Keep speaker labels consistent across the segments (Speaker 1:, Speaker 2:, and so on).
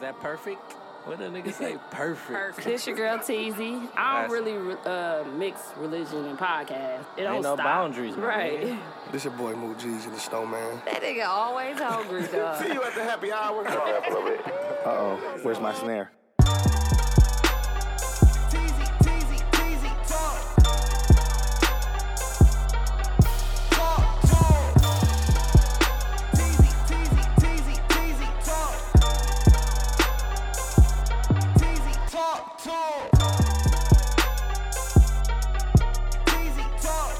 Speaker 1: that perfect? What the nigga say? Perfect.
Speaker 2: Perfect.
Speaker 3: This your girl Teasy. I
Speaker 1: Nice.
Speaker 3: don't really uh, mix religion and podcast. It don't
Speaker 1: no
Speaker 3: stop.
Speaker 1: boundaries, my
Speaker 3: right?
Speaker 1: nigga.
Speaker 4: This your boy Moot G's and the Snowman.
Speaker 2: That nigga always hungry, dog.
Speaker 5: you at the happy hour.
Speaker 6: Uh oh, where's my snare?
Speaker 7: Teasy, teasy, teasy, talk. Talk, talk. Teasy, teasy, teasy, teasy, talk. Teasy, talk, talk. Teasy, talk. Talk, talk. Teasy, talk.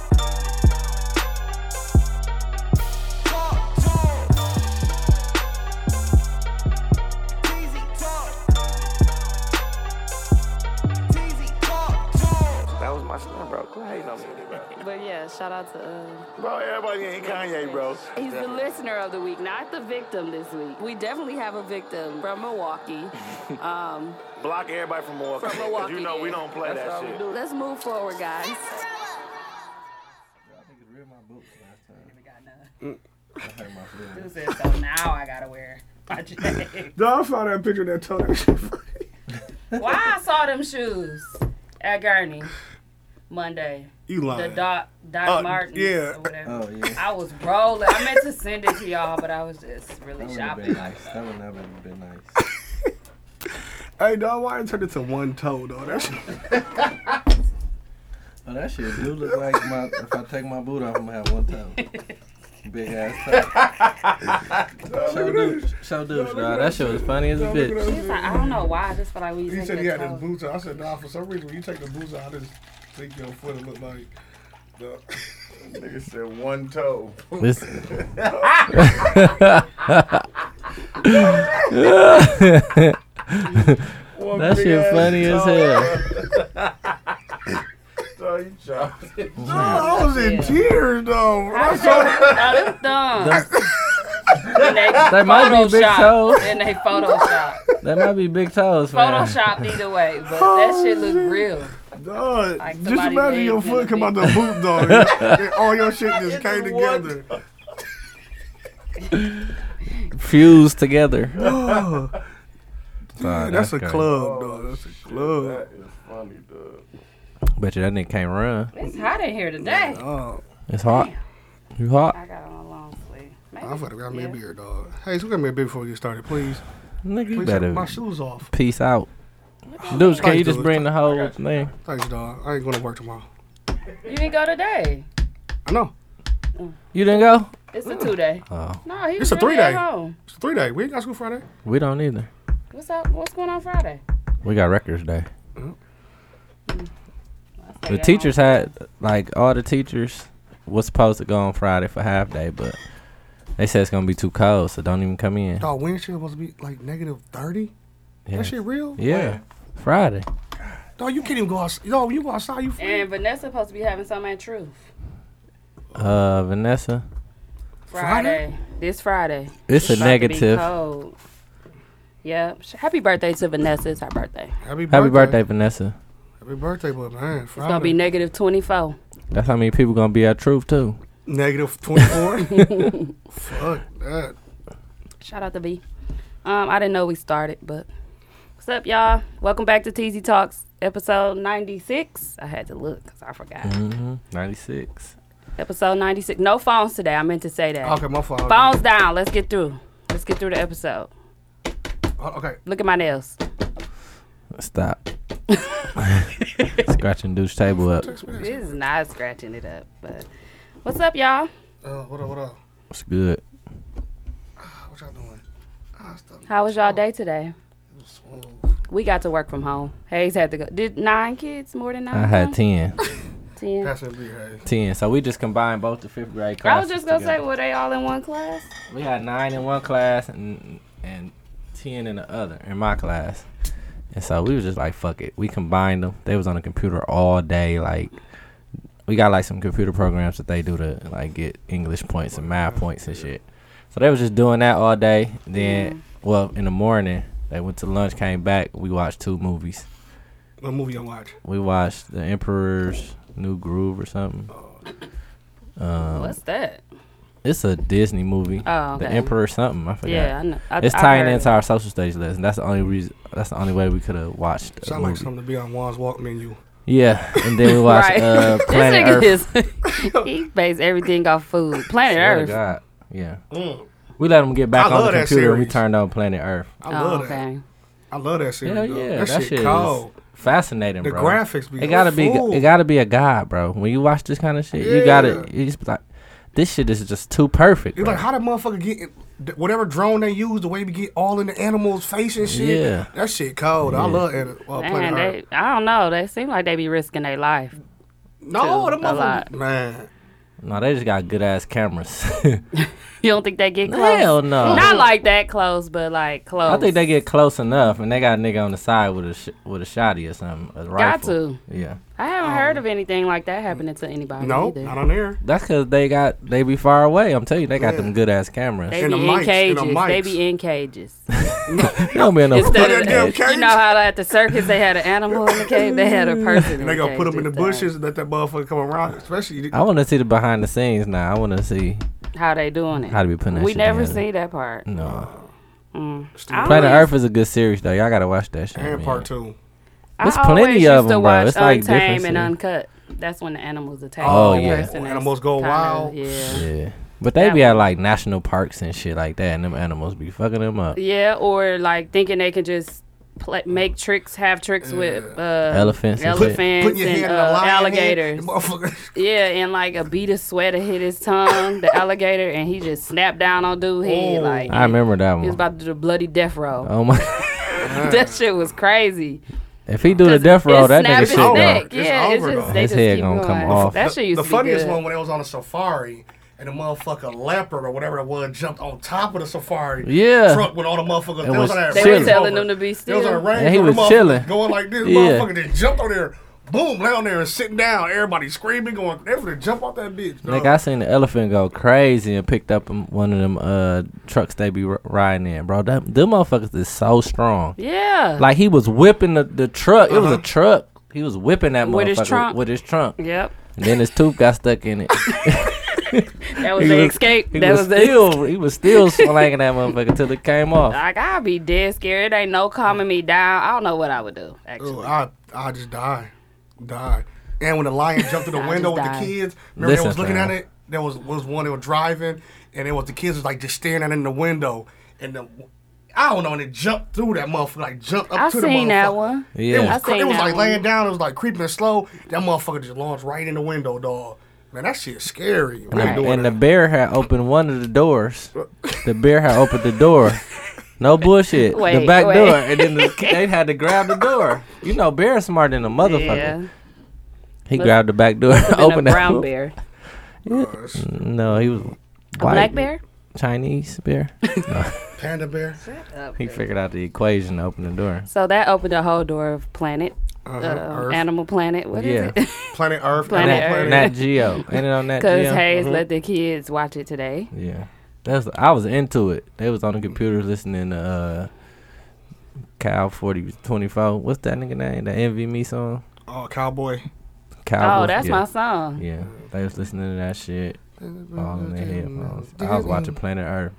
Speaker 7: Teasy, talk, talk.
Speaker 1: That was my son, bro. Quit hating on me, bro.
Speaker 3: But yeah, shout out to. Uh,
Speaker 5: Bro, Oh, everybody ain't Kanye, bro.
Speaker 3: He's the listener of the week, not the victim this week. We definitely have a victim from Milwaukee.
Speaker 5: Block everybody from Milwaukee.
Speaker 3: From
Speaker 5: 'cause
Speaker 3: Milwaukee,
Speaker 5: you know we
Speaker 3: yeah.
Speaker 5: don't play
Speaker 1: That's all
Speaker 5: that
Speaker 1: we
Speaker 5: shit.
Speaker 1: do.
Speaker 3: Let's move forward, guys.
Speaker 8: Who said so now I gotta wear my jacket?
Speaker 4: Dog, I found that picture that told that shit funny.
Speaker 8: Why I saw them shoes at Gurney Monday.
Speaker 4: You
Speaker 8: The
Speaker 4: lying.
Speaker 8: Doc Doc
Speaker 4: Uh,
Speaker 8: Martens
Speaker 4: yeah.
Speaker 8: or whatever.
Speaker 9: Oh yeah.
Speaker 8: I was rolling. I meant to send it to y'all, but I was just really
Speaker 9: That would have been
Speaker 8: shopping.
Speaker 9: nice. That would never have been nice.
Speaker 4: Hey, dog, why it turned into one toe, dog? That shit.
Speaker 9: Oh, that shit do look like my. If I take my boot off, I'm gonna have one toe. Big ass toe. so do, so do, nah, That shit was funny as a
Speaker 4: Dog, look at
Speaker 9: bitch.
Speaker 4: that
Speaker 8: It's like, I don't know why. I just feel like we
Speaker 4: He
Speaker 8: take
Speaker 4: said
Speaker 8: the
Speaker 4: he had his
Speaker 8: toe.
Speaker 4: boots on. I said, nah, for some reason, when you take the boots out, I just think your foot look like the.
Speaker 5: Nigga said one toe. One
Speaker 9: that
Speaker 5: big
Speaker 9: shit
Speaker 5: ass
Speaker 9: funny as
Speaker 5: toe.
Speaker 9: hell.
Speaker 5: So you chopped it.
Speaker 4: I was in tears, though.
Speaker 8: I saw them thumbs. And they
Speaker 9: That might be big
Speaker 8: Photoshop.
Speaker 9: toes.
Speaker 8: And they Photoshop.
Speaker 9: That might be big toes, man.
Speaker 8: Photoshopped either way, but that shit look real.
Speaker 4: Dog,
Speaker 8: Like
Speaker 4: just
Speaker 8: somebody
Speaker 4: imagine your
Speaker 8: bathed in
Speaker 4: foot
Speaker 8: a
Speaker 4: come out the
Speaker 8: big-
Speaker 4: boot, dog. and- and all your shit just came
Speaker 5: one
Speaker 4: together.
Speaker 9: Fused together.
Speaker 4: Oh,
Speaker 9: Nah,
Speaker 4: that's, a
Speaker 9: crazy.
Speaker 4: club, dog. That's a club.
Speaker 5: That is funny, dude.
Speaker 9: Bet you that nigga can't run.
Speaker 8: It's hot in here today.
Speaker 4: Oh,
Speaker 9: It's hot. You hot?
Speaker 8: I got on a long sleeve. Maybe.
Speaker 4: I forgot me a
Speaker 8: Yeah.
Speaker 4: beer, dog. Hey, so get me a beer before we get started, please.
Speaker 9: Nigga, you
Speaker 4: Please take
Speaker 9: better
Speaker 4: my shoes off.
Speaker 9: peace out. Dudes, can you just bring the whole thing?
Speaker 4: Thanks, dog. I ain't going to work tomorrow.
Speaker 8: You didn't go today.
Speaker 4: I know.
Speaker 9: You didn't go?
Speaker 8: It's a two day.
Speaker 9: Oh,
Speaker 8: No, he
Speaker 4: It's
Speaker 8: was
Speaker 4: a
Speaker 8: really at
Speaker 4: three-day.
Speaker 8: home.
Speaker 4: It's a three day. We ain't got school Friday.
Speaker 9: we don't either.
Speaker 8: What's up? What's going on Friday?
Speaker 9: We got records day.
Speaker 8: I
Speaker 9: The
Speaker 8: got
Speaker 9: teachers had like all the teachers was supposed to go on Friday for half day, but they said it's gonna be too cold, so don't even come in.
Speaker 4: Dog, wind chill supposed to be like negative 30?
Speaker 9: Yeah,
Speaker 4: That shit real?
Speaker 9: yeah. Friday.
Speaker 4: Dog, you can't even go outside. Dog, when you go outside, you
Speaker 8: home.
Speaker 4: free.
Speaker 8: And Vanessa's supposed to be having something at Truth
Speaker 9: Uh, Vanessa,
Speaker 8: Friday.
Speaker 4: Friday?
Speaker 8: This Friday.
Speaker 9: it's a
Speaker 8: about to be
Speaker 9: negative.
Speaker 8: cold. Yep. Sh- Happy birthday to Vanessa. It's her birthday.
Speaker 4: Happy birthday.
Speaker 9: Happy birthday, Vanessa.
Speaker 4: Happy birthday, but man.
Speaker 8: It's gonna be negative twenty four.
Speaker 9: That's how many people gonna be at Truth too.
Speaker 4: negative 24? Fuck that.
Speaker 8: Shout out to B. Um, I didn't know we started, but what's up, y'all? Welcome back to TZ Talks, episode ninety six. I had to look because I forgot.
Speaker 9: Mm-hmm. Ninety six.
Speaker 8: Episode ninety six. No phones today. I meant to say that.
Speaker 4: Okay, my fault.
Speaker 8: Phones down. Let's get through. Let's get through the episode.
Speaker 4: Oh, Okay.
Speaker 8: Look at my nails.
Speaker 9: Stop. Scratching dude's table up.
Speaker 8: This is not scratching it up, but what's up, y'all?
Speaker 4: Uh, what up, what up?
Speaker 9: It's good.
Speaker 4: What y'all doing? Ah, stuff
Speaker 8: How was y'all day today?
Speaker 4: is smooth.
Speaker 8: We got to work from home. Hayes had to go. Did nine kids more than nine?
Speaker 9: I had ten.
Speaker 8: ten.
Speaker 4: That's a big hey.
Speaker 9: ten. So we just combined both the fifth grade
Speaker 8: I
Speaker 9: classes.
Speaker 8: was just gonna
Speaker 9: together.
Speaker 8: say, were they all in one class?
Speaker 9: We had nine in one class and and ten in the other in my class, and so we was just like, "Fuck it." We combined them. They was on the computer all day. Like, we got like some computer programs that they do to like get English points and math points and shit. So they was just doing that all day.
Speaker 8: Mm-hmm.
Speaker 9: Then, well, in the morning they went to lunch, came back. We watched two movies.
Speaker 4: What movie I watch?
Speaker 9: We watched The Emperor's New Groove or something. Um,
Speaker 8: What's that?
Speaker 9: It's a Disney movie.
Speaker 8: Oh,
Speaker 9: The
Speaker 8: okay.
Speaker 9: Emperor something. I forgot.
Speaker 8: Yeah, I know. I,
Speaker 9: It's
Speaker 8: I
Speaker 9: tying
Speaker 8: heard
Speaker 9: into our social studies lesson. That's the only reason. That's the only way we could have watched. A
Speaker 4: Sound like
Speaker 9: movie.
Speaker 4: something to be on Juan's walk menu.
Speaker 9: Yeah, and then we watched
Speaker 8: Right.
Speaker 9: uh, Planet Earth.
Speaker 8: This nigga is. he based everything off food. Planet
Speaker 9: Swear to
Speaker 8: Earth.
Speaker 9: God. Yeah. We let them get back
Speaker 4: I
Speaker 9: on the
Speaker 4: love that
Speaker 9: computer and we
Speaker 4: series.
Speaker 9: turned on Planet Earth.
Speaker 4: I
Speaker 8: Oh,
Speaker 4: love that.
Speaker 8: okay.
Speaker 4: I love that series.
Speaker 9: Hell
Speaker 4: dog.
Speaker 9: yeah,
Speaker 4: that, shit,
Speaker 9: is
Speaker 4: cold.
Speaker 9: fascinating,
Speaker 4: The
Speaker 9: bro.
Speaker 4: graphics be
Speaker 9: It gotta be.
Speaker 4: full.
Speaker 9: It gotta be a god, bro. When you watch this kind of shit, you gotta. You just be like, this shit is just too perfect.
Speaker 4: It's
Speaker 9: bro.
Speaker 4: like how the motherfucker get th- whatever drone they use, the way we get all in the animal's face and shit.
Speaker 9: Yeah.
Speaker 4: that shit cold. I love it. Uh,
Speaker 8: Man,
Speaker 4: Planet Earth.
Speaker 8: they, I don't know. They seem like they be risking their life.
Speaker 4: no,
Speaker 8: too,
Speaker 4: the
Speaker 8: a lot.
Speaker 4: motherfucker, man.
Speaker 9: no, they just got good ass cameras.
Speaker 8: You don't think they get close?
Speaker 9: Hell no.
Speaker 8: Not like that close, but like close.
Speaker 9: I think they get close enough, and they got a nigga on the side with a sh- with a shotty or something, a rifle.
Speaker 8: to.
Speaker 9: Yeah,
Speaker 8: I haven't
Speaker 4: Um,
Speaker 8: heard of anything like that happening to anybody.
Speaker 4: No,
Speaker 8: either.
Speaker 4: not on there.
Speaker 9: that's because they got they be far away. I'm telling you, they got them good ass cameras.
Speaker 8: They
Speaker 4: In
Speaker 8: be
Speaker 4: the
Speaker 8: in
Speaker 4: mics, in the
Speaker 8: cages. they
Speaker 4: mics.
Speaker 8: be in cages.
Speaker 9: You don't be in no
Speaker 8: Instead
Speaker 4: that
Speaker 8: of,
Speaker 4: damn
Speaker 8: you
Speaker 4: cage.
Speaker 8: know how at the circus they had an animal in the cage, they had a person.
Speaker 4: And they gonna
Speaker 8: cage
Speaker 4: put them in the
Speaker 8: this time.
Speaker 4: bushes and let that motherfucker come around. Especially
Speaker 9: I want to see the behind the scenes now. I want to see
Speaker 8: How they doing it?
Speaker 9: how to be putting that
Speaker 8: we
Speaker 9: shit
Speaker 8: never
Speaker 9: together.
Speaker 8: see that part.
Speaker 9: No,
Speaker 8: I
Speaker 9: Planet
Speaker 8: always-
Speaker 9: Earth is a good series though. Y'all gotta watch that shit.
Speaker 4: and
Speaker 9: man.
Speaker 4: part two.
Speaker 8: I
Speaker 9: There's
Speaker 8: always
Speaker 9: plenty
Speaker 8: used
Speaker 9: of
Speaker 8: to
Speaker 9: them, bro.
Speaker 8: watch
Speaker 9: It's like
Speaker 8: Untamed
Speaker 9: different
Speaker 8: and
Speaker 9: shit.
Speaker 8: Uncut. That's when the animals attack.
Speaker 9: Oh,
Speaker 8: the
Speaker 9: yeah.
Speaker 8: person
Speaker 4: When
Speaker 8: that's
Speaker 4: animals go
Speaker 8: kinda-
Speaker 4: wild.
Speaker 8: Yeah. yeah.
Speaker 9: Yeah, but they
Speaker 8: That
Speaker 9: be at like national parks and shit like that, and them animals be fucking them up.
Speaker 8: or like thinking they can just play, make tricks, have tricks with uh,
Speaker 9: Elephants and shit.
Speaker 8: elephants
Speaker 4: Put your
Speaker 8: and
Speaker 4: hand in
Speaker 8: uh,
Speaker 4: a lion
Speaker 8: alligators.
Speaker 4: Head, the motherfucker.
Speaker 8: Yeah, and like a bead of sweat hit his tongue, the alligator, and he just snapped down on dude head. Like
Speaker 9: I remember that
Speaker 8: he was
Speaker 9: one.
Speaker 8: about to do the bloody death roll.
Speaker 9: Oh my!
Speaker 8: that shit was crazy.
Speaker 9: if he do the
Speaker 8: 'Cause
Speaker 9: death
Speaker 8: it
Speaker 9: roll, that
Speaker 8: snapped
Speaker 9: nigga
Speaker 8: his
Speaker 9: shit gone.
Speaker 8: neck.
Speaker 4: It's
Speaker 8: Yeah, it's
Speaker 4: over,
Speaker 8: just,
Speaker 4: though.
Speaker 8: they
Speaker 9: His
Speaker 8: just
Speaker 9: head
Speaker 8: keep
Speaker 9: gonna come
Speaker 8: going.
Speaker 9: off.
Speaker 8: That
Speaker 4: The-
Speaker 8: shit used
Speaker 4: the
Speaker 8: to be
Speaker 4: funniest
Speaker 8: good.
Speaker 4: one when they was on a safari and the motherfucker leopard or whatever it was jumped on top of the safari
Speaker 9: Yeah.
Speaker 4: truck with all the motherfuckers.
Speaker 9: And
Speaker 4: They was
Speaker 9: was
Speaker 4: on that
Speaker 8: They
Speaker 9: Chilling.
Speaker 8: were telling them to be
Speaker 4: They was on a
Speaker 8: still.
Speaker 4: range
Speaker 9: And he
Speaker 4: Rover,
Speaker 9: was
Speaker 4: the motherfucker
Speaker 9: chilling.
Speaker 4: going like this.
Speaker 9: Yeah.
Speaker 4: Motherfucker just jumped on there, boom, lay on there and sitting down. Everybody screaming, going, they would jump off that bitch. dog.
Speaker 9: Nigga, I seen the elephant go crazy and picked up um, one of them uh trucks they be r- riding in, bro. That, them motherfuckers is so strong.
Speaker 8: Yeah.
Speaker 9: Like he was whipping the, the truck. It was a truck. He was whipping that
Speaker 8: With his
Speaker 9: motherfucker
Speaker 8: trunk.
Speaker 9: with his trunk.
Speaker 8: Yep.
Speaker 9: And then his tooth got stuck in it.
Speaker 8: That was
Speaker 9: He
Speaker 8: the
Speaker 9: was-
Speaker 8: escape.
Speaker 9: He
Speaker 8: That
Speaker 9: was,
Speaker 8: was the.
Speaker 9: still he was still slanging that motherfucker until it came off.
Speaker 8: Like I'd be dead scared. It ain't no calming me down. I don't know what I would do. Actually,
Speaker 4: Ooh, I I just die, die. And when the lion jumped through
Speaker 8: I
Speaker 4: the window
Speaker 8: just
Speaker 4: with
Speaker 8: died.
Speaker 4: the kids, remember
Speaker 9: Listen,
Speaker 4: they was looking
Speaker 9: fam.
Speaker 4: at it. There was was one that was driving, and it was the kids was like just staring at it in the window, and the. I don't know, and it jumped through that motherfucker, like jumped up
Speaker 8: I
Speaker 4: to the
Speaker 8: seen that
Speaker 4: motherfucker.
Speaker 8: one.
Speaker 9: Yeah.
Speaker 4: it was,
Speaker 9: I
Speaker 4: cra- it
Speaker 8: seen
Speaker 4: was
Speaker 8: that
Speaker 4: like
Speaker 8: one.
Speaker 4: laying down. It was like creeping slow. That motherfucker just launched right in the window, dog. Man, that shit's scary. We ain't doing
Speaker 9: And the
Speaker 4: that.
Speaker 9: bear had opened one of the doors. The bear had opened the door. No bullshit. the
Speaker 8: Wait,
Speaker 9: back
Speaker 8: wait.
Speaker 9: door. And then the, they had to grab the door. You know, bear is smarter than a motherfucker.
Speaker 8: yeah.
Speaker 9: He grabbed the back door,
Speaker 8: Been a
Speaker 9: opened
Speaker 8: brown
Speaker 9: that.
Speaker 8: bear,
Speaker 9: No, he was white.
Speaker 8: black bear.
Speaker 9: Chinese bear.
Speaker 4: Panda bear.
Speaker 9: He figured out the equation to open the door.
Speaker 8: So that opened the whole door of Planet,
Speaker 4: Uh-huh.
Speaker 8: uh,
Speaker 4: Earth.
Speaker 8: Animal Planet. What is
Speaker 9: Yeah.
Speaker 8: it?
Speaker 4: Planet Earth.
Speaker 8: Planet
Speaker 4: Animal
Speaker 8: Earth.
Speaker 9: Nat Geo. Ain't it on Nat
Speaker 8: Because
Speaker 9: Geo? Mm-hmm.
Speaker 8: Hayes let the kids watch it today.
Speaker 9: Yeah. That's I was into it. They was on the computer listening to uh Cal 40 24. What's that nigga name? The Envy Me song?
Speaker 4: Oh, cowboy.
Speaker 9: Cal
Speaker 8: oh, that's
Speaker 9: yeah.
Speaker 8: my song.
Speaker 9: Yeah. They was listening to that shit.
Speaker 4: Mm-hmm.
Speaker 9: All in their headphones. Oh, I was watching Planet Earth.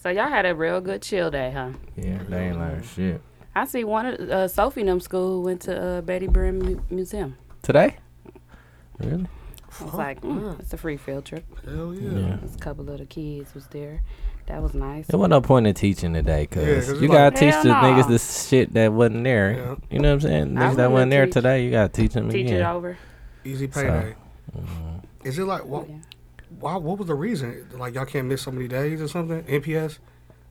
Speaker 8: So y'all had a real good chill day, huh?
Speaker 9: Yeah, they ain't learn shit.
Speaker 8: I see one of uh, Sophie and them school went to uh, Betty Brim Mu- Museum.
Speaker 9: Today? Really?
Speaker 8: I was like, mm, it's a free field trip.
Speaker 4: Hell yeah.
Speaker 9: Yeah.
Speaker 8: There's a couple of the kids was there. That was nice.
Speaker 9: There wasn't no point in teaching today, cause,
Speaker 4: Yeah, 'cause it's
Speaker 9: you
Speaker 4: like-
Speaker 9: gotta teach
Speaker 8: Hell
Speaker 9: the
Speaker 8: nah.
Speaker 9: niggas this shit that wasn't there.
Speaker 4: Yeah.
Speaker 9: You know what I'm saying?
Speaker 8: I
Speaker 9: Niggas that
Speaker 8: wanna
Speaker 9: wasn't there
Speaker 8: teach-
Speaker 9: today, you gotta teach them
Speaker 8: Teach
Speaker 9: again.
Speaker 8: it over.
Speaker 4: Easy payday.
Speaker 9: mm-hmm.
Speaker 4: Is it like what?
Speaker 8: Yeah.
Speaker 4: Why? What was the reason? Like y'all can't miss so many days or something? NPS.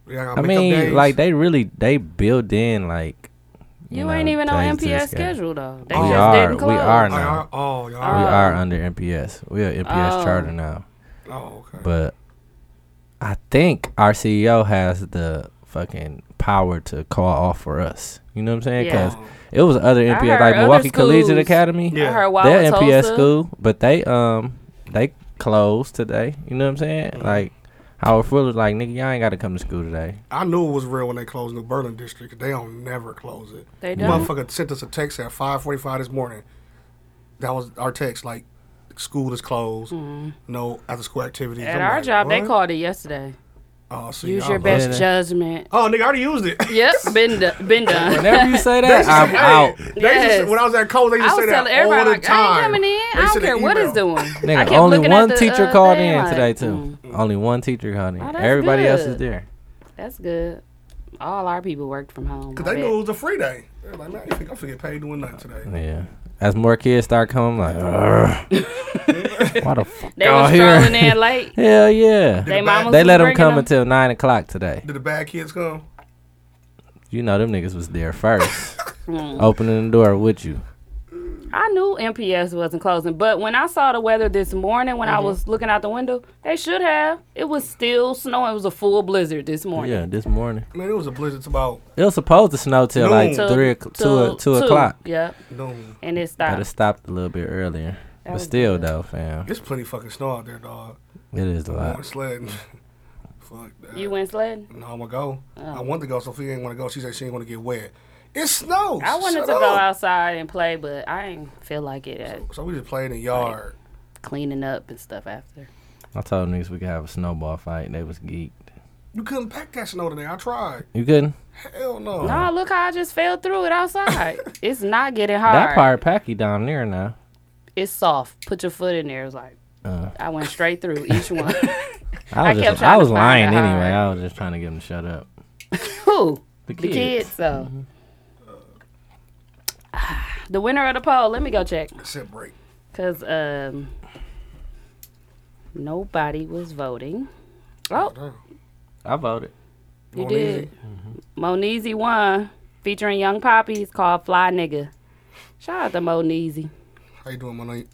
Speaker 4: Y'all got
Speaker 9: I
Speaker 4: makeup days?
Speaker 9: mean, like they really they build in like
Speaker 8: You,
Speaker 9: know,
Speaker 8: ain't even on
Speaker 9: things to
Speaker 8: MPS
Speaker 9: this game.
Speaker 8: schedule though. They
Speaker 9: We
Speaker 8: just
Speaker 9: are-
Speaker 8: didn't
Speaker 9: we
Speaker 8: close.
Speaker 9: are
Speaker 4: Oh,
Speaker 9: now.
Speaker 4: y'all, oh, y'all
Speaker 9: We
Speaker 8: Oh.
Speaker 9: are under MPS. We are MPS
Speaker 8: Oh.
Speaker 9: charter now,
Speaker 4: Oh, okay.
Speaker 9: but I think our CEO has the fucking power to call off for us. You know what I'm saying?
Speaker 8: Yeah.
Speaker 9: Because it was other MPS
Speaker 8: heard
Speaker 9: like
Speaker 8: other
Speaker 9: Milwaukee Collegiate
Speaker 8: schools-
Speaker 9: Academy.
Speaker 8: I heard
Speaker 9: They're
Speaker 8: Wawa
Speaker 9: MPS
Speaker 8: Tulsa.
Speaker 9: school, but they um they closed today. You know what I'm saying? Like Howard Fuller's like nigga, y'all ain't got to come to school today.
Speaker 4: I knew it was real when they closed New Berlin District. 'cause They don't never close it.
Speaker 8: They
Speaker 4: The
Speaker 8: don't.
Speaker 4: Motherfucker sent us a text at 5:45 this morning. That was our text. Like school is closed, no after school activities.
Speaker 8: Mm-hmm. At
Speaker 4: I'm
Speaker 8: our
Speaker 4: like,
Speaker 8: job, they
Speaker 4: what?
Speaker 8: called it yesterday.
Speaker 4: Oh, see,
Speaker 8: Use
Speaker 4: y'all
Speaker 8: your
Speaker 4: know.
Speaker 8: best
Speaker 9: Yeah.
Speaker 8: judgment.
Speaker 4: Oh, nigga, I already used it.
Speaker 8: Yep, been, do- been done.
Speaker 9: Whenever you say that, I'm
Speaker 4: Hey,
Speaker 9: out.
Speaker 4: They used
Speaker 8: Yes.
Speaker 4: to- when I was at college, they used
Speaker 8: I
Speaker 4: to say
Speaker 8: was
Speaker 4: that
Speaker 8: telling
Speaker 4: all
Speaker 8: everybody,
Speaker 4: the
Speaker 8: like, I ain't
Speaker 4: time.
Speaker 8: coming in.
Speaker 4: They
Speaker 8: I don't
Speaker 4: sent an
Speaker 8: care what it's
Speaker 4: email.
Speaker 8: doing. I
Speaker 9: Nigga,
Speaker 8: kept
Speaker 9: only
Speaker 8: looking at
Speaker 9: one
Speaker 8: the,
Speaker 9: teacher
Speaker 8: uh,
Speaker 9: called
Speaker 8: thing,
Speaker 9: in
Speaker 8: like,
Speaker 9: today too.
Speaker 8: mm,
Speaker 9: Only one teacher called in.
Speaker 8: Oh, that's
Speaker 9: Everybody else is
Speaker 8: good.
Speaker 9: there.
Speaker 8: that's good. All our people worked from home.
Speaker 4: Cause
Speaker 8: I
Speaker 4: they
Speaker 8: bet.
Speaker 4: knew it was a free day. They're like, man, you think I'm finna get paid doing nothing today?
Speaker 9: Yeah. As more kids start coming, I'm like, "Ugh." why the fuck
Speaker 8: They
Speaker 9: y'all
Speaker 8: was
Speaker 9: Oh, here?
Speaker 8: strolling in late.
Speaker 9: Hell yeah.
Speaker 8: They
Speaker 4: the
Speaker 8: mamas
Speaker 4: bag-
Speaker 9: They
Speaker 8: was
Speaker 9: let them
Speaker 8: bringing
Speaker 9: come until nine o'clock today.
Speaker 4: Did the bad kids come?
Speaker 9: You know them niggas was there first, opening the door with you.
Speaker 8: Mm. I knew MPS wasn't closing, but when I saw the weather this morning, when I
Speaker 9: Mm-hmm.
Speaker 8: was looking out the window, they should have. It was still snowing. It was a full blizzard this morning.
Speaker 9: Yeah, this morning
Speaker 4: Man, it was a blizzard to about
Speaker 9: it was supposed to snow till like
Speaker 4: Noon.
Speaker 8: Till-
Speaker 9: three, o'clock, two, o-
Speaker 8: Mm. till-
Speaker 9: two o'clock.
Speaker 8: Yep,
Speaker 4: noon.
Speaker 8: and it
Speaker 9: But it
Speaker 8: stopped.
Speaker 9: stopped a little bit earlier. But
Speaker 8: was
Speaker 9: still though, fam,
Speaker 4: There's plenty fucking snow out there, dog.
Speaker 9: it is a
Speaker 4: Going
Speaker 9: lot.
Speaker 4: sledding. Fuck that.
Speaker 8: You Oh. went sledding.
Speaker 4: No, I'm gonna go. I want to go. Sophia ain't want to go. She said she ain't want to get wet. It snows.
Speaker 8: I wanted
Speaker 4: Shut
Speaker 8: to go
Speaker 4: up.
Speaker 8: outside and play, but I didn't feel like it at
Speaker 4: So we just played in the yard.
Speaker 8: cleaning up and stuff after.
Speaker 9: I told niggas we could have a snowball fight. They was geeked.
Speaker 4: You couldn't pack that snow today. I tried.
Speaker 9: You couldn't.
Speaker 4: Hell no.
Speaker 8: No, Oh, look how I just fell through it outside. it's not getting hard.
Speaker 9: That part packy down there now.
Speaker 8: It's soft. Put your foot in there. It was like
Speaker 9: Uh.
Speaker 8: I went straight through each one.
Speaker 9: I
Speaker 8: I
Speaker 9: was
Speaker 8: kept
Speaker 9: just,
Speaker 8: trying
Speaker 9: I
Speaker 8: to
Speaker 9: was
Speaker 8: find
Speaker 9: lying
Speaker 8: it
Speaker 9: anyway.
Speaker 8: hard.
Speaker 9: I was just trying to get them to shut up.
Speaker 8: Who?
Speaker 9: The
Speaker 8: The
Speaker 9: kids.
Speaker 8: kids. Mm-hmm. So the winner of the poll. Let me go check
Speaker 4: Sit break.
Speaker 8: because um nobody was voting. Oh,
Speaker 9: I voted.
Speaker 8: you
Speaker 4: Monizzi.
Speaker 8: did. Mm-hmm. Monizy won featuring Young Poppy. It's called Fly Nigga. Shout out to Monizy.
Speaker 4: How you doing, my night?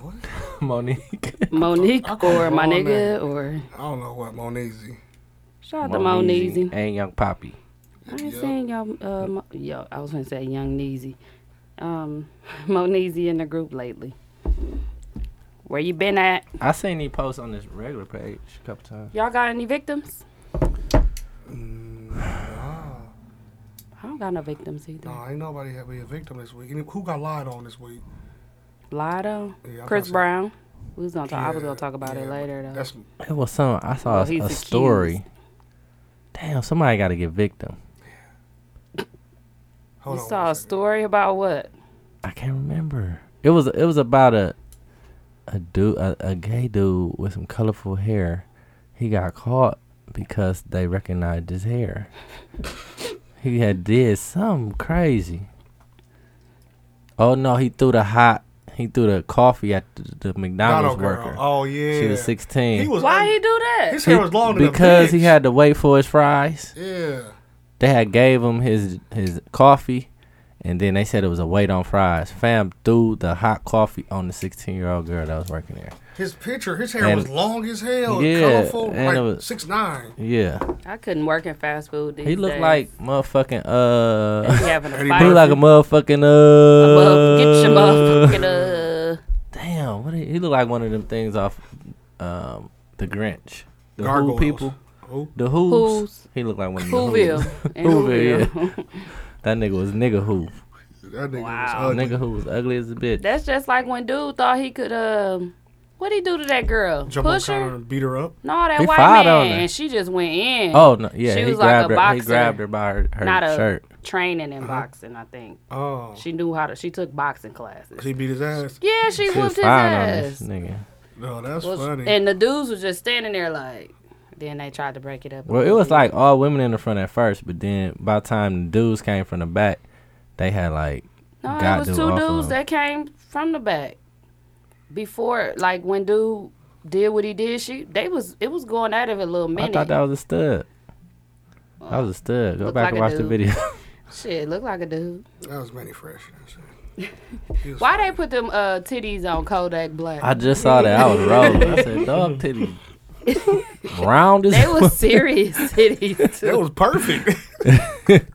Speaker 4: What?
Speaker 9: Monique.
Speaker 8: Monique
Speaker 4: I called
Speaker 8: or my
Speaker 4: wrong
Speaker 8: nigga
Speaker 4: name.
Speaker 8: or
Speaker 4: I don't know what Monizy.
Speaker 8: shout out to Monizy.
Speaker 9: And Young Poppy.
Speaker 8: I ain't saying y'all. Uh, Mo- yo, I was gonna say Young Neezy, um, Moneezy in the group lately. Where you been at?
Speaker 9: I seen he post on this regular page a couple times.
Speaker 8: Y'all got any victims?
Speaker 4: Mm,
Speaker 8: I don't got no victims either.
Speaker 4: No, ain't nobody had be a victim this week. Any- Who got lied on this week?
Speaker 8: Lotto,
Speaker 4: Yeah, I was
Speaker 8: Chris
Speaker 4: gonna say-
Speaker 8: Brown. We was gonna talk. I was
Speaker 4: Yeah,
Speaker 8: gonna talk about
Speaker 4: yeah,
Speaker 8: it
Speaker 4: but
Speaker 8: later though.
Speaker 4: That's
Speaker 9: It was some. I saw
Speaker 8: Well,
Speaker 9: a,
Speaker 8: he's
Speaker 9: a
Speaker 8: accused.
Speaker 9: story. Damn, somebody got to get victim.
Speaker 4: hold
Speaker 8: you
Speaker 4: on.
Speaker 8: saw a story about what?
Speaker 9: I can't remember. It was it was about a a dude a, a gay dude with some colorful hair. He got caught because they recognized his hair. he had did something crazy. Oh no, he threw the hot he threw the coffee at the, the McDonald's
Speaker 4: Donald
Speaker 9: worker.
Speaker 4: girl. Oh yeah.
Speaker 9: She was sixteen.
Speaker 4: He was.
Speaker 8: Why
Speaker 4: un-
Speaker 8: he do that?
Speaker 4: His hair was long than a
Speaker 9: because he
Speaker 4: bitch.
Speaker 9: had to wait for his fries.
Speaker 4: Yeah.
Speaker 9: They had gave him his his coffee, and then they said it was a wait on fries. Fam threw the hot coffee on the sixteen year old girl that was working there.
Speaker 4: His picture. His hair
Speaker 9: And-
Speaker 4: was long as hell.
Speaker 9: Yeah,
Speaker 4: colorful.
Speaker 9: and
Speaker 4: like
Speaker 9: it was-
Speaker 4: six nine.
Speaker 9: Yeah,
Speaker 8: I couldn't work in fast food. These
Speaker 9: he looked
Speaker 8: days.
Speaker 9: like motherfucking
Speaker 8: We
Speaker 9: uh,
Speaker 8: having a
Speaker 4: Eddie
Speaker 9: he
Speaker 8: fight.
Speaker 9: looked like a motherfucking uh.
Speaker 8: Mother- get your motherfucking uh.
Speaker 9: Damn, what he, he looked like one of them things off um the Grinch. The
Speaker 4: Gargoyles.
Speaker 9: Who people,
Speaker 4: Who?
Speaker 9: the who's.
Speaker 8: Who's?
Speaker 9: He looked like one of the
Speaker 8: Whoville.
Speaker 9: who's.
Speaker 8: In
Speaker 9: Whoville,
Speaker 8: Whoville.
Speaker 9: That nigga was nigga who.
Speaker 4: That nigga
Speaker 8: Wow.
Speaker 4: was ugly.
Speaker 9: Nigga who was ugly as a bitch.
Speaker 8: That's just like when dude thought he could um what'd he do to that girl?
Speaker 4: Jump
Speaker 8: Push
Speaker 4: on
Speaker 8: her?
Speaker 4: Connor and beat her up.
Speaker 8: No, that
Speaker 9: He
Speaker 8: white
Speaker 9: fired on her.
Speaker 8: man. And she just went in.
Speaker 9: Oh no, yeah,
Speaker 8: She
Speaker 9: he
Speaker 8: was like
Speaker 9: grabbed
Speaker 8: a
Speaker 9: her. He
Speaker 8: boxer.
Speaker 9: grabbed her by her, her
Speaker 8: Not a
Speaker 9: shirt.
Speaker 8: training in
Speaker 4: Uh-huh.
Speaker 8: boxing, I think.
Speaker 4: Oh.
Speaker 8: She knew how to she took boxing classes.
Speaker 4: She beat his ass.
Speaker 8: Yeah, she,
Speaker 9: She was
Speaker 8: whooped his
Speaker 9: fine on this
Speaker 8: ass.
Speaker 9: nigga.
Speaker 4: No, that's
Speaker 8: Was-
Speaker 4: funny.
Speaker 8: and the dudes was just standing there like then they tried to break it up.
Speaker 9: Well, it was like all women in the front at first, but then by the time the dudes came from the back, they had like
Speaker 8: No,
Speaker 9: got
Speaker 8: it was
Speaker 9: dude
Speaker 8: two
Speaker 9: off of
Speaker 8: dudes
Speaker 9: him.
Speaker 8: that came from the back. Before like when dude did what he did, she they was it was going at it a little
Speaker 9: I
Speaker 8: minute.
Speaker 9: thought that was a stud. That was a stud. Go
Speaker 8: Looked
Speaker 9: back
Speaker 8: like
Speaker 9: and
Speaker 8: a
Speaker 9: watch the
Speaker 8: dude.
Speaker 9: video.
Speaker 8: Shit, look like a dude.
Speaker 4: that was Manny Fresh. That's it.
Speaker 8: Why they put them uh, titties on Kodak Black?
Speaker 9: I just saw that. I was rolling. I said, "Dog titty, round as
Speaker 8: they was serious titties.
Speaker 4: That
Speaker 8: Too.
Speaker 4: was perfect.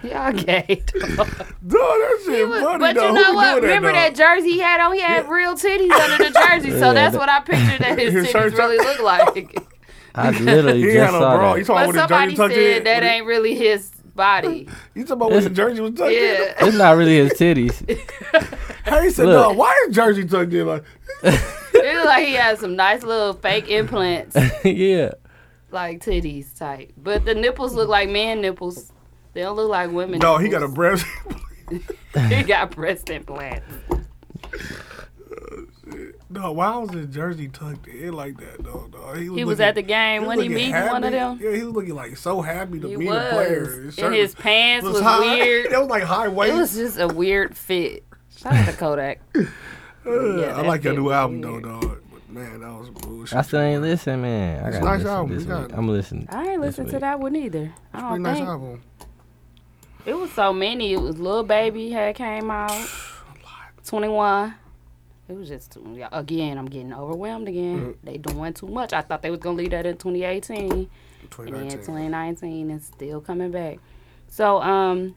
Speaker 4: Dude,
Speaker 8: Y'all gay.
Speaker 4: that shit funny.
Speaker 8: but
Speaker 4: though.
Speaker 8: you
Speaker 4: Who
Speaker 8: know
Speaker 4: be
Speaker 8: what?
Speaker 4: doing
Speaker 8: Remember that, jersey he had on? He had real titties under the jersey, so that's what I pictured that his
Speaker 4: His
Speaker 8: titties
Speaker 4: shirts
Speaker 8: really
Speaker 4: up.
Speaker 8: look like.
Speaker 9: I
Speaker 4: though?
Speaker 9: literally
Speaker 4: He
Speaker 9: just
Speaker 4: had on bra.
Speaker 9: saw
Speaker 4: You
Speaker 9: that.
Speaker 4: talking
Speaker 8: But
Speaker 4: about when
Speaker 8: somebody
Speaker 4: his jersey tucked in?
Speaker 8: said that ain't really his body.
Speaker 4: You talking about when his jersey was tucked in?
Speaker 8: Yeah.
Speaker 9: It's not really his titties.
Speaker 4: Harry said,
Speaker 9: Look.
Speaker 4: "No, why is Jersey tucked in?" Like,
Speaker 8: It's like he has some nice little fake implants,
Speaker 9: yeah.
Speaker 8: like titties type. But the nipples look like man nipples. They don't look like women.
Speaker 4: no, he got a
Speaker 8: nipples.
Speaker 4: breast.
Speaker 8: he got breast implants.
Speaker 4: no, why was his Jersey tucked in like that? though? no. He was,
Speaker 8: He was
Speaker 4: looking-
Speaker 8: at the game
Speaker 4: was
Speaker 8: when he
Speaker 4: looking
Speaker 8: meets
Speaker 4: happy.
Speaker 8: one of them.
Speaker 4: Yeah, he was looking like so happy to
Speaker 8: He
Speaker 4: meet a
Speaker 8: was.
Speaker 4: player. His shirt
Speaker 8: and his pants was,
Speaker 4: high.
Speaker 8: weird.
Speaker 4: That was like high
Speaker 8: It
Speaker 4: waist.
Speaker 8: was just a weird fit. Shout out to Kodak.
Speaker 4: Yeah, I
Speaker 8: that
Speaker 4: like your
Speaker 8: fit
Speaker 4: new
Speaker 8: was
Speaker 4: album
Speaker 8: weird.
Speaker 4: though, dog. But man, that was bullshit.
Speaker 9: I still ain't listen, man. I
Speaker 4: It's
Speaker 9: gotta
Speaker 4: nice
Speaker 9: listen
Speaker 4: album.
Speaker 9: this
Speaker 4: You
Speaker 9: week.
Speaker 4: got-
Speaker 9: I'm gonna listen.
Speaker 8: I ain't
Speaker 9: this
Speaker 8: listened to
Speaker 9: week.
Speaker 8: that one either. I don't
Speaker 4: Pretty nice
Speaker 8: think.
Speaker 4: album.
Speaker 8: It was so many. It was Lil Baby had came out. Twenty one. It was just too- yeah, again. I'm getting overwhelmed
Speaker 4: Mm.
Speaker 8: again. They doing too much. I thought they was gonna leave that in 2018, and then
Speaker 4: 2019.
Speaker 8: 2019 is still coming back. So um,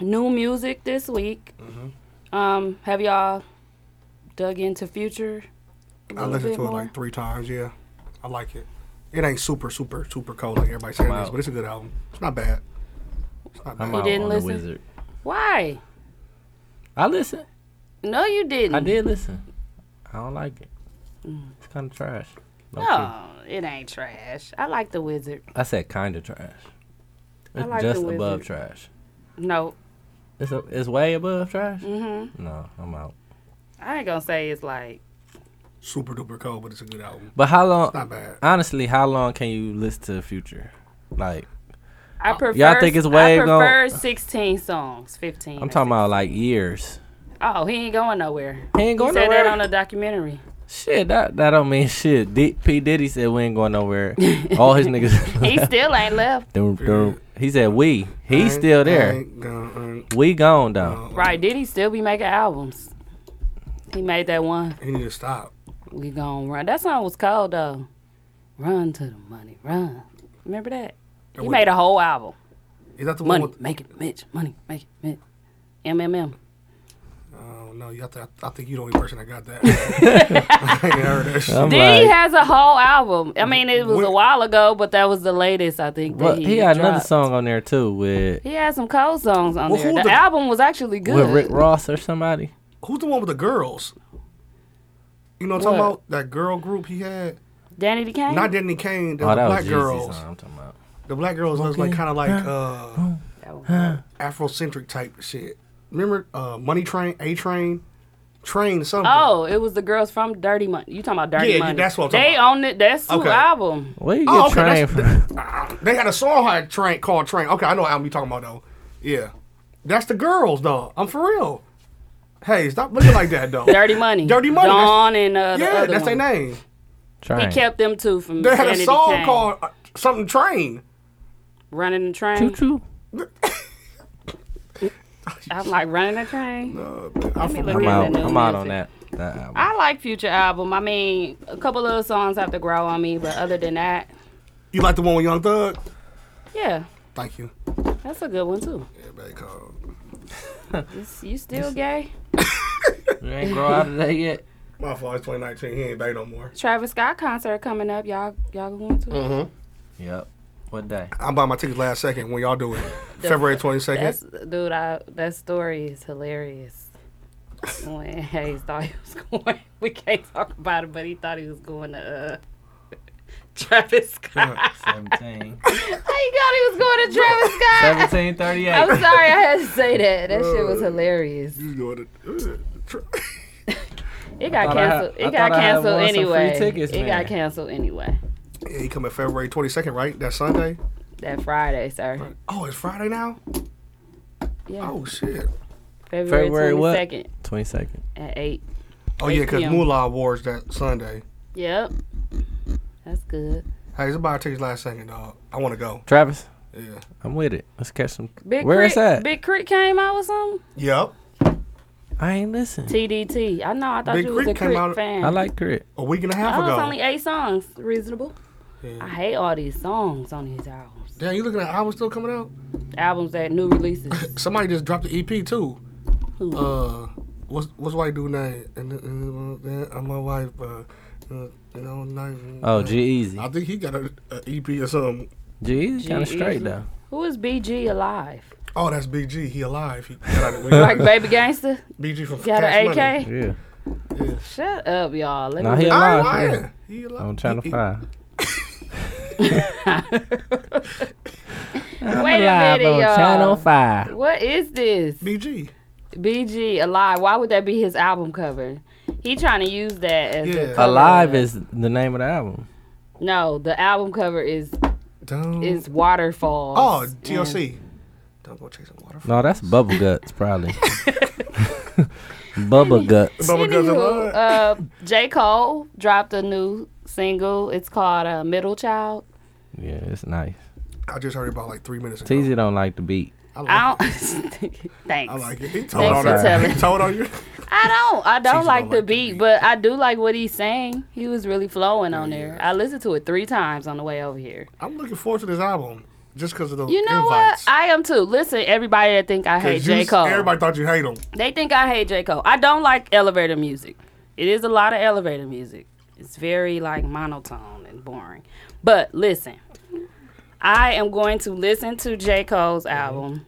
Speaker 8: new music this week.
Speaker 4: Mm-hmm.
Speaker 8: Um, have y'all dug into Future? a
Speaker 4: I
Speaker 8: little
Speaker 4: listened
Speaker 8: bit
Speaker 4: to it
Speaker 8: more?
Speaker 4: like three times. Yeah, I like it. It ain't super, super, super cold like everybody saying this,
Speaker 9: out.
Speaker 4: but it's a good album. It's not bad. It's not
Speaker 9: I'm
Speaker 4: bad.
Speaker 9: out
Speaker 8: didn't
Speaker 9: on
Speaker 8: listen?
Speaker 9: the wizard.
Speaker 8: Why?
Speaker 9: I listen.
Speaker 8: No, you didn't.
Speaker 9: I did listen. I don't like it.
Speaker 8: Mm.
Speaker 9: It's kind of trash. Low key.
Speaker 8: No, it ain't trash. I like the Wizard.
Speaker 9: I said kind of trash. It's
Speaker 8: like the
Speaker 9: just above
Speaker 8: Wizard.
Speaker 9: trash.
Speaker 8: No,
Speaker 9: It's a, it's way above trash. Mm-hmm. No, I'm out.
Speaker 8: I ain't gonna say it's like
Speaker 4: super duper cold, but it's a good album.
Speaker 9: But how long?
Speaker 4: Not bad.
Speaker 9: Honestly, how long can you listen to Future? Like
Speaker 8: I prefer.
Speaker 9: Oh, think it's way
Speaker 8: I
Speaker 9: gon-
Speaker 8: prefer sixteen songs, fifteen.
Speaker 9: I'm
Speaker 8: or
Speaker 9: talking about like years.
Speaker 8: Oh, he ain't going nowhere.
Speaker 9: He ain't going
Speaker 8: he said
Speaker 9: nowhere.
Speaker 8: that on a documentary.
Speaker 9: Shit, that that don't mean shit. D- P Diddy said we ain't going nowhere. All his
Speaker 8: He
Speaker 9: niggas.
Speaker 8: still ain't left.
Speaker 9: Dum, dum. he said we. He's
Speaker 4: I ain't-
Speaker 9: still
Speaker 4: I
Speaker 9: there.
Speaker 4: ain't gonna-
Speaker 9: We gone though.
Speaker 8: Right? Did he still be making albums? He made that one.
Speaker 4: He need to stop.
Speaker 8: We gon' run. That song was called though. Run to the money, run. Remember that? He
Speaker 4: was-
Speaker 8: made a whole album.
Speaker 4: Is that the
Speaker 8: Money,
Speaker 4: one? With,
Speaker 8: make it, Mitch. Money, make it, Mitch. MMM.
Speaker 4: oh no, you have to, I think you the only person that got that. I ain't heard that shit.
Speaker 9: I'm
Speaker 8: Diddy
Speaker 9: like,
Speaker 8: has a whole album. I mean, it was a
Speaker 4: What-
Speaker 8: while ago, but that was the latest I think. That
Speaker 9: well,
Speaker 8: he,
Speaker 9: he had another
Speaker 8: dropped.
Speaker 9: song on there too with
Speaker 8: He had some cold songs on
Speaker 4: Well,
Speaker 8: there.
Speaker 4: who
Speaker 8: The,
Speaker 4: the-
Speaker 8: album was actually good.
Speaker 9: with Rick Ross or somebody.
Speaker 4: Who's the one with the girls? You know what I'm
Speaker 8: What?
Speaker 4: talking about? That girl group he had.
Speaker 8: Danny DeCane.
Speaker 4: Not Danny Kane. The,
Speaker 9: Oh, that
Speaker 4: black
Speaker 9: was Jeezy
Speaker 4: girls.
Speaker 9: song I'm talking about.
Speaker 4: The black girls looks like kind of like uh,
Speaker 8: That was-
Speaker 4: Afrocentric type shit. Remember uh, Money Train, A Train, Train something.
Speaker 8: Oh, it was the girls from Dirty Money. You talking about Dirty
Speaker 4: Yeah, yeah,
Speaker 8: Money?
Speaker 4: that's what I'm
Speaker 8: they
Speaker 4: talking about.
Speaker 8: own it. That's two
Speaker 4: Okay.
Speaker 8: album.
Speaker 9: Where you get
Speaker 4: Oh, okay,
Speaker 9: trained
Speaker 4: that's-
Speaker 9: from?
Speaker 4: They had a song had train called Train. Okay, I know what album you talking about though. Yeah, that's the girls though. I'm for real. Hey, stop looking like that though.
Speaker 8: Dirty Money.
Speaker 4: Dirty Money, that's-
Speaker 8: Dawn and uh, the
Speaker 4: yeah,
Speaker 8: other
Speaker 4: that's their
Speaker 8: one.
Speaker 4: name.
Speaker 9: Train.
Speaker 8: He kept them two from.
Speaker 4: They had
Speaker 8: Danny
Speaker 4: a song
Speaker 8: DeCane.
Speaker 4: called uh, something Train.
Speaker 8: "Running the Train."
Speaker 9: Choo choo.
Speaker 8: I'm like running the train.
Speaker 4: I'm for
Speaker 8: look
Speaker 9: I'm
Speaker 4: real.
Speaker 8: at
Speaker 9: out.
Speaker 8: new
Speaker 9: I'm out on
Speaker 8: music.
Speaker 9: that. that album.
Speaker 8: I like Future album. I mean, a couple of songs have to grow on me, but other than that,
Speaker 4: You like the one with Young Thug?
Speaker 8: yeah,
Speaker 4: Thank you.
Speaker 8: that's a good one too.
Speaker 4: Everybody called.
Speaker 8: It's- you still gay?
Speaker 9: You ain't grow out of that yet.
Speaker 4: My fault. It's 2019. He ain't back no more.
Speaker 8: Travis Scott concert coming up. Y'all, y'all going to?
Speaker 4: Mm-hmm.
Speaker 8: it?
Speaker 9: Yep. What day?
Speaker 4: I'm buying my tickets last second when y'all do it. February 22nd.
Speaker 8: That's dude. I, that story is hilarious. When Hayes thought he was going, we can't talk about it, but he thought he was going to uh, Travis Scott.
Speaker 9: Seventeen.
Speaker 8: he thought he was going to Travis Scott.
Speaker 9: Seventeen thirty-eight.
Speaker 8: I'm sorry, I had to say that. That shit was hilarious.
Speaker 4: You going to-
Speaker 8: It got
Speaker 9: thought I had-
Speaker 8: canceled.
Speaker 9: I
Speaker 8: It got
Speaker 9: thought I had
Speaker 8: canceled
Speaker 9: won some free
Speaker 8: anyway.
Speaker 9: tickets,
Speaker 8: it
Speaker 9: man.
Speaker 8: got canceled anyway.
Speaker 4: yeah, he coming February 22nd, right? That Sunday.
Speaker 8: That Friday, sir.
Speaker 4: Oh, it's Friday now.
Speaker 8: Yeah,
Speaker 4: Oh shit.
Speaker 8: February,
Speaker 9: February what?
Speaker 8: 22nd
Speaker 9: Twenty second.
Speaker 8: at eight.
Speaker 4: Oh yeah,
Speaker 8: 8
Speaker 4: because
Speaker 8: p.m.
Speaker 4: Moolah Awards that Sunday.
Speaker 8: Yep, that's good.
Speaker 4: Hey, it's about to take last second, dog. I want to go.
Speaker 9: Travis,
Speaker 4: Yeah.
Speaker 9: I'm with it. Let's catch some.
Speaker 8: Big
Speaker 9: Where
Speaker 8: Crit,
Speaker 9: is that?
Speaker 8: Big Crit came out with something.
Speaker 4: Yep.
Speaker 9: I ain't listen.
Speaker 8: TDT. I know. I thought
Speaker 4: Big
Speaker 8: you was
Speaker 4: Crit
Speaker 8: a
Speaker 4: came
Speaker 8: Crit
Speaker 4: out-
Speaker 8: fan.
Speaker 9: I like Crit.
Speaker 4: A week and a half
Speaker 8: Oh, it's
Speaker 4: ago.
Speaker 8: only eight songs. Reasonable.
Speaker 4: Yeah.
Speaker 8: I hate all these songs on these albums.
Speaker 4: Damn, you looking at albums still coming out?
Speaker 8: Albums that new releases.
Speaker 4: Somebody just dropped the EP too.
Speaker 8: Who?
Speaker 4: Uh, what's what's white dude name? And, and, and, and my wife. Uh, uh, you know, nice.
Speaker 9: Oh, G Easy.
Speaker 4: I think he got an EP E or something.
Speaker 9: G Easy kind of
Speaker 8: G
Speaker 9: straight
Speaker 8: Eazy.
Speaker 9: though.
Speaker 8: Who is BG Alive?
Speaker 4: Oh, that's BG. He alive. He,
Speaker 8: Like baby gangster,
Speaker 4: BG from
Speaker 8: got
Speaker 4: Cash
Speaker 8: an AK.
Speaker 4: Money.
Speaker 9: Yeah.
Speaker 8: Shut up, y'all. Let
Speaker 9: Nah,
Speaker 8: me
Speaker 9: he
Speaker 4: I ain't
Speaker 9: alive.
Speaker 4: lying.
Speaker 9: yeah.
Speaker 4: He alive.
Speaker 9: On Channel
Speaker 4: He- he-
Speaker 9: 5.
Speaker 8: wait a
Speaker 9: Live
Speaker 8: minute,
Speaker 9: on
Speaker 8: y'all.
Speaker 9: Channel 5.
Speaker 8: What is this?
Speaker 4: BG.
Speaker 8: BG alive. Why would that be his album cover? He trying to use that as
Speaker 4: Yeah.
Speaker 8: the cover.
Speaker 9: Alive is the name of the album.
Speaker 8: no. The album cover is
Speaker 4: Don't-
Speaker 8: is waterfalls. Mm.
Speaker 4: oh,
Speaker 8: and-
Speaker 4: TLC. Don't go chasing waterfall.
Speaker 9: No, that's Bubble Guts, probably. Bubble Guts.
Speaker 4: Bubba Guzzle
Speaker 8: Anywho,
Speaker 4: Bud.
Speaker 8: uh, J. Cole dropped a new single. It's called uh, Middle Child.
Speaker 9: Yeah, it's nice.
Speaker 4: I just heard it about like three minutes ago.
Speaker 9: Teasy don't like the beat.
Speaker 4: I like,
Speaker 8: I
Speaker 4: it.
Speaker 8: don't. thanks.
Speaker 4: Oh. I like it. He told
Speaker 8: Thanks
Speaker 4: on
Speaker 8: for
Speaker 4: that.
Speaker 8: telling.
Speaker 4: He told on you.
Speaker 8: I don't. I don't like
Speaker 4: Teasy don't
Speaker 8: the
Speaker 4: like the
Speaker 8: beat,
Speaker 4: beat.
Speaker 8: but I do like what he's saying. He was really flowing on there. I listened to it three times on the way over here.
Speaker 4: I'm looking forward to this album just because of the
Speaker 8: You know
Speaker 4: invites.
Speaker 8: what? I am too. Listen, everybody that think I
Speaker 4: 'Cause
Speaker 8: hate
Speaker 4: you-
Speaker 8: J. Cole,
Speaker 4: Everybody thought you hate him.
Speaker 8: they think I hate J. Cole. I don't like elevator music. It is a lot of elevator music. It's very like monotone and boring. But listen, I am going to listen to J. Cole's
Speaker 4: Mm-hmm.
Speaker 8: album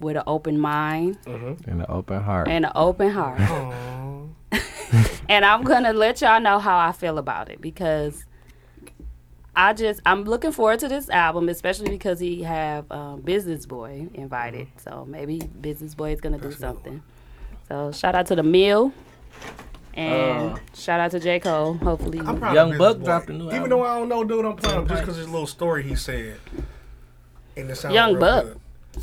Speaker 8: with an open mind
Speaker 9: In the open heart.
Speaker 8: and an open heart. and I'm gonna let y'all know how I feel about it because I just I'm looking forward to this album, especially because he have um, Business Boy invited.
Speaker 4: Mm-hmm.
Speaker 8: So maybe Business Boy is gonna do something. So shout out to the Mill and shout out to J Cole. Hopefully,
Speaker 4: Uh. I'm proud
Speaker 9: Young
Speaker 4: of
Speaker 9: Buck
Speaker 4: Business Boy.
Speaker 9: dropped a new
Speaker 4: Even
Speaker 9: album.
Speaker 4: though I don't know, dude, I'm proud of him just because his little story he said. And it sounded
Speaker 8: Young
Speaker 4: real
Speaker 8: Buck.
Speaker 4: good.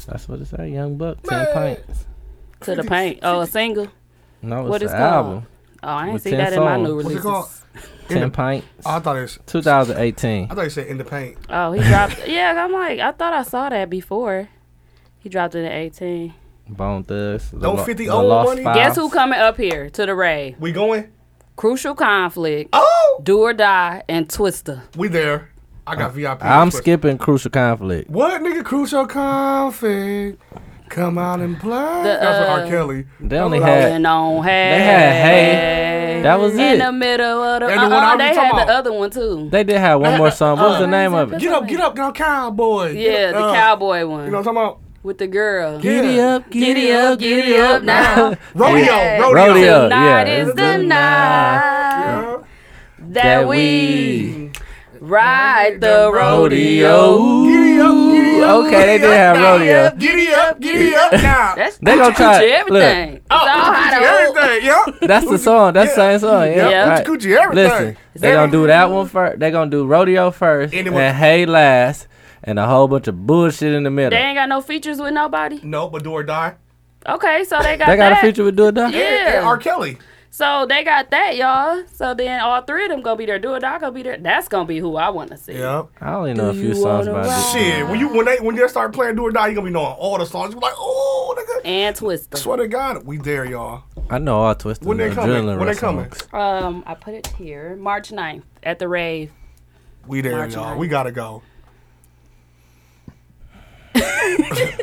Speaker 9: That's what it say. Young Buck, ten
Speaker 4: Man.
Speaker 9: pints.
Speaker 8: to the paint. Oh, a single.
Speaker 9: No, it's
Speaker 8: What
Speaker 9: the
Speaker 8: is called?
Speaker 9: album.
Speaker 8: Oh, I didn't
Speaker 9: With
Speaker 8: see
Speaker 9: 10
Speaker 8: that in my new
Speaker 9: songs.
Speaker 4: What's it
Speaker 8: release.
Speaker 4: called? In
Speaker 9: Ten
Speaker 4: the,
Speaker 9: pints.
Speaker 4: oh, I thought it was.
Speaker 9: 2018.
Speaker 4: I thought you said in the paint.
Speaker 8: Oh, he dropped. yeah, I'm like I thought I saw that before. He dropped it at 18.
Speaker 9: Bone Thugs. The
Speaker 4: Don't
Speaker 9: Lo-
Speaker 4: 50
Speaker 9: The
Speaker 4: own
Speaker 9: Lost
Speaker 4: money?
Speaker 9: Five.
Speaker 8: Guess who coming up here to the rave?
Speaker 4: We going?
Speaker 8: Crucial conflict.
Speaker 4: Oh,
Speaker 8: Do or Die, and Twister.
Speaker 4: we there. I got VIP.
Speaker 9: Uh, I'm
Speaker 4: But-
Speaker 9: skipping Crucial Conflict.
Speaker 4: What nigga crucial conflict? Come out and play.
Speaker 8: The,
Speaker 4: That's what
Speaker 8: uh,
Speaker 4: R. Kelly.
Speaker 9: They only
Speaker 8: Rolling
Speaker 9: had.
Speaker 8: on hey.
Speaker 9: They had Hey. That was
Speaker 8: In the
Speaker 9: it.
Speaker 8: middle of the.
Speaker 4: And the one I
Speaker 8: Uh-uh,
Speaker 4: was
Speaker 8: they had
Speaker 4: talking
Speaker 8: the
Speaker 4: about.
Speaker 8: other one too.
Speaker 9: They did have one
Speaker 4: They-
Speaker 9: more song. What was
Speaker 8: uh,
Speaker 9: the name of it?
Speaker 4: Get up, get up, girl, cowboy.
Speaker 8: yeah,
Speaker 4: Get
Speaker 8: the
Speaker 4: up.
Speaker 8: cowboy one
Speaker 4: uh, You know what I'm talking
Speaker 8: with the girl.
Speaker 4: Yeah.
Speaker 9: Giddy up, giddy up, giddy
Speaker 8: giddy
Speaker 9: up now.
Speaker 4: about? Rodeo,
Speaker 8: Yeah.
Speaker 4: rodeo.
Speaker 9: Rodeo,
Speaker 8: Tonight
Speaker 9: yeah.
Speaker 8: is
Speaker 9: It's
Speaker 8: the
Speaker 9: the
Speaker 8: night
Speaker 4: Yeah.
Speaker 8: that we ride the rodeo.
Speaker 9: Rodeo.
Speaker 4: Giddy up, giddy up.
Speaker 9: Okay, they did have rodeo.
Speaker 4: Giddy up, giddy up now.
Speaker 8: That's
Speaker 9: They gonna
Speaker 8: Gucci,
Speaker 9: try-
Speaker 8: Gucci everything.
Speaker 9: look.
Speaker 4: Oh,
Speaker 8: It's all hot old.
Speaker 4: Everything, yep.
Speaker 9: That's the song. That's the same song. Yeah.
Speaker 8: Yeah.
Speaker 9: Right.
Speaker 4: Gucci, everything.
Speaker 9: Listen, they gonna do that one first. They gonna do rodeo first, and,
Speaker 4: And it was-
Speaker 9: hey last, and a whole bunch of bullshit in the middle.
Speaker 8: They ain't got no features with nobody.
Speaker 4: No, but do or die.
Speaker 8: Okay, so they got
Speaker 9: They got
Speaker 8: that.
Speaker 9: a feature with Dua Dog.
Speaker 4: And
Speaker 8: Yeah.
Speaker 4: R. Kelly.
Speaker 8: So they got that, y'all. So then all three of them gonna be there. Do or die gonna be there. That's gonna be who I want to see.
Speaker 4: Yep.
Speaker 9: I only know a
Speaker 8: Do
Speaker 9: few
Speaker 8: you
Speaker 9: songs
Speaker 8: wanna
Speaker 9: about this.
Speaker 4: Shit, when you when they when they start playing do or die, you gonna be knowing all the songs. You be like, oh, nigga.
Speaker 8: And Twister.
Speaker 4: Swear to God, we there, y'all.
Speaker 9: I know all twisted.
Speaker 4: When they
Speaker 9: and
Speaker 4: coming?
Speaker 9: Adrenaline
Speaker 4: When they
Speaker 9: Rush
Speaker 4: coming?
Speaker 9: songs.
Speaker 8: Um, I put it here. March 9th at the rave.
Speaker 4: We there,
Speaker 8: March
Speaker 4: y'all.
Speaker 8: ninth.
Speaker 4: We gotta go.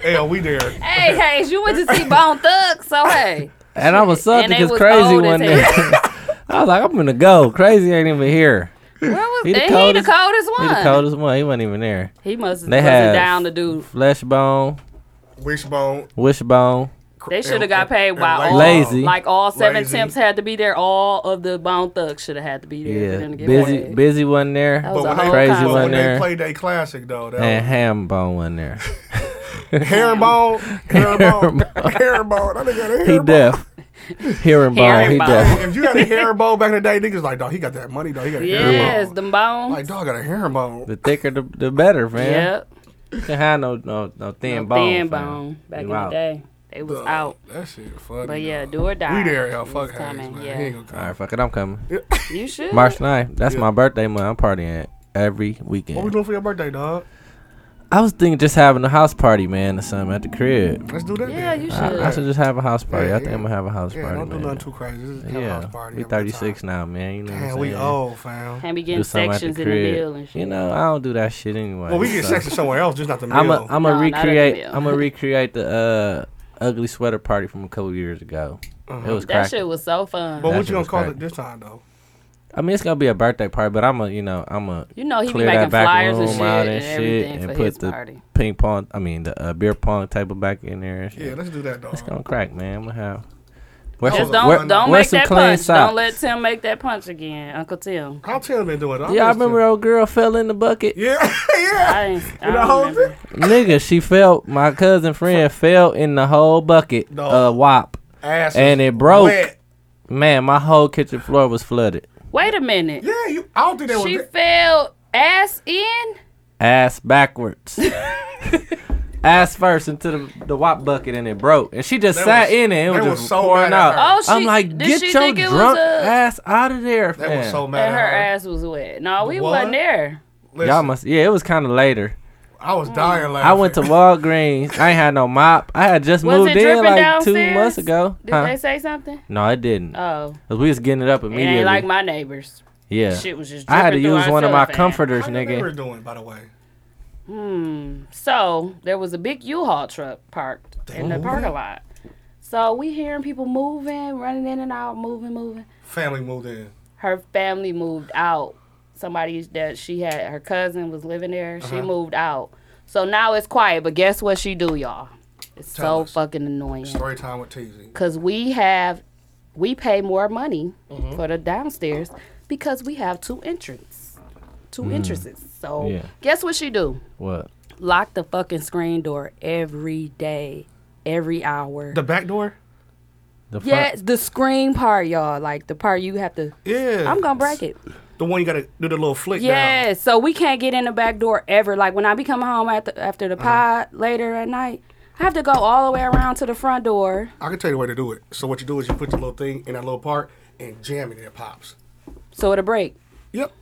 Speaker 4: Hell, we there.
Speaker 8: Hey, hey, you went to see Bone Thug, so hey.
Speaker 9: And I was
Speaker 8: And
Speaker 9: sucked
Speaker 8: they
Speaker 9: because
Speaker 8: was
Speaker 9: crazy
Speaker 8: old as
Speaker 9: one
Speaker 8: hell.
Speaker 9: day. I was like, I'm gonna go. Crazy ain't even here.
Speaker 8: Where was
Speaker 9: He
Speaker 8: he?
Speaker 9: the
Speaker 8: The
Speaker 9: coldest-
Speaker 8: he the coldest
Speaker 9: He
Speaker 8: one.
Speaker 9: the coldest one. He wasn't even there.
Speaker 8: He must have
Speaker 9: They had-
Speaker 8: down the dude.
Speaker 9: Fleshbone,
Speaker 4: Wishbone.
Speaker 9: Wishbone.
Speaker 8: They should have got
Speaker 4: and-
Speaker 8: paid
Speaker 4: and
Speaker 8: while all
Speaker 9: lazy.
Speaker 8: like all seven
Speaker 4: Lazy.
Speaker 8: temps had to be there. All of the Bone Thugs should have had to be there for
Speaker 9: Yeah,
Speaker 8: them to get
Speaker 9: busy,
Speaker 8: paid.
Speaker 9: busy wasn't there.
Speaker 8: was a
Speaker 4: when they,
Speaker 8: whole
Speaker 9: Crazy
Speaker 8: concert.
Speaker 4: but
Speaker 9: one
Speaker 4: when they
Speaker 9: there.
Speaker 4: played that classic though,
Speaker 9: And
Speaker 4: that
Speaker 9: Hambone wasn't there.
Speaker 4: was herringbone, herringbone, herringbone. That nigga had a
Speaker 9: He
Speaker 4: herringbone.
Speaker 9: deaf. Hearing bone. He
Speaker 8: Hearing
Speaker 9: deaf.
Speaker 4: If you had a herringbone back in the day, niggas like, dog, he got that money, dog. He got a
Speaker 8: Yes,
Speaker 4: herringbone.
Speaker 8: the bones.
Speaker 4: Like, dog got a herringbone.
Speaker 9: The thicker, the, the better, man.
Speaker 8: yep.
Speaker 9: You can have no no no thin
Speaker 8: Thin
Speaker 9: bone. fam.
Speaker 8: bone. Back
Speaker 9: You
Speaker 8: in
Speaker 9: out.
Speaker 8: the day. They was out.
Speaker 4: That shit funny.
Speaker 8: But yeah,
Speaker 4: dog.
Speaker 8: do or die.
Speaker 4: we there, y'all.
Speaker 8: It
Speaker 4: Fuck
Speaker 8: was
Speaker 4: Hayes,
Speaker 8: coming,
Speaker 4: man.
Speaker 8: yeah.
Speaker 4: He ain't gonna come.
Speaker 9: All right, fuck it, I'm coming.
Speaker 8: You should.
Speaker 9: March 9th. That's
Speaker 4: Yeah. Oh,
Speaker 9: my birthday month. I'm partying every
Speaker 4: What we
Speaker 9: weekend.
Speaker 4: doing for your birthday, dog?
Speaker 9: I was thinking just having a house party, man, or something at the crib.
Speaker 4: Let's do that.
Speaker 8: yeah,
Speaker 4: then.
Speaker 8: you should.
Speaker 9: I, I should just have a house party. I think
Speaker 4: yeah.
Speaker 9: I'm gonna have a house
Speaker 4: Yeah,
Speaker 9: party,
Speaker 4: don't do
Speaker 9: man.
Speaker 4: nothing too crazy. Just have a
Speaker 9: yeah,
Speaker 4: house party.
Speaker 9: we
Speaker 4: have a good
Speaker 9: 36
Speaker 4: time.
Speaker 9: now, man. You know what I'm
Speaker 4: Damn, we
Speaker 9: saying?
Speaker 4: old, fam.
Speaker 8: Can't be
Speaker 9: Do
Speaker 8: getting
Speaker 9: something at
Speaker 8: sections
Speaker 9: the
Speaker 8: in the
Speaker 9: crib.
Speaker 8: bill and shit.
Speaker 9: You know, I don't do that shit anyway.
Speaker 4: Well, we get
Speaker 9: so-
Speaker 4: section somewhere else, just not the meal.
Speaker 9: I'm a, I'm
Speaker 8: No,
Speaker 9: a
Speaker 8: not at the
Speaker 9: recreate.
Speaker 8: meal.
Speaker 9: I'm gonna recreate the uh, ugly sweater party from a couple years ago. It was
Speaker 8: That
Speaker 4: Uh-huh.
Speaker 9: crack.
Speaker 8: shit was so fun.
Speaker 4: but
Speaker 9: That
Speaker 4: what
Speaker 9: shit
Speaker 4: you gonna
Speaker 9: was
Speaker 4: call
Speaker 9: crazy.
Speaker 4: it this time though?
Speaker 9: I mean, it's gonna be a birthday party, but I'm a, you know, I'm a
Speaker 8: You know he
Speaker 9: clear
Speaker 8: be
Speaker 9: that
Speaker 8: making
Speaker 9: back
Speaker 8: flyers and
Speaker 9: room
Speaker 8: shit
Speaker 9: out
Speaker 8: and,
Speaker 9: and shit
Speaker 8: everything
Speaker 9: and
Speaker 8: for
Speaker 9: put
Speaker 8: his
Speaker 9: the
Speaker 8: party.
Speaker 9: ping pong. I mean, the uh, beer pong table back in there. And shit.
Speaker 4: Yeah, let's do that, dog.
Speaker 9: It's gonna crack, man. I'm gonna have. Wear
Speaker 4: Just
Speaker 9: some-
Speaker 4: don't-
Speaker 9: wear-
Speaker 8: Don't
Speaker 9: wear
Speaker 8: make
Speaker 9: some
Speaker 8: that
Speaker 9: clean
Speaker 8: punch.
Speaker 9: socks.
Speaker 8: Don't let Tim make that punch again, Uncle Tim.
Speaker 4: How Tim been doing? it?
Speaker 9: Yeah, I
Speaker 4: miss
Speaker 9: remember
Speaker 4: Tim.
Speaker 9: old girl fell in the bucket.
Speaker 4: Yeah, yeah.
Speaker 8: I ain't. I
Speaker 4: You know,
Speaker 8: don't
Speaker 4: whole
Speaker 8: remember.
Speaker 4: thing.
Speaker 9: Nigga, she fell. My cousin friend fell in the whole bucket
Speaker 4: No.
Speaker 9: of wop,
Speaker 4: Ass was
Speaker 9: and it broke.
Speaker 4: wet.
Speaker 9: Man, my whole kitchen floor was flooded.
Speaker 8: Wait a minute.
Speaker 4: Yeah, you. I don't think that was.
Speaker 8: She fell ass in.
Speaker 9: Ass backwards. Ass first into the, the wop bucket and it broke. And she just
Speaker 4: They
Speaker 9: sat
Speaker 4: was-
Speaker 9: in it and
Speaker 4: they
Speaker 9: it was
Speaker 4: was
Speaker 9: just
Speaker 4: so
Speaker 9: pouring
Speaker 4: mad
Speaker 9: out.
Speaker 4: at her.
Speaker 8: Oh, she,
Speaker 9: I'm like,
Speaker 8: did
Speaker 9: get
Speaker 8: she
Speaker 9: your
Speaker 8: think it
Speaker 9: drunk
Speaker 8: was a,
Speaker 9: ass out of there,
Speaker 4: that
Speaker 9: fam.
Speaker 4: was so mad.
Speaker 8: and her
Speaker 4: at
Speaker 8: ass was wet. No, we
Speaker 4: uh, What?
Speaker 8: wasn't there.
Speaker 4: Listen,
Speaker 9: Y'all must, yeah, it was kind of later.
Speaker 4: I was dying laughing.
Speaker 9: I went to Walgreens. I ain't had no mop. I had just
Speaker 8: Was
Speaker 9: moved
Speaker 8: it
Speaker 9: in
Speaker 8: dripping
Speaker 9: like two
Speaker 8: downstairs?
Speaker 9: months ago.
Speaker 8: Did
Speaker 9: Huh?
Speaker 8: they say something?
Speaker 9: No, it didn't.
Speaker 8: Oh,
Speaker 9: Cause we was getting it up
Speaker 8: it ain't
Speaker 9: immediately.
Speaker 8: like my neighbors.
Speaker 9: yeah,
Speaker 8: Shit was just.
Speaker 9: I had to
Speaker 8: dripping through
Speaker 9: use
Speaker 8: our
Speaker 9: one of my
Speaker 8: cellophane.
Speaker 9: comforters,
Speaker 4: How you were
Speaker 9: nigga.
Speaker 4: doing, by the way?
Speaker 8: Hmm. So there was a big U-Haul truck parked in the
Speaker 4: Damn.
Speaker 8: parking lot. So we hearing people moving, running in and out, moving, moving.
Speaker 4: Family moved in.
Speaker 8: her family moved out. Somebody that she had, her cousin was living there. She
Speaker 4: Uh-huh.
Speaker 8: moved out. So now it's quiet. But guess what she do, y'all? It's
Speaker 4: Tell
Speaker 8: so
Speaker 4: us.
Speaker 8: fucking annoying.
Speaker 4: Story time with TZ.
Speaker 8: Cause we have, we pay more money
Speaker 4: Mm-hmm.
Speaker 8: for the downstairs because we have two entrants, two
Speaker 4: Hmm.
Speaker 8: entrances. So
Speaker 9: Yeah.
Speaker 8: guess what she do?
Speaker 9: What?
Speaker 8: Lock the fucking screen door every day, every hour.
Speaker 4: The back door.
Speaker 9: The front-
Speaker 8: yes, the screen part, y'all. Like the part you have to.
Speaker 4: Yeah.
Speaker 8: I'm gonna break it.
Speaker 4: the one you gotta do the little flick. down.
Speaker 8: Yes, so we can't get in the back door ever. Like when I be coming home after after the
Speaker 4: Uh-huh.
Speaker 8: pod later at night, I have to go all the way around to the front door.
Speaker 4: I can tell you the way to do it. So what you do is you put your little thing in that little part and jam it and it pops.
Speaker 8: So it'll break.
Speaker 4: Yep.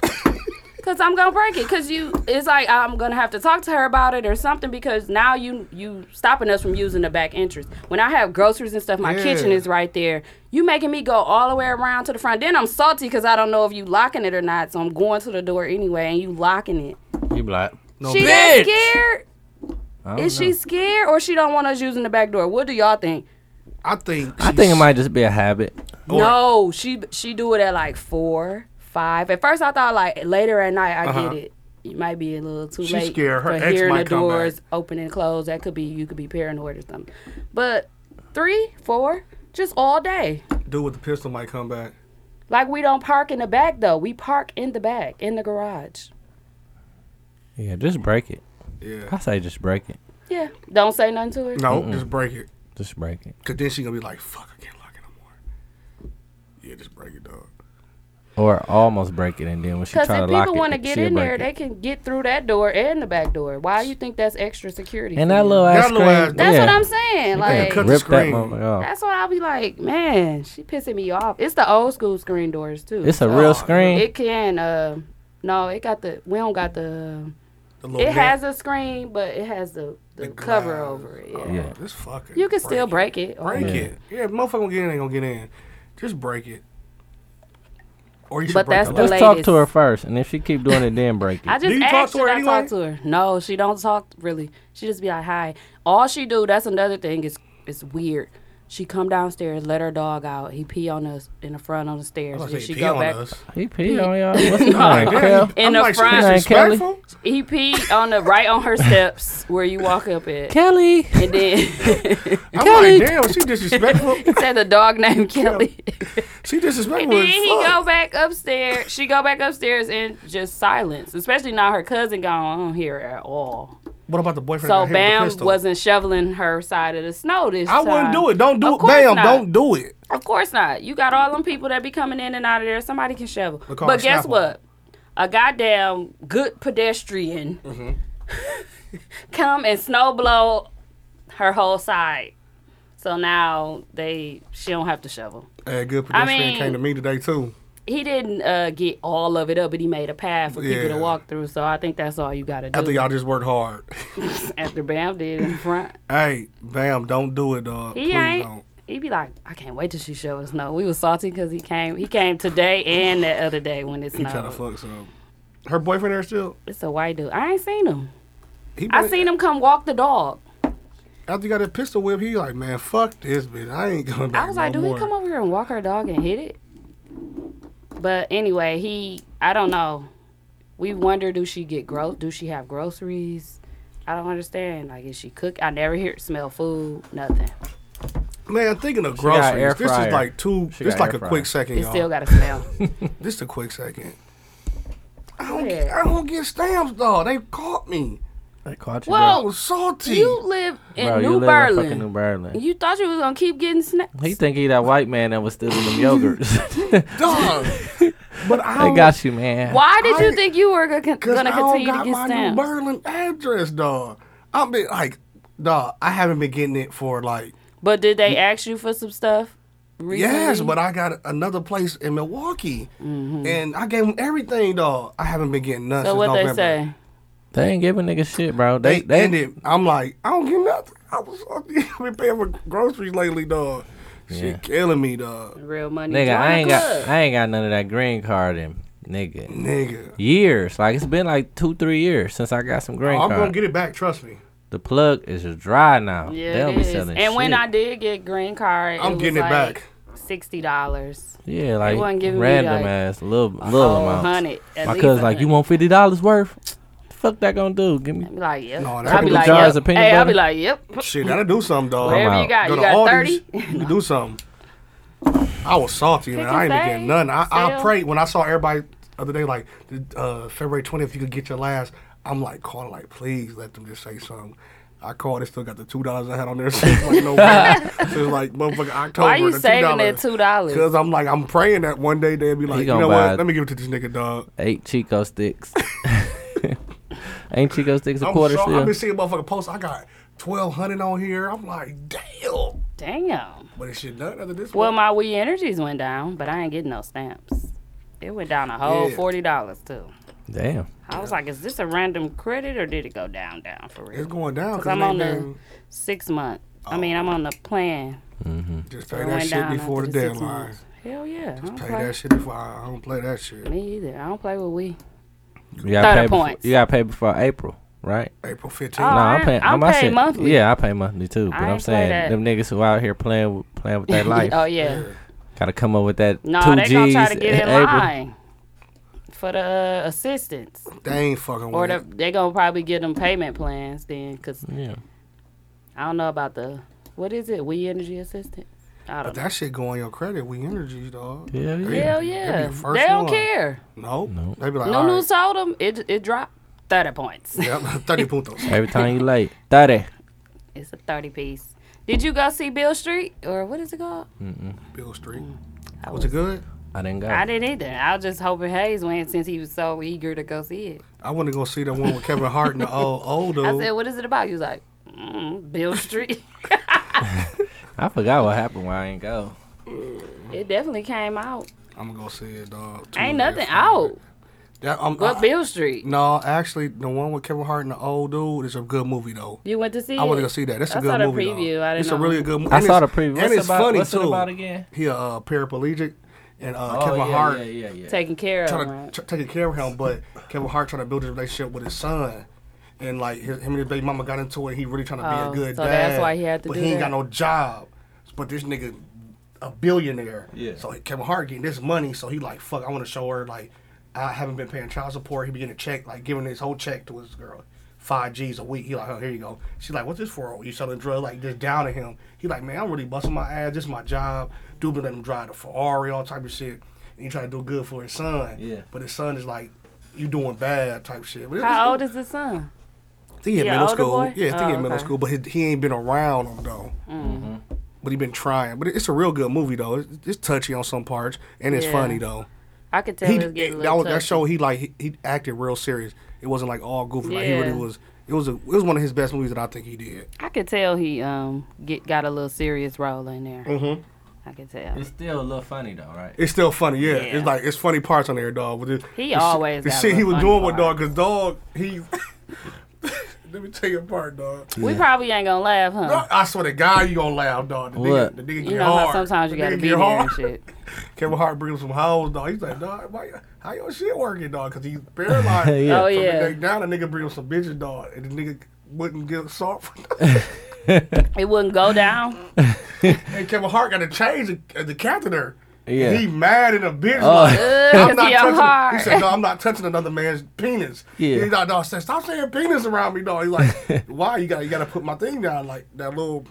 Speaker 8: Cause I'm gonna break it. Cause you, it's like I'm gonna have to talk to her about it or something. Because now you you stopping us from using the back entrance. When I have groceries and stuff, my
Speaker 4: Yeah.
Speaker 8: kitchen is right there. You making me go all the way around to the front. Then I'm salty because I don't know if you locking it or not. So I'm going to the door anyway, and you locking it.
Speaker 9: You black?
Speaker 8: she
Speaker 9: bitch.
Speaker 8: not scared. Is she scared or she don't want us using the back door? What do y'all think?
Speaker 4: I think.
Speaker 9: I think it might just be a habit.
Speaker 4: Or-
Speaker 8: No, she she do it at like four, five. At first I thought like later at night I
Speaker 4: Uh-huh.
Speaker 8: get it. You might be a little too
Speaker 4: She's
Speaker 8: late
Speaker 4: scared. Her
Speaker 8: for
Speaker 4: ex
Speaker 8: hearing
Speaker 4: might
Speaker 8: the
Speaker 4: come back.
Speaker 8: doors open and close. That could be you could be paranoid or something. But three, four, just all day.
Speaker 4: Dude with the pistol might come back.
Speaker 8: Like we don't park in the back though. We park in the back in the garage.
Speaker 9: Yeah, just break it. I
Speaker 4: Yeah.
Speaker 9: say just break it.
Speaker 8: Yeah. Don't say nothing to it.
Speaker 4: No, just break it.
Speaker 9: Just break it.
Speaker 4: Cause then she gonna be like, "Fuck, I can't lock it no more." Yeah, just break it, dog.
Speaker 9: Or almost break it, and then when she
Speaker 8: Because
Speaker 9: try
Speaker 8: if
Speaker 9: to lock
Speaker 8: people
Speaker 9: it,
Speaker 8: want to get
Speaker 9: she'll
Speaker 8: in
Speaker 9: break
Speaker 8: there,
Speaker 9: it.
Speaker 8: they can get through that door and the back door. Why you think that's extra security?
Speaker 9: And
Speaker 8: for
Speaker 9: that
Speaker 8: you?
Speaker 9: little ass
Speaker 4: That little ass-
Speaker 9: screen.
Speaker 8: That's
Speaker 9: yeah.
Speaker 8: what I'm saying. Like
Speaker 4: cut the
Speaker 9: Rip that
Speaker 4: screen.
Speaker 9: motherfucker off.
Speaker 8: that's why I'll be like, man, she pissing me off. It's the old school screen doors too.
Speaker 9: It's a real screen.
Speaker 8: It can. Uh, no, it got the. We don't got the.
Speaker 4: The little
Speaker 8: It
Speaker 4: net.
Speaker 8: has a screen, but it has the, the, cover
Speaker 4: glass.
Speaker 8: over it. Yeah.
Speaker 9: yeah.
Speaker 4: This Oh, fucking.
Speaker 8: You can still
Speaker 4: break
Speaker 8: break it. or-
Speaker 4: Break it. Yeah, motherfucker gonna get in, ain't gonna get in. Just break it. Or you should
Speaker 8: But
Speaker 4: break
Speaker 8: that's
Speaker 4: the
Speaker 8: the
Speaker 9: Let's
Speaker 8: last-
Speaker 4: lock.
Speaker 9: talk
Speaker 8: latest.
Speaker 9: to her first, and if she keep doing it, then break
Speaker 8: I
Speaker 9: it.
Speaker 8: just
Speaker 4: Do you
Speaker 8: asked
Speaker 4: talk to her
Speaker 8: should I
Speaker 4: anyway?
Speaker 8: talk to her? No, she don't talk really. She just be like, "Hi." All she do. That's another thing. Is it's weird. She come downstairs, let her dog out. He pee on us in the front on the
Speaker 4: I
Speaker 8: stairs.
Speaker 4: was
Speaker 8: Then
Speaker 4: gonna say
Speaker 8: she
Speaker 4: pee
Speaker 8: go
Speaker 4: on
Speaker 8: back.
Speaker 4: us.
Speaker 9: He peed on y'all. What's no,
Speaker 4: Yeah,
Speaker 9: Kel?
Speaker 8: In
Speaker 4: I'm
Speaker 8: the
Speaker 4: like, she
Speaker 8: front.
Speaker 4: disrespectful?
Speaker 8: He pee on the right on her steps where you walk up at.
Speaker 9: Kelly.
Speaker 8: And then
Speaker 4: I'm
Speaker 9: Kelly.
Speaker 4: like, damn, she disrespectful.
Speaker 8: he said the dog named Kelly.
Speaker 4: she disrespectful.
Speaker 8: then
Speaker 4: as
Speaker 8: he
Speaker 4: fuck.
Speaker 8: go back upstairs. She go back upstairs in just silence. Especially now her cousin gone. I don't hear her at all.
Speaker 4: What about the boyfriend?
Speaker 8: So
Speaker 4: that hit with the
Speaker 8: Bam
Speaker 4: pistol?
Speaker 8: wasn't shoveling her side of the snow this
Speaker 4: I
Speaker 8: time.
Speaker 4: wouldn't do it. Don't do
Speaker 8: Of
Speaker 4: it.
Speaker 8: course
Speaker 4: Bam,
Speaker 8: not.
Speaker 4: don't do it.
Speaker 8: Of course not. You got all them people that be coming in and out of there. Somebody can shovel.
Speaker 4: We call
Speaker 8: But
Speaker 4: it
Speaker 8: guess
Speaker 4: Snapple.
Speaker 8: what? A goddamn good pedestrian
Speaker 4: Mm-hmm.
Speaker 8: come and snow blow her whole side. So now they she don't have to shovel.
Speaker 4: Hey, a good pedestrian
Speaker 8: mean-
Speaker 4: came to me today too.
Speaker 8: He didn't uh, get all of it up, but he made a path for people
Speaker 4: Yeah.
Speaker 8: to walk through. So I think that's all you got to do.
Speaker 4: After y'all just worked hard.
Speaker 8: After Bam did in front,
Speaker 4: hey, Bam, don't do it, dog.
Speaker 8: he
Speaker 4: Please
Speaker 8: ain't.
Speaker 4: don't.
Speaker 8: He be like, I can't wait till she shovels snow. We was salty because he came. He came today and that other day when it
Speaker 4: He trying to
Speaker 8: snowed.
Speaker 4: fuck some. Her boyfriend there still.
Speaker 8: It's a white dude. I ain't seen him.
Speaker 4: He
Speaker 8: I
Speaker 4: been-
Speaker 8: seen him come walk the dog.
Speaker 4: after he got that pistol whip. He like, man, fuck this bitch. I ain't going back.
Speaker 8: I was like,
Speaker 4: no
Speaker 8: do he
Speaker 4: more."
Speaker 8: come over here and walk her dog and hit it? But anyway, he I don't know. We wonder do she get gross do she have groceries? I don't understand. Like is she cook I never hear smell food, nothing.
Speaker 4: Man, thinking of
Speaker 9: got air
Speaker 4: groceries, this is
Speaker 9: fryer.
Speaker 4: like two.
Speaker 9: She
Speaker 4: This
Speaker 9: got
Speaker 4: like
Speaker 9: air
Speaker 4: a
Speaker 9: fryer.
Speaker 4: quick second,
Speaker 8: It
Speaker 4: y'all.
Speaker 8: still gotta smell.
Speaker 4: this a quick second. I don't,
Speaker 8: ahead.
Speaker 4: get, I don't get stamps, dog. They caught me.
Speaker 9: They caught you.
Speaker 4: I
Speaker 8: Well,
Speaker 4: was salty.
Speaker 8: you live in
Speaker 9: bro,
Speaker 8: New
Speaker 9: you live in fucking
Speaker 8: Berlin.
Speaker 9: New Berlin.
Speaker 8: You thought you was gonna keep getting snacks.
Speaker 9: He think he that white man that was stealing them yogurts.
Speaker 4: dog. but I
Speaker 9: they
Speaker 4: don't,
Speaker 9: got you, man.
Speaker 8: Oh, Why did
Speaker 4: I-
Speaker 8: you think you were gonna,
Speaker 4: cause
Speaker 8: gonna
Speaker 4: I don't
Speaker 8: continue
Speaker 4: got
Speaker 8: to
Speaker 4: my
Speaker 8: get
Speaker 4: New
Speaker 8: stamps?
Speaker 4: Berlin address, dog. I've been like, dog. I haven't been getting it for like
Speaker 8: But did they ask you for some stuff? Recently?
Speaker 4: Yes, but I got another place in Milwaukee, and I gave them everything, dog. I haven't been getting nothing.
Speaker 8: Mm-hmm. so
Speaker 4: since
Speaker 8: what they
Speaker 4: November.
Speaker 8: say?
Speaker 9: They ain't giving niggas shit, bro.
Speaker 4: They,
Speaker 9: They they
Speaker 4: ended. I'm like, I don't get nothing. I was, I've been paying for groceries lately, dog.
Speaker 9: Yeah.
Speaker 4: Shit killing me, dog.
Speaker 8: Real money.
Speaker 9: nigga. I
Speaker 8: Join
Speaker 9: ain't
Speaker 8: the
Speaker 9: got
Speaker 8: club.
Speaker 9: I ain't got none of that green card in nigga.
Speaker 4: Nigga,
Speaker 9: Years like it's been like two three years since I got some green
Speaker 4: Oh, I'm gonna
Speaker 9: card.
Speaker 4: get it back. Trust me.
Speaker 9: the plug is just dry now.
Speaker 8: Yeah,
Speaker 9: they don't
Speaker 8: it
Speaker 9: be
Speaker 8: is.
Speaker 9: selling
Speaker 8: and when
Speaker 9: shit.
Speaker 8: I did get green card,
Speaker 4: I'm
Speaker 8: it
Speaker 4: getting
Speaker 8: was
Speaker 4: it
Speaker 8: like
Speaker 4: back.
Speaker 8: Sixty dollars.
Speaker 9: yeah,
Speaker 8: wasn't
Speaker 9: like
Speaker 8: giving
Speaker 9: random
Speaker 8: me, like,
Speaker 9: ass little little
Speaker 8: Oh,
Speaker 9: amounts.
Speaker 8: hundred. at
Speaker 9: My
Speaker 8: least
Speaker 9: cousin's
Speaker 8: a
Speaker 9: like, you
Speaker 8: hundred.
Speaker 9: want fifty dollars worth? The fuck that gonna do? Give me
Speaker 8: Be like, yep.
Speaker 4: No, that
Speaker 8: I'll be
Speaker 4: couple
Speaker 8: like,
Speaker 9: jars
Speaker 8: yep.
Speaker 9: of peanut
Speaker 8: hey, I'll
Speaker 9: butter?
Speaker 8: be like, yep.
Speaker 4: Shit, that'll do something, dog.
Speaker 8: Whatever you
Speaker 9: out.
Speaker 8: got,
Speaker 4: Go
Speaker 8: you
Speaker 4: to
Speaker 8: got
Speaker 4: Aldi's,
Speaker 8: thirty.
Speaker 4: You do something. I was salty, man. I ain't been getting
Speaker 8: Pick
Speaker 4: nothing.
Speaker 8: and
Speaker 4: I, I
Speaker 8: save,
Speaker 4: prayed when I saw everybody the other day, like uh, February 20th, you could get your last. I'm like calling, like, please let them just say something. I called. They still got the two dollars I had on there since like November, since like motherfucking October.
Speaker 8: Why you
Speaker 4: the
Speaker 8: saving that
Speaker 4: $2.
Speaker 8: two dollars?
Speaker 4: Cause I'm like, I'm praying that one day they'll be like, you
Speaker 9: gonna
Speaker 4: know
Speaker 9: buy-
Speaker 4: what? Let me give it to this nigga, dog.
Speaker 9: eight Chico sticks. ain't Chico sticks a
Speaker 4: I'm
Speaker 9: quarter
Speaker 4: so, I've
Speaker 9: still?
Speaker 4: been seeing motherfucking posts. I got twelve hundred on here. I'm like, damn.
Speaker 8: Damn.
Speaker 4: But it shit done after this.
Speaker 8: Well,
Speaker 4: one.
Speaker 8: my Wii Energies went down, but I ain't getting no stamps. It went down a whole
Speaker 4: Yeah.
Speaker 8: forty dollars too.
Speaker 9: Damn.
Speaker 8: I was like, is this a random credit or did it go down down for real?
Speaker 4: it's Oh. going down.
Speaker 8: Cause
Speaker 4: i
Speaker 8: I'm on the six month. I mean, I'm on the plan.
Speaker 4: Just pay
Speaker 8: It
Speaker 4: that
Speaker 8: went
Speaker 4: shit
Speaker 8: down
Speaker 4: before the
Speaker 8: after six
Speaker 4: deadline.
Speaker 8: months. Hell yeah. I don't
Speaker 4: Pay
Speaker 8: play.
Speaker 4: that shit before I I don't play that shit.
Speaker 8: Me either. I don't play with we.
Speaker 9: You gotta
Speaker 8: Thirty
Speaker 9: pay before,
Speaker 8: points.
Speaker 9: you gotta pay before April, right?
Speaker 4: April
Speaker 8: Oh,
Speaker 9: No,
Speaker 4: fifteenth.
Speaker 9: I'm
Speaker 8: I-
Speaker 9: paying.
Speaker 8: I'm
Speaker 9: I
Speaker 8: paid
Speaker 9: said-
Speaker 8: monthly.
Speaker 9: Yeah, I pay monthly too. But
Speaker 8: I
Speaker 9: I'm
Speaker 8: ain't play
Speaker 9: saying
Speaker 8: that.
Speaker 9: them niggas who out here playing with, playing with their life,
Speaker 8: Oh yeah.
Speaker 9: gotta come up with that
Speaker 8: No,
Speaker 9: two
Speaker 8: they
Speaker 9: G's
Speaker 8: gonna try to get in
Speaker 9: April.
Speaker 8: line for the uh, assistance,
Speaker 4: They ain't fucking
Speaker 8: or
Speaker 4: with
Speaker 8: the,
Speaker 4: it.
Speaker 8: they gonna probably get them payment plans then, cause
Speaker 9: Yeah,
Speaker 8: I don't know about the what is it? We energy assistance. I
Speaker 4: But
Speaker 8: don't. know.
Speaker 4: that shit go on your credit. We energies, dog.
Speaker 9: yeah, yeah.
Speaker 8: Hell
Speaker 4: They
Speaker 8: yeah.
Speaker 4: be the first
Speaker 8: They don't
Speaker 4: one.
Speaker 8: care.
Speaker 4: Nope.
Speaker 9: Nope.
Speaker 4: They be like,
Speaker 8: No
Speaker 4: all
Speaker 8: new
Speaker 4: right.
Speaker 8: sold them. It it dropped thirty points.
Speaker 4: Yep, thirty puntos.
Speaker 9: Every time you late, thirty.
Speaker 8: It's a thirty piece. Did you go see Bill Street or what is it called?
Speaker 4: Bill Street.
Speaker 8: I
Speaker 4: Was it good?
Speaker 9: I didn't go.
Speaker 8: I didn't either. I was just hoping Hayes went since he was so eager to go see it.
Speaker 4: I want to go see that one with Kevin Hart and the old old
Speaker 8: I said,
Speaker 4: dude.
Speaker 8: "What is it about?" He was like, mm, "Bill Street."
Speaker 9: I forgot what happened when I didn't go.
Speaker 8: it definitely came out.
Speaker 4: I'm gonna go see it, dog.
Speaker 8: Ain't
Speaker 4: Tuesday
Speaker 8: nothing
Speaker 4: or
Speaker 8: out.
Speaker 4: Friday. That, um,
Speaker 8: But
Speaker 4: I-
Speaker 8: Bill Street.
Speaker 4: No, actually, the one with Kevin Hart and the old dude is a good movie though.
Speaker 8: You went to see.
Speaker 4: I want to
Speaker 8: it?
Speaker 4: go see that. That's a
Speaker 8: I
Speaker 4: good
Speaker 8: saw the
Speaker 4: movie.
Speaker 8: preview.
Speaker 4: Though.
Speaker 8: I didn't
Speaker 4: it's
Speaker 8: know.
Speaker 4: a really good movie.
Speaker 9: I saw the preview.
Speaker 4: and
Speaker 9: What's
Speaker 4: it's
Speaker 9: about-
Speaker 4: funny
Speaker 9: what's it
Speaker 4: too.
Speaker 9: about again?
Speaker 4: He a uh, paraplegic, and uh,
Speaker 8: Oh,
Speaker 4: Kevin
Speaker 9: Oh, yeah,
Speaker 4: Hart
Speaker 9: Yeah, yeah, yeah.
Speaker 8: Taking care of.
Speaker 4: trying
Speaker 8: right?
Speaker 4: to t- take care of him, but Kevin Hart trying to build his relationship with his son. And like his, him and his baby mama got into it. He really trying to be
Speaker 8: Oh,
Speaker 4: a good
Speaker 8: so
Speaker 4: dad.
Speaker 8: that's why he had to
Speaker 4: But
Speaker 8: do
Speaker 4: he ain't
Speaker 8: that.
Speaker 4: got no job. But this nigga, a billionaire.
Speaker 9: Yeah.
Speaker 4: So Kevin Hart getting this money. So he like, fuck, I want to show her like, I haven't been paying child support. He begin to check, like giving his whole check to his girl, five G's a week. He like, oh, here you go. She like, what's this for? you selling drugs? Like just down to him. He like, man, I'm really busting my ass. This is my job. Dude been letting him drive the Ferrari, all type of shit. And he trying to do good for his son.
Speaker 9: Yeah.
Speaker 4: But his son is like, you doing bad type shit. But it was-
Speaker 8: How old is the son?
Speaker 4: He in
Speaker 8: he a
Speaker 4: middle
Speaker 8: older
Speaker 4: school.
Speaker 8: boy?
Speaker 4: Yeah, I think
Speaker 8: Oh,
Speaker 4: he in middle
Speaker 8: okay. Mm-hmm.
Speaker 4: school, but he, he ain't been around him though. But he been trying. But it's a real good movie though. It's, it's touchy on some parts, and it's
Speaker 8: Yeah.
Speaker 4: funny though.
Speaker 8: I could tell
Speaker 4: He, eh,
Speaker 8: he, was getting a
Speaker 4: that,
Speaker 8: little
Speaker 4: was- that
Speaker 8: touchy.
Speaker 4: show he like he, he acted real serious. It wasn't like all goofy. Like he really
Speaker 8: Yeah.
Speaker 4: was. It was a, it was one of his best movies that I think he did.
Speaker 8: I could tell he um get got a little serious role in there.
Speaker 4: Mhm.
Speaker 8: I could tell.
Speaker 9: It's still a little funny though, right?
Speaker 4: It's still funny, yeah.
Speaker 8: Yeah.
Speaker 4: It's like it's funny parts on there, dog. But it,
Speaker 8: He
Speaker 4: the shi-
Speaker 8: always
Speaker 4: the
Speaker 8: got a
Speaker 4: shit he
Speaker 8: little
Speaker 4: was
Speaker 8: funny
Speaker 4: doing with dog,
Speaker 8: part.
Speaker 4: cause dog he. Let me tell you a part, dog.
Speaker 8: We probably ain't gonna laugh, huh?
Speaker 4: I swear to God, you gonna laugh, dog. The nigga,
Speaker 9: What?
Speaker 4: the nigga get
Speaker 8: You know
Speaker 4: hard.
Speaker 8: how sometimes you
Speaker 4: The
Speaker 8: gotta
Speaker 4: nigga
Speaker 8: be
Speaker 4: get
Speaker 8: there
Speaker 4: hard.
Speaker 8: and shit.
Speaker 4: Kevin Hart brings some hoes, dog. He's like, dog, why, how your shit working, dog? Because he's paralyzed.
Speaker 9: Yeah.
Speaker 8: Oh,
Speaker 4: From
Speaker 8: yeah.
Speaker 4: the neck down, the nigga bring him some bitches, dog. And the nigga wouldn't get soft.
Speaker 8: It wouldn't go down.
Speaker 4: and Kevin Hart got to change the, the catheter.
Speaker 9: Yeah.
Speaker 4: He mad in a bitch.
Speaker 9: Oh.
Speaker 4: like, I'm not
Speaker 8: your
Speaker 4: touching.
Speaker 8: heart.
Speaker 4: He said, "No, I'm not touching another man's penis."
Speaker 9: Yeah.
Speaker 4: He's like, "No, stop- stop saying penis around me, dog." He's like, "Why? You got to you got to put my thing down, like that little."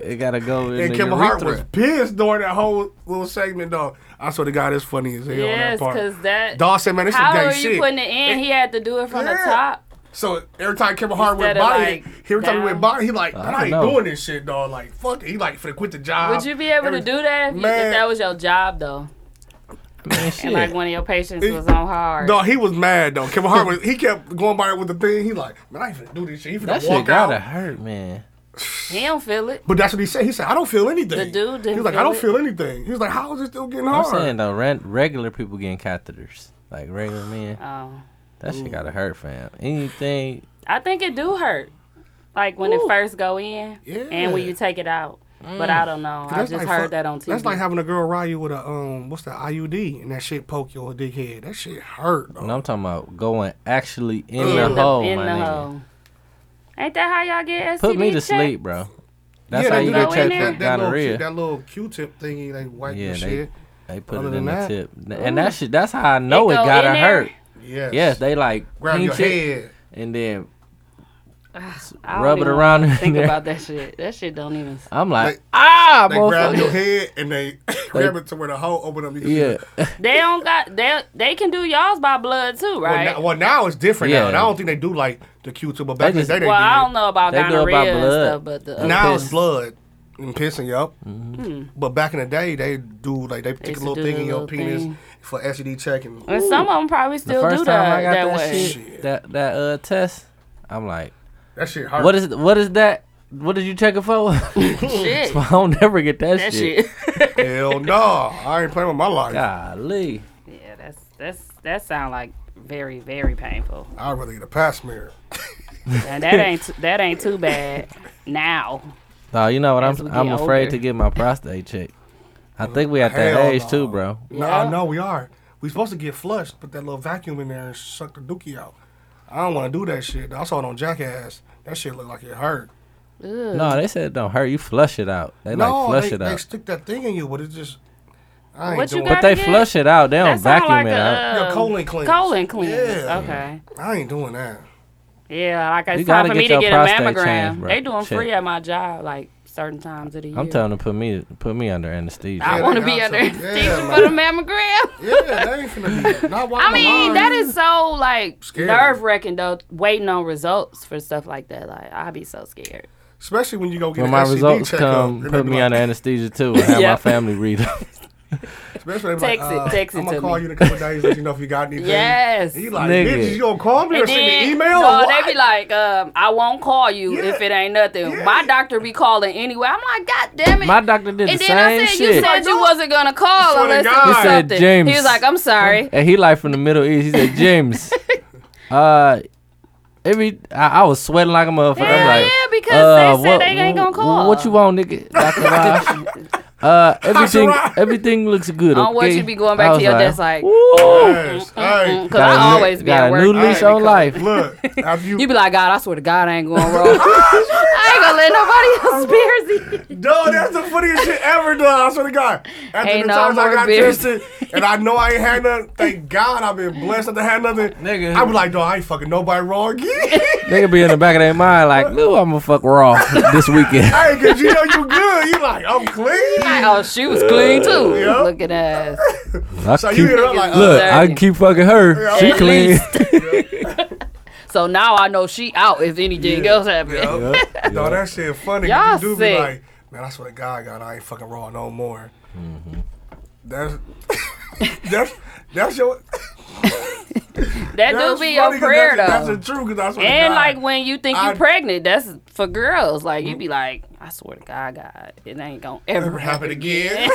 Speaker 9: It gotta go in
Speaker 4: And
Speaker 9: the
Speaker 4: Kevin Hart was
Speaker 9: urethra.
Speaker 4: pissed during that whole little segment, dog. I swear to God, it's funny as hell. on
Speaker 8: Yes,
Speaker 4: that part.
Speaker 8: because that.
Speaker 4: Dawg said, "Man, this some
Speaker 8: How
Speaker 4: gay
Speaker 8: are
Speaker 4: shit."
Speaker 8: you putting it in? He had to do it from
Speaker 4: Yeah.
Speaker 8: the top.
Speaker 4: So every time Kevin Hart went
Speaker 8: Instead of,
Speaker 4: by,
Speaker 8: like,
Speaker 4: it, every time he
Speaker 8: down.
Speaker 4: went by, he like, man,
Speaker 9: don't
Speaker 4: I ain't
Speaker 9: know.
Speaker 4: doing this shit, dog. Like, fuck it. He like, finna quit the job.
Speaker 8: Would you be able to
Speaker 4: Every-
Speaker 8: do that if, you,
Speaker 4: Man.
Speaker 8: if that was your job, though?
Speaker 9: Man, shit.
Speaker 8: And like one of your patients
Speaker 4: It-
Speaker 8: was on hard.
Speaker 4: Dog, he was mad though. Kevin Hart was, he kept going by with the thing. He like, man, I ain't finna do this shit. He finna
Speaker 9: that
Speaker 4: walk
Speaker 9: shit gotta
Speaker 4: out.
Speaker 9: hurt, man.
Speaker 8: He don't feel it.
Speaker 4: But that's what he said. He said, I don't feel anything.
Speaker 8: The dude didn't
Speaker 4: He was like, I
Speaker 8: feel
Speaker 4: don't
Speaker 8: it.
Speaker 4: feel anything. He was like, how is it still getting
Speaker 9: I'm
Speaker 4: hard?
Speaker 9: saying though, ran- regular people getting catheters, like regular men.
Speaker 8: Oh.
Speaker 9: That shit gotta hurt, fam. Anything,
Speaker 8: I think it do hurt. Like when it first go in
Speaker 4: Yeah. Mm.
Speaker 8: and when you take it out. But I don't know. I
Speaker 4: That's
Speaker 8: just
Speaker 4: like
Speaker 8: heard
Speaker 4: fuck-
Speaker 8: that on TV.
Speaker 4: That's like having a girl ride you with a um, what's that IUD, and that shit poke your dickhead. That shit hurt. Dog.
Speaker 9: and I'm talking about going actually in,
Speaker 8: in
Speaker 9: the,
Speaker 8: the,
Speaker 9: hole,
Speaker 8: in
Speaker 9: my
Speaker 8: the
Speaker 9: nigga.
Speaker 8: hole. Ain't that how y'all get STD
Speaker 9: Put me to
Speaker 8: checked?
Speaker 9: sleep, bro. That's
Speaker 4: yeah,
Speaker 9: how
Speaker 4: they
Speaker 9: you
Speaker 4: do
Speaker 8: that
Speaker 9: get
Speaker 4: that,
Speaker 8: check
Speaker 9: checked
Speaker 8: in
Speaker 4: that,
Speaker 9: for
Speaker 4: that, that little,
Speaker 9: gonorrhea.
Speaker 4: that little Q-tip thingy, they wipe
Speaker 9: Yeah,
Speaker 4: the
Speaker 9: they-
Speaker 4: shit.
Speaker 9: They put
Speaker 4: Other
Speaker 9: it
Speaker 4: than
Speaker 9: in the
Speaker 4: that-
Speaker 9: tip, and that shit. That's how I know
Speaker 8: It
Speaker 9: it,
Speaker 8: go
Speaker 9: gotta
Speaker 8: in there?
Speaker 9: hurt.
Speaker 4: Yes.
Speaker 9: Yes, they like
Speaker 4: Grab your
Speaker 9: pinch it
Speaker 4: head.
Speaker 9: and then s-
Speaker 8: I don't
Speaker 9: rub it
Speaker 8: even
Speaker 9: around in
Speaker 8: Think
Speaker 9: there.
Speaker 8: about that shit. That shit don't even.
Speaker 9: I'm like,
Speaker 4: They-
Speaker 9: ah,
Speaker 4: They grab your
Speaker 9: motherfucker.
Speaker 4: head and they grab it to where the hole open up. You can see
Speaker 9: Yeah,
Speaker 4: the-
Speaker 8: They don't got. They they can do y'all's by blood too,
Speaker 4: Well,
Speaker 8: right?
Speaker 4: now, well, now it's different
Speaker 9: Yeah.
Speaker 4: now. And I don't think they do like the Q-tip, but
Speaker 9: They
Speaker 4: back in the
Speaker 9: just-
Speaker 4: day they
Speaker 8: Well, I don't
Speaker 4: did.
Speaker 8: know about
Speaker 9: They do
Speaker 8: gonorrhea
Speaker 9: about
Speaker 8: and
Speaker 9: blood.
Speaker 8: stuff, but the other
Speaker 4: Now
Speaker 8: shit-
Speaker 4: it's blood and pissing you up.
Speaker 9: Mm-hmm.
Speaker 4: But back in the day, they do like they take
Speaker 8: Hmm. used
Speaker 4: a
Speaker 8: to
Speaker 4: little
Speaker 8: do
Speaker 4: thing
Speaker 8: the
Speaker 4: in your
Speaker 8: little
Speaker 4: penis
Speaker 8: thing.
Speaker 4: for STD checking.
Speaker 8: And some of them probably
Speaker 9: the
Speaker 8: still do
Speaker 9: first time I
Speaker 8: that
Speaker 9: got
Speaker 8: that
Speaker 9: that,
Speaker 8: way.
Speaker 9: shit, that that uh test, I'm like,
Speaker 4: That shit hurt.
Speaker 9: what is what is that? What did you check it for?
Speaker 8: Shit,
Speaker 9: I don't never get that,
Speaker 8: that
Speaker 9: shit.
Speaker 8: shit.
Speaker 4: Hell no, I ain't playing with my life.
Speaker 9: Golly,
Speaker 8: yeah, that's that's that sound like very very painful,
Speaker 4: I'd rather get a pap smear.
Speaker 8: and that ain't t- that ain't too bad now.
Speaker 9: no, you know what?
Speaker 8: As
Speaker 9: I'm
Speaker 8: we
Speaker 9: I'm
Speaker 8: get
Speaker 9: afraid
Speaker 8: older.
Speaker 9: to get my prostate checked. I think we at that
Speaker 4: Hell
Speaker 9: age
Speaker 4: no.
Speaker 9: too, bro.
Speaker 4: No,
Speaker 8: Yeah.
Speaker 4: I know we are. We supposed to get flushed, put that little vacuum in there and suck the dookie out. I don't want to do that shit. I saw it on Jackass. That shit looked like it hurt.
Speaker 9: No, they said it don't hurt. You flush it out. They
Speaker 4: no,
Speaker 9: like flush
Speaker 4: they,
Speaker 9: it
Speaker 4: they
Speaker 9: out.
Speaker 4: stick that thing in you, but it just. I ain't
Speaker 8: What you
Speaker 4: doing
Speaker 8: got?
Speaker 9: But they
Speaker 8: Yeah.
Speaker 9: flush it out. They don't
Speaker 8: That sound
Speaker 9: Oh, vacuum
Speaker 8: like
Speaker 9: it out.
Speaker 8: a
Speaker 4: Your
Speaker 8: um,
Speaker 4: colon cleanse.
Speaker 8: colon cleanse.
Speaker 4: Yeah.
Speaker 8: Okay.
Speaker 4: I ain't doing that.
Speaker 8: Yeah, like
Speaker 9: You
Speaker 8: it's time
Speaker 9: gotta
Speaker 8: for me
Speaker 9: get
Speaker 8: to
Speaker 9: your
Speaker 8: get a
Speaker 9: prostate
Speaker 8: mammogram.
Speaker 9: changed, bro.
Speaker 8: they doing
Speaker 9: Check.
Speaker 8: free at my job, like certain times of the year.
Speaker 9: I'm telling them put me put me under anesthesia.
Speaker 8: I
Speaker 4: Yeah,
Speaker 8: want to
Speaker 4: they
Speaker 8: be
Speaker 4: got
Speaker 8: under
Speaker 4: some-
Speaker 8: anesthesia
Speaker 4: yeah,
Speaker 8: for the
Speaker 4: man.
Speaker 8: mammogram.
Speaker 4: Yeah, that ain't finna be. Not while
Speaker 8: I
Speaker 4: I'm
Speaker 8: mean,
Speaker 4: alive.
Speaker 8: that is so like
Speaker 4: Scary.
Speaker 8: nerve wracking though. Waiting on results for stuff like that, like I'd be so scared.
Speaker 4: Especially when you go get
Speaker 9: When
Speaker 4: an
Speaker 9: my
Speaker 4: STD
Speaker 9: results
Speaker 4: checkup,
Speaker 9: come,
Speaker 4: and they
Speaker 9: put
Speaker 4: be
Speaker 9: me
Speaker 4: like-
Speaker 9: under anesthesia too, and have
Speaker 8: Yeah.
Speaker 9: my family read them.
Speaker 4: Especially when they be
Speaker 8: Text it-
Speaker 4: like, uh,
Speaker 8: text it
Speaker 4: I'm gonna
Speaker 8: to
Speaker 4: call
Speaker 8: me.
Speaker 4: you in a couple days, let you know if you got anything.
Speaker 8: Yes.
Speaker 4: You like,
Speaker 9: Nigga.
Speaker 4: bitch, you gonna call me or
Speaker 8: And
Speaker 4: send me
Speaker 8: then,
Speaker 4: an email? or
Speaker 8: no,
Speaker 4: what?
Speaker 8: they be like, um, I won't call you
Speaker 4: Yeah.
Speaker 8: if it ain't nothing.
Speaker 4: Yeah.
Speaker 8: My doctor be calling anyway. I'm like, God damn it.
Speaker 9: My doctor did
Speaker 8: and
Speaker 9: the
Speaker 8: then I
Speaker 9: same
Speaker 8: said,
Speaker 9: shit.
Speaker 8: you said you wasn't going to
Speaker 4: I
Speaker 8: call
Speaker 4: swear to
Speaker 8: unless it
Speaker 4: God.
Speaker 8: was
Speaker 9: He said,
Speaker 8: something. He
Speaker 9: "James."
Speaker 8: was like, I'm sorry.
Speaker 9: and he like from the Middle East. He said, James, uh, every I, I was sweating like a motherfucker. I'm
Speaker 8: Hell
Speaker 9: like,
Speaker 8: yeah, because
Speaker 9: uh,
Speaker 8: they said they ain't gonna call.
Speaker 9: What you want, nigga? Dr. Raj. Uh, everything,
Speaker 4: Raj.
Speaker 9: everything looks good.
Speaker 8: I don't want
Speaker 9: okay?
Speaker 8: you to be going
Speaker 9: I
Speaker 8: back
Speaker 9: was
Speaker 8: to your desk like,
Speaker 4: Yes.
Speaker 8: Mm-hmm,
Speaker 4: Hey,
Speaker 8: because I
Speaker 9: a new-
Speaker 8: always be
Speaker 9: got
Speaker 8: at
Speaker 9: a
Speaker 8: work.
Speaker 9: new leash on life.
Speaker 4: look, after you,
Speaker 8: mm-hmm, You be like, God, I swear to God, I ain't going wrong. I ain't gonna let nobody else beers eat.
Speaker 4: Dog, that's the funniest shit ever, dog. I swear to God. After
Speaker 8: Ain't
Speaker 4: the
Speaker 8: no
Speaker 4: times I
Speaker 8: more
Speaker 4: got
Speaker 8: beers.
Speaker 4: tested, and I know I ain't had nothing, thank God I've been blessed not to have nothing.
Speaker 9: Nigga.
Speaker 4: I be like, dog, I ain't fucking nobody wrong again.
Speaker 9: Nigga be in the back of their mind like, "Ooh, I'm gonna fuck raw this weekend."
Speaker 4: hey, cause you know you good. You like, I'm clean.
Speaker 8: Oh, she was clean too.
Speaker 4: Yeah.
Speaker 8: Look at us.
Speaker 9: I
Speaker 4: So you
Speaker 9: keep-
Speaker 4: hit her up like,
Speaker 9: look,
Speaker 4: uh,
Speaker 8: Dirty.
Speaker 9: I can keep fucking her.
Speaker 4: Yeah.
Speaker 9: She
Speaker 4: At
Speaker 9: clean.
Speaker 8: So now I know she out if anything else happens.
Speaker 4: Yup. dog, that shit funny. 'cause
Speaker 8: Y'all
Speaker 4: you do
Speaker 8: sick.
Speaker 4: be like, man, I swear to God, God, I ain't fucking raw no more.
Speaker 8: Mm-hmm.
Speaker 4: That's that's that's your
Speaker 8: That do
Speaker 4: that's
Speaker 8: be your
Speaker 4: funny 'cause
Speaker 8: prayer
Speaker 4: that's,
Speaker 8: though.
Speaker 4: That's the truth. 'cause I swear to
Speaker 8: and
Speaker 4: God.
Speaker 8: like when you think you're
Speaker 4: I-
Speaker 8: pregnant, that's for girls. Like you be like, I swear to God, God, it ain't gonna Mm-hmm. ever
Speaker 4: Never
Speaker 8: happen.
Speaker 4: happen again.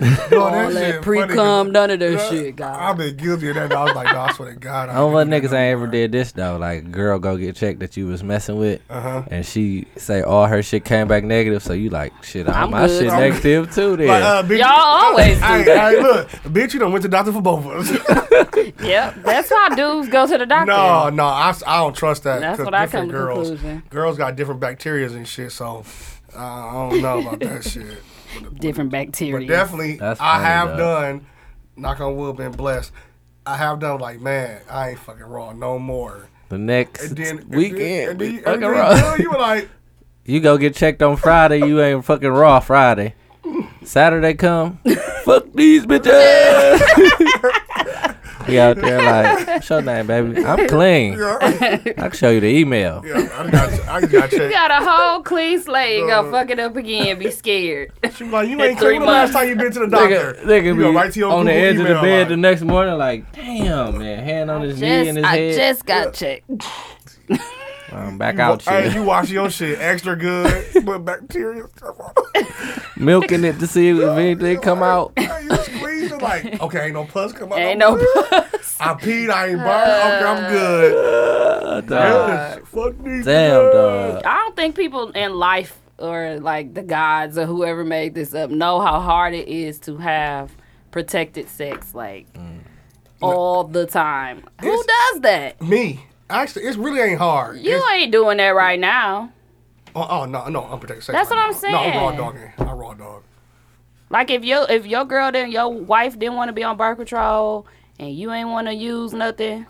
Speaker 4: Dog, that
Speaker 8: All that
Speaker 4: shit funny
Speaker 8: pre
Speaker 4: 'cause
Speaker 8: cum, none of that
Speaker 4: I-
Speaker 8: shit,
Speaker 4: I've
Speaker 8: God.
Speaker 4: been guilty of that. dog. I was like, dog, I swear to God.
Speaker 9: I don't know what niggas I ever did this though. Like, girl, go get checked that you was messing with,
Speaker 4: Uh-huh.
Speaker 9: and she say all her shit came back negative. So you like, shit, all
Speaker 8: I'm
Speaker 9: my
Speaker 8: good.
Speaker 9: shit
Speaker 8: I'm-
Speaker 9: negative too. Then
Speaker 4: Like, uh, bitch,
Speaker 8: Y'all always do
Speaker 4: Hey, hey, look, bitch, you done went to doctor for both of us.
Speaker 8: Yep, that's why dudes go to the doctor.
Speaker 4: no, no, I, s- I don't trust that.
Speaker 8: That's
Speaker 4: 'cause
Speaker 8: what I
Speaker 4: different
Speaker 8: come to
Speaker 4: girls,
Speaker 8: conclusion.
Speaker 4: Girls got different bacterias and shit, so Uh, I don't know about that shit.
Speaker 8: Different bacteria.
Speaker 4: But definitely,
Speaker 9: That's
Speaker 4: I
Speaker 9: funny,
Speaker 4: have
Speaker 9: though.
Speaker 4: done. Knock on wood, been blessed. I have done like, man, I ain't fucking wrong no more.
Speaker 9: The next
Speaker 4: And then and then-
Speaker 9: weekend,
Speaker 4: and then
Speaker 9: we
Speaker 4: you- and
Speaker 9: fucking
Speaker 4: then
Speaker 9: raw.
Speaker 4: you were like,
Speaker 9: You go get checked on Friday. You ain't fucking raw Friday. Saturday come. Fuck these bitches. we out there like, what's your name, baby? I'm clean.
Speaker 4: yeah,
Speaker 9: I can show you the email.
Speaker 4: yeah, I got, I got
Speaker 8: You
Speaker 4: checked.
Speaker 8: got a whole clean slate. You go fuck it up again. Be scared.
Speaker 4: She was like, you ain't
Speaker 8: Three
Speaker 4: clean. When the last time you been to the doctor?
Speaker 9: Nigga, nigga
Speaker 4: you
Speaker 9: be
Speaker 4: go right to your
Speaker 9: on the
Speaker 4: Google
Speaker 9: edge of the
Speaker 4: email
Speaker 9: bed the
Speaker 4: line.
Speaker 9: next morning, like, damn, man, hand on his knee and
Speaker 8: Just,
Speaker 9: his
Speaker 8: I
Speaker 9: head.
Speaker 8: just got checked.
Speaker 9: I'm back
Speaker 4: You wa-
Speaker 9: out,
Speaker 4: Hey,
Speaker 9: shit.
Speaker 4: you wash your shit extra good, but bacteria.
Speaker 9: milking it to see if anything come out.
Speaker 4: Hey, you squeeze it like, okay, ain't no pus come out.
Speaker 8: Ain't no pus. Uh,
Speaker 4: I peed, I ain't burned. okay, I'm good.
Speaker 9: Uh, dog.
Speaker 4: Yeah, fuck these.
Speaker 9: Damn,
Speaker 4: bitches.
Speaker 9: dog.
Speaker 8: I don't think people in life or like the gods or whoever made this up know how hard it is to have protected sex like
Speaker 9: Mm.
Speaker 8: all the time. Who
Speaker 4: It's-
Speaker 8: does that?
Speaker 4: Me. Actually, it really ain't hard.
Speaker 8: You
Speaker 4: It's-
Speaker 8: ain't doing that right now.
Speaker 4: oh, oh, no, no, unprotected sex.
Speaker 8: That's
Speaker 4: right
Speaker 8: what I'm
Speaker 4: now. No, I'm raw
Speaker 8: saying.
Speaker 4: dogging. I'm raw dog.
Speaker 8: Like if your if your girl didn't your wife didn't want to be on birth control and you ain't want to use nothing.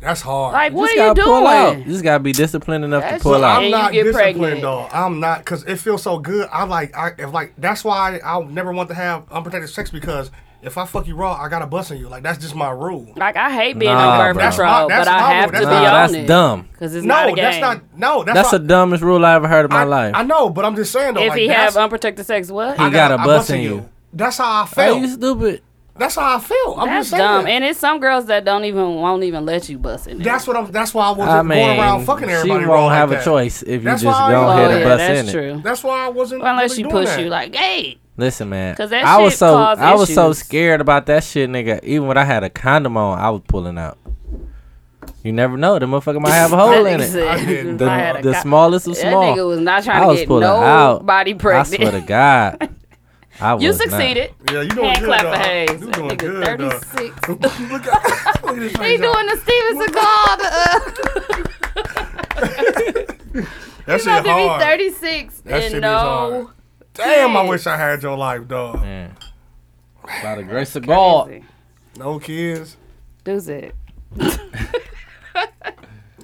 Speaker 4: That's hard.
Speaker 8: Like what
Speaker 9: just
Speaker 8: are you
Speaker 9: gotta pull out. You
Speaker 8: doing?
Speaker 9: just gotta be disciplined enough
Speaker 8: That's
Speaker 9: to pull
Speaker 8: what
Speaker 9: out.
Speaker 8: and you
Speaker 4: I'm not
Speaker 8: get
Speaker 4: disciplined,
Speaker 8: pregnant.
Speaker 4: dog. I'm not because it feels so good. I like, I if like that's why I never want to have unprotected sex because if I fuck you raw, I gotta bust on you. Like that's just my rule.
Speaker 8: Like I hate being
Speaker 9: Nah,
Speaker 8: on birth
Speaker 9: bro. That's
Speaker 8: control,
Speaker 4: not- that's
Speaker 8: but I
Speaker 4: not-
Speaker 8: have to be
Speaker 4: that's
Speaker 9: Nah,
Speaker 4: not-
Speaker 8: on
Speaker 9: that's
Speaker 8: it
Speaker 9: dumb.
Speaker 8: because it's not a
Speaker 4: No,
Speaker 8: game.
Speaker 4: that's not. No, that's,
Speaker 9: That's
Speaker 4: not,
Speaker 9: the dumbest rule I ever heard in my
Speaker 4: I-
Speaker 9: life.
Speaker 4: I know, but I'm just saying though.
Speaker 8: If
Speaker 4: like,
Speaker 8: he
Speaker 4: that's-
Speaker 8: have um, unprotected sex, what?
Speaker 9: He
Speaker 4: I
Speaker 9: got a
Speaker 4: I
Speaker 9: bus in
Speaker 4: in
Speaker 9: you.
Speaker 4: That's how I
Speaker 9: Are
Speaker 4: feel.
Speaker 9: you stupid?
Speaker 4: That's how I feel. I'm
Speaker 8: That's
Speaker 4: just saying.
Speaker 8: dumb. And it's some girls that don't even won't even let you bust in. it.
Speaker 4: that's what I'm. That's why I wasn't
Speaker 9: I mean,
Speaker 4: going around fucking
Speaker 9: she won't
Speaker 4: everybody. wrong like
Speaker 9: have a
Speaker 4: that.
Speaker 9: choice if you
Speaker 4: That's
Speaker 9: just
Speaker 4: why I-
Speaker 9: go
Speaker 4: Oh,
Speaker 9: ahead
Speaker 4: yeah,
Speaker 9: and bust in
Speaker 8: that's
Speaker 9: it.
Speaker 8: true.
Speaker 4: That's why I wasn't.
Speaker 8: Unless
Speaker 4: really
Speaker 8: you
Speaker 4: doing
Speaker 8: push
Speaker 4: that.
Speaker 8: you like, hey,
Speaker 9: Listen, man.
Speaker 8: 'Cause that
Speaker 9: I
Speaker 8: shit
Speaker 9: was so
Speaker 8: cause
Speaker 9: I was so
Speaker 8: issues.
Speaker 9: scared about that shit, nigga. Even when I had a condom on, I was pulling out. You never know. The motherfucker might have a hole in it.
Speaker 4: I didn't.
Speaker 9: The,
Speaker 8: I had a
Speaker 9: the
Speaker 8: co-
Speaker 9: smallest of
Speaker 8: That
Speaker 9: small.
Speaker 8: nigga was not
Speaker 9: I
Speaker 8: trying
Speaker 9: was
Speaker 8: to get
Speaker 9: pulling out.
Speaker 8: nobody
Speaker 9: I swear to
Speaker 8: pregnant.
Speaker 9: God, I
Speaker 8: You
Speaker 9: was not.
Speaker 8: succeeded.
Speaker 4: Yeah, you doing
Speaker 8: Hand
Speaker 4: good,
Speaker 8: clap
Speaker 4: dog.
Speaker 8: for Hayes.
Speaker 4: You
Speaker 8: That
Speaker 4: doing
Speaker 8: nigga
Speaker 4: good, dog.
Speaker 8: 36.
Speaker 4: look at, look at this
Speaker 8: He
Speaker 4: face, dog.
Speaker 8: doing the uh, Steven Seagal.
Speaker 4: That
Speaker 8: He's about
Speaker 4: shit
Speaker 8: to be
Speaker 4: hard.
Speaker 8: 36
Speaker 4: That shit
Speaker 8: and
Speaker 4: is
Speaker 8: no.
Speaker 4: hard. Damn, I wish I had your life, dog.
Speaker 9: Yeah. By the grace of God,
Speaker 4: No kids.
Speaker 8: Does it.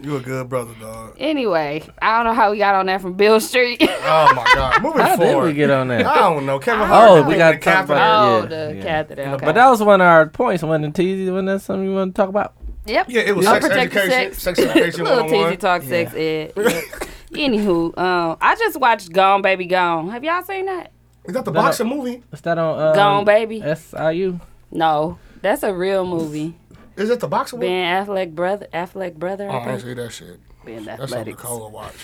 Speaker 4: You a good brother, dog.
Speaker 8: Anyway, I don't know how we got on that from Bill Street.
Speaker 4: Oh my God. Moving
Speaker 9: how did
Speaker 4: forward.
Speaker 9: we get on that?
Speaker 4: I don't know. Kevin Hart.
Speaker 9: Oh,
Speaker 4: I
Speaker 9: we
Speaker 4: think
Speaker 9: got to talk
Speaker 4: the catheter.
Speaker 9: about
Speaker 8: Oh, the
Speaker 9: yeah.
Speaker 8: catheter. Okay.
Speaker 9: But that was one of our points. Wasn't it Teasy? Wasn't that something you want to talk about?
Speaker 8: yep.
Speaker 4: Yeah, it was sex
Speaker 8: Unprotected
Speaker 4: education. Sex education
Speaker 8: Little teasy
Speaker 4: 101.
Speaker 8: talk sex ed. Yep. Anywho, um, I just watched Gone Baby Gone. Have y'all seen that?
Speaker 4: Is that the
Speaker 9: No, no.
Speaker 4: boxing movie?
Speaker 9: Is that on um,
Speaker 8: Gone Baby.
Speaker 9: SIU?
Speaker 8: No, that's a real movie.
Speaker 4: Is it the boxing movie?
Speaker 8: Ben Affleck brother, Affleck brother.
Speaker 4: Oh,
Speaker 8: I
Speaker 4: I didn't
Speaker 8: think.
Speaker 4: see that shit.
Speaker 8: Ben
Speaker 4: That's something
Speaker 8: Affleck.
Speaker 4: Nicole will watch.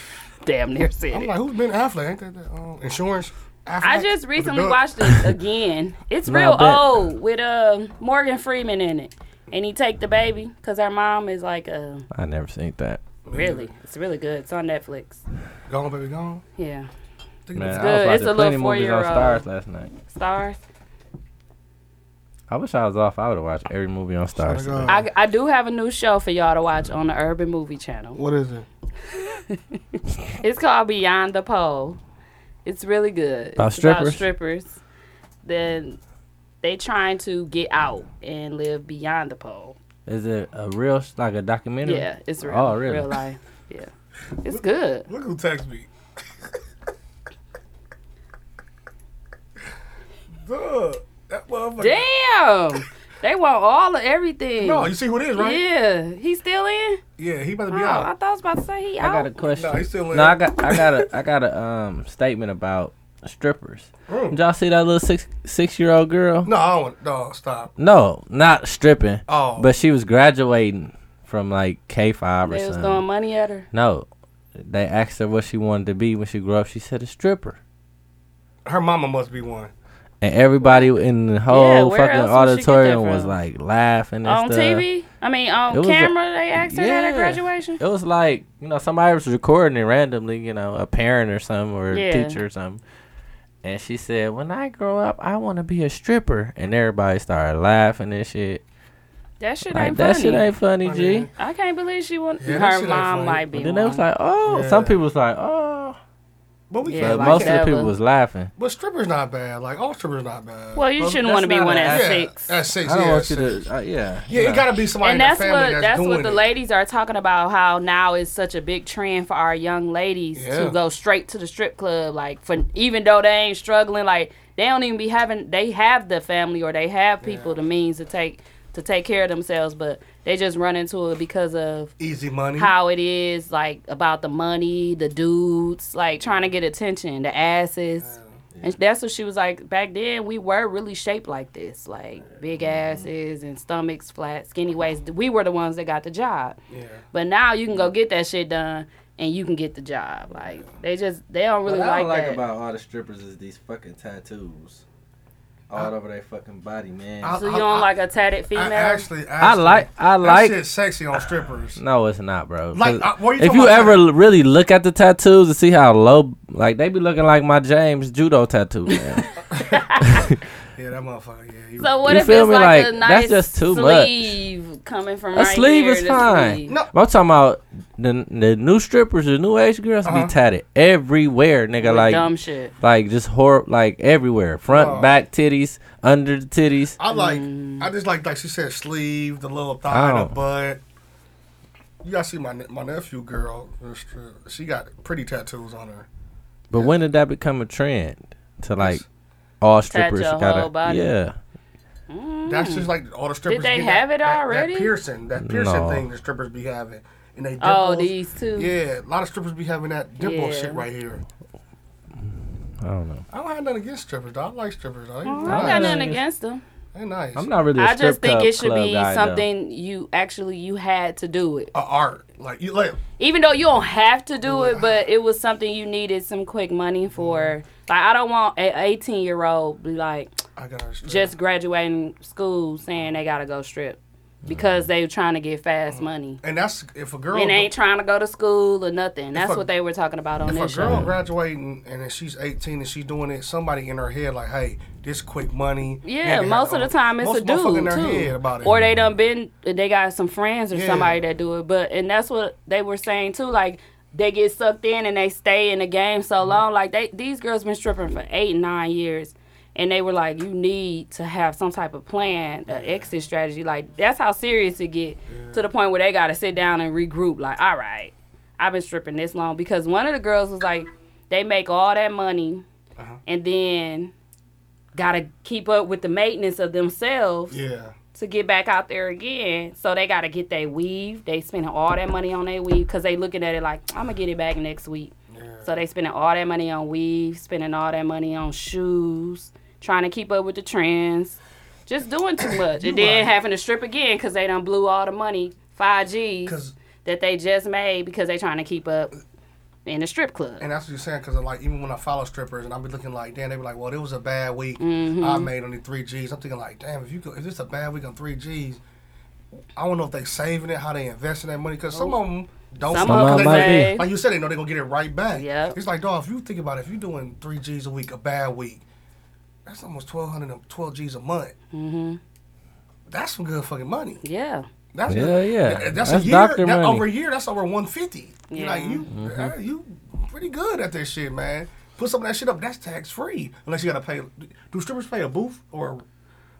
Speaker 8: Damn near said
Speaker 4: I'm
Speaker 8: it.
Speaker 4: like, who's Ben Affleck? Ain't that the um, insurance? Affleck?
Speaker 8: I just
Speaker 4: With the
Speaker 8: recently
Speaker 4: duck?
Speaker 8: watched it again. It's
Speaker 9: Nah, I
Speaker 8: real
Speaker 9: bet.
Speaker 8: old with uh, Morgan Freeman in it, and he take the baby because her mom is like a
Speaker 9: I never seen that.
Speaker 8: really. It's really good. It's on Netflix.
Speaker 4: Gone Baby Gone.
Speaker 8: Yeah,
Speaker 4: Think
Speaker 9: Man,
Speaker 4: it's-
Speaker 9: I was
Speaker 8: good. It's
Speaker 9: watching plenty
Speaker 8: a little
Speaker 9: movies on
Speaker 8: four-year-old.
Speaker 9: Stars last night.
Speaker 8: stars.
Speaker 9: I wish I was off. I would have watched every movie on Stars.
Speaker 4: Swear to
Speaker 9: today.
Speaker 4: God.
Speaker 8: I, I do have a new show for y'all to watch on the Urban Movie Channel.
Speaker 4: What is it?
Speaker 8: It's called Beyond the Pole. It's really good.
Speaker 9: About
Speaker 8: it's
Speaker 9: strippers?
Speaker 8: About strippers. Then they trying to get out and live beyond the pole.
Speaker 9: Is it a real sh- like a documentary?
Speaker 8: Yeah, it's real.
Speaker 9: Oh, really?
Speaker 8: Real life. Yeah, it's good.
Speaker 4: Look who texted me. Duh, that motherfucker.
Speaker 8: Damn, they want all of everything.
Speaker 4: No, you see who it is, right?
Speaker 8: Yeah, he's still in.
Speaker 4: Yeah, he about to
Speaker 8: Oh,
Speaker 4: be
Speaker 8: I
Speaker 4: out.
Speaker 8: thought I was about to say he
Speaker 9: I
Speaker 8: out.
Speaker 9: got a question.
Speaker 4: No, he's still in.
Speaker 9: No, I got I got a I got a um statement about strippers.
Speaker 4: Mm.
Speaker 9: Did y'all see that little six six year old girl?
Speaker 4: No, I don't. want- No, stop.
Speaker 9: No, not stripping.
Speaker 4: Oh.
Speaker 9: But she was graduating from like K five or
Speaker 8: They was
Speaker 9: something.
Speaker 8: throwing money at her.
Speaker 9: No. They asked her what she wanted to be when she grew up. She said a stripper.
Speaker 4: Her mama must be one.
Speaker 9: And everybody in the whole
Speaker 8: where
Speaker 9: fucking
Speaker 8: else would she get that
Speaker 9: auditorium was
Speaker 8: from?
Speaker 9: like laughing and
Speaker 8: on
Speaker 9: stuff.
Speaker 8: TV? I mean, on
Speaker 9: It was a-
Speaker 8: camera, they asked her that at
Speaker 9: Yeah.
Speaker 8: graduation.
Speaker 9: It was like, you know, somebody was recording it randomly, you know, a parent or something or
Speaker 8: Yeah.
Speaker 9: a teacher or something. And she said, When I grow up, I want to be a stripper. And everybody started laughing and shit.
Speaker 8: That shit
Speaker 9: Like,
Speaker 8: ain't
Speaker 9: that
Speaker 8: funny.
Speaker 9: shit ain't funny, G.
Speaker 8: I can't believe she won.
Speaker 4: Yeah, that
Speaker 8: her
Speaker 4: shit ain't
Speaker 8: mom
Speaker 4: funny.
Speaker 8: might be.
Speaker 9: And then they was
Speaker 8: one.
Speaker 9: like, Oh,
Speaker 4: Yeah.
Speaker 9: some people was like, Oh.
Speaker 4: But we
Speaker 8: Yeah,
Speaker 4: can't.
Speaker 9: but
Speaker 8: like
Speaker 9: most of the
Speaker 8: that
Speaker 9: people
Speaker 8: one.
Speaker 9: was laughing.
Speaker 4: But strippers not bad. Like all strippers not bad.
Speaker 8: Well, you
Speaker 9: Well,
Speaker 8: shouldn't
Speaker 9: that's
Speaker 8: want to be
Speaker 9: not
Speaker 8: one
Speaker 9: an
Speaker 8: at
Speaker 9: act.
Speaker 4: yeah,
Speaker 8: six.
Speaker 4: At six,
Speaker 9: I don't
Speaker 4: yeah,
Speaker 9: want you
Speaker 4: six.
Speaker 9: to. Uh, yeah.
Speaker 4: Yeah, it gotta be somebody
Speaker 8: And
Speaker 4: in the
Speaker 8: that's
Speaker 4: family
Speaker 8: what
Speaker 4: that's,
Speaker 8: that's
Speaker 4: doing
Speaker 8: what the
Speaker 4: it.
Speaker 8: ladies are talking about. How now is such a big trend for our young ladies
Speaker 4: Yeah.
Speaker 8: to go straight to the strip club. Like for even though they ain't struggling, like they don't even be having. They have the family or they have people the means to take to take care of themselves, but they just run into it because of
Speaker 4: Easy money.
Speaker 8: how it is like about the money, the dudes, like trying to get attention, the asses. And that's what she was like back then. We were really shaped like this, like big
Speaker 4: Mm-hmm.
Speaker 8: asses and stomachs flat, skinny waist. We were the ones that got the job.
Speaker 4: Yeah.
Speaker 8: But now you can go get that shit done and you can get the job. Like they just they don't really
Speaker 9: what I
Speaker 8: like,
Speaker 9: don't like
Speaker 8: that.
Speaker 9: about all the strippers is these fucking tattoos all over their fucking body, man.
Speaker 4: I-
Speaker 8: so you don't
Speaker 4: I-
Speaker 8: like a tatted
Speaker 4: I
Speaker 8: female?
Speaker 4: actually,
Speaker 9: I
Speaker 4: actually-
Speaker 9: like. I
Speaker 4: that
Speaker 9: like.
Speaker 4: shit sexy on strippers.
Speaker 9: No, it's not, bro. 'Cause
Speaker 4: Like, uh, what are you
Speaker 9: if
Speaker 4: talking
Speaker 9: you
Speaker 4: about?
Speaker 9: ever l- really look at the tattoos and see how low, like they be looking like my James judo tattoo, man.
Speaker 4: Yeah, that motherfucker. Yeah. you-
Speaker 8: so what
Speaker 9: You
Speaker 8: if
Speaker 9: feel
Speaker 8: it's
Speaker 9: me?
Speaker 8: like, a
Speaker 9: Like, that's
Speaker 8: nice
Speaker 9: just too much.
Speaker 8: sleeve coming from
Speaker 9: a
Speaker 8: right
Speaker 9: sleeve
Speaker 8: here
Speaker 9: is
Speaker 8: to
Speaker 9: fine.
Speaker 8: sleeve?
Speaker 4: No.
Speaker 9: But I'm talking about the the new strippers, the new age girls
Speaker 4: Uh-huh.
Speaker 9: be tatted everywhere, nigga.
Speaker 8: With
Speaker 9: like
Speaker 8: dumb shit.
Speaker 9: like just hor like everywhere, front,
Speaker 4: Oh.
Speaker 9: back, titties, under the titties.
Speaker 4: I like.
Speaker 8: Mm.
Speaker 4: I just like, like she said, sleeve, the little thigh, the
Speaker 9: Oh.
Speaker 4: butt. You gotta see my ne- my nephew girl. her stri- She got pretty tattoos on her.
Speaker 9: But when did that become a trend to like all strippers
Speaker 8: your
Speaker 9: gotta
Speaker 8: whole body.
Speaker 9: yeah.
Speaker 4: That's just like all the strippers.
Speaker 8: Mm. they
Speaker 4: get
Speaker 8: have
Speaker 4: that,
Speaker 8: it
Speaker 4: that-
Speaker 8: already?
Speaker 4: That piercing, that piercing
Speaker 9: No.
Speaker 4: thing the strippers be having, and they dimples.
Speaker 8: Oh, these two.
Speaker 4: Yeah, a lot of strippers be having that dimple
Speaker 8: Yeah.
Speaker 4: shit right here.
Speaker 9: I don't know.
Speaker 4: I don't have nothing against strippers. though. I like strippers. Though. They,
Speaker 8: I don't got nothing
Speaker 9: Nice.
Speaker 8: against them.
Speaker 4: they nice.
Speaker 9: I'm not really. I
Speaker 8: I just think it should be something you actually you had to do it.
Speaker 4: a art. Like you like
Speaker 8: Even though you don't have to do it, but it was something you needed some quick money for. Like I don't want an 18 year old be like
Speaker 4: I got a stripper.
Speaker 8: just graduating school saying they gotta go strip because they trying to get fast money
Speaker 4: and that's if a girl
Speaker 8: and they ain't trying to go to school or nothing. That's
Speaker 4: a-
Speaker 8: what they were talking about on
Speaker 4: if
Speaker 8: this
Speaker 4: a girl
Speaker 8: show.
Speaker 4: graduating and then she's 18 and she's doing it, somebody in her head like, hey, this quick money.
Speaker 8: Yeah,
Speaker 4: nigga,
Speaker 8: most of
Speaker 4: uh,
Speaker 8: the time it's
Speaker 4: most
Speaker 8: a
Speaker 4: motherfucker
Speaker 8: dude
Speaker 4: in their
Speaker 8: too,
Speaker 4: head about it.
Speaker 8: or they done been they got some friends or
Speaker 4: Yeah.
Speaker 8: somebody that do it. But and that's what they were saying too. Like they get sucked in and they stay in the game so
Speaker 4: Mm-hmm.
Speaker 8: long. Like they these girls been stripping for eight nine years, and they were like, you need to have some type of plan, an exit strategy. Like that's how serious it get to the point where they got to sit down and regroup. Like all right, I've been stripping this long because one of the girls was like, they make all that money, and then gotta keep up with the maintenance of themselves
Speaker 4: Yeah.
Speaker 8: to get back out there again. So they gotta get their weave. They spending all that money on their weave because they looking at it like I'm gonna get it back next week. So they spending all that money on weave, spending all that money on shoes, trying to keep up with the trends, just doing too much, and then having to strip again because they done blew all the money five G's
Speaker 4: 'Cause-
Speaker 8: that they just made because they trying to keep up in the strip club.
Speaker 4: And that's what you're saying, because like even when I follow strippers and I be looking like, damn, they be like, well, it was a bad week. I made only three G's. I'm thinking like, damn, if you go, if it's a bad week on three G's, I don't know if they saving it, how they investing that money, because some of them don't.
Speaker 8: Some
Speaker 9: of 'em
Speaker 4: they-
Speaker 9: might be.
Speaker 4: like you said, they know they gonna get it right back.
Speaker 8: Yep.
Speaker 4: It's like, dog, if you think about it, if you're doing three G's a week, a bad week, that's almost 1,200, and 12 G's a month. Mm-hmm. That's some good fucking money.
Speaker 8: Yeah.
Speaker 4: That's
Speaker 9: Yeah,
Speaker 4: good.
Speaker 9: yeah.
Speaker 4: Th-
Speaker 9: That's
Speaker 4: a year.
Speaker 9: doctor
Speaker 4: that-
Speaker 9: money. Mm-hmm.
Speaker 4: Over a year, that's over one fifty.
Speaker 8: Yeah.
Speaker 4: You like you, uh, you pretty good at this shit, man. Put some of that shit up. That's tax free, unless you gotta pay. Do strippers pay a booth or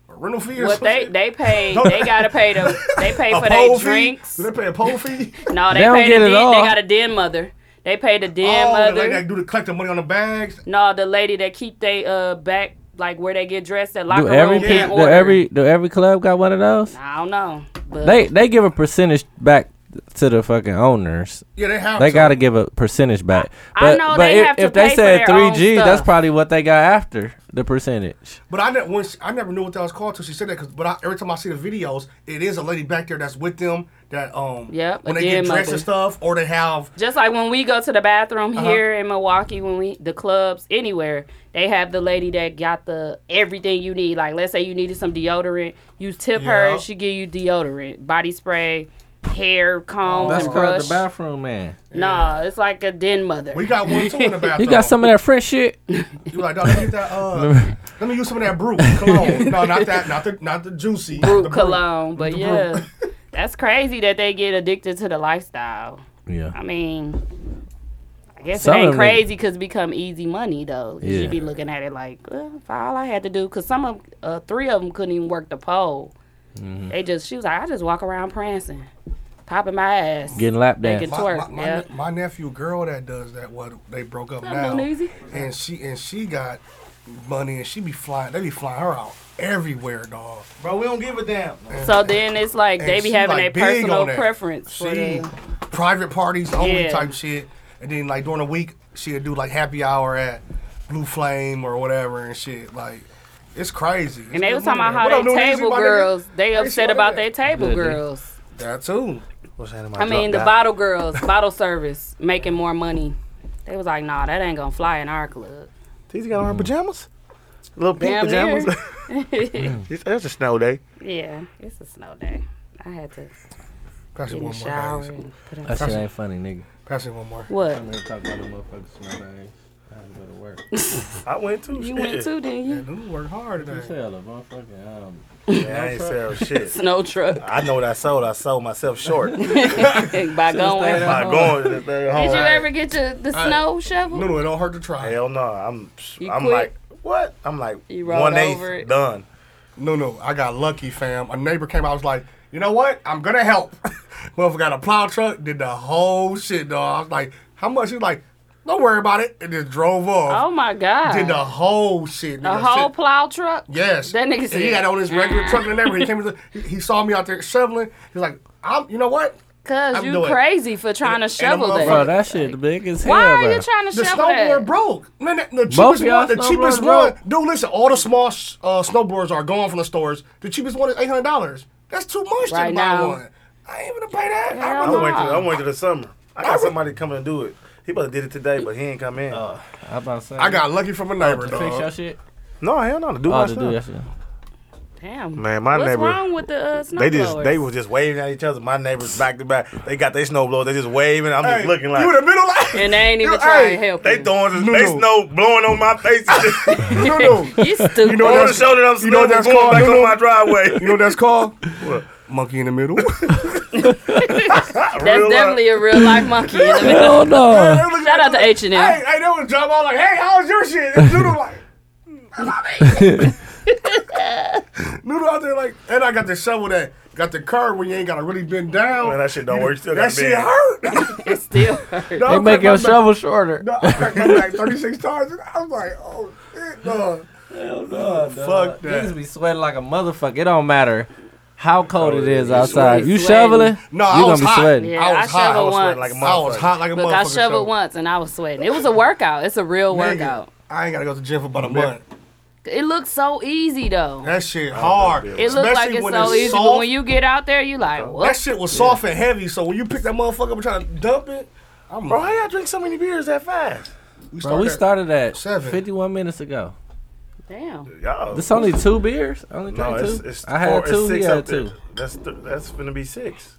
Speaker 4: a rental fee? Or
Speaker 8: What
Speaker 4: some
Speaker 8: they
Speaker 4: shit?
Speaker 8: they pay
Speaker 4: No.
Speaker 8: they gotta pay the they pay
Speaker 4: a
Speaker 8: for their
Speaker 4: pole fee?
Speaker 8: drinks.
Speaker 4: Do they pay a pole fee?
Speaker 8: No, they,
Speaker 9: They don't
Speaker 8: pay
Speaker 9: get
Speaker 8: the
Speaker 9: it
Speaker 8: den,
Speaker 9: all.
Speaker 8: they got a den mother. They pay the den
Speaker 4: oh,
Speaker 8: mother.
Speaker 4: they, they do the collect the money on the bags.
Speaker 8: no, the lady that keep they uh back like where they get dressed at locker
Speaker 9: Do every
Speaker 8: room in
Speaker 9: pe- do
Speaker 8: order.
Speaker 9: every do every club got one of those?
Speaker 8: I don't know. But
Speaker 9: They they give a percentage back to the fucking owners.
Speaker 4: Yeah, they have.
Speaker 9: They
Speaker 4: to.
Speaker 9: gotta give a percentage back.
Speaker 8: I
Speaker 9: But,
Speaker 8: know
Speaker 9: but
Speaker 8: they
Speaker 9: if,
Speaker 8: have to
Speaker 9: if they
Speaker 8: pay for
Speaker 9: said
Speaker 8: their
Speaker 9: three
Speaker 8: own
Speaker 9: G, that's
Speaker 8: stuff.
Speaker 9: probably what they got after the percentage.
Speaker 4: But I never, when she, I never knew what that was called till she said that. 'cause- but I, every time I see the videos, it is a lady back there that's with them. That um,
Speaker 8: Yep,
Speaker 4: when
Speaker 8: a
Speaker 4: they get
Speaker 8: den
Speaker 4: dressed
Speaker 8: mother.
Speaker 4: and stuff, or they have
Speaker 8: just like when we go to the bathroom
Speaker 4: Uh-huh.
Speaker 8: here in Milwaukee, when we the clubs anywhere, they have the lady that got the everything you need. Like let's say you needed some deodorant, you tip
Speaker 4: Yeah.
Speaker 8: her, she give you deodorant, body spray,
Speaker 4: Oh,
Speaker 8: hair comb,
Speaker 9: That's
Speaker 8: and
Speaker 9: called
Speaker 8: brush.
Speaker 9: the bathroom man.
Speaker 8: Nah, it's like a den mother.
Speaker 4: we got one too in the bathroom.
Speaker 9: You got some of that French shit?
Speaker 4: You like, no, let me get that. Uh, let me use some of that brew cologne. No, not that. Not the. Not the juicy.
Speaker 8: brew
Speaker 4: the
Speaker 8: cologne. But
Speaker 4: The brew.
Speaker 8: yeah, that's crazy that they get addicted to the lifestyle.
Speaker 9: Yeah.
Speaker 8: I mean, I guess
Speaker 9: Some
Speaker 8: it
Speaker 9: of
Speaker 8: ain't
Speaker 9: them-
Speaker 8: crazy because it become easy money though. 'Cause
Speaker 9: Yeah.
Speaker 8: You be looking at it like, well, if all I had to do, because some of uh, three of them couldn't even work the pole.
Speaker 4: Mm-hmm.
Speaker 8: They just she was like, I just walk around prancing, popping my ass.
Speaker 9: Getting lap
Speaker 8: They
Speaker 9: danced.
Speaker 8: could-
Speaker 4: My,
Speaker 8: Twerk,
Speaker 4: my, my,
Speaker 8: yeah.
Speaker 4: ne- my nephew girl that does that what they broke up
Speaker 8: That
Speaker 4: now
Speaker 8: little newsy.
Speaker 4: and she and she got money and she be flying they be flying her out everywhere dog
Speaker 10: Bro, we don't give a damn.
Speaker 8: so then it's like
Speaker 4: And
Speaker 8: they be
Speaker 4: she,
Speaker 8: having
Speaker 4: like,
Speaker 8: a
Speaker 4: big on
Speaker 8: personal
Speaker 4: that.
Speaker 8: preference for
Speaker 4: she
Speaker 8: the,
Speaker 4: private parties only
Speaker 8: Yeah.
Speaker 4: type shit and then like during the week she'd do like happy hour at blue flame or whatever and shit like it's crazy
Speaker 8: and they was talking about how
Speaker 4: What up,
Speaker 8: they
Speaker 4: New Nizzy,
Speaker 8: table
Speaker 4: my nigga?
Speaker 8: girls. They
Speaker 4: How you
Speaker 8: upset
Speaker 4: see my
Speaker 8: about
Speaker 4: nigga?
Speaker 8: their table
Speaker 9: Yeah, they-
Speaker 8: girls.
Speaker 4: that too
Speaker 10: What's that in my
Speaker 8: I mean, the bottle girls, bottle service, making more money. They was like, nah, that ain't gonna fly in our club.
Speaker 10: These got on
Speaker 4: Mm.
Speaker 10: her pajamas? Little
Speaker 8: Damn
Speaker 10: pink
Speaker 8: near.
Speaker 10: pajamas. It's- That's a snow day.
Speaker 8: Yeah, it's a snow day. I had to
Speaker 4: pass me
Speaker 8: get in the
Speaker 4: one more
Speaker 8: shower
Speaker 4: guys.
Speaker 8: and put on.
Speaker 9: That shit ain't funny, nigga.
Speaker 4: pass me one more
Speaker 8: What?
Speaker 9: I'm gonna talk about the motherfuckers smell names. I had to go to work.
Speaker 10: I went too.
Speaker 8: You went too, didn't you?
Speaker 4: Man, dude work hard
Speaker 9: You
Speaker 4: today
Speaker 9: sell a motherfucking um,
Speaker 10: Yeah, I ain't sell shit.
Speaker 8: Snow truck
Speaker 10: I know what I sold. I sold myself short.
Speaker 8: by going.
Speaker 10: By going to this thing home.
Speaker 8: Did you ever get your the snow shovel?
Speaker 4: no no it don't hurt to try
Speaker 10: Hell no. I'm
Speaker 8: You
Speaker 10: I'm
Speaker 8: quit?
Speaker 10: like, what? I'm like
Speaker 8: You rolled
Speaker 10: one
Speaker 8: over it?
Speaker 10: eighth done.
Speaker 4: No, no, I got lucky, fam. A neighbor came out, was like, you know what? I'm gonna help. Motherfucker got a plow truck, did the whole shit, dog. I was like, how much? He was like, don't worry about it. And just drove
Speaker 8: Oh
Speaker 4: off.
Speaker 8: my god!
Speaker 4: Did the whole shit.
Speaker 8: A
Speaker 4: nigga.
Speaker 8: whole
Speaker 4: Shit-
Speaker 8: plow truck?
Speaker 4: Yes.
Speaker 8: That nigga
Speaker 4: And
Speaker 8: said, "Ah."
Speaker 4: he had on his regular truck in the neighborhood. He came to the, he, he saw me out there shoveling. He's like, I'm, you know what?
Speaker 8: "Cause
Speaker 4: I'm
Speaker 8: you
Speaker 4: doing it."
Speaker 8: crazy for trying to
Speaker 4: And- and
Speaker 8: shovel
Speaker 4: the
Speaker 8: that.
Speaker 9: bro. That shit big as hell,
Speaker 8: Why are
Speaker 9: bro.
Speaker 8: you trying to
Speaker 4: The
Speaker 8: shovel
Speaker 4: snowboard
Speaker 8: that?
Speaker 4: broke. Man, that- the
Speaker 9: Both
Speaker 4: cheapest
Speaker 9: y'all
Speaker 4: one, the
Speaker 9: snowboard
Speaker 4: cheapest
Speaker 9: broke.
Speaker 4: one. Dude, listen, all the small uh, snowboards are gone from the stores. The cheapest one is eight hundred dollars. That's too much
Speaker 8: Right
Speaker 4: to
Speaker 8: now.
Speaker 4: buy one. I ain't gonna pay that.
Speaker 8: Hell
Speaker 4: I
Speaker 10: I
Speaker 8: no.
Speaker 4: would-
Speaker 10: went to I went to the summer. I got somebody coming to do it. He about did it today, but he ain't come in.
Speaker 4: Uh.
Speaker 9: I about to say.
Speaker 4: I got lucky from a neighbor,
Speaker 9: to fix your
Speaker 4: dog.
Speaker 9: shit.
Speaker 10: no, hell no. To do
Speaker 9: Oh,
Speaker 10: my
Speaker 9: to do
Speaker 10: stuff.
Speaker 9: that shit.
Speaker 8: Damn.
Speaker 10: Man, my
Speaker 8: What's
Speaker 10: neighbor-
Speaker 8: wrong with the uh, snow
Speaker 10: They just they
Speaker 8: blowers?
Speaker 10: was just waving at each other. My neighbors back to back. They got their snow blowers. They just waving. I'm
Speaker 4: Hey,
Speaker 10: just looking like
Speaker 4: you in the middle like
Speaker 8: and they ain't even
Speaker 4: You-
Speaker 8: trying to
Speaker 4: hey,
Speaker 8: help
Speaker 10: they
Speaker 8: you.
Speaker 10: throwing
Speaker 4: No,
Speaker 10: they
Speaker 4: no.
Speaker 10: snow blowing on my face. and shit.
Speaker 4: no, no.
Speaker 8: You stupid.
Speaker 4: know
Speaker 10: on the
Speaker 4: that's-
Speaker 10: shoulder. I'm
Speaker 4: you know
Speaker 10: slipping,
Speaker 4: that's
Speaker 10: going
Speaker 4: called-
Speaker 10: back
Speaker 4: you know-
Speaker 10: on my driveway.
Speaker 4: You know what that's called? Monkey in the middle.
Speaker 8: That's
Speaker 10: Real life.
Speaker 8: definitely a real life monkey in the middle.
Speaker 4: Oh,
Speaker 9: Hell no.
Speaker 8: Shout out to H&M.
Speaker 4: Hey, hey, they was drop all like, hey, how's your shit? And Noodle like, "Mm, Noodle out there like, and I got the shovel that got the curb when you ain't gotta really bend down.
Speaker 10: Man, that shit don't work. You Still
Speaker 4: that
Speaker 10: got
Speaker 4: shit hurt.
Speaker 8: It still hurt.
Speaker 4: Dog,
Speaker 9: They make
Speaker 4: cracked
Speaker 9: your
Speaker 4: my back-
Speaker 9: shovel shorter.
Speaker 4: No, I cracked my back 36 times. And I was like, oh, shit, dog.
Speaker 9: Fuck
Speaker 4: that.
Speaker 9: Niggas be sweating like a motherfucker. It don't matter how cold it is outside. You
Speaker 8: sweating.
Speaker 9: shoveling,
Speaker 4: No, I
Speaker 9: you gonna
Speaker 4: was
Speaker 9: be
Speaker 4: hot.
Speaker 9: sweating.
Speaker 8: Yeah,
Speaker 4: I
Speaker 8: I,
Speaker 4: was hot. I
Speaker 8: shoveled
Speaker 4: was
Speaker 8: once.
Speaker 10: Like a
Speaker 4: I was
Speaker 10: motherfucker.
Speaker 4: hot like a
Speaker 8: Look,
Speaker 4: motherfucker.
Speaker 8: I shoveled
Speaker 4: so-
Speaker 8: once and I was sweating. It was a workout. It's a real
Speaker 4: Nigga,
Speaker 8: workout.
Speaker 4: I ain't gotta go to the gym for about a month.
Speaker 8: It looks so easy though.
Speaker 4: That shit hard.
Speaker 8: It looks like
Speaker 4: Especially
Speaker 8: it's
Speaker 4: when
Speaker 8: so easy,
Speaker 4: soft.
Speaker 8: but when you get out there, you like,
Speaker 4: That
Speaker 8: what?
Speaker 4: shit was soft and heavy, so when you pick that motherfucker up and try to dump it, I'm
Speaker 10: Bro, how
Speaker 4: like,
Speaker 10: y'all drink so many beers that fast?
Speaker 4: we
Speaker 9: Bro, we
Speaker 4: at-
Speaker 9: started at
Speaker 4: seven.
Speaker 9: 51 minutes ago.
Speaker 8: Damn.
Speaker 10: Y'all.
Speaker 9: It's only two beers. I Only
Speaker 10: no,
Speaker 9: drank
Speaker 10: it's,
Speaker 9: two.
Speaker 10: it's
Speaker 9: I had
Speaker 10: four,
Speaker 9: two.
Speaker 10: It's
Speaker 9: He
Speaker 10: six up
Speaker 9: had
Speaker 10: there.
Speaker 9: two.
Speaker 10: That's th- that's gonna be six.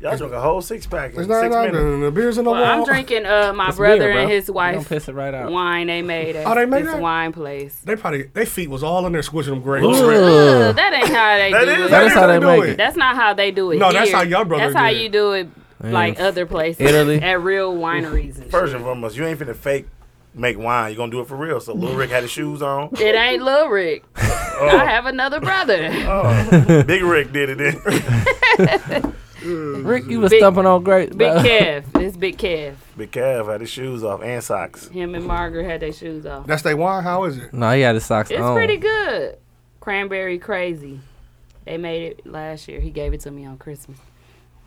Speaker 10: Y'all drink a whole six pack in
Speaker 4: It's
Speaker 10: six
Speaker 4: not like
Speaker 10: minutes.
Speaker 4: the, the beers in the
Speaker 8: Well,
Speaker 4: wall.
Speaker 8: I'm drinking uh, my
Speaker 9: It's
Speaker 8: brother
Speaker 9: beer, bro.
Speaker 8: and his
Speaker 9: You gonna
Speaker 8: wife
Speaker 9: piss it right out.
Speaker 8: wine they made at
Speaker 4: Oh, they made
Speaker 8: this
Speaker 4: that?
Speaker 8: wine place.
Speaker 4: They probably they feet was all in there squishing them grapes.
Speaker 8: Ugh,
Speaker 9: Ugh.
Speaker 8: that ain't how they
Speaker 10: That
Speaker 8: do
Speaker 10: is-
Speaker 8: it.
Speaker 9: That is how they
Speaker 4: do
Speaker 9: make
Speaker 4: it.
Speaker 9: it.
Speaker 8: That's not how they do it.
Speaker 4: No, that's
Speaker 8: here.
Speaker 4: how y'all brothers
Speaker 8: That's how
Speaker 4: did it.
Speaker 8: you do it, like
Speaker 9: Yeah.
Speaker 8: other places,
Speaker 9: Italy.
Speaker 8: at real wineries. And
Speaker 10: First and foremost, you ain't finna fake make wine. You gonna do it for real. So Lil Rick had his shoes on.
Speaker 8: shit. It ain't Lil Rick.
Speaker 10: Oh.
Speaker 8: I have another brother.
Speaker 10: Big Rick did it then.
Speaker 9: Rick, you was
Speaker 8: Big-
Speaker 9: stumping on grapes,
Speaker 8: Big
Speaker 9: bro.
Speaker 8: Kev. It's Big Kev.
Speaker 10: Big Cav had his shoes off and socks.
Speaker 8: Him and Margaret had their shoes off.
Speaker 4: That's they wine. How is it?
Speaker 9: No, he had his socks
Speaker 8: It's
Speaker 10: Oh.
Speaker 9: on.
Speaker 8: pretty good. Cranberry crazy. They made it last year. He gave it to me on Christmas.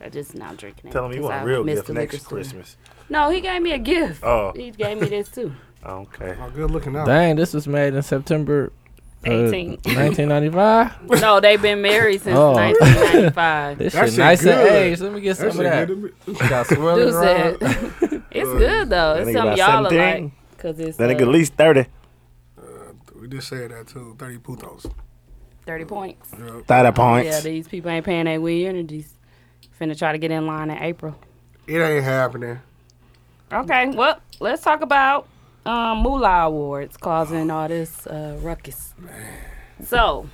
Speaker 8: I just now drinking it.
Speaker 10: Tell him you
Speaker 8: 'cause
Speaker 10: want
Speaker 8: I
Speaker 10: a real
Speaker 8: missed
Speaker 10: gift
Speaker 8: the
Speaker 10: next
Speaker 8: liquor store.
Speaker 10: Christmas.
Speaker 8: No, he gave me a gift.
Speaker 10: Oh.
Speaker 8: He gave me this too.
Speaker 10: Okay.
Speaker 4: Oh, good looking out.
Speaker 9: Dang, this was made in September uh,
Speaker 8: 18.
Speaker 9: 1995.
Speaker 8: no, they've been married since
Speaker 9: Oh.
Speaker 8: 1995.
Speaker 9: This
Speaker 4: That
Speaker 9: shit
Speaker 4: shit
Speaker 9: nice and
Speaker 4: good.
Speaker 9: aged. Let me get some
Speaker 4: That
Speaker 9: of
Speaker 4: shit
Speaker 9: that.
Speaker 4: good to me.
Speaker 9: Got
Speaker 8: Dude
Speaker 9: swirling
Speaker 8: said,
Speaker 9: around.
Speaker 8: it's good though.
Speaker 10: That
Speaker 8: It's
Speaker 10: nigga
Speaker 8: something
Speaker 10: about
Speaker 8: y'all are
Speaker 10: 17.
Speaker 8: like. Cause it's
Speaker 10: That nigga
Speaker 8: uh,
Speaker 10: at least thirty.
Speaker 4: We just said that too. Thirty putos.
Speaker 8: 30 points.
Speaker 10: Thirty
Speaker 8: Yeah,
Speaker 10: points.
Speaker 8: these people ain't paying their weed energies. Finna try to get in line in April.
Speaker 4: It ain't happening.
Speaker 8: Okay, well, let's talk about um, Moolah Awards causing all this uh, ruckus. So,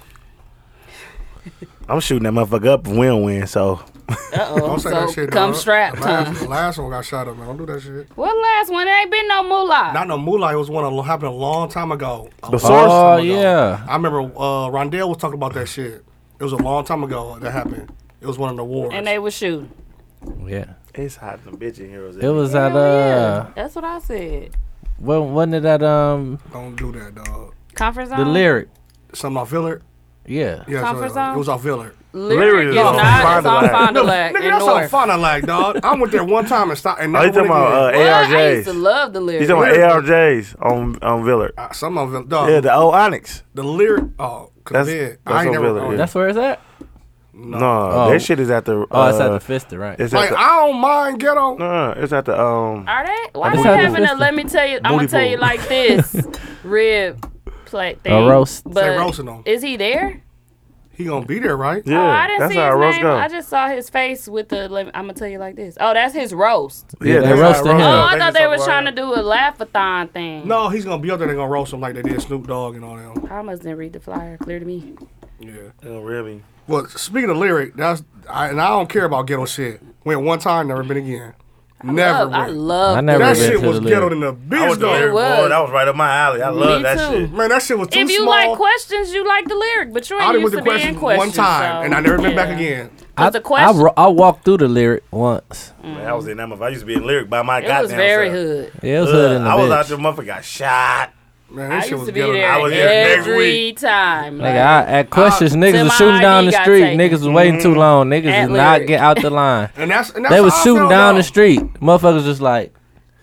Speaker 10: I'm shooting that motherfucker up if we don't win, so
Speaker 8: Uh-oh.
Speaker 11: Don't say
Speaker 8: So
Speaker 11: that shit.
Speaker 8: come
Speaker 11: dog.
Speaker 8: strapped,
Speaker 11: The
Speaker 8: huh?
Speaker 11: last, the last one got shot up, man. Don't do that shit.
Speaker 8: What last one? There ain't been no moolah.
Speaker 4: Not no moolah. It was one that happened a long time ago. A
Speaker 10: The
Speaker 4: long
Speaker 10: source?
Speaker 9: Oh,
Speaker 4: time ago.
Speaker 9: yeah.
Speaker 4: I remember uh, Rondell was talking about that shit. It was a long time ago that happened. It was one of the wars.
Speaker 8: and they was shooting.
Speaker 9: Yeah.
Speaker 10: It's hot than bitch in here.
Speaker 9: It was at uh,
Speaker 8: That's what I said.
Speaker 9: wa- wasn't it at um
Speaker 4: Don't do that, dog.
Speaker 8: Conference zone.
Speaker 9: the lyric?
Speaker 4: Something off Villard?
Speaker 9: Yeah.
Speaker 4: Yeah,
Speaker 8: Comfort
Speaker 4: so,
Speaker 8: zone?
Speaker 4: It was off Villard.
Speaker 8: Lyric is
Speaker 10: Lyric is on
Speaker 8: not. It's
Speaker 10: Fond du
Speaker 8: on
Speaker 10: Lac.
Speaker 8: Fond du
Speaker 4: No,
Speaker 8: Lac.
Speaker 4: nigga,
Speaker 8: in
Speaker 4: that's on
Speaker 8: North.
Speaker 4: Fond du Lac, dog. I went there one time and stopped. And
Speaker 10: Are you
Speaker 4: never
Speaker 10: talking
Speaker 4: went
Speaker 10: about uh,
Speaker 4: again.
Speaker 8: Well, I used to
Speaker 10: ARJs?
Speaker 8: love the lyric.
Speaker 10: You talking about ARJs on on Villard?
Speaker 4: Uh, Something off Villard, dog.
Speaker 10: Yeah, the old Onyx.
Speaker 4: The lyric, oh, that's,
Speaker 10: That's-
Speaker 4: I
Speaker 10: that's
Speaker 4: ain't
Speaker 10: on
Speaker 4: never. oh,
Speaker 10: Villard,
Speaker 4: gone
Speaker 10: yeah.
Speaker 4: there.
Speaker 9: That's where it's at.
Speaker 10: No,
Speaker 9: Oh.
Speaker 10: that shit is at the.
Speaker 9: Oh, it's at
Speaker 10: uh,
Speaker 9: the Fister, right?
Speaker 10: It's
Speaker 4: Like
Speaker 10: at the.
Speaker 4: I don't mind ghetto.
Speaker 10: No, it's at the um.
Speaker 8: Are they? Why
Speaker 9: Booty
Speaker 8: they
Speaker 9: pool.
Speaker 8: having a? Let me tell you. I'm
Speaker 10: Booty
Speaker 8: gonna tell you
Speaker 10: pool.
Speaker 8: like this. Rib plate thing.
Speaker 9: roast. Say
Speaker 8: But
Speaker 4: roasting them.
Speaker 8: Is he there?
Speaker 4: He gonna be there, right?
Speaker 10: Yeah,
Speaker 8: oh, I didn't
Speaker 10: that's
Speaker 8: see
Speaker 10: how
Speaker 8: his
Speaker 10: roast
Speaker 8: name.
Speaker 10: go.
Speaker 8: I just saw his face with the. Let me, I'm gonna tell you like this. Oh, that's his roast.
Speaker 9: Yeah, they
Speaker 10: that's how
Speaker 9: roasted
Speaker 10: I
Speaker 9: him.
Speaker 10: roast.
Speaker 8: Oh,
Speaker 9: Oh,
Speaker 8: I thought
Speaker 10: They just
Speaker 8: they
Speaker 10: talk
Speaker 8: were
Speaker 10: about
Speaker 8: trying
Speaker 10: it.
Speaker 8: to do a laugh-a-thon thing.
Speaker 4: No, he's gonna be up there. They gonna roast him like they did Snoop Dogg and all them.
Speaker 8: I must didn't read the flyer. Clear to me.
Speaker 4: Yeah.
Speaker 10: Oh, really?
Speaker 4: Well, speaking of lyric, that's I, and I don't care about ghetto shit. Went one time, never been again. never.
Speaker 8: Love, Oh, I
Speaker 4: went.
Speaker 8: love.
Speaker 9: I never
Speaker 4: that
Speaker 9: been
Speaker 4: shit
Speaker 9: to
Speaker 4: was
Speaker 9: the
Speaker 4: ghetto
Speaker 9: lyric.
Speaker 4: than the
Speaker 10: I
Speaker 4: bitch
Speaker 10: was
Speaker 4: though.
Speaker 10: there.
Speaker 8: It was.
Speaker 10: Boy, that was right up my alley. I love that
Speaker 8: too.
Speaker 10: shit.
Speaker 4: Man, that shit was too
Speaker 8: if you
Speaker 4: small.
Speaker 8: like questions, you like the lyric, but you ain't
Speaker 4: I done
Speaker 8: used
Speaker 4: went
Speaker 8: to
Speaker 4: to
Speaker 8: being
Speaker 4: questions
Speaker 8: questions
Speaker 4: one time,
Speaker 8: so,
Speaker 4: and I never been back
Speaker 8: yeah.
Speaker 4: again.
Speaker 9: I,
Speaker 8: the question-
Speaker 9: I, ro- I walked through the lyric once.
Speaker 10: Man, I was in that motherfucker. I used to be in lyric by my
Speaker 8: It
Speaker 10: goddamn
Speaker 8: was very
Speaker 10: self.
Speaker 8: hood.
Speaker 9: Yeah, it was
Speaker 10: Ugh,
Speaker 9: hood in the
Speaker 10: Uh, I was
Speaker 9: bitch.
Speaker 10: out there, motherfucker got shot.
Speaker 4: Man, that
Speaker 8: I
Speaker 4: shit
Speaker 8: used
Speaker 4: was
Speaker 8: to be
Speaker 4: ghetto.
Speaker 8: there
Speaker 10: I was there next
Speaker 8: every time.
Speaker 9: Like
Speaker 8: like,
Speaker 9: I, at questions, niggas
Speaker 8: Uh, Till
Speaker 9: was
Speaker 8: my
Speaker 9: shooting down
Speaker 8: ID
Speaker 9: the
Speaker 8: got
Speaker 9: street.
Speaker 8: taken.
Speaker 9: Niggas was waiting
Speaker 10: Mm-hmm.
Speaker 9: too long. Niggas
Speaker 8: At
Speaker 9: did not
Speaker 8: Lyric.
Speaker 9: get out the line.
Speaker 4: And that's and that's
Speaker 9: they was
Speaker 4: how I
Speaker 9: shooting
Speaker 4: felt,
Speaker 9: down the
Speaker 4: dog.
Speaker 9: street. Motherfuckers just like,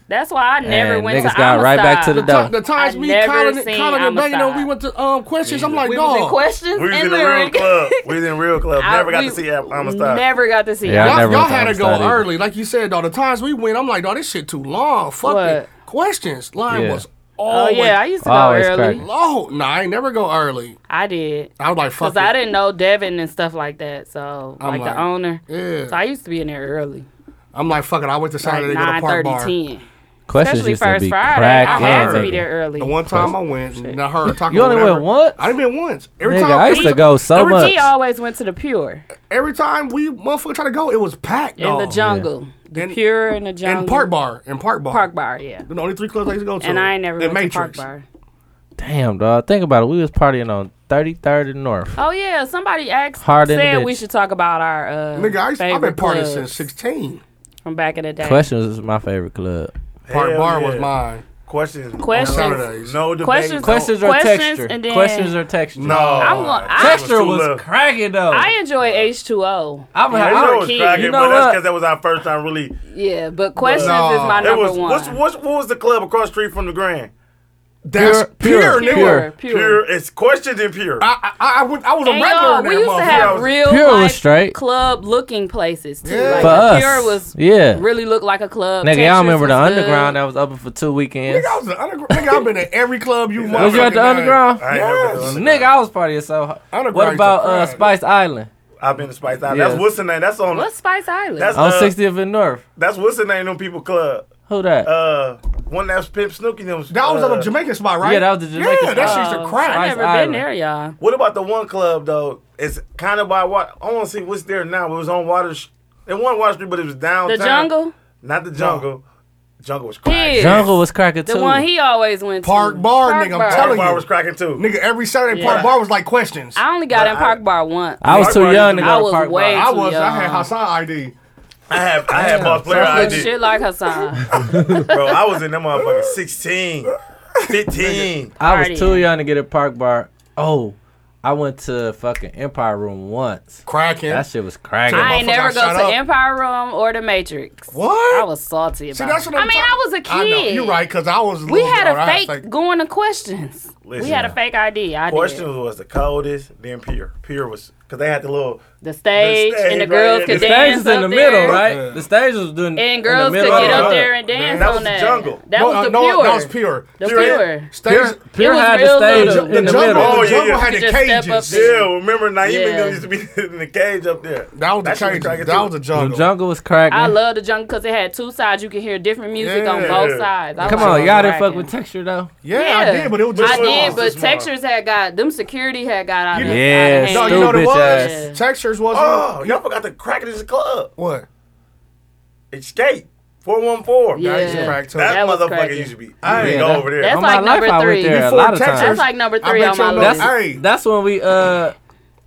Speaker 8: That's why I never
Speaker 9: And
Speaker 8: went
Speaker 9: niggas
Speaker 8: to
Speaker 9: got right back to
Speaker 8: Amistad.
Speaker 9: the door.
Speaker 4: The times
Speaker 8: I
Speaker 4: me,
Speaker 8: never
Speaker 4: Colin,
Speaker 8: seen
Speaker 4: Colin and Banging,
Speaker 8: Amistad.
Speaker 4: we went to um, questions. I'm like,
Speaker 8: We was in
Speaker 4: dog.
Speaker 8: questions
Speaker 10: We was
Speaker 8: and
Speaker 10: in the real
Speaker 8: lyric.
Speaker 10: club. We was in real club.
Speaker 8: I-
Speaker 10: Never got
Speaker 8: we
Speaker 10: to see Amistad.
Speaker 8: Never got to see.
Speaker 9: Yeah, I
Speaker 8: it.
Speaker 4: Y'all,
Speaker 9: never
Speaker 4: y'all
Speaker 9: went to
Speaker 4: had to go
Speaker 9: Amistad either.
Speaker 4: early, like you said. Though the times we went, I'm like, dog, this shit too long. Fuck
Speaker 8: What?
Speaker 4: it. Questions line
Speaker 9: Yeah.
Speaker 4: was
Speaker 8: Oh
Speaker 4: always
Speaker 8: yeah, I used to go
Speaker 9: Always
Speaker 8: early.
Speaker 9: cracking.
Speaker 4: low. Nah, I ain't never go early.
Speaker 8: I did
Speaker 4: I was like, fuck
Speaker 8: because
Speaker 4: it.
Speaker 8: I didn't know Devin and stuff like that. So
Speaker 4: I'm
Speaker 8: like,
Speaker 4: like,
Speaker 8: the owner.
Speaker 4: yeah.
Speaker 8: So I used to be in there early,
Speaker 4: I'm like, fuck it. I went to
Speaker 8: like
Speaker 4: Saturday to go to
Speaker 8: nine
Speaker 4: Park
Speaker 8: thirty,
Speaker 4: Bar.
Speaker 8: ten.
Speaker 9: questions
Speaker 8: Especially
Speaker 9: used to
Speaker 8: first
Speaker 9: be
Speaker 8: Friday, I had to be
Speaker 9: cracking.
Speaker 8: there
Speaker 9: nigga.
Speaker 8: early.
Speaker 4: The one time I went, and I heard talking.
Speaker 9: You only
Speaker 4: whatever.
Speaker 9: went once?
Speaker 4: I didn't been once. Every
Speaker 9: Nigga,
Speaker 4: time
Speaker 9: I used to go so
Speaker 8: Remember,
Speaker 9: much.
Speaker 8: T always went to the pure
Speaker 4: Every time we motherfucker try to go, it was packed.
Speaker 8: in the
Speaker 4: dawg.
Speaker 8: jungle, the
Speaker 4: And-
Speaker 8: pure in the jungle,
Speaker 4: And Park Bar. And Park Bar.
Speaker 8: Park Bar, yeah.
Speaker 4: The only three clubs I used to go to.
Speaker 8: And I ain't never
Speaker 4: And
Speaker 8: went to Park
Speaker 4: Matrix.
Speaker 8: Bar.
Speaker 9: Damn, dog. Think about it. We was partying on 33rd and North.
Speaker 8: Oh yeah, somebody asked
Speaker 9: Hard in the
Speaker 8: said
Speaker 9: bitch.
Speaker 8: we should talk about our uh,
Speaker 4: Nigga, I used, I've
Speaker 8: favorite
Speaker 4: been partying
Speaker 8: clubs
Speaker 4: since 16.
Speaker 8: from back in the day.
Speaker 9: Questions is my favorite club.
Speaker 4: Park
Speaker 10: Hell
Speaker 4: Bar
Speaker 10: yeah.
Speaker 4: was mine.
Speaker 10: Questions.
Speaker 4: On
Speaker 8: Questions.
Speaker 4: Saturdays.
Speaker 10: No debate. Oh.
Speaker 8: Questions-
Speaker 9: Questions or
Speaker 8: Questions
Speaker 9: texture?
Speaker 8: and then-
Speaker 9: questions or texture?
Speaker 10: No.
Speaker 8: I'm gonna- I-
Speaker 9: Texture
Speaker 10: Too
Speaker 9: was
Speaker 10: little.
Speaker 9: cracking though.
Speaker 8: I enjoy H two O.
Speaker 9: I'm
Speaker 10: I
Speaker 9: like,
Speaker 10: know
Speaker 9: I
Speaker 10: it
Speaker 8: was
Speaker 10: was
Speaker 8: a kid.
Speaker 10: cracking,
Speaker 9: You know
Speaker 10: but that's
Speaker 9: what?
Speaker 10: because that was our first time really.
Speaker 8: Yeah, but questions
Speaker 4: No.
Speaker 8: is my
Speaker 4: It
Speaker 10: It
Speaker 8: number
Speaker 10: was
Speaker 8: one.
Speaker 10: what's, what's what was the club across the street from the Grand?
Speaker 4: That's
Speaker 9: pure,
Speaker 4: pure, nigga.
Speaker 8: pure, Uh, pure.
Speaker 10: Pure. It's questions and pure.
Speaker 4: I, I, I, went, I was a
Speaker 8: And
Speaker 4: regular
Speaker 8: y'all,
Speaker 4: in that
Speaker 8: we used to
Speaker 4: motherfucker.
Speaker 8: have
Speaker 10: was-
Speaker 8: real
Speaker 9: Pure was
Speaker 8: life
Speaker 9: straight.
Speaker 8: club looking places too. Like,
Speaker 9: For
Speaker 8: the
Speaker 9: us,
Speaker 8: Pure was
Speaker 9: yeah.
Speaker 8: really looked like a club.
Speaker 9: Nigga, y'all
Speaker 8: Textures
Speaker 9: remember the
Speaker 8: was good.
Speaker 9: underground that was open for two weekends?
Speaker 4: Nigga, I was an underground. nigga, I've been at every club you
Speaker 9: Was you at the
Speaker 4: motherfucking
Speaker 9: underground?
Speaker 10: I ain't never been to the
Speaker 9: Nigga, I was partying so hard.
Speaker 4: Underground
Speaker 9: What
Speaker 4: used
Speaker 9: about
Speaker 4: to
Speaker 9: uh,
Speaker 4: crack.
Speaker 9: Spice Island
Speaker 10: I've been to Spice Island.
Speaker 9: Yeah.
Speaker 10: That's what's the name. That's on.
Speaker 8: What's Spice Island?
Speaker 10: That's
Speaker 9: on
Speaker 10: uh,
Speaker 9: 60th and North?
Speaker 10: That's what's the name. Them people club.
Speaker 9: Who that?
Speaker 10: Uh, one that's Pimp Snooki. Them.
Speaker 4: That was
Speaker 10: uh,
Speaker 4: at a Jamaican spot, right?
Speaker 9: Yeah, that was the Jamaican
Speaker 4: Yeah, that
Speaker 9: spot.
Speaker 4: shit used
Speaker 8: Oh,
Speaker 4: to crack.
Speaker 8: I never
Speaker 9: Spice
Speaker 8: been
Speaker 9: Island.
Speaker 8: there, y'all.
Speaker 10: What about the one club though? It's kind of by what I want to see what's there now. It was on Water. Sh- It wasn't Water Street, but it was
Speaker 8: The
Speaker 10: downtown.
Speaker 8: jungle,
Speaker 10: Not the jungle. Jungle was cracking.
Speaker 8: Yeah.
Speaker 9: Jungle was cracking
Speaker 8: the
Speaker 9: too.
Speaker 8: one he always went to.
Speaker 4: Park Bar, nigga, I'm
Speaker 10: Park
Speaker 4: telling
Speaker 10: Bar
Speaker 4: you.
Speaker 10: was cracking too.
Speaker 4: Nigga, every Saturday Park
Speaker 8: Yeah.
Speaker 4: Bar was like questions. I,
Speaker 8: I only got
Speaker 10: But
Speaker 8: in
Speaker 10: I-
Speaker 8: Park Bar once.
Speaker 9: I was
Speaker 10: Park
Speaker 9: too
Speaker 10: Bar
Speaker 9: young to
Speaker 10: used
Speaker 9: go
Speaker 10: to-
Speaker 8: I
Speaker 9: to
Speaker 8: was
Speaker 9: Park
Speaker 8: way-
Speaker 9: Bar.
Speaker 4: was. I had
Speaker 8: Yeah.
Speaker 4: Hassan ID.
Speaker 10: I have I had boss player
Speaker 8: Look
Speaker 10: ID,
Speaker 8: shit like Hassan.
Speaker 10: bro. I was in that motherfucker 16, 15.
Speaker 9: I was too
Speaker 8: partying.
Speaker 9: young to get at Park Bar. Oh, I went to fucking Empire Room once.
Speaker 4: Cracking.
Speaker 9: That shit was cracking.
Speaker 8: I ain't
Speaker 4: Motherfucker
Speaker 8: never go
Speaker 4: shut
Speaker 8: to
Speaker 4: up.
Speaker 8: Empire Room or the Matrix.
Speaker 4: What?
Speaker 8: I was salty about.
Speaker 4: See, that's
Speaker 8: it.
Speaker 4: what I'm
Speaker 8: I mean,
Speaker 4: talking-
Speaker 8: I was a kid.
Speaker 4: I know. You're right, because I was.
Speaker 8: We
Speaker 4: little,
Speaker 8: had
Speaker 4: dog,
Speaker 8: a
Speaker 4: I was
Speaker 8: fake
Speaker 4: like-
Speaker 8: going to questions. we
Speaker 10: Listen.
Speaker 8: had a fake ID. I did.
Speaker 10: Questions was the coldest. Then Pier. Pier was because they had the little.
Speaker 8: The stage,
Speaker 10: The stage
Speaker 8: and the
Speaker 10: right
Speaker 8: girls
Speaker 10: here.
Speaker 8: could
Speaker 9: The stage
Speaker 8: dance
Speaker 9: is in
Speaker 8: up
Speaker 9: the middle,
Speaker 8: there.
Speaker 9: right?
Speaker 4: Yeah.
Speaker 9: The stage was doing
Speaker 8: And girls
Speaker 9: in the
Speaker 8: could
Speaker 9: middle
Speaker 8: get
Speaker 9: of
Speaker 8: up
Speaker 9: the
Speaker 8: there and dance
Speaker 10: that was
Speaker 8: on
Speaker 10: the
Speaker 8: that.
Speaker 10: jungle.
Speaker 8: That
Speaker 4: No,
Speaker 8: was
Speaker 4: uh,
Speaker 8: the
Speaker 4: no,
Speaker 8: pure.
Speaker 4: That was pure.
Speaker 8: The
Speaker 10: Pure.
Speaker 8: pure.
Speaker 4: Stage,
Speaker 9: Pure
Speaker 8: was
Speaker 9: had
Speaker 8: real
Speaker 9: the stage
Speaker 8: little.
Speaker 9: in the,
Speaker 4: jungle,
Speaker 9: middle.
Speaker 10: Oh,
Speaker 4: the
Speaker 10: yeah,
Speaker 4: jungle
Speaker 10: yeah.
Speaker 4: had
Speaker 8: You
Speaker 4: the
Speaker 8: could just step up
Speaker 4: cages.
Speaker 8: there.
Speaker 10: Yeah, remember Naeem
Speaker 8: Yeah.
Speaker 10: and them used to be in the cage up there.
Speaker 4: That was the
Speaker 10: shit
Speaker 4: cages.
Speaker 10: cracking,
Speaker 4: That
Speaker 10: too.
Speaker 4: was the
Speaker 9: The
Speaker 4: jungle.
Speaker 9: jungle was cracking.
Speaker 8: I love the jungle because it had two sides. You could hear different music on both
Speaker 10: Yeah.
Speaker 8: sides. I
Speaker 9: Come
Speaker 8: was
Speaker 9: on, y'all didn't
Speaker 8: cracking.
Speaker 9: fuck with texture though.
Speaker 4: Yeah, I
Speaker 8: Yeah.
Speaker 4: did, but it was just.
Speaker 8: I
Speaker 4: small.
Speaker 8: did, but
Speaker 10: Just small.
Speaker 8: textures had got them. Security had got out of
Speaker 9: Yeah,
Speaker 8: out of
Speaker 4: No,
Speaker 8: hand.
Speaker 4: you know what it
Speaker 9: Stupid
Speaker 4: was?
Speaker 9: was.
Speaker 4: Textures wasn't.
Speaker 10: Oh, y'all forgot the crack of this club.
Speaker 4: What?
Speaker 10: Escape. 414.
Speaker 4: Yeah.
Speaker 10: That
Speaker 4: used to crack too.
Speaker 10: that
Speaker 8: That was
Speaker 10: motherfucker
Speaker 8: cracking.
Speaker 10: used to be. I ain't
Speaker 9: Yeah,
Speaker 10: go
Speaker 9: that-
Speaker 10: over there.
Speaker 8: That's
Speaker 9: On
Speaker 8: like
Speaker 9: my life,
Speaker 8: number
Speaker 9: I went
Speaker 8: three.
Speaker 9: there a
Speaker 4: Before
Speaker 9: lot of
Speaker 4: Texas.
Speaker 9: times.
Speaker 8: That's like number
Speaker 4: I
Speaker 8: three
Speaker 4: bet
Speaker 8: on my
Speaker 4: y'all know-
Speaker 8: list.
Speaker 4: Hey,
Speaker 9: That's when we uh,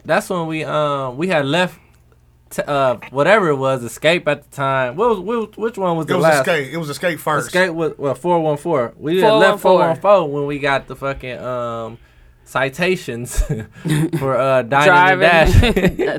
Speaker 9: that's when we um we had left. T- uh, whatever it was, escape at the time. What was, what, which one was
Speaker 4: it
Speaker 9: the
Speaker 4: was
Speaker 9: last?
Speaker 4: escape. It was escape first.
Speaker 9: Escape was well four one four. We had left four
Speaker 8: 414.
Speaker 9: one four when we got the fucking um citations for uh dining and dash.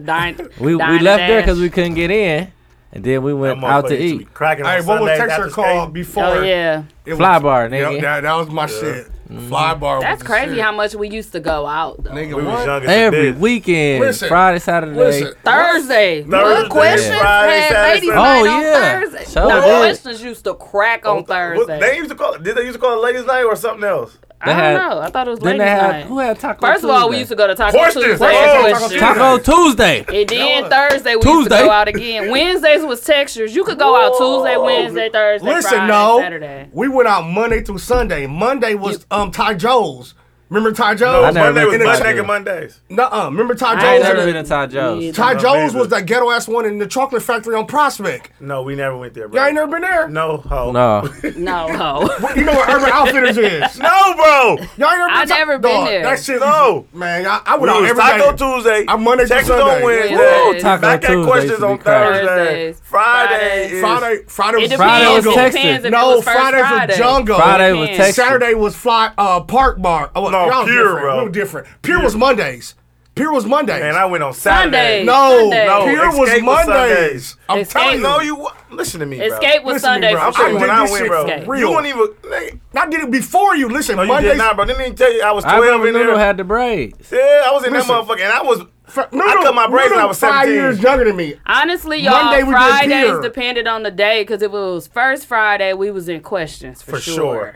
Speaker 8: Dine-
Speaker 9: we
Speaker 8: dine
Speaker 9: we
Speaker 8: and
Speaker 9: left there
Speaker 8: dash.
Speaker 9: because we couldn't get in, and then we
Speaker 10: That
Speaker 9: went out
Speaker 10: motherfucker
Speaker 9: to
Speaker 10: used be
Speaker 9: eat.
Speaker 10: Cracking
Speaker 4: Hey,
Speaker 10: on
Speaker 4: what was
Speaker 10: Sundays after
Speaker 4: Texture called
Speaker 10: Escape.
Speaker 4: before?
Speaker 8: Oh yeah,
Speaker 4: It was-
Speaker 9: Fly bar,
Speaker 4: Yep,
Speaker 9: nigga. Mm-hmm.
Speaker 4: that, that was my shit. Fly bar.
Speaker 8: that's
Speaker 4: was the
Speaker 8: crazy
Speaker 4: shit.
Speaker 8: how much we used to go out. Though.
Speaker 4: Nigga,
Speaker 10: We
Speaker 4: what?
Speaker 10: was young as a
Speaker 9: Every
Speaker 10: bitch.
Speaker 9: weekend,
Speaker 4: Listen,
Speaker 9: Friday, Saturday.
Speaker 4: Listen,
Speaker 8: Thursday.
Speaker 10: Thursday,
Speaker 8: What questions
Speaker 10: Friday,
Speaker 8: had
Speaker 10: Saturday,
Speaker 8: ladies
Speaker 10: Sunday.
Speaker 8: night
Speaker 9: Oh,
Speaker 8: on
Speaker 9: yeah.
Speaker 8: Thursday?
Speaker 9: So
Speaker 8: no,
Speaker 9: did.
Speaker 8: questions used to crack
Speaker 4: Oh,
Speaker 8: on
Speaker 10: What- They
Speaker 8: Thursday.
Speaker 10: used to call it, did they used to call it ladies' night or something else?
Speaker 8: I don't
Speaker 9: had-
Speaker 8: know. I thought it was
Speaker 9: Then
Speaker 8: ladies
Speaker 9: they had
Speaker 8: night.
Speaker 9: who had Taco
Speaker 8: First of all, we
Speaker 9: Tuesday?
Speaker 8: used to go to Taco
Speaker 10: Horses.
Speaker 8: Tuesday.
Speaker 10: Oh,
Speaker 8: and
Speaker 10: Taco
Speaker 8: shit.
Speaker 9: Taco Tuesday.
Speaker 8: And then Thursday we used to
Speaker 9: Tuesday.
Speaker 8: go out again. Wednesdays was textures. You could go out Tuesday, Wednesday, Thursday,
Speaker 4: Listen,
Speaker 8: Friday,
Speaker 4: no.
Speaker 8: Saturday.
Speaker 4: We went out Monday through Sunday. Monday was um Ty Joe's. Remember Ty
Speaker 9: I
Speaker 4: Joe's?
Speaker 9: never
Speaker 10: Oh, Monday was
Speaker 9: been to
Speaker 10: Butt
Speaker 9: Taco
Speaker 10: Naked
Speaker 9: Tuesday.
Speaker 10: Mondays.
Speaker 4: Nuh-uh. Remember Ty
Speaker 9: I ain't
Speaker 4: Joe's?
Speaker 9: never
Speaker 8: Joe's.
Speaker 9: been to Ty Joe's.
Speaker 4: Ty
Speaker 10: No,
Speaker 4: Joe's
Speaker 10: neither.
Speaker 4: was that ghetto ass one in the chocolate factory on Prospect.
Speaker 10: No, we never went there, bro.
Speaker 4: Y'all ain't never been there.
Speaker 10: No,
Speaker 8: Oh,
Speaker 10: ho.
Speaker 9: No,
Speaker 8: No, ho.
Speaker 4: You know where Urban Outfitters is.
Speaker 10: No, bro.
Speaker 4: Y'all ain't never been
Speaker 8: I
Speaker 4: to-
Speaker 8: never been
Speaker 4: Dog,
Speaker 8: there.
Speaker 4: That shit,
Speaker 10: No.
Speaker 4: man. I, I
Speaker 10: We
Speaker 4: went out
Speaker 10: was
Speaker 4: every
Speaker 10: Taco
Speaker 4: day.
Speaker 10: Tuesday.
Speaker 4: I'm Monday through
Speaker 10: Texas on
Speaker 4: Sunday.
Speaker 10: Wednesday.
Speaker 8: Wednesdays.
Speaker 9: Taco
Speaker 10: Back at
Speaker 9: Tuesday used
Speaker 10: questions
Speaker 9: to be
Speaker 10: on
Speaker 9: cracked.
Speaker 10: Thursday.
Speaker 8: Thursdays.
Speaker 10: Friday. is-
Speaker 4: Friday, Friday was
Speaker 8: It
Speaker 9: Friday was
Speaker 8: depends. It
Speaker 9: Texas.
Speaker 8: depends if it
Speaker 4: No,
Speaker 8: was first
Speaker 4: Fridays
Speaker 8: Friday.
Speaker 4: was Jungle.
Speaker 9: Friday was
Speaker 8: Saturday
Speaker 9: Texas.
Speaker 4: Saturday was fly uh park bar. Oh,
Speaker 10: No,
Speaker 4: y'all
Speaker 10: Pure,
Speaker 4: different.
Speaker 10: bro.
Speaker 4: We were different. Pure was Mondays. Pure was Mondays.
Speaker 10: Man, I went on
Speaker 8: Sunday.
Speaker 10: Saturday.
Speaker 4: no,
Speaker 8: Sundays.
Speaker 10: No,
Speaker 4: Pure
Speaker 10: Escape
Speaker 4: was
Speaker 10: was
Speaker 4: Mondays.
Speaker 10: Sundays.
Speaker 4: I'm
Speaker 8: Escape-
Speaker 4: telling you.
Speaker 10: No, you wa- listen to me, bro.
Speaker 8: Escape was
Speaker 4: Listen to me,
Speaker 8: Sunday
Speaker 4: bro.
Speaker 8: for
Speaker 10: I'm
Speaker 4: I'm
Speaker 8: sure.
Speaker 10: saying
Speaker 4: did
Speaker 10: when I
Speaker 4: this
Speaker 10: went,
Speaker 4: shit
Speaker 10: bro.
Speaker 4: for
Speaker 10: You
Speaker 4: real.
Speaker 10: won't even. Nigga,
Speaker 4: I did it before you. Listen,
Speaker 10: no, you
Speaker 4: Mondays.
Speaker 10: did not, bro. Didn't even tell you I was
Speaker 9: I
Speaker 10: 12
Speaker 9: remember
Speaker 10: in
Speaker 9: Noodle
Speaker 10: there.
Speaker 9: had the braids.
Speaker 10: yeah, I was in
Speaker 4: Listen.
Speaker 10: that mototherfucker, and I was.
Speaker 4: Fr-
Speaker 10: I cut my braids when I was
Speaker 4: five
Speaker 10: 17.
Speaker 4: years younger than me.
Speaker 8: Honestly, y'all,
Speaker 4: Monday we did
Speaker 8: Fridays
Speaker 4: beer.
Speaker 8: depended on the day because if it was first Friday, we was in questions for,
Speaker 10: For
Speaker 8: sure.
Speaker 10: sure.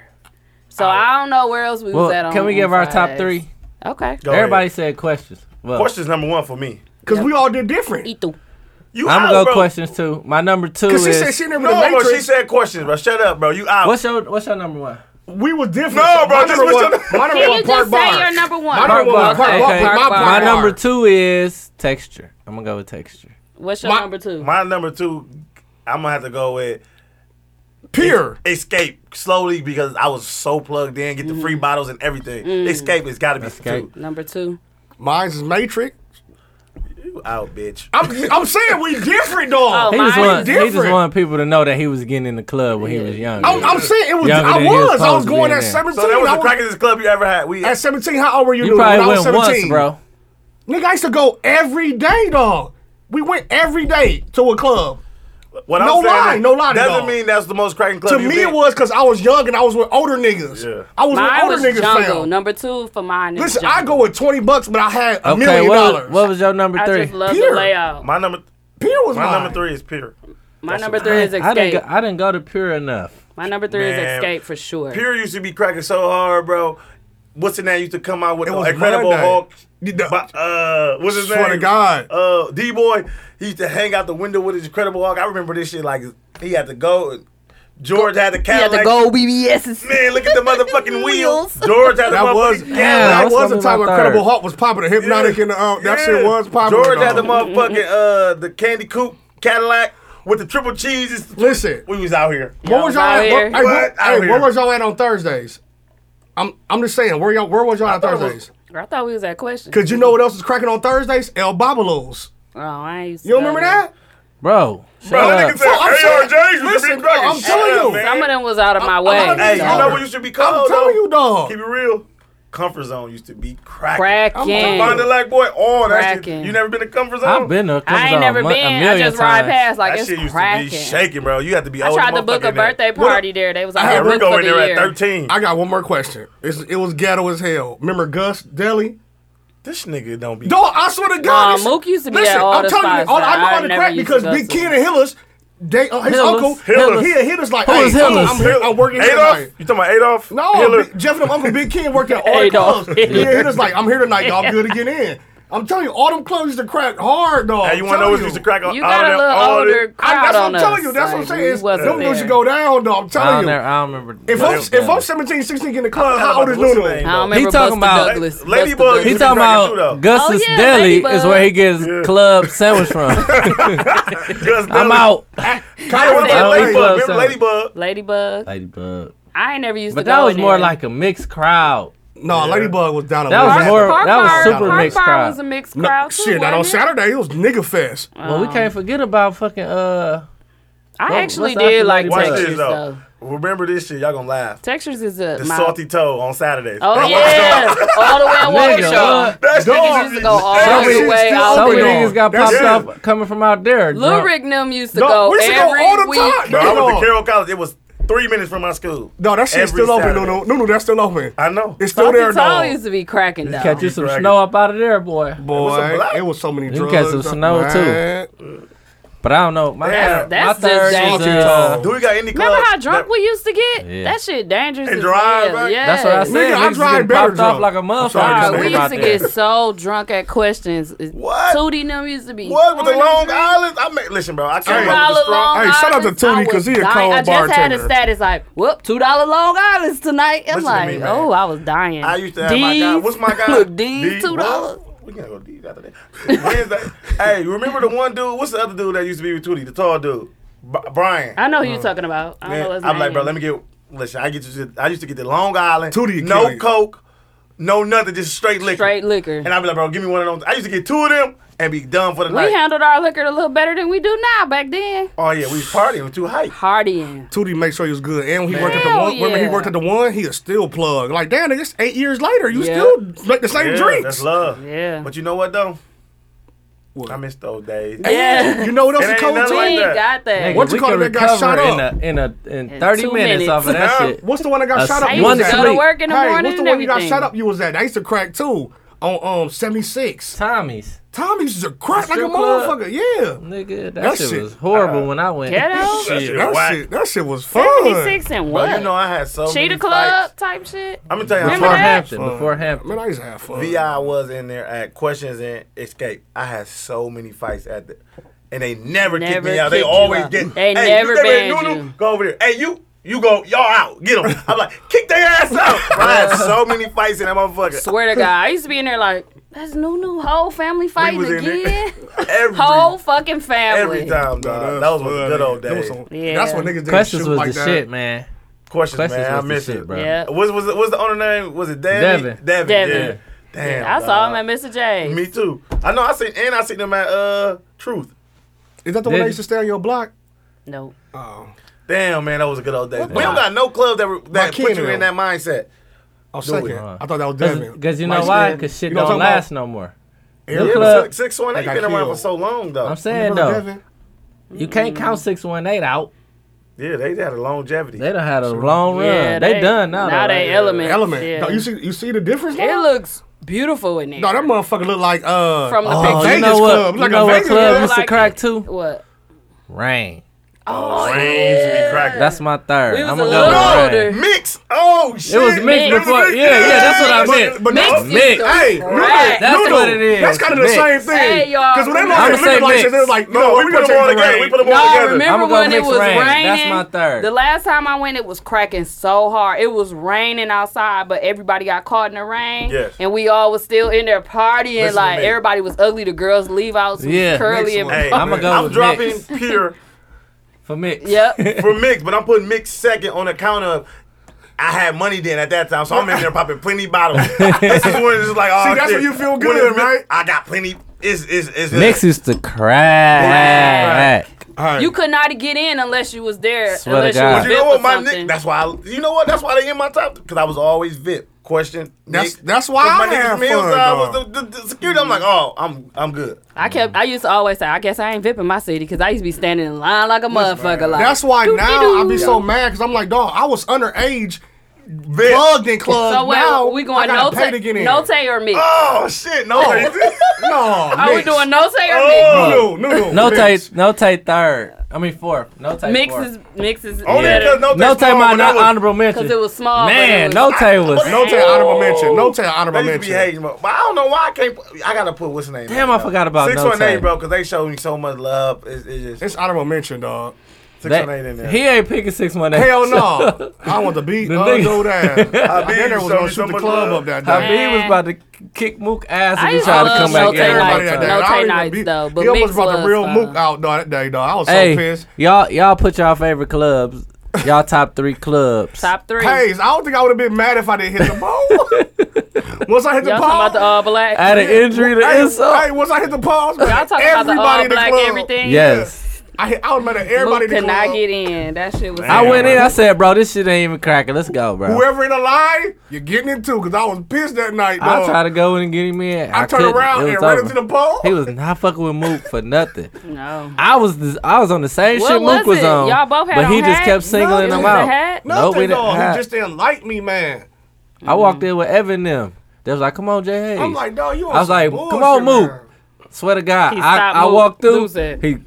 Speaker 8: So I don't know where else we was at
Speaker 9: Well,
Speaker 8: on
Speaker 9: can we
Speaker 8: on
Speaker 9: give our top
Speaker 8: Fridays.
Speaker 9: three?
Speaker 8: Okay.
Speaker 10: Go ahead.
Speaker 9: Everybody said questions. Well,
Speaker 10: Questions number one for me.
Speaker 4: Because we all did different.
Speaker 8: Itu.
Speaker 10: You
Speaker 9: I'm
Speaker 10: out,
Speaker 9: gonna go
Speaker 10: bro.
Speaker 9: questions too. My number two
Speaker 4: Because she said
Speaker 9: is
Speaker 4: she never
Speaker 10: No,
Speaker 4: no, the
Speaker 10: bro, she
Speaker 4: Matrix.
Speaker 10: said questions, bro. Shut up, bro. You out.
Speaker 9: what's your what's your number one?
Speaker 4: we were different.
Speaker 10: No, bro,
Speaker 4: My
Speaker 10: just
Speaker 4: number
Speaker 10: what
Speaker 4: one, my
Speaker 10: you-
Speaker 4: number
Speaker 8: Can
Speaker 4: one
Speaker 8: you
Speaker 4: park
Speaker 8: just
Speaker 4: bar.
Speaker 8: say your number one?
Speaker 4: My
Speaker 9: Park
Speaker 4: number
Speaker 9: bar.
Speaker 4: one, park bar,
Speaker 9: Okay.
Speaker 4: my park
Speaker 9: My
Speaker 4: bar.
Speaker 9: number two is texture. I'm gonna go with texture.
Speaker 8: What's your
Speaker 4: My-
Speaker 8: number two?
Speaker 10: My number two, I'm gonna have to go with
Speaker 4: Pure.
Speaker 10: Escape slowly because I was so plugged in. Get the free
Speaker 4: Mm.
Speaker 10: bottles and everything. Escape has got to be
Speaker 9: Escape.
Speaker 10: Escape.
Speaker 8: number two.
Speaker 4: Mine's is Matrix.
Speaker 10: You out, bitch.
Speaker 4: I'm, I'm saying we different, dog.
Speaker 8: Oh,
Speaker 9: He just
Speaker 8: Mine is
Speaker 9: want he just
Speaker 4: different.
Speaker 9: wanted people to know that he was getting in the club when he was young.
Speaker 4: I'm, I'm saying it was.
Speaker 9: Younger
Speaker 4: I
Speaker 9: than he was
Speaker 4: was. I was
Speaker 9: supposed to
Speaker 4: going
Speaker 9: be
Speaker 4: at
Speaker 9: in there.
Speaker 4: 17.
Speaker 10: So that was
Speaker 4: I
Speaker 10: the crackest club you ever had. We
Speaker 4: at 17. How old were you?
Speaker 9: You
Speaker 4: dude,
Speaker 9: probably
Speaker 4: when I was
Speaker 9: went once,
Speaker 4: 17?
Speaker 9: bro.
Speaker 4: Nigga, I used to go every day, dog. We went every day to a club.
Speaker 10: what
Speaker 4: no
Speaker 10: I'm saying
Speaker 4: lie,
Speaker 10: is-
Speaker 4: no lie to
Speaker 10: Doesn't
Speaker 4: y'all.
Speaker 10: mean that's the most cracking club.
Speaker 4: To
Speaker 10: you
Speaker 4: me,
Speaker 10: been.
Speaker 4: it was because I was young and I was with older niggas.
Speaker 10: Yeah.
Speaker 4: I was
Speaker 8: Mine
Speaker 4: with
Speaker 8: was
Speaker 4: older niggas.
Speaker 8: jungle.
Speaker 4: Fam.
Speaker 8: Number two for mine is
Speaker 4: Listen, I
Speaker 8: jungle.
Speaker 4: go with 20 bucks, but I had a
Speaker 9: Okay,
Speaker 4: million
Speaker 9: what,
Speaker 4: dollars.
Speaker 9: what was your number
Speaker 8: I
Speaker 9: three?
Speaker 8: just love
Speaker 4: Pure.
Speaker 8: the layout. My,
Speaker 10: my number.
Speaker 4: Pure was
Speaker 10: My
Speaker 4: mine.
Speaker 10: number three is Pure.
Speaker 8: number three is
Speaker 9: I didn't
Speaker 8: escape.
Speaker 9: go, I didn't go to pure enough.
Speaker 8: my number three is
Speaker 10: Man.
Speaker 8: escape for sure.
Speaker 10: Pure used to be cracking so hard, bro. What's the name used to come out with
Speaker 4: It
Speaker 10: the
Speaker 4: was
Speaker 10: Incredible
Speaker 4: Monday.
Speaker 10: Hulk?
Speaker 4: You know-
Speaker 10: But, uh, what's his
Speaker 4: Swear to
Speaker 10: name?
Speaker 4: God.
Speaker 10: Uh, D Boy. He used to hang out the window with his Incredible Hulk. I remember this shit like he had to go. George had the
Speaker 8: Yeah,
Speaker 10: Cadillac.
Speaker 8: the gold BBSs.
Speaker 10: Man, look at the motherfucking wheels.
Speaker 8: Wheels.
Speaker 10: George had the
Speaker 4: That was
Speaker 10: motherfucking
Speaker 4: yeah, that
Speaker 9: that's
Speaker 10: Cadillac.
Speaker 4: was
Speaker 9: gonna
Speaker 4: the
Speaker 9: be
Speaker 4: time
Speaker 9: my third.
Speaker 4: Incredible Hulk was popular. Hypnotic
Speaker 10: Yeah.
Speaker 4: and the um, that
Speaker 10: Yeah.
Speaker 4: shit was popular.
Speaker 10: George had the
Speaker 4: dog.
Speaker 10: motherfucking uh the candy coupe Cadillac with the triple cheeses.
Speaker 4: Listen,
Speaker 10: We was out here.
Speaker 4: what was y'all
Speaker 8: out
Speaker 4: at?
Speaker 8: here.
Speaker 4: What, hey, what-
Speaker 10: What? Out
Speaker 4: hey, where
Speaker 10: here.
Speaker 4: was y'all at on Thursdays? I'm I'm just saying, where y'all where was y'all on
Speaker 10: thought it was-
Speaker 4: Thursdays?
Speaker 8: I thought we was at questions.
Speaker 4: Cause you know what else was cracking on Thursdays? El Babalos.
Speaker 8: Oh, I ain't used to
Speaker 4: You
Speaker 8: go
Speaker 4: remember
Speaker 8: there.
Speaker 4: that?
Speaker 9: Bro,
Speaker 10: Bro,
Speaker 9: shut
Speaker 10: that
Speaker 9: up.
Speaker 10: nigga said
Speaker 4: Well, Oh, I'm saying-
Speaker 10: ARJs was
Speaker 4: listen,
Speaker 10: big cracking.
Speaker 4: I'm telling
Speaker 10: Shut up,
Speaker 4: you.
Speaker 10: man.
Speaker 8: Some of them was out of my way.
Speaker 4: I'm-
Speaker 10: Hey, you
Speaker 4: Dog.
Speaker 10: know what used to be
Speaker 4: I'm
Speaker 10: called?
Speaker 4: telling
Speaker 10: though?
Speaker 4: you, dog.
Speaker 10: Keep it real. Comfort zone used to be cracking. Find the
Speaker 8: cracking.
Speaker 10: leg boy. Oh, that shit.
Speaker 8: Cracking.
Speaker 10: You never been to comfort zone?
Speaker 9: I've been to.
Speaker 8: I ain't never been. I just ride past like
Speaker 10: That
Speaker 8: it's
Speaker 10: shit used to be
Speaker 8: cracking.
Speaker 10: shaking, bro. You had to be.
Speaker 8: I
Speaker 10: old
Speaker 8: tried to book a
Speaker 10: motherfucker in there.
Speaker 8: birthday party there. They was like,
Speaker 10: I had
Speaker 8: "Hey, book
Speaker 10: Rico
Speaker 8: for
Speaker 10: in
Speaker 8: the
Speaker 10: there at
Speaker 8: year."
Speaker 10: 13.
Speaker 4: I got one more question. It's, it was ghetto as hell. Remember Gus Deli?
Speaker 10: this nigga don't be.
Speaker 4: Dog, I swear to God.
Speaker 8: Nah,
Speaker 4: this-
Speaker 8: Mook used to be at all
Speaker 4: I'm
Speaker 8: the
Speaker 4: telling you,
Speaker 8: spots
Speaker 4: all
Speaker 8: that
Speaker 4: I know
Speaker 8: I
Speaker 4: about the
Speaker 8: never
Speaker 4: crack
Speaker 8: used to
Speaker 4: because
Speaker 8: go
Speaker 4: Big
Speaker 8: to.
Speaker 4: Kid and Hillers, they, uh, his
Speaker 9: Hillers.
Speaker 4: uncle,
Speaker 9: Hillers.
Speaker 4: he hit us like,
Speaker 9: Who
Speaker 4: hey,
Speaker 9: is
Speaker 4: I'm,
Speaker 9: Hillers?
Speaker 4: I'm, here, I'm working here
Speaker 10: Adolf?
Speaker 4: tonight.
Speaker 10: You talking about Adolf?
Speaker 4: No,
Speaker 10: Hitler?
Speaker 4: Big- Jeff and them Uncle Big Kid worked at all the
Speaker 8: Adolf.
Speaker 4: clubs. Yeah, he was like, I'm here tonight, y'all good to get in. I'm telling you, all them clubs used to crack hard, dog.
Speaker 10: Hey, you want to know what used to crack on
Speaker 8: You
Speaker 10: all
Speaker 8: got a
Speaker 10: them-
Speaker 8: little
Speaker 10: all them-
Speaker 8: older crowd
Speaker 4: I, that's what
Speaker 8: on
Speaker 4: I'm telling
Speaker 8: us.
Speaker 4: you. That's what I'm
Speaker 8: Like,
Speaker 4: saying.
Speaker 8: we
Speaker 4: It's-
Speaker 8: wasn't
Speaker 4: Them dudes
Speaker 8: there.
Speaker 4: should go down, dog. I'm
Speaker 9: I don't,
Speaker 4: telling you.
Speaker 9: never, I don't remember.
Speaker 4: If
Speaker 9: but
Speaker 4: I'm,
Speaker 9: it-
Speaker 4: if I'm 17, 16 in the club, how old is
Speaker 10: What's his
Speaker 4: Nunu?
Speaker 10: name,
Speaker 8: I don't
Speaker 10: though?
Speaker 8: remember
Speaker 9: He talking
Speaker 8: Busta
Speaker 9: about-
Speaker 8: Douglas.
Speaker 10: La- Lady
Speaker 8: Busta
Speaker 10: Bug.
Speaker 8: Douglas.
Speaker 9: he talking
Speaker 10: Crack it too, though.
Speaker 9: about Gus's
Speaker 8: Oh, yeah,
Speaker 9: Deli
Speaker 8: Ladybug.
Speaker 9: is where he gets club sandwich from. I'm out.
Speaker 10: I want to
Speaker 9: I
Speaker 10: play
Speaker 9: don't eat
Speaker 10: Ladybug. Remember
Speaker 9: club
Speaker 10: Ladybug?
Speaker 8: Ladybug.
Speaker 9: Ladybug.
Speaker 8: I ain't never used
Speaker 9: But
Speaker 8: to go
Speaker 9: that was
Speaker 8: in
Speaker 9: more
Speaker 8: there.
Speaker 9: like a mixed crowd.
Speaker 4: No, Ladybug was down. a
Speaker 9: That was
Speaker 4: little bit.
Speaker 9: more- that was
Speaker 8: Park
Speaker 9: super
Speaker 8: Bar-
Speaker 9: mixed
Speaker 8: Park Bar
Speaker 9: crowd.
Speaker 8: was a mixed
Speaker 4: No,
Speaker 8: crowd too,
Speaker 4: shit, not on
Speaker 8: wasn't it?
Speaker 4: Saturday. It was nigga fest.
Speaker 9: Well, we
Speaker 8: Um,
Speaker 9: can't forget about fucking uh.
Speaker 8: I
Speaker 9: What-
Speaker 8: actually
Speaker 9: what's
Speaker 8: did
Speaker 9: after
Speaker 8: like
Speaker 9: Ladybug?
Speaker 10: Watch
Speaker 8: Textures
Speaker 10: this
Speaker 8: though.
Speaker 10: though. Remember this shit, y'all gonna laugh.
Speaker 8: Textures is a
Speaker 10: The
Speaker 8: my,
Speaker 10: salty toe on Saturdays.
Speaker 8: Oh yeah, all the way in
Speaker 9: Nigga,
Speaker 8: Waukesha.
Speaker 9: what?
Speaker 10: That's
Speaker 8: Niggas used to go all
Speaker 4: shit
Speaker 8: the way
Speaker 4: still
Speaker 8: out
Speaker 9: Some
Speaker 4: open
Speaker 8: there.
Speaker 4: on.
Speaker 9: niggas got
Speaker 4: That's
Speaker 9: popped
Speaker 10: it.
Speaker 9: off coming from out there.
Speaker 8: Lil
Speaker 9: drunk.
Speaker 8: Rick and them used to
Speaker 4: No,
Speaker 8: go
Speaker 4: we used to go
Speaker 8: every
Speaker 4: all the
Speaker 8: week.
Speaker 4: time.
Speaker 10: Bro, I went
Speaker 4: Dog.
Speaker 10: to Carroll College. It was three minutes from my school.
Speaker 4: No, that shit's
Speaker 10: Every
Speaker 4: still open.
Speaker 10: Saturday.
Speaker 4: Nunu, Nunu, that's still open.
Speaker 10: I know.
Speaker 4: It's still
Speaker 8: Salty
Speaker 4: there,
Speaker 8: Soul
Speaker 4: dog.
Speaker 8: used to be cracking though.
Speaker 9: Catch you some
Speaker 10: Dragon.
Speaker 9: snow up out of there, boy.
Speaker 10: It was a
Speaker 4: Boy,
Speaker 10: black-
Speaker 4: it was so many
Speaker 9: You
Speaker 4: drugs. uh,
Speaker 9: catch some snow, too.
Speaker 4: too.
Speaker 9: But I don't know. My
Speaker 10: Yeah,
Speaker 9: third, my
Speaker 8: that's
Speaker 9: third
Speaker 8: just
Speaker 9: is,
Speaker 8: salty
Speaker 9: uh,
Speaker 10: Do we got any clubs?
Speaker 8: Remember how drunk
Speaker 10: that-
Speaker 8: we used to get?
Speaker 9: Yeah.
Speaker 8: That shit dangerous.
Speaker 10: And
Speaker 8: as
Speaker 10: drive,
Speaker 8: hell.
Speaker 10: right?
Speaker 8: Yeah.
Speaker 9: That's what I said.
Speaker 4: Nigga, I
Speaker 9: Niggas
Speaker 4: drive
Speaker 9: getting
Speaker 4: better
Speaker 9: popped off
Speaker 4: drunk.
Speaker 9: like a
Speaker 10: sorry,
Speaker 9: motherfucker.
Speaker 8: Dog,
Speaker 10: Just
Speaker 8: we
Speaker 10: think
Speaker 9: out
Speaker 8: used to
Speaker 9: there.
Speaker 8: get so drunk at questions.
Speaker 10: What?
Speaker 8: Tootie and them used to be.
Speaker 10: What with the
Speaker 8: pouring them
Speaker 10: Long
Speaker 8: drinks.
Speaker 10: Island? I mean, listen, bro. I
Speaker 8: Two
Speaker 10: came up with
Speaker 8: dollar
Speaker 10: this
Speaker 8: Long
Speaker 10: strong.
Speaker 4: Hey, shout out to
Speaker 8: Islands. I
Speaker 4: Tootie 'cause
Speaker 8: was
Speaker 4: he a
Speaker 8: dying.
Speaker 4: cold
Speaker 8: I just had a
Speaker 4: bartender.
Speaker 8: status like, whoop, two dollar Long Islands tonight. I'm
Speaker 10: Listen to me,
Speaker 8: like,
Speaker 10: man.
Speaker 8: oh, I was dying.
Speaker 10: I used to have my guy.
Speaker 8: D's.
Speaker 10: What's my guy?
Speaker 8: Look, D's
Speaker 10: D-
Speaker 8: two dollars.
Speaker 10: what? We gotta go D's after that. Wednesday. hey, remember the one dude? What's the other dude that used to be with Tootie? The tall dude, B- Brian.
Speaker 8: I know who
Speaker 9: Oh.
Speaker 8: you're talking about. I don't know
Speaker 10: Man,
Speaker 8: his
Speaker 10: I'm like,
Speaker 8: name.
Speaker 10: bro, let me get. Listen, I get you. I used to get the Long Island,
Speaker 4: Tootie will kill
Speaker 10: no
Speaker 4: you.
Speaker 10: coke, no nothing, just straight liquor.
Speaker 8: Straight liquor.
Speaker 10: And I'd be like, bro, give me one of those. I used to get two of them and be done for the
Speaker 8: We
Speaker 10: night.
Speaker 8: handled our liquor a little better than we do now. Back then,
Speaker 10: oh yeah, we was partying. We were too hype.
Speaker 8: partying.
Speaker 4: Tootie make sure he was good. And when he worked at the
Speaker 8: Hell
Speaker 4: one, remember he
Speaker 8: yeah.
Speaker 4: worked at the one, he was still plugged. Like, damn, nigga, it's eight years later. You
Speaker 8: Yeah.
Speaker 4: still make the same
Speaker 10: Yeah, That's
Speaker 4: drinks.
Speaker 10: love.
Speaker 8: Yeah.
Speaker 10: But you know what though?
Speaker 4: What?
Speaker 10: I miss those days.
Speaker 8: Yeah,
Speaker 4: You know what else
Speaker 10: It
Speaker 4: is
Speaker 10: ain't
Speaker 4: cold
Speaker 8: we
Speaker 10: nothing
Speaker 4: too?
Speaker 10: like
Speaker 8: ain't
Speaker 10: that.
Speaker 8: got that.
Speaker 4: What you
Speaker 9: we
Speaker 4: call
Speaker 9: can
Speaker 4: it that got shot
Speaker 9: recover
Speaker 4: up?
Speaker 9: in a, in a in, 30 minutes,
Speaker 8: two minutes.
Speaker 9: off of that
Speaker 10: Nah,
Speaker 9: shit.
Speaker 4: What's the one that got
Speaker 9: A
Speaker 4: shot up?
Speaker 9: I
Speaker 4: You
Speaker 9: used
Speaker 4: was
Speaker 9: to
Speaker 4: at?
Speaker 9: go to
Speaker 8: work in the
Speaker 4: hey,
Speaker 8: morning
Speaker 4: What's the
Speaker 8: and
Speaker 4: one you got
Speaker 8: everything.
Speaker 4: shot up? You was at. I used to crack too on um seventy six.
Speaker 9: Tommy's,
Speaker 4: Tommy's is a crack like a
Speaker 9: Strip club?
Speaker 4: motherfucker. Yeah,
Speaker 9: nigga, that,
Speaker 4: That
Speaker 9: shit,
Speaker 4: shit-
Speaker 9: was horrible when I went.
Speaker 8: Ghetto?
Speaker 10: That shit
Speaker 4: that
Speaker 10: whack.
Speaker 4: shit. That shit was fun.
Speaker 8: 76 and
Speaker 10: Bro,
Speaker 8: what?
Speaker 10: you know I had so many
Speaker 8: Cheetah Club
Speaker 10: fights.
Speaker 8: type shit.
Speaker 10: I'm gonna tell you
Speaker 8: Remember
Speaker 10: how
Speaker 9: Before
Speaker 10: much
Speaker 8: that?
Speaker 9: Hampton, before Hampton.
Speaker 4: Man, I used to have fun.
Speaker 10: VI was in there at questions and escape. I had so many fights at the, and they never, kicked
Speaker 8: Never
Speaker 10: me out. They
Speaker 8: kicked you
Speaker 10: always
Speaker 8: out.
Speaker 10: get.
Speaker 8: They
Speaker 10: hey,
Speaker 8: never
Speaker 10: you stay with
Speaker 8: banned
Speaker 10: Nunu?
Speaker 8: you.
Speaker 10: Go over there. Hey, you, you go. Y'all out. Get them. I'm like, kick their ass out. Bro, I had so many fights in that motherfucker.
Speaker 8: Swear to God, I used to be in there like that's new, new whole family fighting
Speaker 10: was in there.
Speaker 8: again.
Speaker 10: every,
Speaker 8: whole fucking family.
Speaker 10: every time, dog. That was a good old
Speaker 4: That was
Speaker 10: days.
Speaker 4: some-
Speaker 8: Yeah.
Speaker 4: That's when niggas didn't
Speaker 9: Questions
Speaker 4: shoot
Speaker 9: was
Speaker 4: like
Speaker 9: the
Speaker 4: that.
Speaker 9: shit, man.
Speaker 10: Questions,
Speaker 9: Questions
Speaker 10: man. I
Speaker 9: was the
Speaker 10: miss
Speaker 9: shit,
Speaker 10: it,
Speaker 9: bro.
Speaker 8: Yeah,
Speaker 10: Was was was the owner name? Was it Devin?
Speaker 9: Devin.
Speaker 10: Devin.
Speaker 8: Devin.
Speaker 10: yeah. Damn.
Speaker 8: I saw
Speaker 10: dog.
Speaker 8: him at Mr. J.
Speaker 10: Me too. I know. I seen and I seen them at uh Truth.
Speaker 4: Is that the one
Speaker 9: Did
Speaker 4: that
Speaker 9: you?
Speaker 4: used to stay on your block?
Speaker 8: no,
Speaker 4: Oh,
Speaker 10: Damn, man, that was a good old day. We
Speaker 9: Wow.
Speaker 10: don't got no club that re- that
Speaker 4: kid
Speaker 10: put you
Speaker 4: will.
Speaker 10: in that mindset.
Speaker 4: oh, second.
Speaker 9: Huh.
Speaker 4: I thought that was Devin.
Speaker 9: Because you know
Speaker 4: Light
Speaker 9: why?
Speaker 4: skin.
Speaker 9: Because shit
Speaker 4: You know what
Speaker 9: don't
Speaker 4: I'm talking
Speaker 9: last no more.
Speaker 4: about?
Speaker 9: Your
Speaker 10: Yeah,
Speaker 9: club-
Speaker 10: but six one eight
Speaker 4: That
Speaker 10: been
Speaker 4: got
Speaker 10: around for
Speaker 4: killed.
Speaker 10: so long though.
Speaker 9: I'm saying,
Speaker 4: Remember
Speaker 9: though,
Speaker 4: Devin?
Speaker 9: you can't count 618 out.
Speaker 10: yeah, they had a longevity.
Speaker 9: They done had a long run.
Speaker 8: yeah,
Speaker 9: they, done now.
Speaker 8: Now
Speaker 9: though.
Speaker 8: they element.
Speaker 4: Element.
Speaker 8: Yeah.
Speaker 4: Dog, you see, you see the difference?
Speaker 8: it
Speaker 4: now?
Speaker 8: looks beautiful in there.
Speaker 4: No, that motherfucker look like uh
Speaker 8: From the
Speaker 4: oh,
Speaker 8: picture.
Speaker 9: Oh,
Speaker 4: Vegas
Speaker 9: you know what?
Speaker 4: club.
Speaker 9: you
Speaker 4: Like
Speaker 9: know
Speaker 4: a
Speaker 9: what
Speaker 4: Vegas
Speaker 9: club
Speaker 4: club.
Speaker 9: used to
Speaker 8: Like-
Speaker 9: crack too?
Speaker 8: what?
Speaker 9: Rain.
Speaker 10: Rain used to be cracking.
Speaker 9: That's my third.
Speaker 8: We was
Speaker 9: I'm
Speaker 8: a
Speaker 9: gonna
Speaker 8: little
Speaker 9: go with
Speaker 8: older.
Speaker 9: Rain.
Speaker 10: mix. Oh shit.
Speaker 9: It was mixed
Speaker 8: Mix.
Speaker 9: before. Yeah, yeah, that's what I
Speaker 10: But-
Speaker 9: meant.
Speaker 10: but
Speaker 8: Mix
Speaker 10: no-
Speaker 8: used to
Speaker 4: Hey,
Speaker 8: crack.
Speaker 4: Nudo,
Speaker 9: That's
Speaker 4: Nudo.
Speaker 9: what it is.
Speaker 4: That's kind of the
Speaker 9: Mix.
Speaker 4: same thing.
Speaker 8: Hey, y'all.
Speaker 4: Because when they
Speaker 8: I'ma
Speaker 4: look
Speaker 9: say
Speaker 4: at like
Speaker 9: mix.
Speaker 4: this, they're like,
Speaker 10: No, we put them all together. We put them all
Speaker 8: No,
Speaker 10: together.
Speaker 8: remember
Speaker 9: I'ma go
Speaker 8: when it
Speaker 9: mix
Speaker 8: was
Speaker 9: rain.
Speaker 8: raining?
Speaker 9: That's my third.
Speaker 8: The last time I went, it was cracking so hard. It was raining outside, but everybody got caught in the rain.
Speaker 10: Yes.
Speaker 8: And we all was still in there partying.
Speaker 10: Listen to
Speaker 8: like
Speaker 10: me.
Speaker 8: everybody was ugly. The girls leave out
Speaker 9: Yeah.
Speaker 8: curly and
Speaker 10: Hey,
Speaker 9: I'ma go
Speaker 10: I'm
Speaker 9: with
Speaker 10: dropping
Speaker 9: mix.
Speaker 10: pure
Speaker 9: For mix.
Speaker 8: Yep.
Speaker 10: for mix, but I'm putting mix second on account of. I had money then at that time, so I'm in there popping plenty bottles. this is when it's like, oh,
Speaker 4: See, that's
Speaker 10: shit.
Speaker 4: when you feel
Speaker 10: When
Speaker 4: good,
Speaker 10: it's mix,
Speaker 4: right?
Speaker 10: I got plenty. It's it's it's
Speaker 9: Mix used to crack.
Speaker 8: You could not get in unless you was there.
Speaker 9: Swear to
Speaker 8: unless
Speaker 9: God.
Speaker 8: you was
Speaker 10: But you know
Speaker 8: built
Speaker 10: what,
Speaker 8: for
Speaker 10: my
Speaker 8: something.
Speaker 10: nick. That's why. I, you know what? That's why they in my top because I was always VIP. Question.
Speaker 4: That's-
Speaker 10: Nick.
Speaker 4: that's why
Speaker 10: 'Cause
Speaker 4: I had
Speaker 10: niggas' meals,
Speaker 4: fun,
Speaker 10: I
Speaker 4: dog.
Speaker 10: was the, the, the security. I'm like, oh, I'm I'm good.
Speaker 8: I kept. I used to always say, I guess I ain't vipping my city because I used to be standing in line like a motherfucker. Like,
Speaker 4: That's why
Speaker 8: doo-dee-doo.
Speaker 4: now I be so mad because I'm like, dog, I was underage, plugged in club.
Speaker 8: So wait,
Speaker 4: now
Speaker 8: we going
Speaker 4: I
Speaker 8: no
Speaker 4: gotta pay
Speaker 8: tay,
Speaker 4: to get in.
Speaker 10: Uh,
Speaker 8: no tay or mix.
Speaker 10: Oh shit! No,
Speaker 4: No,
Speaker 8: Are we
Speaker 4: mix.
Speaker 8: doing no say or mix?
Speaker 4: Oh, no, no, no.
Speaker 9: No
Speaker 4: mix.
Speaker 9: take, no take third. I mean fourth. No take
Speaker 8: Mix
Speaker 9: fourth.
Speaker 8: is mix is
Speaker 10: Only because
Speaker 8: better
Speaker 10: no
Speaker 9: no take my not honorable
Speaker 8: because
Speaker 9: mention.
Speaker 8: it was small. but it
Speaker 9: Man,
Speaker 8: was-
Speaker 9: no take was.
Speaker 4: No take honorable mention. No take honorable
Speaker 10: They used to be
Speaker 4: mention.
Speaker 10: hating, but but I don't know why I can't. put- I gotta put what's the name.
Speaker 9: Damn,
Speaker 10: in,
Speaker 9: I
Speaker 10: though.
Speaker 9: forgot about
Speaker 10: six
Speaker 9: no
Speaker 10: one eight,
Speaker 9: take.
Speaker 10: bro, because they showed me so much love. It's, it's just
Speaker 4: It's honorable mention, dog.
Speaker 10: six
Speaker 9: That-
Speaker 10: one eight in there.
Speaker 9: he ain't picking six one eight.
Speaker 4: Hell no. I want to beat
Speaker 9: The
Speaker 4: uh,
Speaker 9: nigga-
Speaker 4: dude ass. I
Speaker 10: Habib
Speaker 4: been there was
Speaker 10: showed
Speaker 4: gonna
Speaker 10: me
Speaker 4: shoot
Speaker 10: so
Speaker 4: the
Speaker 10: much
Speaker 4: club
Speaker 10: love.
Speaker 4: up that day.
Speaker 9: Habib was about to kick Mook ass
Speaker 8: I
Speaker 9: if he
Speaker 8: used
Speaker 9: tried
Speaker 8: to
Speaker 9: to come back
Speaker 8: love Tay
Speaker 9: at
Speaker 8: Nights,
Speaker 4: Everybody that day.
Speaker 9: him.
Speaker 8: though. No
Speaker 4: I
Speaker 8: Tay
Speaker 4: even
Speaker 8: Nights,
Speaker 4: beat-
Speaker 8: though, but
Speaker 4: he almost
Speaker 8: Mix
Speaker 4: brought the
Speaker 8: was,
Speaker 4: real
Speaker 8: uh,
Speaker 4: mook out dog, that day, dog. I was so
Speaker 9: Hey,
Speaker 4: pissed.
Speaker 9: y'all, y'all put y'all favorite clubs. Y'all top three clubs.
Speaker 8: top three.
Speaker 4: Hayes, I don't think I would have been mad if I didn't hit the ball. once I hit the
Speaker 8: Y'all talking
Speaker 4: ball,
Speaker 8: about the all black?
Speaker 9: Add an injury to
Speaker 4: hey,
Speaker 9: insult.
Speaker 4: hey, once I hit the pause,
Speaker 8: Y'all talking about the
Speaker 4: everybody
Speaker 8: all
Speaker 4: in the
Speaker 8: black
Speaker 4: club.
Speaker 8: everything?
Speaker 9: Yes.
Speaker 4: I hit, I would have met
Speaker 8: Mook
Speaker 4: everybody in the
Speaker 8: could
Speaker 4: club.
Speaker 8: not get in. That shit was.
Speaker 9: I went in. I said, bro, this shit ain't even cracking. Let's go, bro.
Speaker 4: Whoever in the line, you're getting into because I was pissed that night,
Speaker 9: I tried
Speaker 4: dog.
Speaker 9: to go in and get him in.
Speaker 4: I, turned
Speaker 9: couldn't.
Speaker 4: around
Speaker 9: It
Speaker 4: and
Speaker 9: was
Speaker 4: ran
Speaker 9: over.
Speaker 4: into the pole.
Speaker 9: He was not fucking with Mook for nothing.
Speaker 8: No.
Speaker 9: I was this, I was on the same
Speaker 8: What
Speaker 9: shit Mook
Speaker 8: was
Speaker 9: was
Speaker 8: it?
Speaker 9: on.
Speaker 8: Y'all both had
Speaker 9: but he
Speaker 8: on
Speaker 9: just
Speaker 8: hats?
Speaker 9: kept singling
Speaker 8: No, it
Speaker 9: them
Speaker 8: was a
Speaker 9: out.
Speaker 8: hat.
Speaker 9: No, we
Speaker 4: Nothing,
Speaker 9: didn't.
Speaker 4: dog.
Speaker 9: have-
Speaker 4: He just didn't like me, man.
Speaker 9: I walked in with Evan and them. They was like, "Come on, Jay Hayes."
Speaker 4: I'm like, dog, you on
Speaker 9: I was
Speaker 4: some
Speaker 9: like,
Speaker 4: bullshit,
Speaker 9: "Come on,
Speaker 4: man."
Speaker 9: Mook." Swear to God,
Speaker 8: He
Speaker 9: I,
Speaker 8: stopped
Speaker 9: I
Speaker 8: Mook.
Speaker 9: walked through.
Speaker 8: Lose it.
Speaker 9: He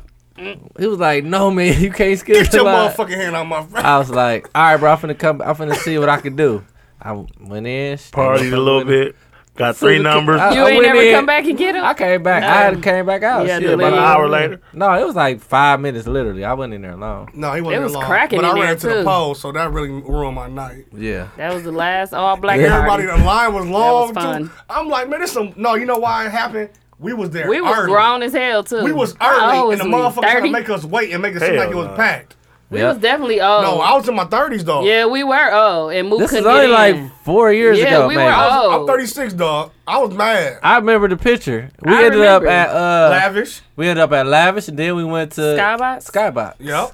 Speaker 9: he was like, "No, man, you can't skip
Speaker 4: Get
Speaker 9: the
Speaker 4: your
Speaker 9: line."
Speaker 4: motherfucking hand out my face.
Speaker 9: I was like, "All right, bro, I'm finna come. I'm finna see what I can do." I went in, she-
Speaker 10: partied a little bit. Got three numbers.
Speaker 9: I-
Speaker 8: You
Speaker 9: I
Speaker 8: ain't
Speaker 9: went
Speaker 8: never
Speaker 9: in.
Speaker 8: come back and get him.
Speaker 9: I came back. I had came back out.
Speaker 8: Yeah,
Speaker 9: Shit,
Speaker 8: the
Speaker 9: about
Speaker 10: An
Speaker 9: an
Speaker 8: lady.
Speaker 9: hour.
Speaker 10: hour later,
Speaker 9: No, it was like five minutes literally. I wasn't in there long.
Speaker 4: No, he wasn't
Speaker 8: It was
Speaker 4: there long.
Speaker 8: cracking
Speaker 4: But
Speaker 8: in
Speaker 4: I
Speaker 8: there,
Speaker 4: ran to
Speaker 8: too.
Speaker 4: the pole, so that really ruined my night.
Speaker 9: Yeah.
Speaker 8: That was the last all black
Speaker 9: Yeah.
Speaker 4: Everybody,
Speaker 8: party.
Speaker 4: the line was long.
Speaker 8: fun.
Speaker 4: too. I'm like, man, this some. No, you know why it happened? We was there.
Speaker 8: We was
Speaker 4: early.
Speaker 8: grown as hell too.
Speaker 4: We was
Speaker 8: How old
Speaker 4: early, and the
Speaker 8: was we?
Speaker 4: motherfuckers trying
Speaker 8: 30?
Speaker 4: to make us wait and make it seem
Speaker 10: Hell
Speaker 4: like it was
Speaker 10: no.
Speaker 4: packed.
Speaker 8: We
Speaker 9: Yep.
Speaker 8: was definitely old.
Speaker 4: No, I was in my 30s, though.
Speaker 8: Oh. yeah, we were old, and Mook
Speaker 9: This is
Speaker 8: couldn't
Speaker 9: only
Speaker 8: get
Speaker 9: like
Speaker 8: in.
Speaker 9: four years
Speaker 8: Yeah,
Speaker 9: ago,
Speaker 8: we
Speaker 9: man.
Speaker 8: were all-
Speaker 4: I'm 36, dog. I was mad.
Speaker 9: I remember the picture. We
Speaker 8: I
Speaker 9: ended
Speaker 8: remember.
Speaker 9: up at uh
Speaker 4: Lavish.
Speaker 9: we ended up at Lavish and then we went to
Speaker 8: Skybox?
Speaker 9: Skybox.
Speaker 4: Yep.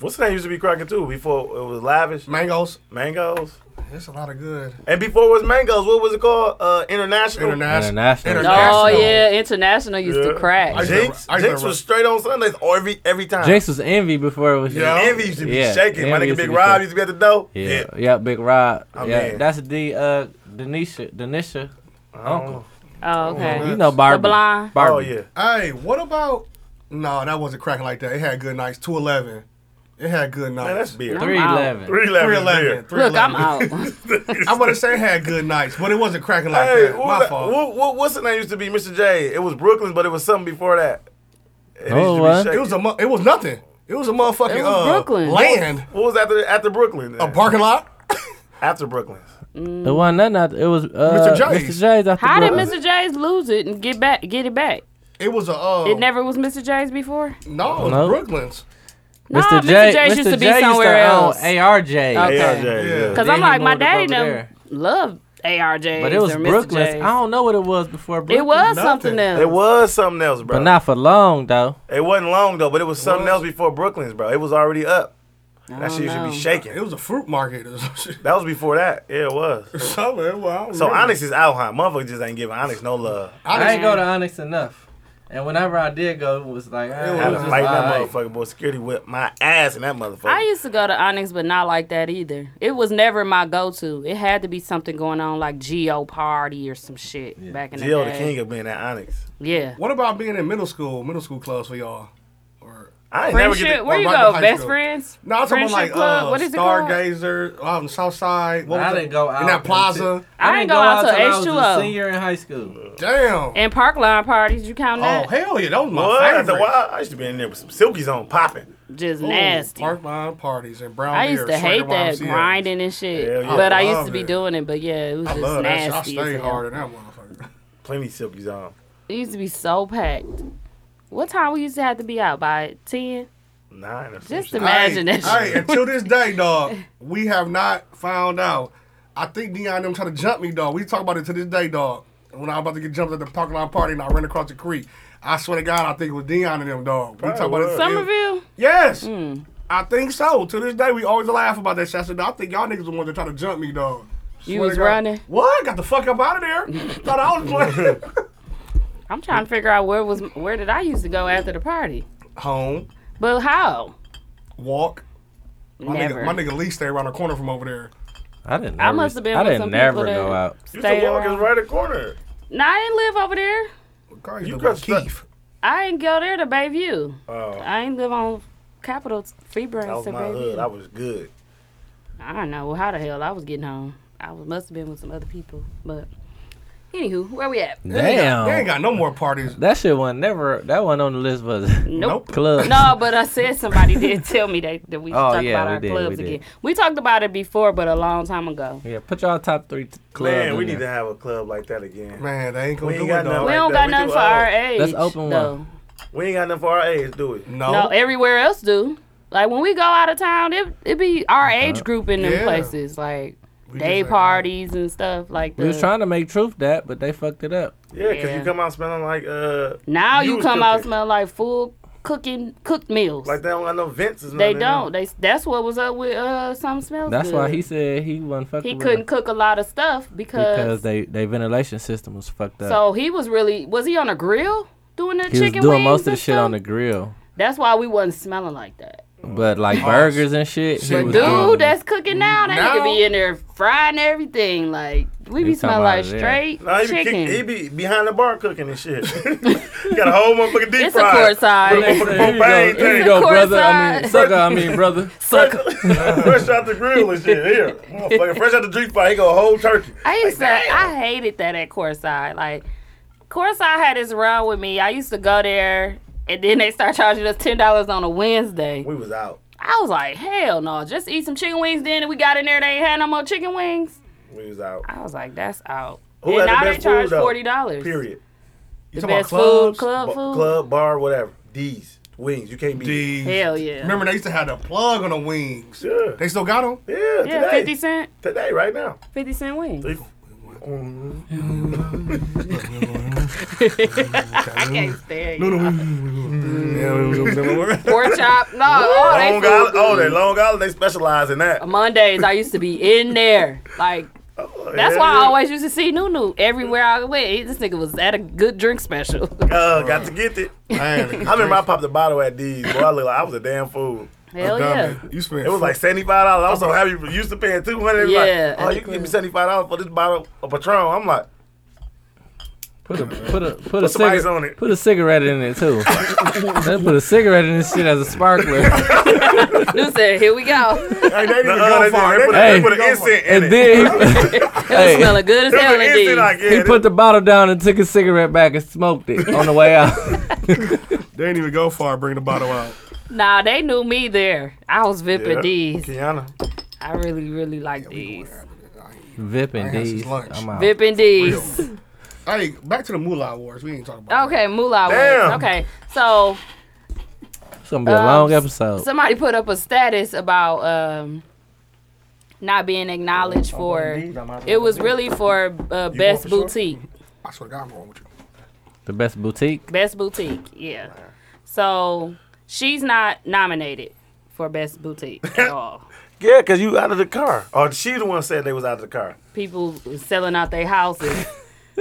Speaker 10: what's the name used to be cracking too? Before it was lavish
Speaker 4: Mangoes.
Speaker 10: mangoes,
Speaker 4: There's a lot of good.
Speaker 10: and before it was mangoes. What was it called? Uh, international.
Speaker 4: International.
Speaker 9: International.
Speaker 4: Interna-
Speaker 8: Oh
Speaker 4: National.
Speaker 8: yeah, international used to
Speaker 10: Yeah.
Speaker 8: crack.
Speaker 4: I
Speaker 10: Jinx,
Speaker 4: remember- I
Speaker 10: Jinx
Speaker 4: remember.
Speaker 10: was straight on Sundays or every every time.
Speaker 9: Jinx was envy before it was
Speaker 10: Yeah. Envy used to be shaking. My
Speaker 9: Envy
Speaker 10: nigga
Speaker 9: used to
Speaker 10: Big
Speaker 9: be
Speaker 10: Rob
Speaker 9: shaking.
Speaker 10: used to be at the door.
Speaker 9: Yeah. yeah, Big Rob.
Speaker 10: Oh,
Speaker 9: yeah,
Speaker 10: man.
Speaker 9: that's the uh Denisha, Denisha, uncle.
Speaker 8: Oh okay.
Speaker 9: You know Barbie.
Speaker 8: blind?
Speaker 9: Barbie.
Speaker 10: Oh yeah.
Speaker 4: Hey, what about. No, that wasn't cracking like that. It had good nights. 211. It had good nights.
Speaker 10: Man, that's beer.
Speaker 9: Three eleven.
Speaker 10: Three eleven.
Speaker 4: 311.
Speaker 8: Look, I'm
Speaker 4: 311.
Speaker 8: out.
Speaker 4: I would have said it had good nights, but it wasn't cracking like
Speaker 10: Hey,
Speaker 4: that.
Speaker 10: what,
Speaker 4: My
Speaker 10: was that-
Speaker 4: fault.
Speaker 10: what, what, what's the name used to be Mr. J? It was Brooklyn, but it was something before that. It
Speaker 9: Oh,
Speaker 10: used to be
Speaker 9: what?
Speaker 10: shaking.
Speaker 4: It was a. mu- It was nothing. It was a motherfucking
Speaker 8: It was
Speaker 4: uh,
Speaker 8: Brooklyn.
Speaker 4: land,
Speaker 10: What was after after Brooklyn?
Speaker 4: a
Speaker 10: then?
Speaker 4: parking lot.
Speaker 10: after Brooklyn.
Speaker 9: It wasn't nothing. out- It was uh,
Speaker 4: Mr. J's.
Speaker 9: Mr. J's after
Speaker 8: How did
Speaker 9: Brooklyn.
Speaker 8: Mr. J's lose it and get back? Get it back?
Speaker 4: It was a. Uh,
Speaker 8: It never was Mr. J's before.
Speaker 4: no, it was
Speaker 9: No.
Speaker 4: Brooklyn's.
Speaker 8: Nah, Mr.
Speaker 9: J-
Speaker 8: J's used to be
Speaker 9: J
Speaker 8: somewhere
Speaker 9: own
Speaker 8: else.
Speaker 9: ARJ.
Speaker 8: Okay.
Speaker 10: ARJ, yeah.
Speaker 8: Cause
Speaker 9: Then
Speaker 8: I'm
Speaker 9: he
Speaker 8: like,
Speaker 9: moved
Speaker 8: my
Speaker 9: up
Speaker 8: daddy
Speaker 9: over
Speaker 8: done
Speaker 9: there.
Speaker 8: loved ARJs
Speaker 9: But it was
Speaker 8: or Mr.
Speaker 9: Brooklyn.
Speaker 8: J's.
Speaker 9: I don't know what it was before Brooklyn.
Speaker 8: It was
Speaker 4: Nothing.
Speaker 8: something else.
Speaker 10: It was something else, bro.
Speaker 9: But not for long though.
Speaker 10: it wasn't long though, but it was something
Speaker 4: was.
Speaker 10: else before Brooklyn's, bro. It was already up. That shit used to
Speaker 8: know.
Speaker 10: be shaking.
Speaker 4: It was a fruit market or some shit.
Speaker 10: that was before that. Yeah, it was.
Speaker 4: Something. Well, I don't
Speaker 10: So
Speaker 4: remember.
Speaker 10: Onyx is out, huh? Motherfucker just ain't giving Onyx no love.
Speaker 9: I didn't go to Onyx enough. And whenever I did go, it was like ah, I
Speaker 10: I
Speaker 9: had
Speaker 10: was
Speaker 9: to
Speaker 10: fighting
Speaker 9: fight.
Speaker 10: that motherfucker, boy. Security whipped my ass in that motherfucker.
Speaker 8: I used to go to Onyx, but not like that either. It was never my go-to. It had to be something going on, like Geo Party or some shit back in the
Speaker 10: Gio
Speaker 8: day.
Speaker 10: the king of being at Onyx.
Speaker 8: Yeah.
Speaker 4: What about being in middle school? Middle school clubs for y'all? Or
Speaker 10: I ain't never get
Speaker 8: Friendship?
Speaker 10: to,
Speaker 8: Where
Speaker 4: or
Speaker 8: you
Speaker 4: right
Speaker 8: go?
Speaker 4: behind
Speaker 8: Best
Speaker 4: you.
Speaker 8: friends?
Speaker 4: no, I'm talking
Speaker 8: Friendship
Speaker 4: about like
Speaker 8: club?
Speaker 4: uh,
Speaker 8: what is it called?
Speaker 4: Stargazer out in Southside. What
Speaker 9: I
Speaker 4: was
Speaker 9: didn't
Speaker 4: that?
Speaker 9: go out
Speaker 4: in that plaza.
Speaker 9: until-
Speaker 8: I didn't go out till
Speaker 9: I was a
Speaker 8: H2O.
Speaker 9: senior in high school.
Speaker 4: Damn.
Speaker 8: And park line parties, you count
Speaker 4: Oh
Speaker 8: that?
Speaker 4: hell yeah, that was my
Speaker 10: What? At the
Speaker 4: favorite.
Speaker 10: wild, I used to be in there with some silkies on popping.
Speaker 8: Just
Speaker 4: Ooh,
Speaker 8: nasty.
Speaker 4: Park line parties and brown.
Speaker 8: I used
Speaker 4: beer,
Speaker 8: to hate
Speaker 4: Sugar
Speaker 8: that
Speaker 4: YMCA.
Speaker 8: grinding and shit.
Speaker 10: Hell yeah.
Speaker 8: But I,
Speaker 4: I
Speaker 8: used to
Speaker 4: loved
Speaker 8: be
Speaker 4: it.
Speaker 8: doing it. But yeah, it was
Speaker 4: I
Speaker 8: just
Speaker 4: love that. shit. I
Speaker 8: nasty. as
Speaker 4: stayed
Speaker 8: hell.
Speaker 4: hard in that motherfucker.
Speaker 10: Plenty silkies on.
Speaker 8: It used to be so packed. What time we used to have to be out by ten?
Speaker 10: Nine or
Speaker 8: Just
Speaker 10: something.
Speaker 8: imagine
Speaker 4: hey,
Speaker 8: that shit.
Speaker 4: Hey, until this day, dog, we have not found out. I think Dion and them trying to jump me, dog. We talk about it to this day, dog. When I was about to get jumped at the parking lot party and I ran across the creek. I swear to God, I think it was Dion and them, dog. We talk about it.
Speaker 10: was.
Speaker 8: Somerville?
Speaker 4: Yes.
Speaker 8: Hmm.
Speaker 4: I think so. To this day, we always laugh about that shit. I said, I think y'all niggas the ones that try to jump me, dog.
Speaker 8: You
Speaker 4: Swear to
Speaker 8: was
Speaker 4: God.
Speaker 8: running?
Speaker 4: What? Got the fuck up out of there. Thought I was playing.
Speaker 8: I'm trying to figure out where was where did I used to go after the party.
Speaker 4: Home,
Speaker 8: But how?
Speaker 4: walk. My
Speaker 8: Never.
Speaker 4: nigga, my nigga Lee stayed around the corner from over there.
Speaker 9: I didn't.
Speaker 8: I
Speaker 9: Never,
Speaker 8: must've been
Speaker 9: I
Speaker 8: with
Speaker 9: didn't
Speaker 8: some people
Speaker 9: never
Speaker 8: that-
Speaker 9: go out.
Speaker 10: Used
Speaker 8: Stayed
Speaker 10: to walk
Speaker 8: around.
Speaker 10: is right the corner.
Speaker 8: Nah, I didn't live over there.
Speaker 4: Cardi
Speaker 12: You
Speaker 4: you
Speaker 12: got
Speaker 4: got
Speaker 12: stuck-
Speaker 4: Keith.
Speaker 8: I ain't go there to Bayview.
Speaker 10: Oh.
Speaker 8: I ain't live on Capitol Freeburg.
Speaker 10: That was
Speaker 8: to
Speaker 10: my hood.
Speaker 8: Bayview.
Speaker 10: I was good.
Speaker 8: I don't know how the hell I was getting home. I was, must have been with some other people, but anywho, where we at?
Speaker 4: They ain't
Speaker 8: Oh.
Speaker 9: Damn.
Speaker 4: got no more parties.
Speaker 9: That shit was never. That wasn't on the list, was it?
Speaker 8: Nope.
Speaker 9: Club.
Speaker 8: No, but I said somebody did tell me that, that we should
Speaker 9: Oh,
Speaker 8: talk
Speaker 9: yeah,
Speaker 8: about
Speaker 9: we
Speaker 8: our
Speaker 9: did, we
Speaker 8: clubs
Speaker 9: did.
Speaker 8: again. We talked about it before, but a long time ago.
Speaker 9: Yeah, put y'all top three t- clubs.
Speaker 10: Man, we
Speaker 9: in
Speaker 10: need to
Speaker 9: there.
Speaker 10: have a club like that again.
Speaker 4: Man, they ain't gonna
Speaker 10: We ain't
Speaker 4: do
Speaker 10: got
Speaker 4: it though.
Speaker 8: we
Speaker 10: like
Speaker 8: don't
Speaker 10: that.
Speaker 8: got
Speaker 10: We
Speaker 8: nothing
Speaker 10: do
Speaker 8: for
Speaker 10: all.
Speaker 8: our age.
Speaker 9: Let's open one.
Speaker 8: though.
Speaker 10: We ain't got nothing for our age, do we?
Speaker 4: No.
Speaker 8: No, everywhere else do. Like when we go out of town, it it be our
Speaker 9: Uh-huh.
Speaker 8: age group in them
Speaker 4: Yeah.
Speaker 8: places, like
Speaker 4: We just
Speaker 8: day
Speaker 4: ain't-
Speaker 8: parties and stuff like
Speaker 9: We was
Speaker 8: that.
Speaker 9: trying to make truth that, but they fucked it up.
Speaker 10: Yeah, because
Speaker 8: Yeah.
Speaker 10: you come out smelling like uh.
Speaker 8: Now
Speaker 10: You
Speaker 8: you
Speaker 10: was
Speaker 8: come out
Speaker 10: cooking.
Speaker 8: smelling like full cooking cooked meals.
Speaker 10: Like they don't got no vents. or
Speaker 8: they
Speaker 10: nothing,
Speaker 8: don't. They that's what was up with uh some smells.
Speaker 9: That's why
Speaker 8: Good.
Speaker 9: he said he wasn't fucking.
Speaker 8: he
Speaker 9: with
Speaker 8: couldn't
Speaker 9: them
Speaker 8: cook a lot of stuff because,
Speaker 9: because they they ventilation system was fucked up.
Speaker 8: so he was really was he on a grill doing the
Speaker 9: he was
Speaker 8: chicken
Speaker 9: doing
Speaker 8: wings
Speaker 9: most of the
Speaker 8: and
Speaker 9: shit
Speaker 8: stuff?
Speaker 9: on the grill,
Speaker 8: That's why we wasn't smelling like that.
Speaker 9: but like burgers and shit. He
Speaker 8: But
Speaker 9: was
Speaker 8: dude,
Speaker 9: doing-
Speaker 8: that's cooking now. That
Speaker 4: Now-
Speaker 8: nigga be in there frying everything. Like we
Speaker 9: You
Speaker 8: be
Speaker 9: talking
Speaker 8: smelling
Speaker 9: about
Speaker 8: like
Speaker 9: it, yeah.
Speaker 8: straight
Speaker 10: Nah, he be,
Speaker 8: chicken.
Speaker 10: kick, he be behind the bar cooking and shit. got a whole motherfucking deep
Speaker 8: it's a
Speaker 10: fryer.
Speaker 8: court side.
Speaker 9: Here you go, here you
Speaker 8: It's a
Speaker 9: go
Speaker 8: course
Speaker 9: brother. I mean,
Speaker 8: side.
Speaker 9: sucker. I mean, brother.
Speaker 10: Fresh, fresh out the grill and shit. Here, motherfucker, fresh out the deep fryer. He go whole turkey.
Speaker 8: I used to, I hated that at Courtside. Like, Courtside had this run with me. I used to go there, and then they start charging us ten dollars on a Wednesday.
Speaker 10: We was out.
Speaker 8: I was like, hell no, just eat some chicken wings. Then we got in there, they ain't had no more chicken wings.
Speaker 10: We was out.
Speaker 8: I was like, that's out.
Speaker 10: Who
Speaker 8: and
Speaker 10: had the
Speaker 8: now they
Speaker 10: best
Speaker 8: charge
Speaker 10: food, though?
Speaker 8: forty dollars.
Speaker 10: Period.
Speaker 8: The
Speaker 4: talking about
Speaker 8: best food,
Speaker 4: clubs?
Speaker 8: club
Speaker 10: Bu-
Speaker 8: food.
Speaker 10: club, bar, whatever. These wings, you can't beat.
Speaker 4: Jeez.
Speaker 8: Hell yeah.
Speaker 4: Remember they used to have the plug on the wings.
Speaker 10: Yeah.
Speaker 4: They still got them.
Speaker 10: Yeah,
Speaker 8: yeah,
Speaker 10: today,
Speaker 8: fifty cent,
Speaker 10: today, right now.
Speaker 8: fifty cent wings.
Speaker 10: Three-
Speaker 8: I can't stand
Speaker 4: No,
Speaker 8: you.
Speaker 4: no, yeah,
Speaker 8: Pork chop, no, all they
Speaker 10: Long
Speaker 8: food
Speaker 10: Island, oh,
Speaker 8: good. Um,
Speaker 10: they Long Island, they specialize in that.
Speaker 8: Mondays I used to be in there, like. That's why I always used to see Nunu everywhere I went. He- This nigga was at a good drink special.
Speaker 10: Uh, got to get it.
Speaker 4: man,
Speaker 10: I remember I popped the bottle at these. Boy, I look like I was a damn fool.
Speaker 8: Hell
Speaker 4: dumb,
Speaker 8: yeah.
Speaker 4: man. You spent
Speaker 10: It was like seventy five dollars. I was so happy. You used to paying two hundred.
Speaker 8: Yeah,
Speaker 10: Like, oh,
Speaker 8: at the
Speaker 10: you can give me
Speaker 8: club.
Speaker 10: seventy five dollars for this bottle of Patron. I'm like,
Speaker 9: Put a put a put, a
Speaker 10: Put some ice
Speaker 9: cigarette
Speaker 10: on it.
Speaker 9: Put a cigarette in it too. Let's put a cigarette in this shit as a sparkler.
Speaker 8: Nunu said, here we go.
Speaker 10: hey, they didn't
Speaker 4: go
Speaker 10: they,
Speaker 4: far.
Speaker 10: did. They put,
Speaker 9: Hey.
Speaker 10: they put an incense in it.
Speaker 9: and then he, hey,
Speaker 8: Smelling good as
Speaker 10: They put
Speaker 8: hell
Speaker 10: an incense,
Speaker 8: indeed.
Speaker 10: like, yeah,
Speaker 9: he
Speaker 10: this-
Speaker 9: put the bottle down and took his cigarette back and smoked it on the way out.
Speaker 4: They didn't even go far. Bring the bottle out.
Speaker 8: Nah, they knew me there. I was vipping
Speaker 10: Yeah.
Speaker 8: these.
Speaker 10: Kiana.
Speaker 8: I really, really like these.
Speaker 9: Vipping
Speaker 4: Man, this is
Speaker 9: these.
Speaker 4: lunch.
Speaker 9: I'm out.
Speaker 8: Vipping these.
Speaker 4: Hey, back to the Moolah Wars. We ain't talking about.
Speaker 8: Okay, moolah
Speaker 10: Damn.
Speaker 8: was. Okay, so
Speaker 9: It's gonna be a
Speaker 8: Um,
Speaker 9: long episode.
Speaker 8: somebody put up a status about um, not being acknowledged for. It was really for uh, best
Speaker 4: for sure?
Speaker 8: boutique.
Speaker 4: That. I swear to God, I'm going with you.
Speaker 9: the best boutique.
Speaker 8: Best Boutique, yeah. So she's not nominated for Best Boutique at all.
Speaker 10: Yeah, cause you out of the car. Or Oh, she the one said they was out of the car.
Speaker 8: People selling out their houses.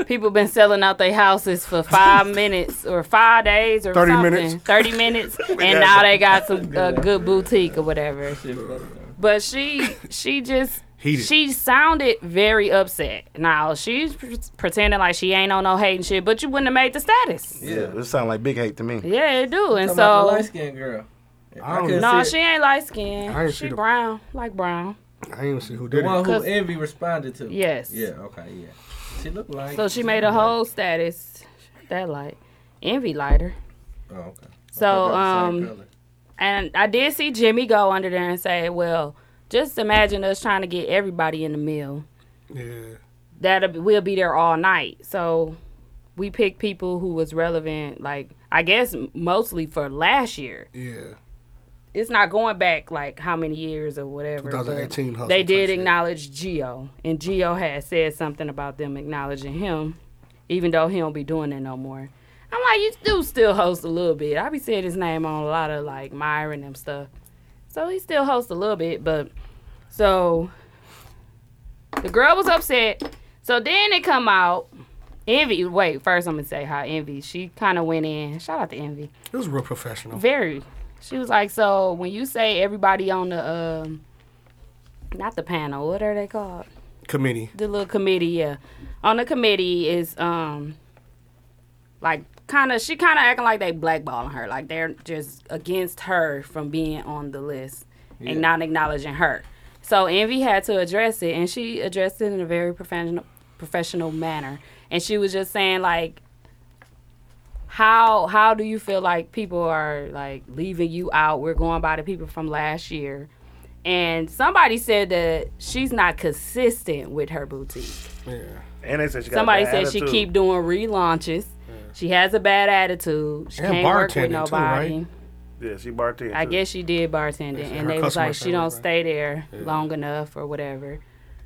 Speaker 8: People been selling out their houses for five minutes or five days or
Speaker 4: 30
Speaker 8: something.
Speaker 4: minutes.
Speaker 8: Thirty minutes, and now they got some uh, good boutique or whatever. But she, she just,
Speaker 4: Heated.
Speaker 8: she sounded very upset. Now she's pre- pretending like she ain't on no hate and shit, but you wouldn't have made the status.
Speaker 10: Yeah, it sound like big hate to me.
Speaker 8: Yeah, it do, and so
Speaker 9: skinned girl.
Speaker 4: I don't even,
Speaker 8: No,
Speaker 9: see
Speaker 8: she ain't light skinned.
Speaker 4: I ain't see
Speaker 8: She
Speaker 4: the-
Speaker 8: brown, like brown.
Speaker 4: I ain't even see who did it.
Speaker 8: Cause-
Speaker 9: Envy responded to.
Speaker 8: Yes.
Speaker 9: okay, yeah. She looked like.
Speaker 8: So she made a whole status that light, envy lighter.
Speaker 9: Oh, okay.
Speaker 8: So um, and I did see Jimmy go under there and say, "Well, just imagine us trying to get everybody in the meal.
Speaker 4: Yeah.
Speaker 8: That we'll be there all night. So we picked people who was relevant, like I guess mostly for last year.
Speaker 4: Yeah.
Speaker 8: It's not going back like how many years or whatever. but
Speaker 4: 2018 hustle
Speaker 8: They did
Speaker 4: type shit.
Speaker 8: acknowledge Geo, and Geo had said something about them acknowledging him, even though he don't be doing it no more. I'm like, you do still host a little bit. I be seeing his name on a lot of like Myron and them stuff, so he still hosts a little bit. But so the girl was upset. So then it come out. Envy, wait, first I'm gonna say how Envy, she kind of went in. Shout out to Envy.
Speaker 4: It was real professional.
Speaker 8: Very. She was like, so when you say everybody on the um, not the panel, what are they called?
Speaker 4: Committee.
Speaker 8: The little committee, yeah. On the committee is um, like kind of she kind of acting like they blackballing her like they're just against her from being on the list
Speaker 13: Yeah.
Speaker 8: and not acknowledging her so envy had to address it and she addressed it in a very professional professional manner and she was just saying like how how do you feel like people are like leaving you out we're going by the people from last year and somebody said that she's not consistent with her boutique
Speaker 14: Yeah.
Speaker 10: And they said she got a
Speaker 8: Somebody
Speaker 10: bad
Speaker 8: said
Speaker 10: attitude.
Speaker 8: she keep doing relaunches. She has a bad attitude. She
Speaker 10: And
Speaker 8: can't work with
Speaker 10: bartending too,
Speaker 8: nobody.
Speaker 10: right? Yeah, she bartending.
Speaker 8: I
Speaker 10: too.
Speaker 8: guess she did bartending,
Speaker 10: said
Speaker 8: and they
Speaker 10: her
Speaker 8: was
Speaker 10: customer
Speaker 8: like, she
Speaker 10: service,
Speaker 8: don't
Speaker 10: right?
Speaker 8: stay there
Speaker 10: Yeah.
Speaker 8: long enough or whatever.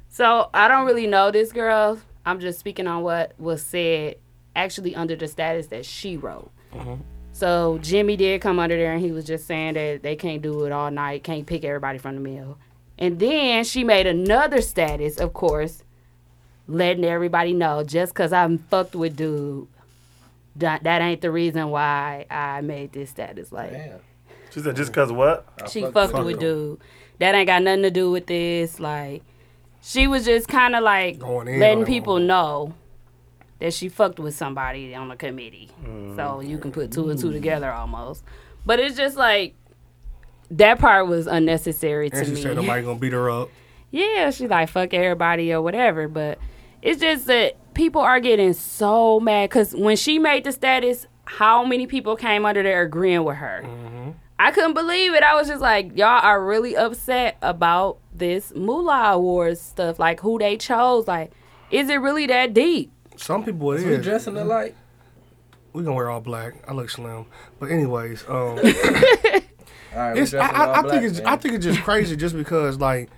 Speaker 8: So I don't really know this girl. I'm just speaking on what was said, actually under the status that she wrote.
Speaker 10: Mm-hmm.
Speaker 8: So Jimmy did come under there, and he was just saying that they can't do it all night, can't pick everybody from the meal. And then she made another status, of course, letting everybody know just because I'm fucked with dude, that, that ain't the reason why I made this status. Like,
Speaker 10: She said just cause what?
Speaker 8: she fucked with dude. That ain't got nothing to do with this. Like, she was just kind of like
Speaker 10: Going in on
Speaker 8: letting
Speaker 10: that
Speaker 8: people know that she fucked with somebody on the committee. So you can put two and two
Speaker 13: Mm.
Speaker 8: together almost. But it's just like that part was unnecessary to
Speaker 4: And she
Speaker 8: me.
Speaker 4: said nobody gonna beat her up.
Speaker 8: yeah, she like fuck everybody or whatever. But it's just that people are getting so mad because when she made the status, how many people came under there agreeing with her? I couldn't believe it. I was just like, y'all are really upset about this Moolah Awards stuff, like who they chose. Like, is it really that deep?
Speaker 4: Some people it is.
Speaker 8: So you dressing it like-
Speaker 4: We gonna wear all black. I look slim, but anyways, um,
Speaker 14: right, we
Speaker 4: it's,
Speaker 14: dressing
Speaker 4: I, I,
Speaker 14: all
Speaker 4: I
Speaker 14: black,
Speaker 4: think it's I
Speaker 14: man.
Speaker 4: think it's just crazy, just because like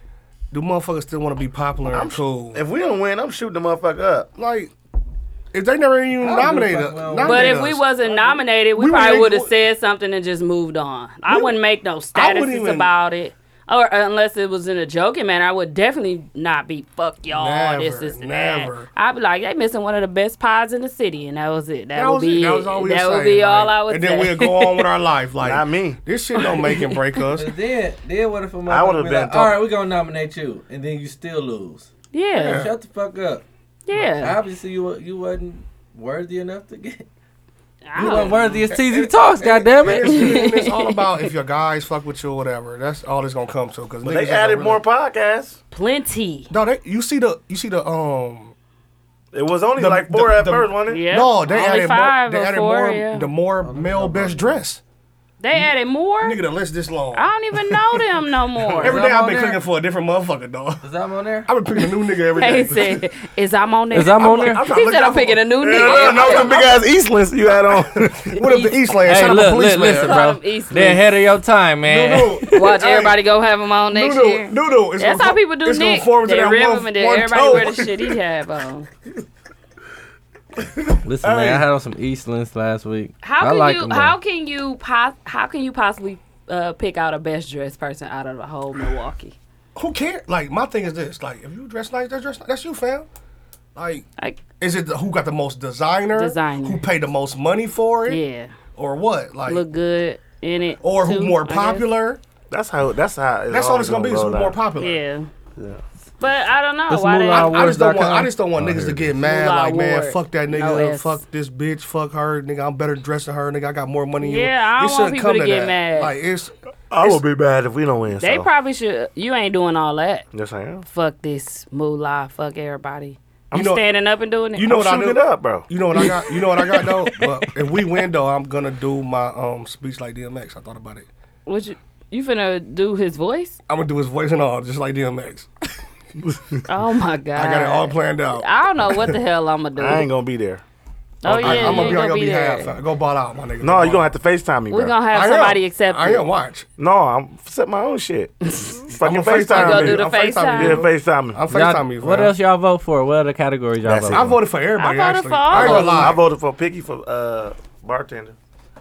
Speaker 4: do motherfuckers still want to be popular and cool?
Speaker 10: If we don't win, I'm shooting the motherfucker up.
Speaker 4: Like if they never even
Speaker 10: I don't give a
Speaker 4: nominated,
Speaker 10: fuck when I
Speaker 4: nominated
Speaker 10: win.
Speaker 8: But if
Speaker 4: us. Uh,
Speaker 8: we wasn't nominated, we,
Speaker 4: We
Speaker 8: probably
Speaker 4: would've-
Speaker 8: would have said something and just moved on. I wouldn't make no
Speaker 4: wouldn't
Speaker 8: statuses
Speaker 4: even-
Speaker 8: about it. Or uh, unless it was in a joking manner, I would definitely not be fuck y'all this
Speaker 4: Never,
Speaker 8: this and
Speaker 4: never.
Speaker 8: that. I'd be like, they missing one of the best pods in the city, and that was it. That,
Speaker 4: That
Speaker 8: would
Speaker 4: was
Speaker 8: be
Speaker 4: it.
Speaker 8: it.
Speaker 4: That was all we
Speaker 8: That
Speaker 4: were
Speaker 8: would be
Speaker 4: saying,
Speaker 8: all
Speaker 4: like,
Speaker 8: I would
Speaker 4: and then
Speaker 8: say.
Speaker 4: we'll go on with our life. Like
Speaker 10: Not me.
Speaker 4: This shit don't make and break us.
Speaker 15: But then, then what if a
Speaker 4: I would've
Speaker 15: motherfucker be
Speaker 4: been
Speaker 15: like,
Speaker 4: talking-
Speaker 15: all right, we're going to nominate you, and then you still lose?
Speaker 8: Yeah.
Speaker 15: Man, shut the fuck up.
Speaker 8: Yeah.
Speaker 15: obviously, you wa- you wasn't worthy enough to get. You
Speaker 8: don't-
Speaker 15: wasn't worthy as TZ
Speaker 4: And-
Speaker 15: Talks,
Speaker 4: and-
Speaker 15: goddamn
Speaker 4: and It's, and it's all
Speaker 15: it.
Speaker 4: about if your guys fuck with you or whatever. That's all it's gonna come to. Because
Speaker 10: But they added more podcasts.
Speaker 8: Plenty.
Speaker 4: No, they, you see the you see the um.
Speaker 10: It was only like four at first, wasn't it?
Speaker 8: Yeah.
Speaker 4: No, they
Speaker 8: Only
Speaker 4: added
Speaker 8: five
Speaker 4: more.
Speaker 8: or
Speaker 4: They added
Speaker 8: four,
Speaker 4: more.
Speaker 8: yeah.
Speaker 4: The more male best dress.
Speaker 8: They added more.
Speaker 4: Nigga, the list this long.
Speaker 8: I don't even know them no more.
Speaker 4: Every day I've been clicking for a different motherfucker, dog.
Speaker 15: Is I'm on there?
Speaker 4: I've been picking a new nigga every day.
Speaker 8: He said, "Is I'm on there?
Speaker 4: Is I'm on
Speaker 8: I'm
Speaker 4: there? I'm trying to
Speaker 8: He
Speaker 4: look
Speaker 8: said,
Speaker 4: out
Speaker 8: "I'm
Speaker 4: for-
Speaker 8: picking a new
Speaker 10: Yeah,
Speaker 8: nigga."
Speaker 10: no, them big ass Eastless you had on.
Speaker 4: what if the Eastland
Speaker 9: Hey,
Speaker 4: shot up a
Speaker 9: look, look,
Speaker 4: policeman?
Speaker 9: listen, bro. They're ahead of your time, man.
Speaker 8: Watch everybody go have them on next
Speaker 4: Noodle,
Speaker 8: year.
Speaker 4: noodle, it's
Speaker 8: That's
Speaker 4: gonna
Speaker 8: how
Speaker 4: co-
Speaker 8: people do
Speaker 4: it's gonna
Speaker 8: Nick.
Speaker 4: form into
Speaker 8: They
Speaker 4: that
Speaker 8: rip
Speaker 4: one-
Speaker 8: him and then
Speaker 4: one
Speaker 8: everybody
Speaker 4: toe.
Speaker 8: wear the shit he have on.
Speaker 9: Listen, man, I had on some Eastlands last week.
Speaker 8: How
Speaker 9: I
Speaker 8: can
Speaker 9: like
Speaker 8: you?
Speaker 9: 'em, though.
Speaker 8: How can you? Pos- how can you possibly uh, pick out a best dressed person out of the whole Milwaukee?
Speaker 4: Who cares? Like my thing is this: like if you dress nice, that's dress nice. That's you, fam. Like, is it the, who got the most designer?
Speaker 8: Designer.
Speaker 4: Who paid the most money for it?
Speaker 8: Yeah.
Speaker 4: Or what? Like
Speaker 8: look good in it.
Speaker 4: Or who
Speaker 8: too,
Speaker 4: more
Speaker 8: I guess.
Speaker 4: popular?
Speaker 10: That's how. That's how.
Speaker 4: That's all it's gonna be. Is who more popular?
Speaker 8: Yeah.
Speaker 10: Yeah.
Speaker 8: But I don't know
Speaker 4: It's
Speaker 8: why they.
Speaker 4: Moolah I- I just don't want. I just don't want
Speaker 10: Oh,
Speaker 4: niggas
Speaker 10: here
Speaker 4: to
Speaker 10: it
Speaker 4: get
Speaker 10: is.
Speaker 4: mad.
Speaker 8: Moolah
Speaker 4: like, man,
Speaker 8: Award.
Speaker 4: fuck that nigga. uh,
Speaker 8: No S.
Speaker 4: fuck this bitch. Fuck her, nigga. I'm better dressed than her, nigga. I got more money. than you.
Speaker 8: Yeah, I don't
Speaker 4: It
Speaker 8: want
Speaker 4: shouldn't
Speaker 8: people
Speaker 4: come
Speaker 8: to get
Speaker 4: that.
Speaker 8: mad.
Speaker 4: Like it's.
Speaker 10: I will be bad if we don't win.
Speaker 8: They
Speaker 10: so.
Speaker 8: probably should. You ain't doing all that.
Speaker 10: Yes, I am.
Speaker 8: Fuck this moolah. Fuck everybody.
Speaker 4: You
Speaker 8: I'm
Speaker 4: know-
Speaker 8: standing up and doing it.
Speaker 4: You know what I do?
Speaker 10: bro.
Speaker 4: You know what I got? You know what I got though. but if we win though, I'm gonna do my um speech like DMX. I thought about it.
Speaker 8: What you you finna do his voice?
Speaker 4: I'm gonna do his voice and all, just like DMX.
Speaker 8: Oh my god!
Speaker 4: I got it all planned out.
Speaker 8: I don't know what the hell I'm gonna do.
Speaker 10: I ain't gonna be there.
Speaker 8: Oh, yeah,
Speaker 4: I'm
Speaker 8: you
Speaker 4: gonna be, I'm
Speaker 8: gonna
Speaker 4: gonna
Speaker 8: be
Speaker 4: be
Speaker 8: there.
Speaker 4: half. Go ball out, my nigga.
Speaker 10: No, you gonna have to Facetime me.
Speaker 8: We're
Speaker 10: bro.
Speaker 8: gonna have I am. somebody accept
Speaker 4: I
Speaker 8: it.
Speaker 4: am watch.
Speaker 10: No, I'm set my own shit. Fucking
Speaker 4: I'ma
Speaker 10: Facetime
Speaker 4: FaceTime
Speaker 10: me.
Speaker 4: you. I'll FaceTime you.
Speaker 10: Yeah, Facetime me.
Speaker 4: I'll
Speaker 9: Y'all-
Speaker 4: FaceTime you.
Speaker 9: What
Speaker 4: fam.
Speaker 9: else y'all vote for? What other categories y'all vote
Speaker 4: I
Speaker 9: for?
Speaker 4: voted for everybody.
Speaker 10: I voted
Speaker 4: actually.
Speaker 10: for
Speaker 4: I ain't gonna lie.
Speaker 10: I voted for Picky for uh bartender.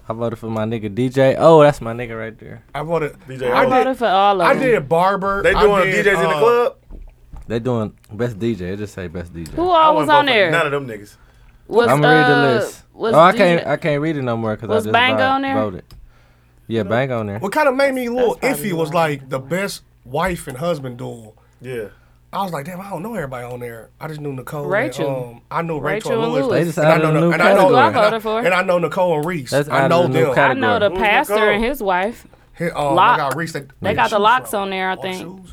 Speaker 9: I voted for my nigga DJ. Oh, that's my nigga right there.
Speaker 4: I voted.
Speaker 10: DJ
Speaker 4: I
Speaker 10: Owen.
Speaker 4: voted for all of I them. did barber.
Speaker 10: They
Speaker 4: I
Speaker 10: doing
Speaker 4: did,
Speaker 10: DJs in the
Speaker 4: uh,
Speaker 10: club.
Speaker 9: They doing best DJ. It just say best DJ.
Speaker 8: Who all was on there?
Speaker 10: None of them niggas.
Speaker 8: Was,
Speaker 9: I'm gonna read the
Speaker 8: uh,
Speaker 9: list.
Speaker 8: was
Speaker 9: oh, I
Speaker 8: DJ
Speaker 9: can't. I can't read it no more because I
Speaker 8: was
Speaker 9: just
Speaker 8: Bang
Speaker 9: vi-
Speaker 8: on there?
Speaker 9: voted. Yeah, bang on there.
Speaker 4: What kind of made me a little iffy was like the best wife and husband duel.
Speaker 10: Yeah.
Speaker 4: I was like, damn, I don't know everybody on there. I just knew Nicole.
Speaker 8: Rachel.
Speaker 4: And, um, I knew Rachel,
Speaker 8: Rachel
Speaker 4: and
Speaker 8: and
Speaker 4: Lewis.
Speaker 8: Lewis. They just
Speaker 4: And I
Speaker 8: added
Speaker 4: know,
Speaker 8: a
Speaker 4: Nic-
Speaker 8: new
Speaker 4: and I know,
Speaker 8: category.
Speaker 4: and, I,
Speaker 8: That's who I voted for.
Speaker 4: and I know Nicole and Reese.
Speaker 9: That's
Speaker 4: I
Speaker 9: added
Speaker 4: know
Speaker 9: a new
Speaker 4: them.
Speaker 8: I know the pastor and his wife.
Speaker 4: His, oh, they
Speaker 8: Lock.
Speaker 4: got Reese, they-
Speaker 8: they got the
Speaker 4: shoes
Speaker 8: locks on there, I think.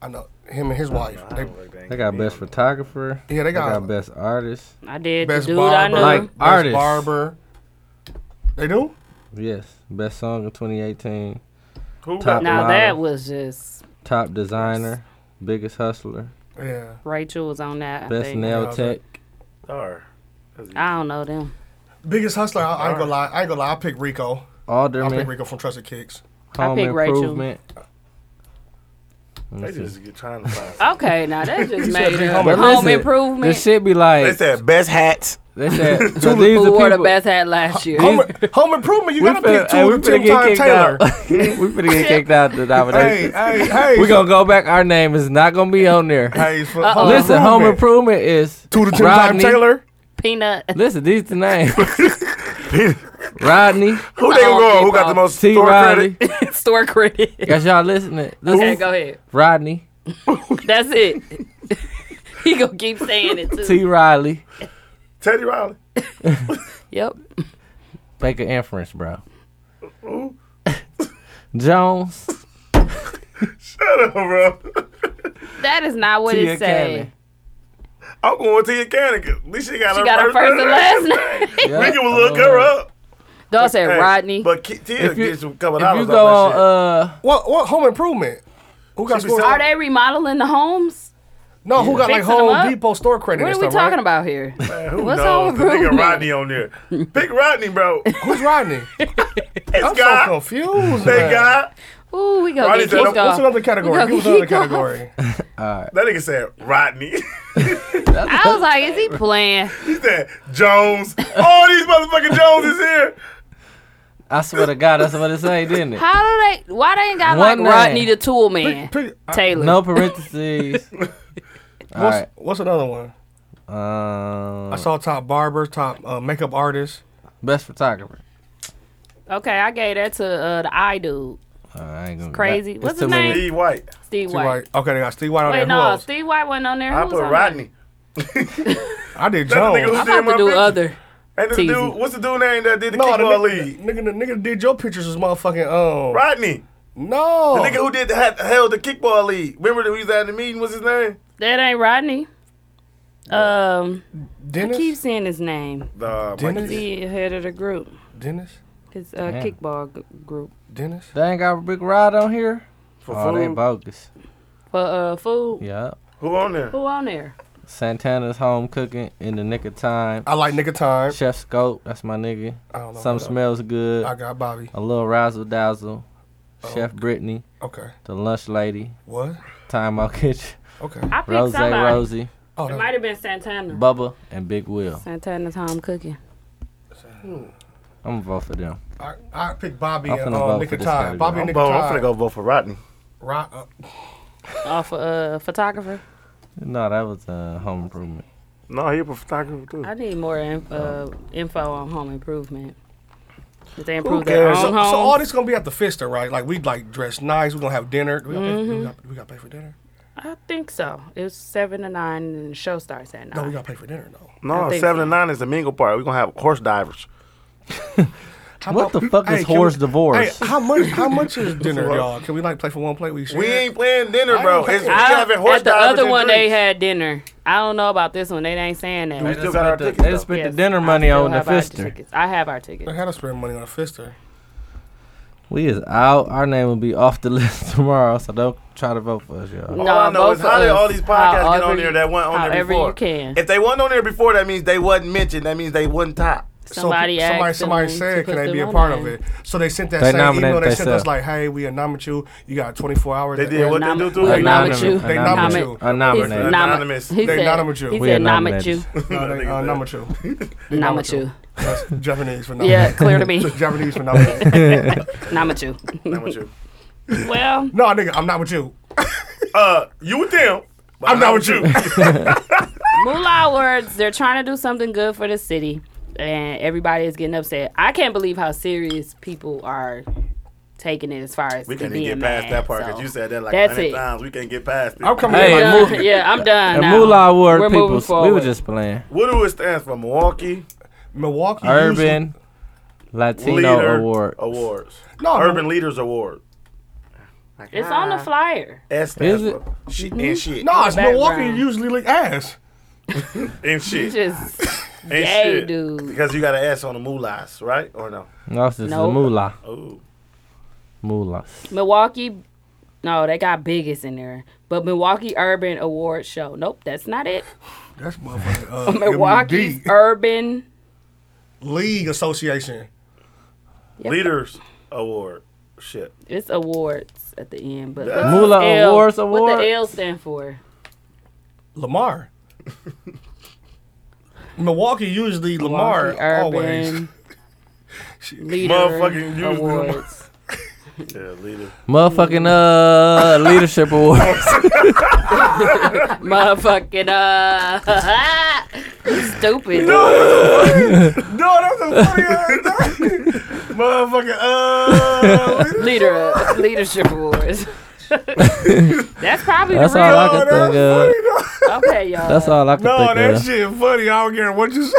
Speaker 4: I know him and his wife. They,
Speaker 9: They got best photographer.
Speaker 4: Yeah, they got-
Speaker 9: best artist.
Speaker 8: I did.
Speaker 4: Best
Speaker 8: the dude I
Speaker 4: barber,
Speaker 8: know.
Speaker 9: Like
Speaker 4: best
Speaker 9: artist.
Speaker 4: barber. They do.
Speaker 9: Yes, best song of 2018.
Speaker 4: Who
Speaker 9: Top
Speaker 4: got- Now
Speaker 9: model,
Speaker 8: that was just
Speaker 9: top designer, biggest hustler,
Speaker 4: Yeah.
Speaker 8: Rachel was on that. I
Speaker 9: best
Speaker 8: think.
Speaker 9: nail tech.
Speaker 8: I don't know them.
Speaker 4: Biggest hustler. I, I ain't gonna lie. I ain't gonna lie. I pick Rico. I
Speaker 9: Alderman.
Speaker 4: pick Rico from Trusted Kicks.
Speaker 9: Home
Speaker 8: pick Rachel.
Speaker 9: improvement. Let me
Speaker 16: They
Speaker 9: see.
Speaker 16: just get trying to find.
Speaker 8: Okay, now that just
Speaker 16: You
Speaker 8: made
Speaker 16: said
Speaker 8: it.
Speaker 9: But
Speaker 8: Home
Speaker 9: listen,
Speaker 8: improvement.
Speaker 9: This shit be like
Speaker 10: They said best hats.
Speaker 9: They said
Speaker 10: Two
Speaker 9: so
Speaker 10: of
Speaker 9: these
Speaker 8: Who
Speaker 9: the
Speaker 8: wore
Speaker 9: people.
Speaker 8: the best hat last year?
Speaker 4: Home, home improvement. You
Speaker 9: we
Speaker 4: gotta
Speaker 9: finna,
Speaker 4: pick
Speaker 9: hey,
Speaker 4: two
Speaker 9: we
Speaker 4: of
Speaker 9: finna
Speaker 4: two
Speaker 9: get
Speaker 4: time
Speaker 9: kicked
Speaker 4: Taylor.
Speaker 9: out. we finna get kicked out the
Speaker 4: Hey,
Speaker 9: nomination.
Speaker 4: hey, hey.
Speaker 9: We gonna go back. Our name is not gonna be on there.
Speaker 4: Hey, for
Speaker 8: Uh-oh.
Speaker 4: home
Speaker 9: Listen, home
Speaker 4: improvement.
Speaker 9: improvement is
Speaker 4: Two to ten time
Speaker 9: Rodney.
Speaker 4: Taylor.
Speaker 8: Peanut.
Speaker 9: Listen, these the names: Rodney,
Speaker 10: Who they gonna go? on? Who got the most
Speaker 9: T.
Speaker 10: store
Speaker 9: Riley.
Speaker 10: credit?
Speaker 8: Store credit.
Speaker 9: As y'all listening,
Speaker 8: Okay,
Speaker 9: listen,
Speaker 8: go ahead.
Speaker 9: Rodney,
Speaker 8: That's it. he gonna keep saying it too.
Speaker 9: T. Riley,
Speaker 10: Teddy Riley.
Speaker 8: Yep.
Speaker 9: Baker inference, bro. Jones,
Speaker 10: Shut up, bro.
Speaker 8: That is not what
Speaker 9: Tia
Speaker 8: it say.
Speaker 9: Cannon.
Speaker 10: I'm going with Tia Cannon. 'cause At least she got
Speaker 8: She
Speaker 10: her
Speaker 8: got her
Speaker 10: first,
Speaker 8: first and last
Speaker 10: name.
Speaker 9: Yeah.
Speaker 10: Nigga will look her up.
Speaker 8: Dawg said
Speaker 10: Hey,
Speaker 8: Rodney.
Speaker 10: But Ki- Tia
Speaker 9: If you-
Speaker 10: gets a couple
Speaker 9: If you
Speaker 10: dollars
Speaker 9: go on,
Speaker 10: off that shit.
Speaker 9: uh,
Speaker 4: What? What? Home improvement. Who got
Speaker 10: She be
Speaker 4: store?
Speaker 8: Are they remodeling the homes?
Speaker 4: No, who got like
Speaker 8: Fixing 'em up?
Speaker 4: Home Depot store credit?
Speaker 8: What
Speaker 4: and
Speaker 8: are we
Speaker 4: stuff,
Speaker 8: talking
Speaker 4: right?
Speaker 8: about here?
Speaker 10: Who
Speaker 8: What's
Speaker 10: knows?
Speaker 8: home
Speaker 10: The nigga
Speaker 8: improvement?
Speaker 10: Rodney on there. Pick Rodney, bro.
Speaker 4: Who's Rodney?
Speaker 10: This
Speaker 4: I'm so
Speaker 10: guy.
Speaker 4: confused.
Speaker 10: That
Speaker 4: man.
Speaker 10: guy.
Speaker 8: Ooh, we gonna
Speaker 10: Rodney
Speaker 8: get
Speaker 10: said,
Speaker 8: kicked
Speaker 4: What's
Speaker 8: off.
Speaker 4: another category?
Speaker 8: gonna
Speaker 4: Give us
Speaker 8: get
Speaker 4: another
Speaker 8: kicked off.
Speaker 4: category.
Speaker 10: That nigga said Rodney.
Speaker 8: I was like, is he playing?
Speaker 10: he said Jones. All these motherfucking Jones is here.
Speaker 9: I swear to God, that's what it say, didn't it?
Speaker 8: How do they? Why they ain't got
Speaker 9: One
Speaker 8: like Rodney
Speaker 9: name.
Speaker 8: the Tool Man
Speaker 4: Pick- uh,
Speaker 8: Taylor?
Speaker 9: No parentheses. All
Speaker 4: What's,
Speaker 9: right.
Speaker 4: what's another one?
Speaker 9: Um,
Speaker 4: I saw top barber, top uh, makeup artist.
Speaker 9: best photographer.
Speaker 8: Okay, I gave that to uh, the eye dude,
Speaker 9: Uh, I ain't gonna,
Speaker 8: Crazy.
Speaker 9: it's
Speaker 8: What's his
Speaker 9: too many-
Speaker 8: name?
Speaker 10: D White.
Speaker 8: Steve
Speaker 4: Steve
Speaker 8: White.
Speaker 4: White. Okay, they got Steve White on there.
Speaker 8: Wait,
Speaker 4: Who
Speaker 8: no,
Speaker 4: else?
Speaker 8: Steve White wasn't on there.
Speaker 10: I
Speaker 8: Who was
Speaker 10: put
Speaker 8: on
Speaker 10: Rodney.
Speaker 4: I did
Speaker 10: That nigga
Speaker 4: Jones.
Speaker 10: was
Speaker 8: There? I'm
Speaker 10: in
Speaker 8: about
Speaker 10: my
Speaker 8: to do
Speaker 10: picture.
Speaker 8: other.
Speaker 10: And the
Speaker 8: Teasy.
Speaker 10: dude, what's the dude name that did the
Speaker 4: No, the
Speaker 10: kickball
Speaker 4: nigga,
Speaker 10: league?
Speaker 4: nigga, the nigga did your pictures was motherfucking um.
Speaker 10: Rodney.
Speaker 4: No.
Speaker 10: The nigga who did had, held the kickball league. Remember that we was at the meeting? What's his name?
Speaker 17: That ain't Rodney. Um,
Speaker 4: Dennis.
Speaker 17: keep saying his name.
Speaker 10: The
Speaker 4: Dennis.
Speaker 17: He head of the group,
Speaker 4: Dennis.
Speaker 17: his uh,
Speaker 9: Damn.
Speaker 17: kickball g- group
Speaker 4: Dennis.
Speaker 9: They ain't got a big rod on here.
Speaker 10: for
Speaker 9: oh, they
Speaker 10: food.
Speaker 9: bogus.
Speaker 17: for uh food.
Speaker 9: Yeah.
Speaker 10: Who on there?
Speaker 17: Who on there?
Speaker 9: Santana's home cooking in the nick of time.
Speaker 4: I like nigga time.
Speaker 9: Chef Scope, that's my nigga.
Speaker 4: I don't know.
Speaker 9: Some
Speaker 4: who else.
Speaker 9: smells good.
Speaker 4: I got Bobby.
Speaker 9: A little razzle dazzle.
Speaker 10: Uh-huh.
Speaker 9: Chef Brittany,
Speaker 4: Okay.
Speaker 9: the lunch lady.
Speaker 4: What?
Speaker 9: Time out kitchen.
Speaker 4: Okay.
Speaker 17: I picked
Speaker 9: Rose
Speaker 17: somebody.
Speaker 9: Rosie,
Speaker 4: Oh,
Speaker 17: It
Speaker 4: that-
Speaker 17: might have been Santana.
Speaker 9: Bubba, and Big Will.
Speaker 17: Santana's home cooking.
Speaker 9: I'm gonna vote for them.
Speaker 4: I, I picked Bobby
Speaker 9: I'm
Speaker 4: and
Speaker 9: finna vote
Speaker 4: um,
Speaker 9: for
Speaker 4: nigga
Speaker 9: this
Speaker 4: time.
Speaker 9: category.
Speaker 4: Bobby and nigga
Speaker 10: I'm, bo- I'm
Speaker 4: time.
Speaker 10: finna go vote for Rodney.
Speaker 4: Right, uh,
Speaker 17: Off of uh, photographer.
Speaker 9: No, that was uh, home improvement.
Speaker 10: No, he a photographer too.
Speaker 17: I need more in- uh, info on home improvement. Did they
Speaker 4: Who
Speaker 17: improve their
Speaker 4: cares?
Speaker 17: own
Speaker 4: So, so
Speaker 17: home?
Speaker 4: all this gonna be at the Fister, right? Like we like dress nice. We gonna have dinner. Do we, gotta pay for, do we, gotta, do we gotta pay for dinner.
Speaker 17: I think so. It's seven to nine, and the show starts at
Speaker 4: No, we
Speaker 17: nine.
Speaker 4: gotta pay for dinner though.
Speaker 10: No,
Speaker 17: I think
Speaker 10: seven and nine is the mingle part. We're gonna have horse divers.
Speaker 4: How
Speaker 9: What the fuck is
Speaker 4: can
Speaker 9: horse
Speaker 4: we-
Speaker 9: divorce?
Speaker 4: Hey, how much? How much is dinner, y'all? Can we like play for one plate? We share?
Speaker 10: We ain't playing dinner, bro.
Speaker 4: I-
Speaker 10: It's, we
Speaker 17: I-
Speaker 10: having horse
Speaker 17: at the
Speaker 10: divers
Speaker 17: other
Speaker 10: and
Speaker 17: one, they
Speaker 10: drinks.
Speaker 17: had dinner. I don't know about this one. They ain't saying
Speaker 9: They
Speaker 17: that.
Speaker 9: done
Speaker 10: still
Speaker 9: spent
Speaker 10: got our
Speaker 9: the-
Speaker 10: tickets,
Speaker 9: They done
Speaker 10: though.
Speaker 9: spent
Speaker 17: Yes,
Speaker 9: the dinner
Speaker 17: I
Speaker 9: money
Speaker 17: still
Speaker 9: on the
Speaker 17: have our
Speaker 9: fister.
Speaker 17: tickets. I have our tickets.
Speaker 4: I had to spend money on a Fister.
Speaker 9: We is out. Our name will be off the list tomorrow, so don't try to vote for us, y'all.
Speaker 17: No,
Speaker 10: All I know
Speaker 17: both
Speaker 10: is how
Speaker 17: of
Speaker 10: did
Speaker 17: us.
Speaker 10: all these podcasts get
Speaker 17: However
Speaker 10: on
Speaker 17: you-
Speaker 10: there that weren't on there
Speaker 17: however
Speaker 10: before?
Speaker 17: you can.
Speaker 10: If they weren't on there before, that means they wasn't mentioned. That means they wasn't top.
Speaker 17: Somebody
Speaker 4: so, pe- somebody,
Speaker 17: asked
Speaker 4: somebody
Speaker 17: them
Speaker 4: said,
Speaker 17: to
Speaker 4: "Can
Speaker 17: put
Speaker 4: they be a
Speaker 17: them on
Speaker 4: part
Speaker 17: there.
Speaker 4: of it?" So they sent that
Speaker 9: They
Speaker 4: same email.
Speaker 9: nominate
Speaker 4: They sent
Speaker 9: theyself.
Speaker 4: us like, "Hey, we nominate you. You got 24 hours."
Speaker 10: They
Speaker 4: to-
Speaker 10: did what they
Speaker 17: Nom-
Speaker 10: do to
Speaker 17: They
Speaker 10: it.
Speaker 17: nominate you.
Speaker 4: They
Speaker 17: Nom-
Speaker 4: nominate you.
Speaker 9: A nominated.
Speaker 17: nom-
Speaker 10: Anonymous.
Speaker 17: He
Speaker 4: They
Speaker 17: said,
Speaker 4: nominate you.
Speaker 17: He
Speaker 4: We
Speaker 17: said,
Speaker 9: are
Speaker 17: nominate you.
Speaker 9: nominated.
Speaker 4: No, they uh, nominate you.
Speaker 17: Nominate you.
Speaker 4: That's Japanese for nominate.
Speaker 17: Yeah, clear to me.
Speaker 4: Japanese for nominate.
Speaker 17: Nominate you.
Speaker 10: Not with you.
Speaker 17: Well,
Speaker 4: no, nigga, I'm not with you.
Speaker 10: Uh, you with them? but
Speaker 4: I'm not with you.
Speaker 17: Moolah Awards, they're trying to do something good for the city, and everybody is getting upset. I can't believe how serious people are
Speaker 8: taking it as far as
Speaker 10: We
Speaker 8: it
Speaker 10: can't even
Speaker 8: being
Speaker 10: get past
Speaker 8: mad,
Speaker 10: that part
Speaker 8: so.
Speaker 10: because you said that like a
Speaker 8: That's
Speaker 10: hundred
Speaker 8: it.
Speaker 10: times. We can't get past it.
Speaker 8: I'm coming Hey, with Mool- that. yeah, I'm done
Speaker 9: And
Speaker 8: now.
Speaker 9: Moolah Award
Speaker 8: We're moving
Speaker 9: people. We were
Speaker 8: forward.
Speaker 9: just playing.
Speaker 10: What do it stands for? Milwaukee,
Speaker 4: Milwaukee
Speaker 9: Urban Latino
Speaker 10: Leader Oh.
Speaker 9: Award.
Speaker 10: Awards.
Speaker 4: No,
Speaker 10: Urban Leaders Award.
Speaker 8: It's on the flyer.
Speaker 10: S stands for shit and shit.
Speaker 4: No, it's Milwaukee
Speaker 8: Background.
Speaker 4: usually like ass.
Speaker 10: and
Speaker 8: You
Speaker 10: shit.
Speaker 8: just
Speaker 10: and
Speaker 8: gay,
Speaker 10: shit.
Speaker 8: dude.
Speaker 10: Because you got an S on the moolahs, right? Or no?
Speaker 9: No, it's just
Speaker 8: Nope.
Speaker 9: Moolah.
Speaker 10: Ooh.
Speaker 9: Moolah.
Speaker 8: Milwaukee. No, they got biggest in there. But Milwaukee Urban Award Show. Nope, that's not it.
Speaker 4: That's motherfucking uh,
Speaker 8: Milwaukee's
Speaker 4: MD.
Speaker 8: Urban.
Speaker 4: League Association.
Speaker 8: Yep.
Speaker 10: Leaders Award. Shit.
Speaker 8: It's awards at the end, but
Speaker 10: Yeah.
Speaker 8: what's
Speaker 10: Moolah
Speaker 8: L?
Speaker 10: Awards
Speaker 8: What
Speaker 10: Award?
Speaker 8: the L stand for?
Speaker 4: Lamar. Milwaukee usually Lamar
Speaker 8: Milwaukee Urban
Speaker 4: always.
Speaker 8: Leader
Speaker 10: Motherfucking usually
Speaker 8: awards.
Speaker 10: Yeah, leader.
Speaker 9: Motherfucking uh leadership award.
Speaker 8: Motherfucking uh, you stupid.
Speaker 4: no, that's
Speaker 10: Motherfucking uh.
Speaker 8: Leader leadership awards. That's probably
Speaker 9: That's
Speaker 8: the
Speaker 9: all
Speaker 8: real.
Speaker 9: I can think of.
Speaker 8: Okay, y'all.
Speaker 9: That's all I can
Speaker 4: No,
Speaker 9: think
Speaker 4: Oh, that
Speaker 9: of.
Speaker 4: shit funny. I don't care what you say.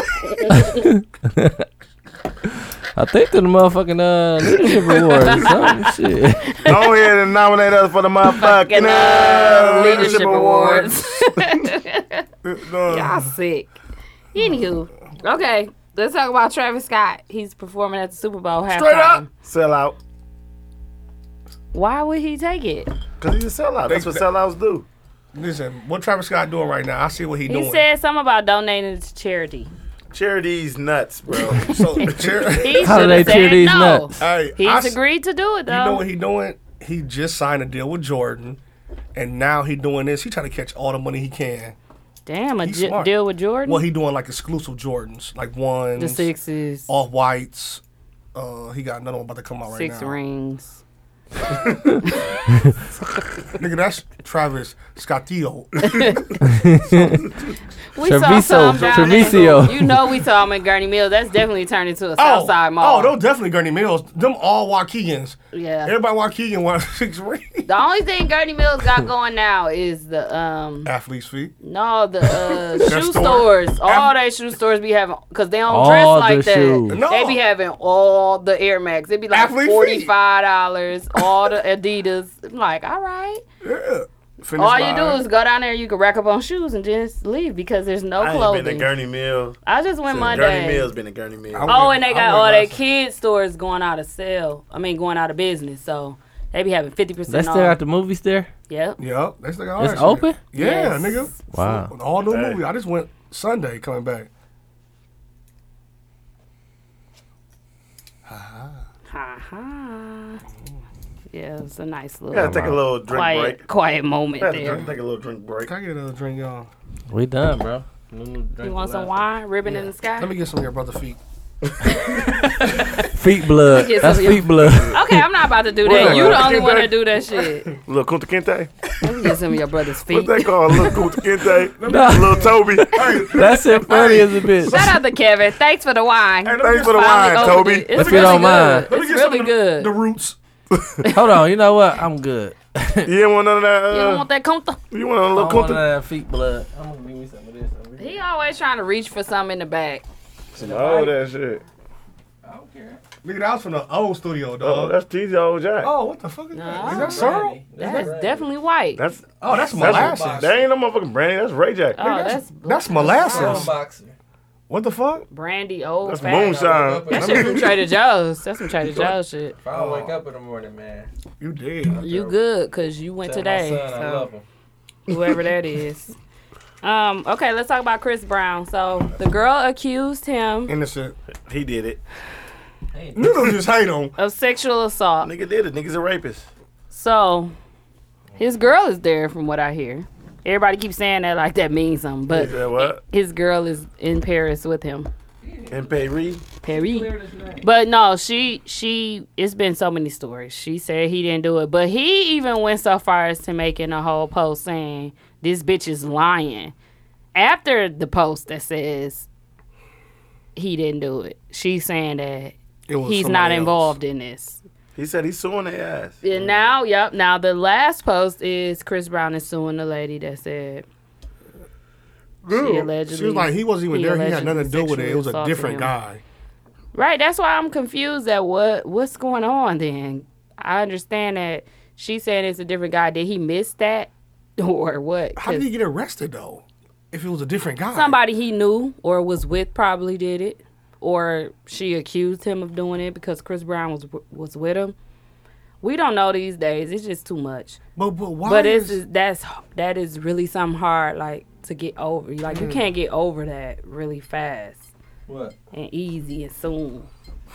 Speaker 9: I think the motherfucking uh leadership award or something shit.
Speaker 10: Go ahead and nominate us for the motherfucking uh, Leadership Award.
Speaker 8: Y'all sick. Anywho, okay, let's talk about Travis Scott. He's performing at the Super Bowl halftime.
Speaker 10: Straight up. Sell out.
Speaker 8: Why would he take it?
Speaker 10: Because he's a sellout. That's what sellouts do.
Speaker 4: Listen, what Travis Scott doing right now? I see what he,
Speaker 8: He
Speaker 4: doing.
Speaker 8: said something about donating to charity.
Speaker 10: Charity's nuts, bro.
Speaker 4: so, Jer-
Speaker 8: He should have said no.
Speaker 4: Hey,
Speaker 8: He's
Speaker 4: I s-
Speaker 8: agreed to do it
Speaker 4: You
Speaker 8: though.
Speaker 4: know what he doing? He just signed a deal with Jordan, and now he doing this. He trying to catch all the money he can.
Speaker 8: Damn, a
Speaker 4: He's
Speaker 8: j-
Speaker 4: smart.
Speaker 8: deal with Jordan.
Speaker 4: Well, he doing like exclusive Jordans, like ones,
Speaker 8: the sixes,
Speaker 4: off whites. Uh, he got another one about to come out right
Speaker 8: six
Speaker 4: now.
Speaker 8: rings.
Speaker 4: Nigga, that's Travis Scottillo.
Speaker 8: We
Speaker 9: Treviso.
Speaker 8: saw some down
Speaker 9: Treviso.
Speaker 8: there. You know we saw him at Gurney Mills. That's definitely turned into a
Speaker 4: oh,
Speaker 8: Southside
Speaker 4: oh,
Speaker 8: Mall.
Speaker 4: those definitely Gurney Mills. Them all Waukeegans.
Speaker 8: yeah.
Speaker 4: Everybody Waukegan wants six rings.
Speaker 8: The only thing Gurney Mills got going now is the um
Speaker 4: Athlete's feet.
Speaker 8: no the uh, shoe
Speaker 4: store.
Speaker 8: stores. All they shoe stores be having because they don't
Speaker 9: All
Speaker 8: dress
Speaker 9: the
Speaker 8: like that.
Speaker 9: shoes.
Speaker 8: They be having all the Air Max. It'd be like
Speaker 4: Athlete feet.
Speaker 8: forty five dollars. All the Adidas. I'm like, all right.
Speaker 4: Yeah. Finish
Speaker 8: all you do
Speaker 4: line.
Speaker 8: is go down there. You can rack up on shoes and just leave because there's no
Speaker 10: I ain't been
Speaker 8: clothing.
Speaker 10: to Gurney Mill.
Speaker 8: I just went
Speaker 10: since
Speaker 8: Monday.
Speaker 10: Gurney Mill's been to Gurney Mill.
Speaker 8: Oh, and they got
Speaker 4: went
Speaker 8: all their
Speaker 4: last-
Speaker 8: kids stores going out of sale. I mean, going out of business. So they be having fifty
Speaker 9: They
Speaker 8: percent
Speaker 9: still
Speaker 8: off.
Speaker 9: got the movies there.
Speaker 8: yep.
Speaker 4: Yep, that's like all
Speaker 9: It's
Speaker 4: that shit.
Speaker 9: open?
Speaker 4: Yeah,
Speaker 8: Yes.
Speaker 4: nigga.
Speaker 9: Wow.
Speaker 4: All new
Speaker 10: Hey.
Speaker 4: movie. I just went Sunday coming back.
Speaker 8: Ha ha. Yeah, it's a nice little
Speaker 10: We gotta take a little drink
Speaker 8: quiet,
Speaker 10: break.
Speaker 8: quiet moment
Speaker 10: We gotta
Speaker 8: there.
Speaker 10: drink- take a little drink break.
Speaker 4: Can I get another drink, y'all?
Speaker 9: We done, bro.
Speaker 8: You want some wine? Ribbon in the sky?
Speaker 4: Let me get some of your brother feet.
Speaker 9: Feet blood.
Speaker 8: Get
Speaker 9: That's
Speaker 8: some of your-
Speaker 9: feet blood.
Speaker 8: Okay, I'm not about to do
Speaker 10: What's
Speaker 8: that.
Speaker 10: that,
Speaker 8: You the
Speaker 10: man?
Speaker 8: only
Speaker 10: Get
Speaker 8: one
Speaker 10: back.
Speaker 8: to do that shit.
Speaker 10: Little Kunta Kinte.
Speaker 8: Let me get some of your brother's feet.
Speaker 10: What's that called? Little Kunta Kinte. Little Toby.
Speaker 9: That shit funny as a bitch.
Speaker 8: Shout out to Kevin. Thanks for the wine.
Speaker 10: Thanks for the
Speaker 8: Finally opened
Speaker 10: wine, Toby.
Speaker 8: it. It's
Speaker 9: If you don't mind.
Speaker 8: good. It's really good.
Speaker 4: The roots.
Speaker 9: Hold on. You know what? I'm good.
Speaker 10: You didn't want none of that.
Speaker 8: You don't
Speaker 10: Uh,
Speaker 8: want that Kunta?
Speaker 10: you want a
Speaker 9: I
Speaker 10: little
Speaker 9: don't want
Speaker 10: Kunta?
Speaker 9: none of that feet blood. I'm gonna give me some of this. Over here.
Speaker 8: He always trying to reach for something in the back.
Speaker 10: Oh, that shit.
Speaker 9: I don't care.
Speaker 4: Nigga, that was from the old studio,
Speaker 10: Oh,
Speaker 4: dog.
Speaker 10: that's TJ old Jack.
Speaker 4: Oh, what the fuck is that? Is that Searle?
Speaker 8: That's definitely white.
Speaker 10: That's
Speaker 4: Oh, that's
Speaker 10: that's,
Speaker 4: molasses.
Speaker 10: that ain't no motherfucking brand. That's Ray Jack.
Speaker 8: oh, that's
Speaker 4: That's molasses.
Speaker 18: Boxer.
Speaker 4: What the fuck?
Speaker 8: brandy old.
Speaker 10: That's
Speaker 8: fashioned.
Speaker 10: moonshine.
Speaker 8: That shit from Trader Joe's. That's some Trader Joe's shit.
Speaker 18: If I don't wake up in the morning, man.
Speaker 4: You did.
Speaker 8: You good? Cause you went
Speaker 18: tell
Speaker 8: today.
Speaker 18: My son I
Speaker 8: so.
Speaker 18: love him.
Speaker 8: whoever that is. Um, okay, let's talk about Chris Brown. So the girl accused him
Speaker 4: Innocent.
Speaker 10: He did it.
Speaker 4: You don't just hate on.
Speaker 8: of sexual assault.
Speaker 10: Nigga did it. Nigga's a rapist.
Speaker 8: So his girl is there, from what I hear. Everybody keeps saying that like that means something,
Speaker 10: He
Speaker 8: but
Speaker 10: said what?
Speaker 8: his girl is in Paris with him,
Speaker 10: And Perry.
Speaker 8: Paris. But no, she she. It's been so many stories. She said he didn't do it, but he even went so far as to making a whole post saying this bitch is lying. After the post that says he didn't do it, she's saying that
Speaker 4: It was
Speaker 8: he's
Speaker 4: somebody
Speaker 8: not
Speaker 4: else.
Speaker 8: involved in this.
Speaker 10: He said he's suing their ass.
Speaker 8: Yeah, now, yep. Now the last post is Chris Brown is suing the lady that said
Speaker 4: Girl,
Speaker 8: she
Speaker 4: she
Speaker 8: allegedly.
Speaker 4: was like, he wasn't even there. He had
Speaker 8: allegedly
Speaker 4: nothing to do with it. It
Speaker 8: sexually
Speaker 4: was a
Speaker 8: assaulted
Speaker 4: different
Speaker 8: him.
Speaker 4: guy.
Speaker 8: Right. That's why I'm confused at what what's going on. Then I understand that she's saying it's a different guy. Did he miss that or what?
Speaker 4: How
Speaker 8: 'Cause
Speaker 4: did he get arrested though? If it was a different guy,
Speaker 8: Somebody he knew or was with probably did it, or she accused him of doing it because Chris Brown was was with him. We don't know these days. It's just too much.
Speaker 4: But but why
Speaker 8: But it's
Speaker 4: is-
Speaker 8: that's that is really something hard like to get over. Like you
Speaker 9: Hmm.
Speaker 8: can't get over that really fast
Speaker 9: What?
Speaker 8: and easy and soon.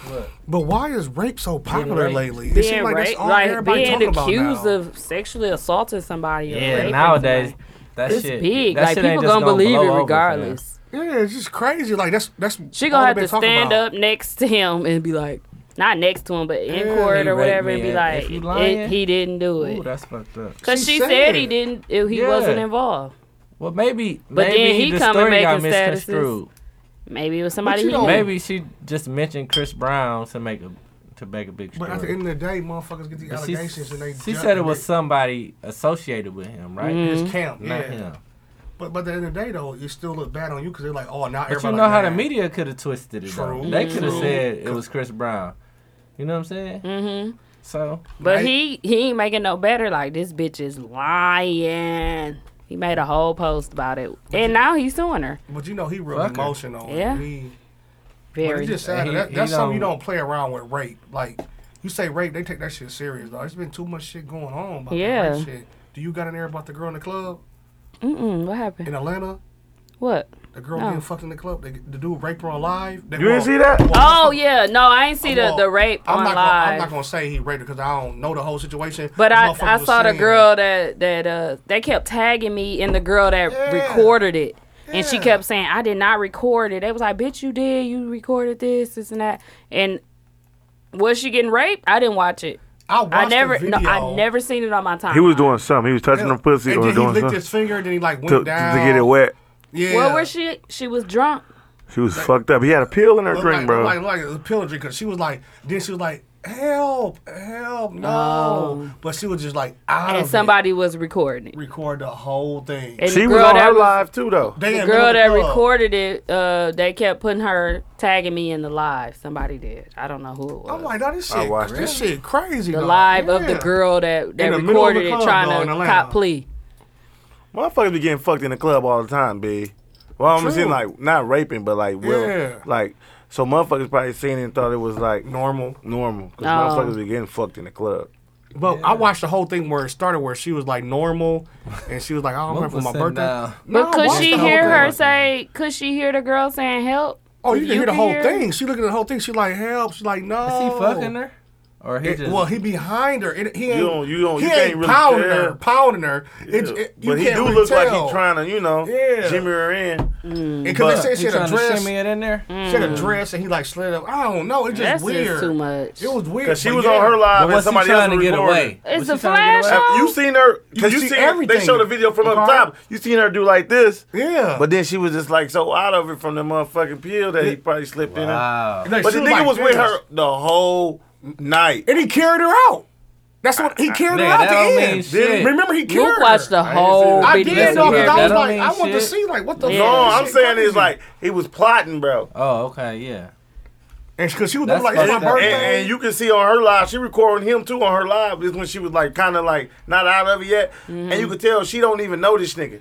Speaker 9: What?
Speaker 4: But why is rape so popular
Speaker 9: raped.
Speaker 4: lately? It
Speaker 8: being
Speaker 4: seems like that's
Speaker 8: raped-
Speaker 4: all
Speaker 8: like,
Speaker 4: everybody
Speaker 8: being
Speaker 4: talking about
Speaker 8: accused
Speaker 4: now.
Speaker 8: of sexually assaulting somebody. or
Speaker 19: Yeah,
Speaker 8: raping
Speaker 19: nowadays
Speaker 8: somebody.
Speaker 19: that
Speaker 8: it's
Speaker 19: shit-
Speaker 8: big.
Speaker 19: that
Speaker 8: like
Speaker 19: shit ain't
Speaker 8: people
Speaker 19: just
Speaker 8: gonna
Speaker 19: gonna
Speaker 8: believe
Speaker 19: blow
Speaker 8: it
Speaker 19: over,
Speaker 8: regardless.
Speaker 4: Yeah, it's just crazy. Like that's that's
Speaker 8: She
Speaker 4: all
Speaker 8: gonna have
Speaker 4: they
Speaker 8: to
Speaker 4: been talking
Speaker 8: stand
Speaker 4: about.
Speaker 8: up next to him and be like, not next to him, but in
Speaker 9: Yeah,
Speaker 8: court
Speaker 9: he
Speaker 8: or
Speaker 9: raped
Speaker 8: whatever,
Speaker 9: me,
Speaker 8: and be
Speaker 9: if
Speaker 8: like,
Speaker 9: you
Speaker 8: it-
Speaker 9: lying.
Speaker 8: he didn't do
Speaker 9: Ooh,
Speaker 8: it.
Speaker 9: that's fucked up.
Speaker 8: Cause she, said, he didn't. If he
Speaker 9: Yeah.
Speaker 8: wasn't involved.
Speaker 19: Well, maybe.
Speaker 8: But
Speaker 19: maybe
Speaker 8: then he
Speaker 19: the
Speaker 8: come and
Speaker 19: story
Speaker 8: make
Speaker 19: got
Speaker 8: his statuses.
Speaker 19: misconstrued.
Speaker 8: Maybe it was somebody.
Speaker 4: you
Speaker 8: He
Speaker 4: don't-
Speaker 19: Maybe she just mentioned Chris Brown to make a to make a big
Speaker 4: But
Speaker 19: story.
Speaker 4: at the end of the day, motherfuckers get the
Speaker 19: But she-
Speaker 4: allegations and they.
Speaker 19: She
Speaker 4: jump
Speaker 19: said it
Speaker 4: and
Speaker 19: was
Speaker 4: they-
Speaker 19: somebody associated with him, right?
Speaker 4: Mhm. His camp,
Speaker 8: Mm-hmm.
Speaker 19: not
Speaker 4: yeah.
Speaker 19: him.
Speaker 4: But but at the end of the day though, you still look bad on you because they're like, oh, now
Speaker 19: But you
Speaker 4: everybody.
Speaker 19: know
Speaker 4: like
Speaker 19: how
Speaker 4: that.
Speaker 19: the media could have twisted it. though.
Speaker 4: True.
Speaker 19: They could have
Speaker 4: True.
Speaker 19: said it was Chris Brown. You know what I'm saying?
Speaker 8: Mm-hmm.
Speaker 19: So,
Speaker 8: But he he ain't making no better. Like this bitch is lying. He made a whole post about it, and now he's suing her.
Speaker 4: But you know he real
Speaker 8: Fuck her.
Speaker 4: emotional.
Speaker 8: Yeah.
Speaker 4: He, But
Speaker 8: Very.
Speaker 4: it's just sad.
Speaker 19: He-
Speaker 4: that,
Speaker 19: he
Speaker 4: that's something you
Speaker 19: don't-
Speaker 4: don't play around with rape. Like you say rape, they take that shit serious. Though. There's been too much shit going on about
Speaker 8: Yeah.
Speaker 4: that rape shit. Do you got in there about the girl in the club
Speaker 8: Mm-mm, Hmm, what happened?
Speaker 4: in Atlanta?
Speaker 8: What?
Speaker 4: The girl
Speaker 8: No.
Speaker 4: getting fucked in the club. The, the dude raped her on live. They-
Speaker 10: You didn't
Speaker 4: well,
Speaker 10: see that?
Speaker 4: well,
Speaker 8: Oh yeah, no, I ain't see the,
Speaker 4: well,
Speaker 8: the rape
Speaker 4: I'm
Speaker 8: on
Speaker 4: not Gonna, I'm
Speaker 8: live.
Speaker 4: not gonna say he raped her because I don't know the whole situation.
Speaker 8: But
Speaker 4: The
Speaker 8: I,
Speaker 4: motherfucker
Speaker 8: I
Speaker 4: was
Speaker 8: saw the
Speaker 4: saying-
Speaker 8: girl that that uh they kept tagging me and the girl that recorded it. And she kept saying, I did not record it. They was like, Bitch, you did, you recorded this, this and that. And was she getting raped? I didn't watch it.
Speaker 4: I watched the
Speaker 8: never no I
Speaker 4: video.
Speaker 8: never seen it on my time.
Speaker 10: He was doing something. He was touching
Speaker 4: Yeah.
Speaker 10: them pussy
Speaker 4: and
Speaker 10: or
Speaker 4: then he
Speaker 10: doing
Speaker 4: licked
Speaker 10: something
Speaker 4: his finger and then he like went
Speaker 10: to, to
Speaker 4: down
Speaker 10: get it wet.
Speaker 4: Yeah,
Speaker 8: Well where she she was drunk.
Speaker 10: She was fucked up. He had a pill in her
Speaker 4: Looked
Speaker 10: drink,
Speaker 4: like,
Speaker 10: bro.
Speaker 4: Like, like a pill drink because she was like, then she was like, help, help, no. But she was just like, out
Speaker 8: Oh. And
Speaker 4: of
Speaker 8: somebody was recording it.
Speaker 4: it. Record the whole thing.
Speaker 8: And
Speaker 10: she
Speaker 8: the
Speaker 10: was
Speaker 8: girl
Speaker 10: on
Speaker 8: that
Speaker 10: her
Speaker 8: was-
Speaker 10: live too, though.
Speaker 4: They
Speaker 8: the
Speaker 4: in
Speaker 8: girl
Speaker 4: middle
Speaker 8: that
Speaker 4: of the club.
Speaker 8: recorded it, uh, they kept putting her tagging me in the live. Somebody did. I don't know who it was.
Speaker 4: I'm like, no, this
Speaker 10: I
Speaker 4: shit,
Speaker 10: watched
Speaker 4: this
Speaker 10: it.
Speaker 4: shit crazy.
Speaker 8: the
Speaker 4: dog.
Speaker 8: live of the
Speaker 4: Yeah.
Speaker 8: girl that, that
Speaker 4: the middle of
Speaker 8: recorded
Speaker 4: the
Speaker 8: it
Speaker 4: club,
Speaker 8: trying
Speaker 4: though, in
Speaker 8: to
Speaker 4: Atlanta.
Speaker 8: cop plea.
Speaker 10: Motherfuckers be getting fucked in the club all the time, b. Well, I'm
Speaker 4: True.
Speaker 10: saying like not raping, but like well,
Speaker 4: Yeah.
Speaker 10: like so motherfuckers probably seen it and thought it was like
Speaker 4: Normal.
Speaker 10: normal because
Speaker 8: Oh.
Speaker 10: motherfuckers be getting fucked in the club.
Speaker 4: But I watched the whole thing where it started where she was like normal and she was like, I don't remember
Speaker 9: was
Speaker 4: my
Speaker 9: sitting
Speaker 4: birthday.
Speaker 9: down?
Speaker 4: No,
Speaker 8: But
Speaker 4: I
Speaker 8: could
Speaker 4: watched
Speaker 8: she
Speaker 4: the whole
Speaker 8: hear
Speaker 4: thing.
Speaker 8: her say? Could she hear the girl saying help?
Speaker 4: Oh, you can hear the
Speaker 8: can
Speaker 4: whole
Speaker 8: hear-
Speaker 4: thing. She looking at the whole thing. She like, help. She like, no.
Speaker 9: Is
Speaker 8: Oh.
Speaker 9: he fucking her? Or he
Speaker 4: It-
Speaker 9: just
Speaker 4: well, he behind her. It, he ain't,
Speaker 10: don't- you don't-
Speaker 4: he
Speaker 10: you
Speaker 4: ain't
Speaker 10: can't really
Speaker 4: pounding
Speaker 10: tell.
Speaker 4: her, pounding her. It,
Speaker 10: Yeah.
Speaker 4: it, you
Speaker 10: but he
Speaker 4: can't
Speaker 10: do
Speaker 4: really
Speaker 10: look
Speaker 4: tell.
Speaker 10: like he trying to, you know,
Speaker 4: Yeah.
Speaker 10: jimmy her in.
Speaker 4: Because
Speaker 10: but-
Speaker 4: they said
Speaker 9: he
Speaker 4: she had a
Speaker 9: trying to
Speaker 4: dress.
Speaker 9: shimmy it Hmm. in there?
Speaker 4: She had a dress and he like slid up. I don't know. It's
Speaker 8: That's
Speaker 4: just
Speaker 8: just
Speaker 4: weird.
Speaker 8: too much.
Speaker 4: It was weird.
Speaker 10: Because she
Speaker 4: but
Speaker 10: was
Speaker 4: yeah.
Speaker 10: on her
Speaker 9: But
Speaker 10: live and
Speaker 9: was he
Speaker 10: somebody else
Speaker 9: trying to
Speaker 10: was
Speaker 9: get
Speaker 10: recording.
Speaker 9: away?
Speaker 8: It's
Speaker 9: Was
Speaker 8: the
Speaker 9: he trying to
Speaker 8: flash
Speaker 9: get away?
Speaker 8: on?
Speaker 10: Have you seen her? Because
Speaker 4: You
Speaker 10: you
Speaker 4: see
Speaker 10: seen
Speaker 4: everything.
Speaker 10: They showed a video from up
Speaker 4: Car.
Speaker 10: top. You seen her do like this.
Speaker 4: Yeah.
Speaker 10: But then she was just like so out of it from the motherfucking pill that he probably slipped in her.
Speaker 9: Wow.
Speaker 4: Like,
Speaker 10: But
Speaker 4: she
Speaker 10: the nigga
Speaker 4: like
Speaker 10: was with
Speaker 4: this.
Speaker 10: her the whole night.
Speaker 4: And he carried her out. That's what he carried her
Speaker 9: Nigga,
Speaker 4: out
Speaker 9: that
Speaker 4: at the
Speaker 9: don't mean
Speaker 4: end.
Speaker 9: shit.
Speaker 4: Then- Remember he carried
Speaker 8: Luke
Speaker 4: her.
Speaker 8: watched the
Speaker 9: didn't
Speaker 8: whole
Speaker 9: see
Speaker 4: I
Speaker 8: video.
Speaker 4: did know because
Speaker 9: That
Speaker 4: I was
Speaker 9: don't
Speaker 4: like,
Speaker 9: mean
Speaker 4: I want to
Speaker 9: shit.
Speaker 4: see like what the
Speaker 8: Yeah.
Speaker 10: No,
Speaker 4: fuck?
Speaker 10: I'm
Speaker 4: Shit
Speaker 10: saying
Speaker 4: crazy.
Speaker 10: is like he was plotting, bro.
Speaker 9: Oh, okay, yeah.
Speaker 4: and because she was
Speaker 9: That's
Speaker 4: like,
Speaker 10: And,
Speaker 4: it's
Speaker 9: fucked
Speaker 4: my
Speaker 9: up.
Speaker 10: and,
Speaker 4: birthday.
Speaker 10: and you can see on her live, she recording him too on her live. This is when she was like kind of like not out of it yet,
Speaker 4: Mm-hmm.
Speaker 10: and you could tell she don't even know this nigga.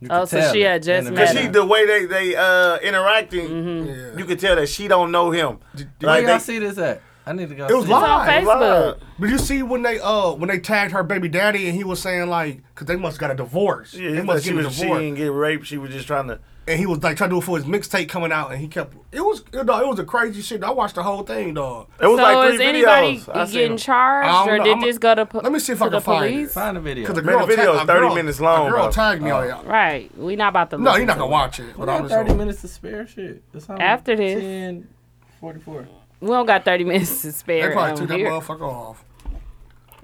Speaker 9: You
Speaker 8: Oh,
Speaker 9: could
Speaker 8: so
Speaker 9: tell
Speaker 8: she
Speaker 9: it
Speaker 8: had
Speaker 9: in
Speaker 8: just
Speaker 9: the
Speaker 8: met
Speaker 10: Cause
Speaker 8: Yeah.
Speaker 10: she,
Speaker 9: video.
Speaker 10: the way they they uh interacting,
Speaker 8: Mm-hmm.
Speaker 4: Yeah.
Speaker 10: you could tell that she don't know him.
Speaker 9: Where y'all
Speaker 10: they-
Speaker 9: see this at? I need to go.
Speaker 4: It was
Speaker 9: see this.
Speaker 4: live.
Speaker 8: on
Speaker 10: Live.
Speaker 8: Facebook.
Speaker 4: But you see when they uh when they tagged her baby daddy and he was saying like because they must got a divorce.
Speaker 10: Yeah,
Speaker 4: they
Speaker 10: he
Speaker 4: must
Speaker 10: she,
Speaker 4: get a
Speaker 10: was, she
Speaker 4: divorce.
Speaker 10: didn't get raped. She was just trying to.
Speaker 4: And he was like trying to do it for his mixtape coming out and he kept it was it, dog, it was a crazy shit. I watched the whole thing dog.
Speaker 10: It was
Speaker 8: so
Speaker 10: like
Speaker 8: is
Speaker 10: three
Speaker 8: anybody
Speaker 10: videos. I seen
Speaker 8: getting
Speaker 10: them.
Speaker 4: I
Speaker 8: charged,
Speaker 4: don't
Speaker 8: or
Speaker 4: know.
Speaker 8: did
Speaker 4: I'm-
Speaker 8: this go to po-
Speaker 4: let me see if
Speaker 8: to
Speaker 4: I can
Speaker 8: the
Speaker 4: find it.
Speaker 8: police?
Speaker 9: Find the video.
Speaker 4: Because the
Speaker 10: Man,
Speaker 4: girl
Speaker 10: the video's
Speaker 4: tagged- a
Speaker 10: 30
Speaker 4: girl-
Speaker 10: minutes long,
Speaker 4: A girl
Speaker 10: bro.
Speaker 4: tagged me on it.
Speaker 8: Right, we not about to.
Speaker 4: No,
Speaker 8: listen
Speaker 4: you're not
Speaker 8: to it.
Speaker 4: gonna watch it.
Speaker 9: We
Speaker 4: But I'm
Speaker 9: got
Speaker 4: just
Speaker 9: 30
Speaker 4: saying.
Speaker 9: minutes to spare. Shit. It's how
Speaker 8: After this.
Speaker 9: 10, 44.
Speaker 8: We don't got thirty minutes to
Speaker 4: they
Speaker 8: spare
Speaker 4: probably
Speaker 8: on
Speaker 4: took that
Speaker 8: here
Speaker 4: motherfucker off.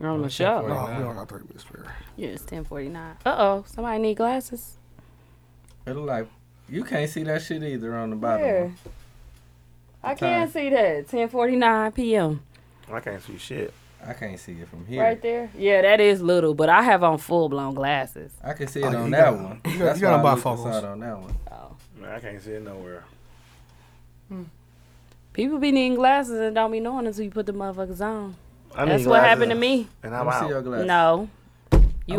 Speaker 8: on the
Speaker 4: No,
Speaker 8: show.
Speaker 4: we don't got thirty minutes for
Speaker 8: Yeah, it's ten forty nine. Uh oh, somebody need glasses.
Speaker 9: It'll like, you can't see that shit either on the bottom.
Speaker 8: Where? I can't see that. Ten forty nine p.m.
Speaker 10: I can't see shit.
Speaker 20: I can't see it from
Speaker 21: Right there.
Speaker 8: Yeah, that is little, but I have on full blown glasses.
Speaker 20: I can see it on that one. That's why I looked inside on that one.
Speaker 10: Man, I can't see it nowhere.
Speaker 8: People be needing glasses and don't be knowing until you put the motherfuckers on.
Speaker 10: I need
Speaker 8: That's what
Speaker 10: glasses,
Speaker 8: happened to me.
Speaker 10: and I'm Let me see out. your glasses.
Speaker 8: No. You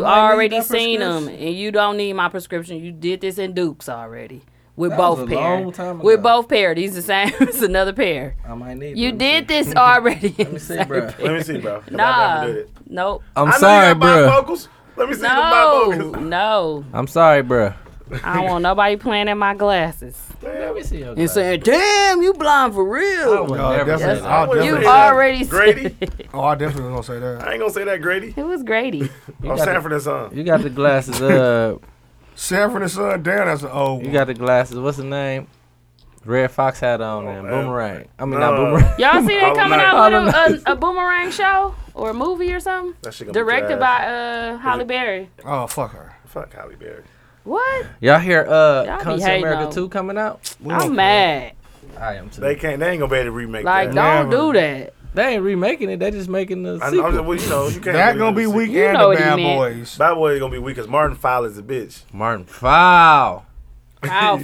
Speaker 21: might need
Speaker 8: already
Speaker 21: that
Speaker 8: seen them,
Speaker 21: prescription.
Speaker 8: and you don't need my prescription. You did this in Dukes already with
Speaker 20: That was
Speaker 8: both
Speaker 20: a
Speaker 8: pair.
Speaker 20: long time
Speaker 8: With
Speaker 20: ago.
Speaker 8: both pair, these the same. it's another pair.
Speaker 20: I might need.
Speaker 8: You
Speaker 20: them.
Speaker 8: did this already. Let me
Speaker 20: see, bruh. Let me see, bruh, 'cause I
Speaker 8: Nah.
Speaker 20: never did it.
Speaker 8: Nope.
Speaker 9: I'm I know you sorry, got bruh.
Speaker 10: Let me
Speaker 8: see no, the No.
Speaker 9: I'm sorry, bruh.
Speaker 8: I don't want nobody playing in my glasses.
Speaker 20: Let me see your
Speaker 8: And saying, damn, you blind for
Speaker 10: Oh,
Speaker 8: real.
Speaker 4: No, I definitely- I definitely-
Speaker 8: you already
Speaker 10: Grady.
Speaker 4: Oh, I definitely was gonna say that.
Speaker 10: I ain't gonna say that, Grady.
Speaker 8: It was Grady.
Speaker 10: I'm Sanford and Son.
Speaker 9: You got the glasses up.
Speaker 4: Sanford and Son, damn, that's an old
Speaker 9: You got the glasses. What's the name? Red Fox had
Speaker 10: Oh,
Speaker 9: on and Boomerang. I mean, not
Speaker 10: No.
Speaker 9: Boomerang.
Speaker 8: Y'all see they
Speaker 9: Harlem
Speaker 8: coming
Speaker 9: Nights.
Speaker 8: out with
Speaker 9: Harlem
Speaker 8: a, a, a boomerang show or a movie or something?
Speaker 9: That shit gonna be
Speaker 8: Directed
Speaker 9: trash.
Speaker 8: by uh, Holly Berry.
Speaker 4: Oh, fuck her.
Speaker 10: Fuck Holly Berry.
Speaker 8: What?
Speaker 9: Y'all hear uh,
Speaker 8: Y'all be
Speaker 9: Come to
Speaker 8: hating
Speaker 9: America
Speaker 8: on-
Speaker 9: 2 coming out?
Speaker 8: We I'm don't care. mad.
Speaker 9: I am too.
Speaker 10: They can't. They ain't gonna be able to remake
Speaker 9: Like,
Speaker 10: that.
Speaker 9: don't Never.
Speaker 8: do that.
Speaker 9: They ain't remaking it. They just making the
Speaker 10: I,
Speaker 9: sequel.
Speaker 10: I'm just, well, you know, you can't.
Speaker 9: That
Speaker 10: really
Speaker 9: gonna
Speaker 10: do
Speaker 9: be
Speaker 10: the
Speaker 9: weak
Speaker 10: sequel.
Speaker 9: and You know the what he Bad meant. Boys.
Speaker 10: Bad boys gonna be weak because Martin Fowle is a bitch.
Speaker 9: Martin Foul.
Speaker 8: Foul,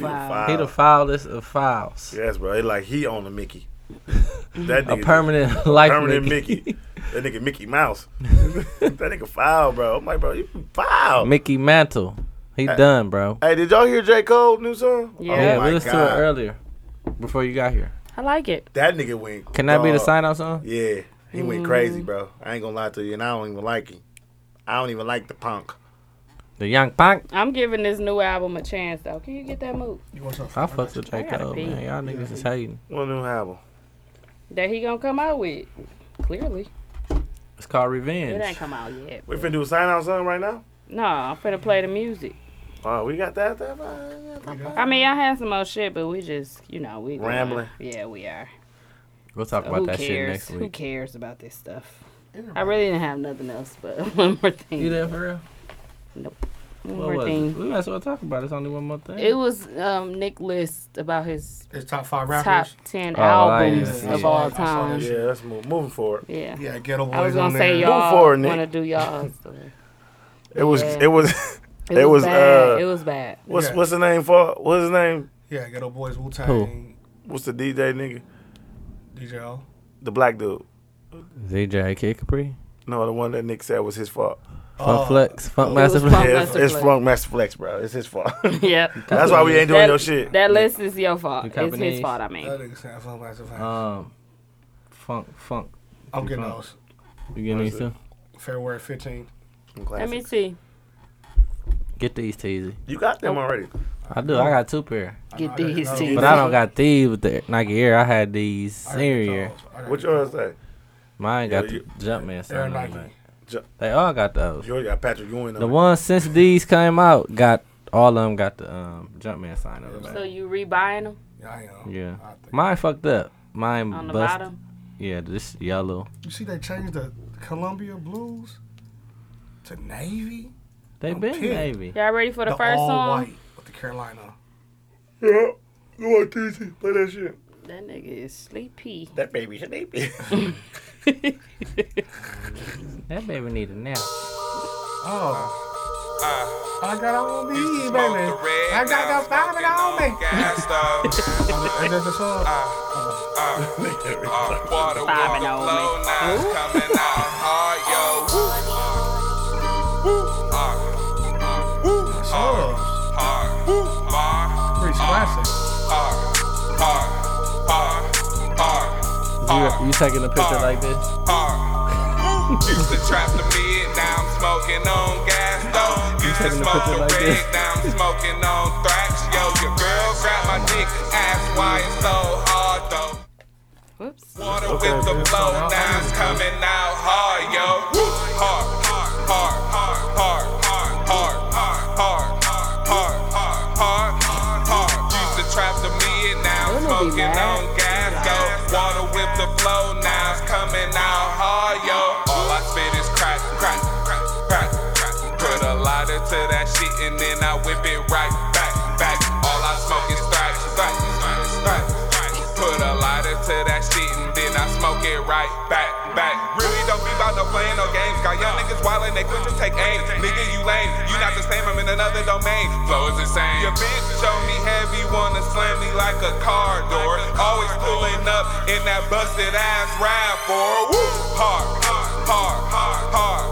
Speaker 9: He the foulest of fouls.
Speaker 10: Yes, bro. It like he on a Mickey. That
Speaker 9: A
Speaker 10: nigga,
Speaker 9: permanent life
Speaker 10: permanent
Speaker 9: Mickey.
Speaker 10: Mickey. That nigga Mickey Mouse. that nigga foul, bro. I'm like, bro, you foul.
Speaker 9: Mickey Mantle. He
Speaker 10: Hey.
Speaker 9: done, bro.
Speaker 10: Hey, did y'all hear J. Cole new song?
Speaker 9: Yeah,
Speaker 10: Oh my
Speaker 9: we listened to
Speaker 10: God.
Speaker 9: it earlier before you got here.
Speaker 8: I like it.
Speaker 10: That nigga went.
Speaker 9: Can that be the
Speaker 10: dog.
Speaker 9: sign-off song?
Speaker 10: Yeah, he went
Speaker 9: Mm.
Speaker 10: crazy, bro. I ain't gonna lie to you, and I don't even like him. I don't even like the punk.
Speaker 9: The Young Punk.
Speaker 8: I'm giving this new album a chance, though. Can you get that move?
Speaker 9: I fucks with J. Cole,
Speaker 8: pee.
Speaker 9: man. Y'all niggas is hating.
Speaker 10: What new album?
Speaker 8: That he gonna come out with. Clearly.
Speaker 9: It's called
Speaker 8: It ain't
Speaker 9: Revenge.
Speaker 8: come out yet.
Speaker 10: We finna do a sign out song right now.
Speaker 8: No, I'm finna play the music.
Speaker 10: Oh, we got that. that
Speaker 8: I mean, I had some old shit, but we just, you know, we going.
Speaker 9: Rambling.
Speaker 8: Yeah, we are.
Speaker 9: We'll talk
Speaker 8: So
Speaker 9: about
Speaker 8: who
Speaker 9: that shit
Speaker 8: cares?
Speaker 9: next
Speaker 8: Who
Speaker 9: week.
Speaker 8: cares about this stuff? I really didn't have nothing else, but one more thing.
Speaker 20: You there for real?
Speaker 8: Nope. One
Speaker 20: What
Speaker 8: more
Speaker 20: was it?
Speaker 8: thing.
Speaker 9: We might as well talk about it. It's only one more thing.
Speaker 8: It was um, Nick List about his
Speaker 4: his top five
Speaker 8: top
Speaker 4: rappers?
Speaker 8: ten
Speaker 9: Oh, I
Speaker 8: albums
Speaker 9: see.
Speaker 8: of
Speaker 9: Yeah, I
Speaker 8: all
Speaker 9: saw that
Speaker 8: time.
Speaker 10: Yeah, that's mo- moving forward.
Speaker 8: Yeah.
Speaker 4: Yeah, Ghetto
Speaker 8: I was
Speaker 4: Boys on
Speaker 8: gonna say
Speaker 4: there.
Speaker 8: y'all
Speaker 4: Move forward, Nick.
Speaker 8: want to do y'all. story.
Speaker 10: It was.
Speaker 8: Yeah.
Speaker 10: It was.
Speaker 8: It
Speaker 10: It,
Speaker 8: was
Speaker 10: was.
Speaker 8: bad.
Speaker 10: uh,
Speaker 8: It was bad.
Speaker 10: What's
Speaker 8: Yeah.
Speaker 10: What's the name for? What's his name?
Speaker 4: Yeah, Ghetto Boys, Wu
Speaker 9: Who?
Speaker 4: Tang,
Speaker 10: What's the DJ nigga?
Speaker 4: DJ O.
Speaker 10: The black dude.
Speaker 9: ZJ Kid Capri.
Speaker 10: No, the one that Nick said was his fault.
Speaker 4: Oh,
Speaker 9: Funk Flex. Oh. Funk
Speaker 10: It
Speaker 9: Master
Speaker 10: was
Speaker 9: Flex.
Speaker 10: Funk Yeah, it's- Master it's Flex. Funk Master Flex, bro. It's his fault.
Speaker 8: yeah.
Speaker 10: That's why we ain't doing
Speaker 8: that,
Speaker 10: your shit.
Speaker 8: That list is your fault.
Speaker 9: You
Speaker 8: It's his
Speaker 9: Japanese?
Speaker 8: fault. I mean.
Speaker 4: That nigga said Funk Master Flex.
Speaker 9: Um, funk, funk.
Speaker 4: I'm getting
Speaker 9: Funk.
Speaker 4: those.
Speaker 9: You getting these
Speaker 4: Where's
Speaker 9: too?
Speaker 4: February 15th.
Speaker 8: Let me see.
Speaker 9: Get these, Teasy.
Speaker 10: You got them
Speaker 8: oh.
Speaker 10: already.
Speaker 9: I do. I got two pair.
Speaker 8: Get these two.
Speaker 9: But I don't got these with the Nike Air. I had these senior year.
Speaker 10: What yours say?
Speaker 9: Mine
Speaker 10: Yeah,
Speaker 9: got the
Speaker 10: you-
Speaker 9: Jumpman
Speaker 10: Air
Speaker 9: sign. on
Speaker 10: Nike.
Speaker 9: it.
Speaker 10: Ju-
Speaker 9: They all got those.
Speaker 10: Yours got Patrick Ewing.
Speaker 9: The ones since these came out got all of them got the um, Jumpman sign on the
Speaker 8: So
Speaker 9: back.
Speaker 8: you rebuying them?
Speaker 9: Yeah, mine fucked up. Mine
Speaker 8: On the
Speaker 9: bust.
Speaker 8: bottom?
Speaker 9: Yeah, this yellow.
Speaker 4: You see, they changed the Columbia Blues to Navy.
Speaker 9: They
Speaker 4: I'm
Speaker 9: been
Speaker 4: pissed.
Speaker 9: navy.
Speaker 8: Y'all ready for the first
Speaker 4: all
Speaker 8: song?
Speaker 4: White with the Carolina.
Speaker 10: Yeah. You want TC? Play that shit.
Speaker 8: That nigga is sleepy.
Speaker 10: That baby sleepy.
Speaker 9: That baby need a nap.
Speaker 4: Oh.
Speaker 22: I
Speaker 4: got on me,
Speaker 22: baby.
Speaker 4: I got the vomit on me.
Speaker 22: Gas stove.
Speaker 4: And that's the song.
Speaker 22: Uh, water, water, blow now. It's coming out hard, yo. Woo. Uh, uh, hard, hard, Uh, bar,
Speaker 4: Pretty classic.
Speaker 22: hard, hard, bar, hard,
Speaker 9: You, you taking a picture like this?
Speaker 22: hard. Used to trap the mid, now I'm smoking on gas stove.
Speaker 9: You
Speaker 22: Used to
Speaker 9: taking a
Speaker 22: smoke
Speaker 9: picture
Speaker 22: the
Speaker 9: like
Speaker 22: rig,
Speaker 9: this?
Speaker 22: now I'm smoking on thrax. Yo, your girl grab my dick, ask why it's so hard though.
Speaker 8: Whoops.
Speaker 22: Water with the blow, now it's coming out hard, yo. Woo. Hard, hard, hard, hard, hard, hard, hard, hard, hard, hard, hard, hard, hard. Used to trap the mid, now I'm
Speaker 8: Wouldn't it be
Speaker 22: smoking
Speaker 8: mad?
Speaker 22: on gas, yo. Water with the blow, now it's coming out hard, yo. All I spit is crack, crack, crack, crack, crack. Put a lighter to that shit and then I whip it right back, back. All I smoke is thrash, thrash, thrash, thrash. Put a lighter to that shit and then I I smoke it right back, back. Really don't be about no playing no games. Got young niggas wildin', they quick to take aim. Nigga, you lame. You not the same, I'm in another domain. Flow is insane. Your bitch show me heavy, wanna slam me like a car door. Always pulling up in that busted ass rap for woo. Hard, hard, hard, hard,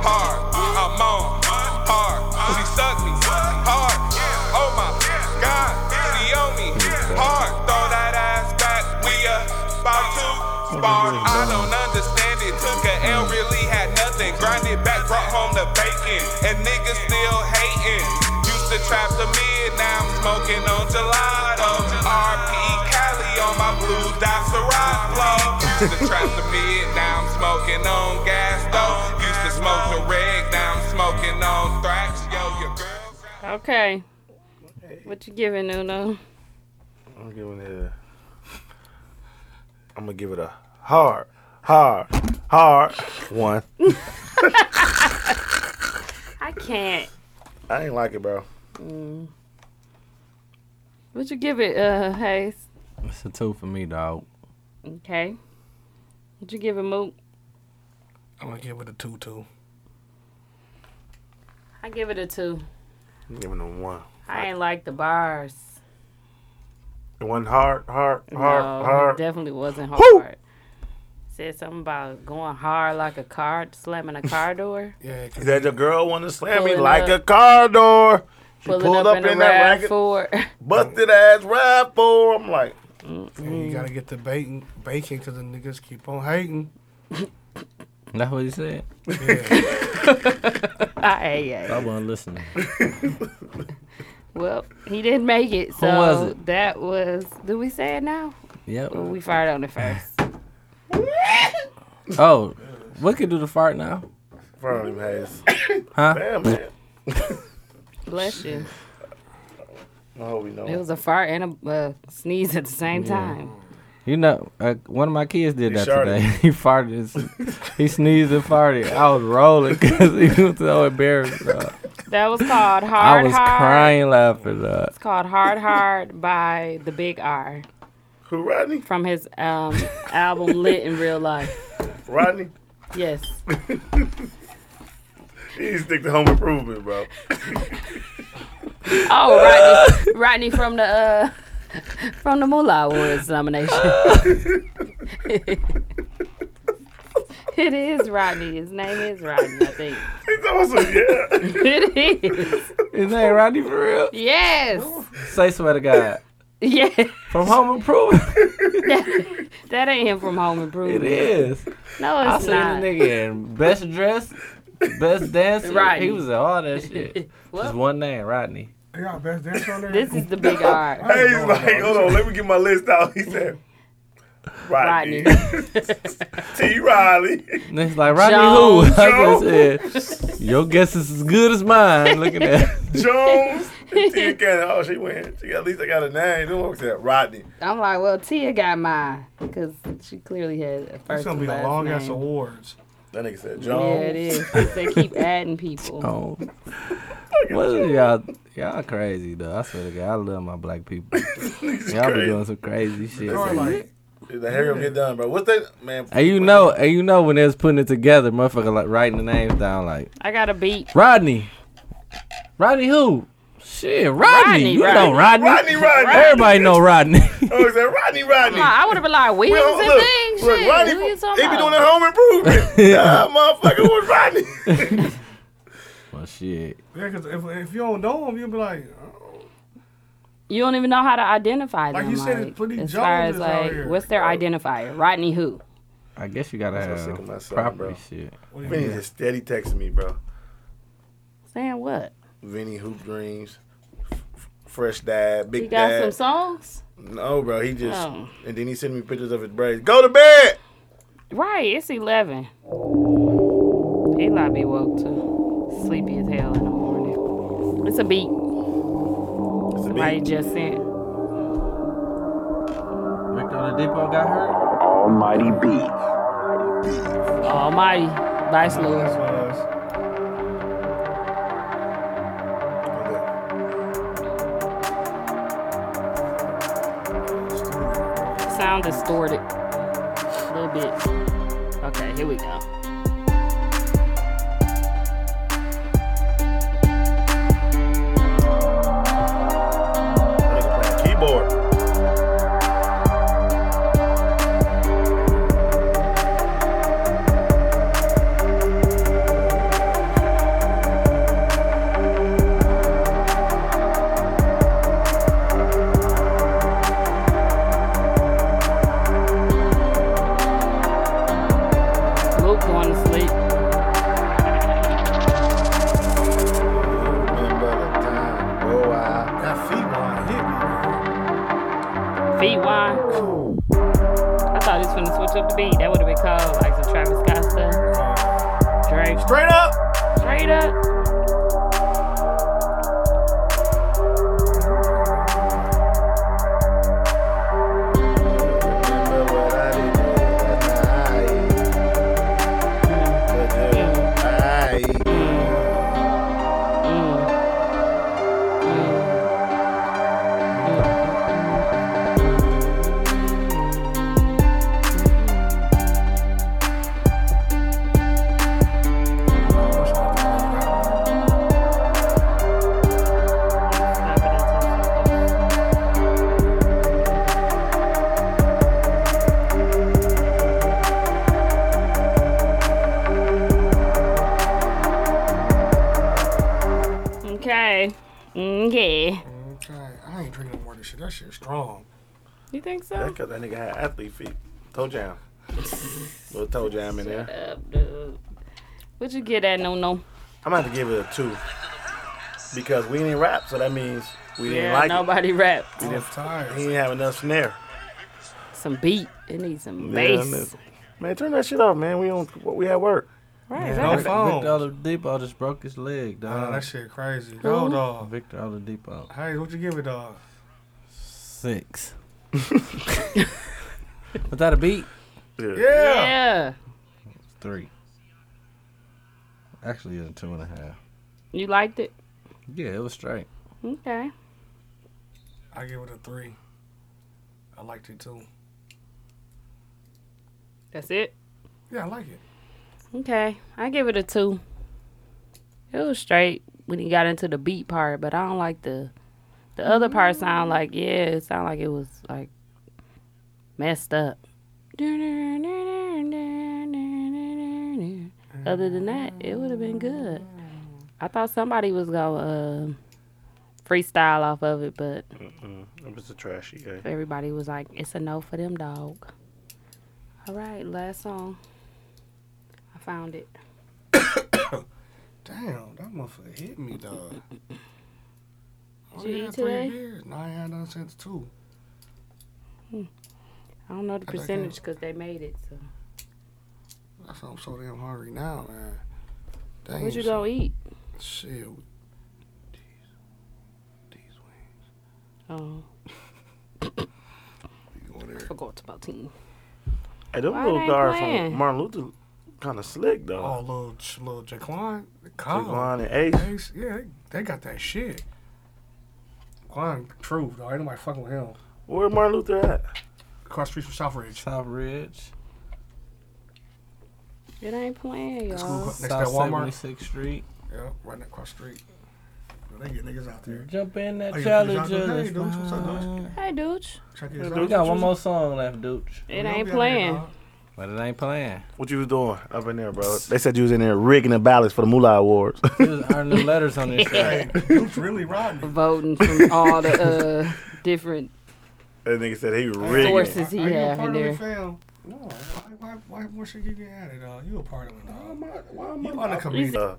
Speaker 22: hard. I'm on hard. She sucked me hard. Oh my God, she on me hard. Throw that ass back. We about to spar. I don't understand it. Took a L, really had nothing. Grinded back, brought home the bacon, and niggas still hating. Used to trap the mid, now I'm smoking on gelato. RP Cali on my blue dot Serato. Used to trap the mid, now I'm smoking on gas though. Used to smoke the reg, now I'm smoking on thrax. Yo, your girl.
Speaker 8: Okay. What you giving, Nuno?
Speaker 10: I'm giving it a. I'm gonna give it a hard, hard, hard one.
Speaker 8: I can't.
Speaker 10: I ain't like it, bro.
Speaker 8: Mm. What you give it, uh, Hayes?
Speaker 9: It's a two for me, dog.
Speaker 8: Okay. What you give it, Moot?
Speaker 4: I'm gonna give it a two two.
Speaker 8: I give it a two.
Speaker 10: I'm giving it a one.
Speaker 8: I ain't like the bars.
Speaker 10: It wasn't hard, hard, hard,
Speaker 8: no,
Speaker 10: hard.
Speaker 8: it definitely wasn't hard.
Speaker 10: Woo!
Speaker 8: Said something about going hard like a car, slamming a car door.
Speaker 4: yeah,
Speaker 10: That the girl wanna slam me
Speaker 8: Pulling
Speaker 10: like
Speaker 8: up.
Speaker 10: a car door. She
Speaker 8: Pulling
Speaker 10: pulled
Speaker 8: up
Speaker 10: up
Speaker 8: in a
Speaker 10: in, that racket,
Speaker 8: RAV4.
Speaker 10: busted ass rap for. I'm like,
Speaker 4: And you
Speaker 8: Mm.
Speaker 4: gotta get the bacon, bacon, because the niggas keep on hating.
Speaker 9: That's what he said.
Speaker 8: I,
Speaker 9: I wasn't listening.
Speaker 8: well, he didn't make it. So
Speaker 9: was it?
Speaker 8: that was. Do we say it now?
Speaker 9: Yep.
Speaker 8: Well, we fired on it first.
Speaker 9: Oh, we could do the fart now.
Speaker 10: Probably has.
Speaker 9: Huh?
Speaker 10: Damn, man.
Speaker 8: Bless you.
Speaker 10: I hope we know.
Speaker 8: It was a fart and a uh, sneeze at the same time.
Speaker 9: You know, uh, one of my kids did
Speaker 10: He
Speaker 9: that
Speaker 10: sharted.
Speaker 9: today. he farted. and s- he sneezed and farted. I was rolling because he was so embarrassed. dog.
Speaker 8: That was called
Speaker 9: I
Speaker 8: Hard
Speaker 9: was
Speaker 8: Hard.
Speaker 9: crying laughing. dog.
Speaker 8: It's called Hard Hard by the Big R.
Speaker 10: Who Rodney?
Speaker 8: From his um, album Lit in Real Life.
Speaker 10: Rodney,
Speaker 8: Yes.
Speaker 10: you need to stick to home improvement, bro.
Speaker 8: Oh, Rodney, Rodney from the uh, from the Moolah Awards nomination. it is Rodney. His name is Rodney, I think.
Speaker 10: It's awesome, yeah.
Speaker 8: it is.
Speaker 9: His name Rodney for real.
Speaker 8: Yes.
Speaker 9: Say swear to God.
Speaker 8: Yeah.
Speaker 9: From home improvement.
Speaker 8: That ain't him from Home
Speaker 9: It
Speaker 8: Improvement.
Speaker 9: is.
Speaker 8: No, it's
Speaker 9: I
Speaker 8: not.
Speaker 9: seen the nigga in best dress, best dancer.
Speaker 8: Rodney.
Speaker 9: He was in all that shit. Just one name, Rodney.
Speaker 4: They got best dance on there.
Speaker 8: This is the big R.
Speaker 10: Hey, he's like, hold on, let me get my list out. He said, Rodney. T. Riley.
Speaker 9: And it's like Rodney who? I just said, your guess is as good as mine. Look at that.
Speaker 10: Jones. Tia Cannon. Oh, she went. She got, at least I got a name. Who was that? Rodney.
Speaker 8: I'm like, well, Tia got mine because she clearly had a first.
Speaker 4: It's gonna
Speaker 8: and
Speaker 4: be a
Speaker 8: last
Speaker 4: long ass
Speaker 8: name.
Speaker 4: awards.
Speaker 10: That nigga said
Speaker 8: Yeah, it is. 'cause They keep adding people.
Speaker 9: Oh. What is y'all? Y'all crazy though. I swear to God, I love my black people. y'all be
Speaker 10: crazy.
Speaker 9: doing some crazy shit.
Speaker 10: the hair gonna get done, bro. What's that? Man,
Speaker 9: and you know, and you know when they was putting it together, motherfucker like writing the names down like
Speaker 8: I got a beat.
Speaker 9: Rodney. Rodney who? Shit, Rodney.
Speaker 8: Rodney,
Speaker 9: you
Speaker 8: Rodney.
Speaker 9: know Rodney.
Speaker 10: Rodney, Rodney.
Speaker 9: Everybody know Rodney.
Speaker 10: Oh, is that Rodney Rodney?
Speaker 8: Come on, I would have been like, wheels
Speaker 10: Well,
Speaker 8: and
Speaker 10: look,
Speaker 8: things.
Speaker 10: look,
Speaker 8: shit.
Speaker 10: Rodney,
Speaker 8: Who you
Speaker 10: he
Speaker 8: talking
Speaker 10: be
Speaker 8: about?
Speaker 10: doing that home improvement. yeah. motherfucker was Rodney.
Speaker 9: well, shit.
Speaker 4: Yeah, because if, if you don't know them, you'll be like, "Uh,
Speaker 8: You don't even know how to identify them.
Speaker 4: Like you said, it's Plenty
Speaker 8: as far
Speaker 4: Jones
Speaker 8: as
Speaker 4: is out
Speaker 8: like,
Speaker 4: here.
Speaker 8: what's their identifier? Rodney who?
Speaker 9: I guess you gotta
Speaker 10: I'm so
Speaker 9: have
Speaker 10: sick of myself,
Speaker 9: property
Speaker 10: bro.
Speaker 9: shit.
Speaker 10: Vinny is steady texting me, bro.
Speaker 8: Saying what?
Speaker 10: Vinny Hoop Dreams, F- Fresh Dad, Big
Speaker 8: He got
Speaker 10: Dad.
Speaker 8: some songs.
Speaker 10: No, bro, he just
Speaker 8: Oh.
Speaker 10: and then he sent me pictures of his braids. Go to bed.
Speaker 8: Right, it's eleven. Eli be woke too. Sleepy as hell in the morning. It's a beat. Somebody just sent.
Speaker 9: Victor Oladipo got hurt.
Speaker 23: Almighty B.
Speaker 8: Almighty. Vice Lord. Sound distorted. A little bit. Okay, here we go.
Speaker 10: Keyboard.
Speaker 8: Luke going to sleep.
Speaker 4: That feet wide hit
Speaker 8: Feet wide. I thought he was finna switch up the beat. That would have been called like some Travis Scott stuff. Drake.
Speaker 10: Straight up.
Speaker 8: Straight up. Okay. Okay.
Speaker 4: Okay, I ain't drinking no more of this shit. That shit's strong.
Speaker 8: You think so?
Speaker 10: That's because that nigga had athlete feet. Toe jam. Little toe jam in there.
Speaker 8: Up, dude. What you get at, no no?
Speaker 10: I'm gonna have to give it a two because we didn't rap, so that means we didn't
Speaker 8: Yeah,
Speaker 10: like
Speaker 8: nobody
Speaker 10: it.
Speaker 8: rapped.
Speaker 10: We
Speaker 8: I'm
Speaker 10: didn't, he didn't have enough snare.
Speaker 8: Some beat. It needs some
Speaker 10: Yeah,
Speaker 8: bass.
Speaker 10: man. man, turn that shit off, man. We on we at work.
Speaker 8: Right,
Speaker 24: Victor Oladipo just broke his leg, dog.
Speaker 4: Nah, that shit crazy. Go, dog.
Speaker 24: Victor Oladipo.
Speaker 4: Hey, what you give it, dog?
Speaker 24: Six. Was that a beat?
Speaker 10: Yeah.
Speaker 8: Yeah.
Speaker 24: Three. Actually, it's two and a half.
Speaker 8: You liked it?
Speaker 24: Yeah, it was straight.
Speaker 8: Okay.
Speaker 4: I give it a three. I liked it too.
Speaker 8: That's it?
Speaker 4: Yeah, I like it.
Speaker 8: Okay, I give it a two. It was straight when he got into the beat part, but I don't like the the other part. Sound like yeah, it sound like it was like messed up. Other than that, it would have been good. I thought somebody was gonna um freestyle off of it, but
Speaker 10: Mm-mm. It was a trashy guy.
Speaker 8: everybody was like, "It's a no for them, dog." All right, last song. I found it.
Speaker 4: Damn, that motherfucker hit me, dog. Oh,
Speaker 8: Did you
Speaker 4: yeah,
Speaker 8: eat
Speaker 4: three
Speaker 8: today?
Speaker 4: years. No, I ain't had none since two.
Speaker 8: I don't know the
Speaker 4: I think I-
Speaker 8: percentage because they made it. So.
Speaker 4: That's why I'm so damn hungry now, man. Damn,
Speaker 8: What you gonna eat?
Speaker 4: Shit.
Speaker 8: Oh. Forgot about team.
Speaker 10: Hey, them
Speaker 8: Why
Speaker 10: little
Speaker 8: they
Speaker 10: guard
Speaker 8: playing?
Speaker 10: from Martin Luther kind of slick though.
Speaker 4: Oh, little little Jaquan, Kyle,
Speaker 10: Uh, Jaquan and Ace.
Speaker 4: yeah, they, they got that shit. Quan, true though. Ain't nobody fucking with him.
Speaker 10: Where Martin Luther at?
Speaker 4: Across the street from Southridge.
Speaker 24: Southridge.
Speaker 8: It ain't playing,
Speaker 4: That's cool.
Speaker 8: y'all.
Speaker 4: Next to
Speaker 24: South
Speaker 4: that Walmart.
Speaker 24: 76th Street.
Speaker 4: Yeah, right across the street. They get niggas out there.
Speaker 24: Jump in that
Speaker 4: Oh, yeah,
Speaker 24: challenger.
Speaker 4: Jonathan, hey,
Speaker 24: that's
Speaker 4: dude, what's up, dude?
Speaker 24: mine.
Speaker 8: Hey, Dooch.
Speaker 4: Check
Speaker 24: Hey,
Speaker 4: this
Speaker 24: dude, We
Speaker 4: out.
Speaker 24: got one more song left, dude.
Speaker 8: It ain't playing.
Speaker 9: But it ain't playing.
Speaker 10: What you was doing up in there, bro? They said you was in there rigging the ballots for the Moolah Awards.
Speaker 24: He was earning the letters on this
Speaker 4: Hey,
Speaker 24: side.
Speaker 4: Duke's really riding.
Speaker 8: Voting from all the uh, different.
Speaker 10: That nigga said he rigging.
Speaker 8: Sources.
Speaker 10: it.
Speaker 8: Is he
Speaker 4: Are you a
Speaker 8: have in
Speaker 4: part of
Speaker 8: there?
Speaker 4: it, fam? No. Why, why, why, why should you get at it, dog? You a part of it, dog.
Speaker 10: Why am I-
Speaker 4: You under committee.
Speaker 10: Uh,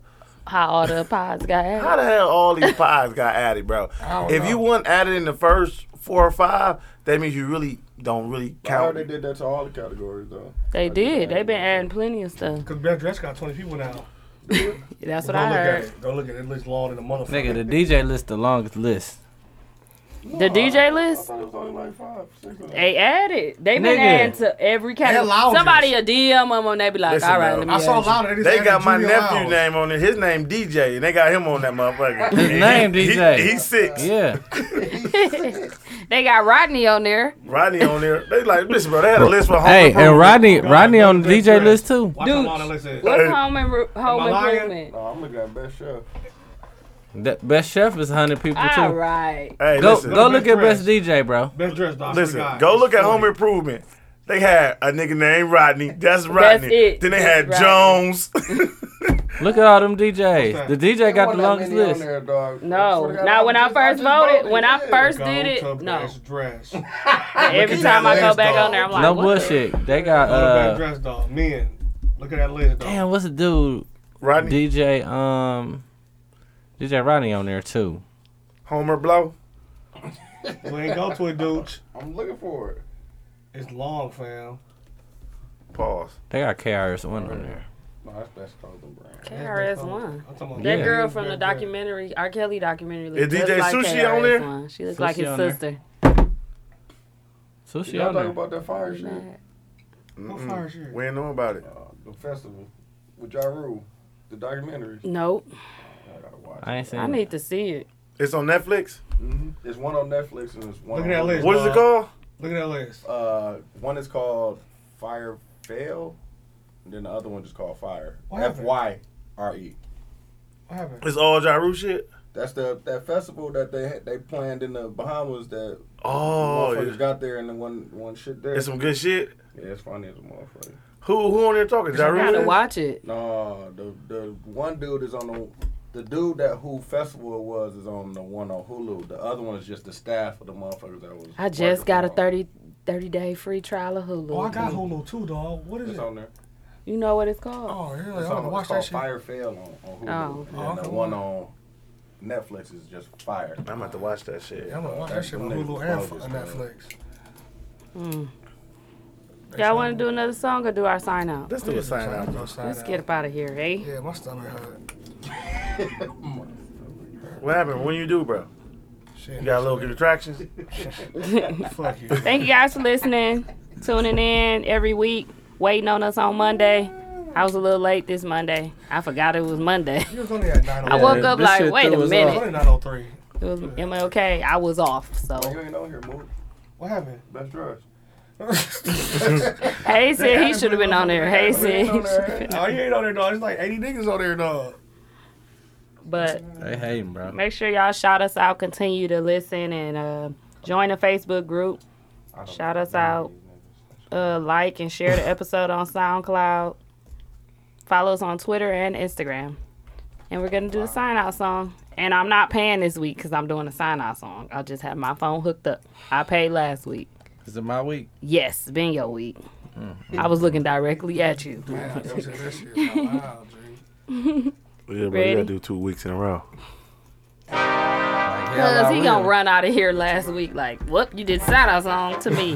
Speaker 8: How all the pods got
Speaker 10: How
Speaker 8: at.
Speaker 10: the hell all these pies got added, bro?
Speaker 4: don't
Speaker 10: If
Speaker 4: know.
Speaker 10: you weren't added in the first four or five, that means you really don't really
Speaker 16: I heard
Speaker 10: count.
Speaker 16: they did that to all the categories though.
Speaker 8: They did. They been adding plenty of stuff.
Speaker 4: Because Bad Dress got 20 people now.
Speaker 8: That's
Speaker 4: Go
Speaker 8: what
Speaker 4: look
Speaker 8: I
Speaker 4: at
Speaker 8: heard.
Speaker 4: it. Go look at it. It looks long in the motherfucker.
Speaker 9: Nigga, the DJ list the longest list.
Speaker 25: The DJ list? They added. They been
Speaker 8: Nigga.
Speaker 25: adding to every
Speaker 8: And
Speaker 25: category.
Speaker 8: lounges.
Speaker 25: Somebody a DM them and they be like,
Speaker 10: Listen,
Speaker 25: all right,
Speaker 10: though,
Speaker 25: let me add you."
Speaker 10: They got my nephew name on it. His name DJ, and they got him on that motherfucker. His
Speaker 9: name DJ.
Speaker 10: He's six.
Speaker 9: Yeah.
Speaker 25: they got Rodney on there.
Speaker 10: Rodney on there. They like listen, bro. They had a list for home.
Speaker 9: Hey,
Speaker 10: improvement.
Speaker 9: and Rodney, Rodney on the DJ list too.
Speaker 25: Dude, what's home, and,
Speaker 16: Am
Speaker 25: home
Speaker 16: I lying?
Speaker 25: improvement?
Speaker 16: No, I'm looking at best chef.
Speaker 9: That best chef is hundred people too.
Speaker 25: All right.
Speaker 10: Hey,
Speaker 9: go
Speaker 10: listen.
Speaker 9: go look at best DJ, bro.
Speaker 4: Best dressed dog.
Speaker 10: Listen, go look at Home Improvement. They had a nigga named Rodney. That's Rodney.
Speaker 9: it.
Speaker 10: Then they
Speaker 9: That's
Speaker 10: had
Speaker 9: Rodney.
Speaker 10: Jones.
Speaker 9: Look at all them DJs. The DJ got the
Speaker 16: wasn't that
Speaker 9: longest
Speaker 16: many on
Speaker 9: list.
Speaker 16: there, dog.
Speaker 25: No,
Speaker 16: Swear to God,
Speaker 25: not when I
Speaker 16: just-
Speaker 25: first
Speaker 16: just
Speaker 25: voted. When I first
Speaker 16: Go
Speaker 25: did it,
Speaker 16: to
Speaker 25: no.
Speaker 16: best
Speaker 4: Dress.
Speaker 25: Every time I go back on there, I'm like,
Speaker 9: no
Speaker 25: what the-
Speaker 9: bullshit. They got
Speaker 4: best
Speaker 9: uh.
Speaker 4: dressed dog. Men. Look at that list, dog.
Speaker 9: Damn, what's the dude?
Speaker 10: Rodney.
Speaker 9: DJ um. DJ Rodney on there too.
Speaker 10: Homer Blow.
Speaker 4: We ain't go to it, dudes.
Speaker 16: I'm looking for it.
Speaker 4: It's long, fam.
Speaker 10: Pause.
Speaker 9: They got KRS One on there.
Speaker 16: No, that's best Golden Brown.
Speaker 8: KRS One.
Speaker 4: I'm talking
Speaker 9: about-
Speaker 8: That
Speaker 9: Yeah.
Speaker 8: girl from the documentary, R. Kelly documentary.
Speaker 9: Is
Speaker 8: Looks just
Speaker 9: DJ
Speaker 8: like
Speaker 9: Sushi
Speaker 8: KRS
Speaker 9: on there?
Speaker 8: One. She looks
Speaker 9: Sushi
Speaker 8: like his
Speaker 9: on there.
Speaker 8: sister.
Speaker 9: So she
Speaker 16: Y'all
Speaker 9: on
Speaker 16: talk
Speaker 9: there.
Speaker 16: about that fire shit?
Speaker 10: Mm-mm.
Speaker 16: fire shit?
Speaker 10: We ain't know about it.
Speaker 16: The festival with Ja Rule. The documentary.
Speaker 8: Nope.
Speaker 9: I ain't seen.
Speaker 8: I
Speaker 9: it.
Speaker 8: need to see it.
Speaker 10: It's on Netflix.
Speaker 16: Mm-hmm. There's one on Netflix and there's one.
Speaker 4: Look
Speaker 16: on
Speaker 4: at that list.
Speaker 10: What is it
Speaker 4: dog.
Speaker 10: called?
Speaker 4: Look at that list.
Speaker 16: Uh, one is called Fire Fail, and then the other one is called Fire.
Speaker 4: What
Speaker 16: F
Speaker 4: happened?
Speaker 16: Y R E.
Speaker 4: What happened?
Speaker 10: It's all Ja Rule shit.
Speaker 16: That's the that festival that they had- they planned in the Bahamas that
Speaker 10: Oh,
Speaker 16: motherfuckers
Speaker 10: yeah.
Speaker 16: got there and the one one shit there.
Speaker 10: It's some good shit.
Speaker 16: Yeah, it's funny as a motherfucker.
Speaker 10: Who who on there talking? Ja
Speaker 16: I
Speaker 10: Rule.
Speaker 16: gotta
Speaker 10: is?
Speaker 16: watch
Speaker 8: it.
Speaker 16: No, the the one dude is on the the dude that who festival it was is on the one on Hulu. The other one is just the staff of the motherfuckers that was.
Speaker 8: I just got a 30, 30 day free trial of Hulu.
Speaker 4: Oh, I got Hulu too, dog. What is
Speaker 16: It's
Speaker 4: it?
Speaker 16: on there.
Speaker 8: You know what it's called?
Speaker 4: Oh,
Speaker 16: It's
Speaker 4: yeah.
Speaker 16: on,
Speaker 4: I want to watch
Speaker 16: it's
Speaker 4: that
Speaker 16: called
Speaker 4: shit.
Speaker 16: Fire Fail on, on Hulu.
Speaker 4: Oh,
Speaker 16: and
Speaker 4: okay.
Speaker 16: then the one on Netflix is just Fire.
Speaker 10: I'm about to watch that shit.
Speaker 4: Yeah, I'm gonna watch that shit on Hulu and f- on Netflix.
Speaker 8: Mm. Y'all want to do another song or do our sign out?
Speaker 10: Let's do a sign out.
Speaker 8: Let's get up out of here, eh?
Speaker 4: Yeah, my stomach hurt.
Speaker 10: What happened? When you do, bro? You got a little contractions.
Speaker 4: Oh, Fuck you.
Speaker 8: Thank you guys for listening, tuning in every week, waiting on us on Monday. I was a little late this Monday. I forgot it was Monday.
Speaker 4: You was only at 9
Speaker 8: I woke up like, wait a minute.
Speaker 4: Only 903.
Speaker 8: It was, am I okay? I was off, so.
Speaker 16: You ain't on here, Moot.
Speaker 4: What happened?
Speaker 16: Best dress.
Speaker 8: Hey, said he should have been on there. Hey, said. he should've been
Speaker 4: Oh, you ain't on there, dog. There's like 80 niggas on there, dog.
Speaker 8: But
Speaker 9: They hating, bro.
Speaker 8: make sure y'all shout us out. Continue to listen and uh, join the Facebook group. Shout us out. Uh, like and share the episode on SoundCloud. Follow us on Twitter and Instagram. And we're going to do the sign out song. And I'm not paying this week because I'm doing a sign out song. I just had my phone hooked up. I paid last week.
Speaker 9: Is it my week?
Speaker 8: Yes, it's been your week. I was looking directly at you. bro, you
Speaker 10: Yeah,
Speaker 8: gotta Ready?
Speaker 10: do two weeks in a row.
Speaker 8: Cause he gonna run out of here last week. Like, whoop, you did sign out song to me.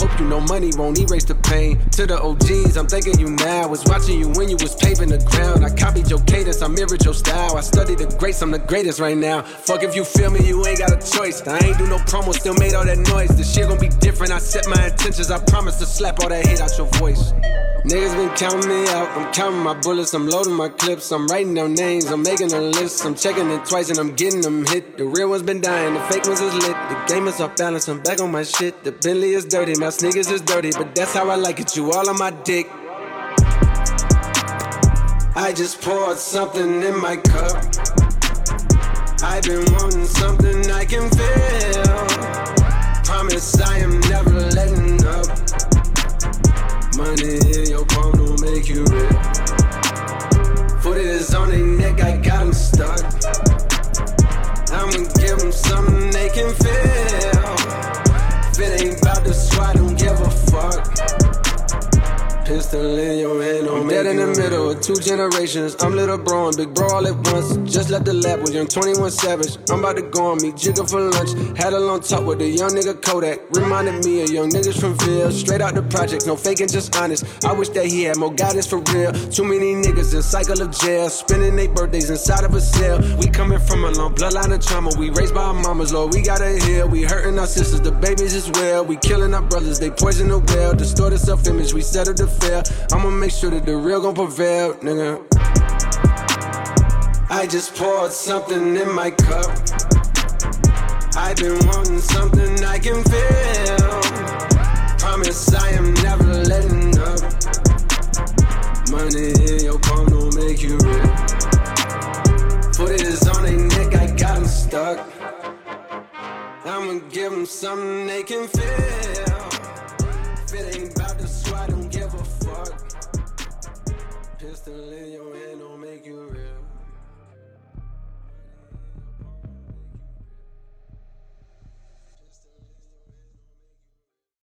Speaker 26: hope you know money won't erase the pain. To the OGs, I'm thanking you now. Was watching you when you was paving the ground. I copied your cadence, I mirrored your style. I studied the greats, I'm the greatest right now. Fuck if you feel me, you ain't got a choice. I ain't do no promo, still made all that noise. This shit gon' be different. I set my intentions, I promise to slap all that hate out your voice. Niggas been counting me out. I'm counting my bullets, I'm loading my clips. I'm writing down names, I'm making a list. I'm checking it twice and I'm getting them hit. The real ones been dying, the fake ones is lit. The game is off balance, I'm back on my shit. The Bentley is dirty, my sneakers is dirty, but that's how I like it. You all on my dick. I just poured something in my cup. I've been wanting something I can feel. Promise I am never letting up. Money in your palm don't make you rich. Foot is on their neck, I got 'em stuck. I'ma give 'em something they can feel. If it ain't about the swat, don't give a fuck. Pistol in your hand, don't I'm dead in the middle of two generations. I'm little bro and big bro all at once. Just left the lab with young 21 Savage. I'm about to go on me, jigger for lunch. Had a long talk with a young nigga Kodak. Reminded me of young niggas from Ville. Straight out the projects, no faking, just honest. I wish that he had more guidance for real. Too many niggas in cycle of jail. Spending their birthdays inside of a cell. We coming from a long bloodline of trauma. We raised by our mamas, Lord, we gotta heal. We hurting our sisters, the babies as well. We killing our brothers, they poison the well. Distorted self image, we settled to fail. I'ma make sure that the real gon' prevail, nigga. I just poured something in my cup. I've been wanting something I can feel. Promise I am never letting up. Money in your palm don't make you rich. Foot is on their neck, I got 'em stuck. I'ma give 'em something they can feel. If it ain't about the swat, don't give a fuck. Pistol in your hand don't make you real.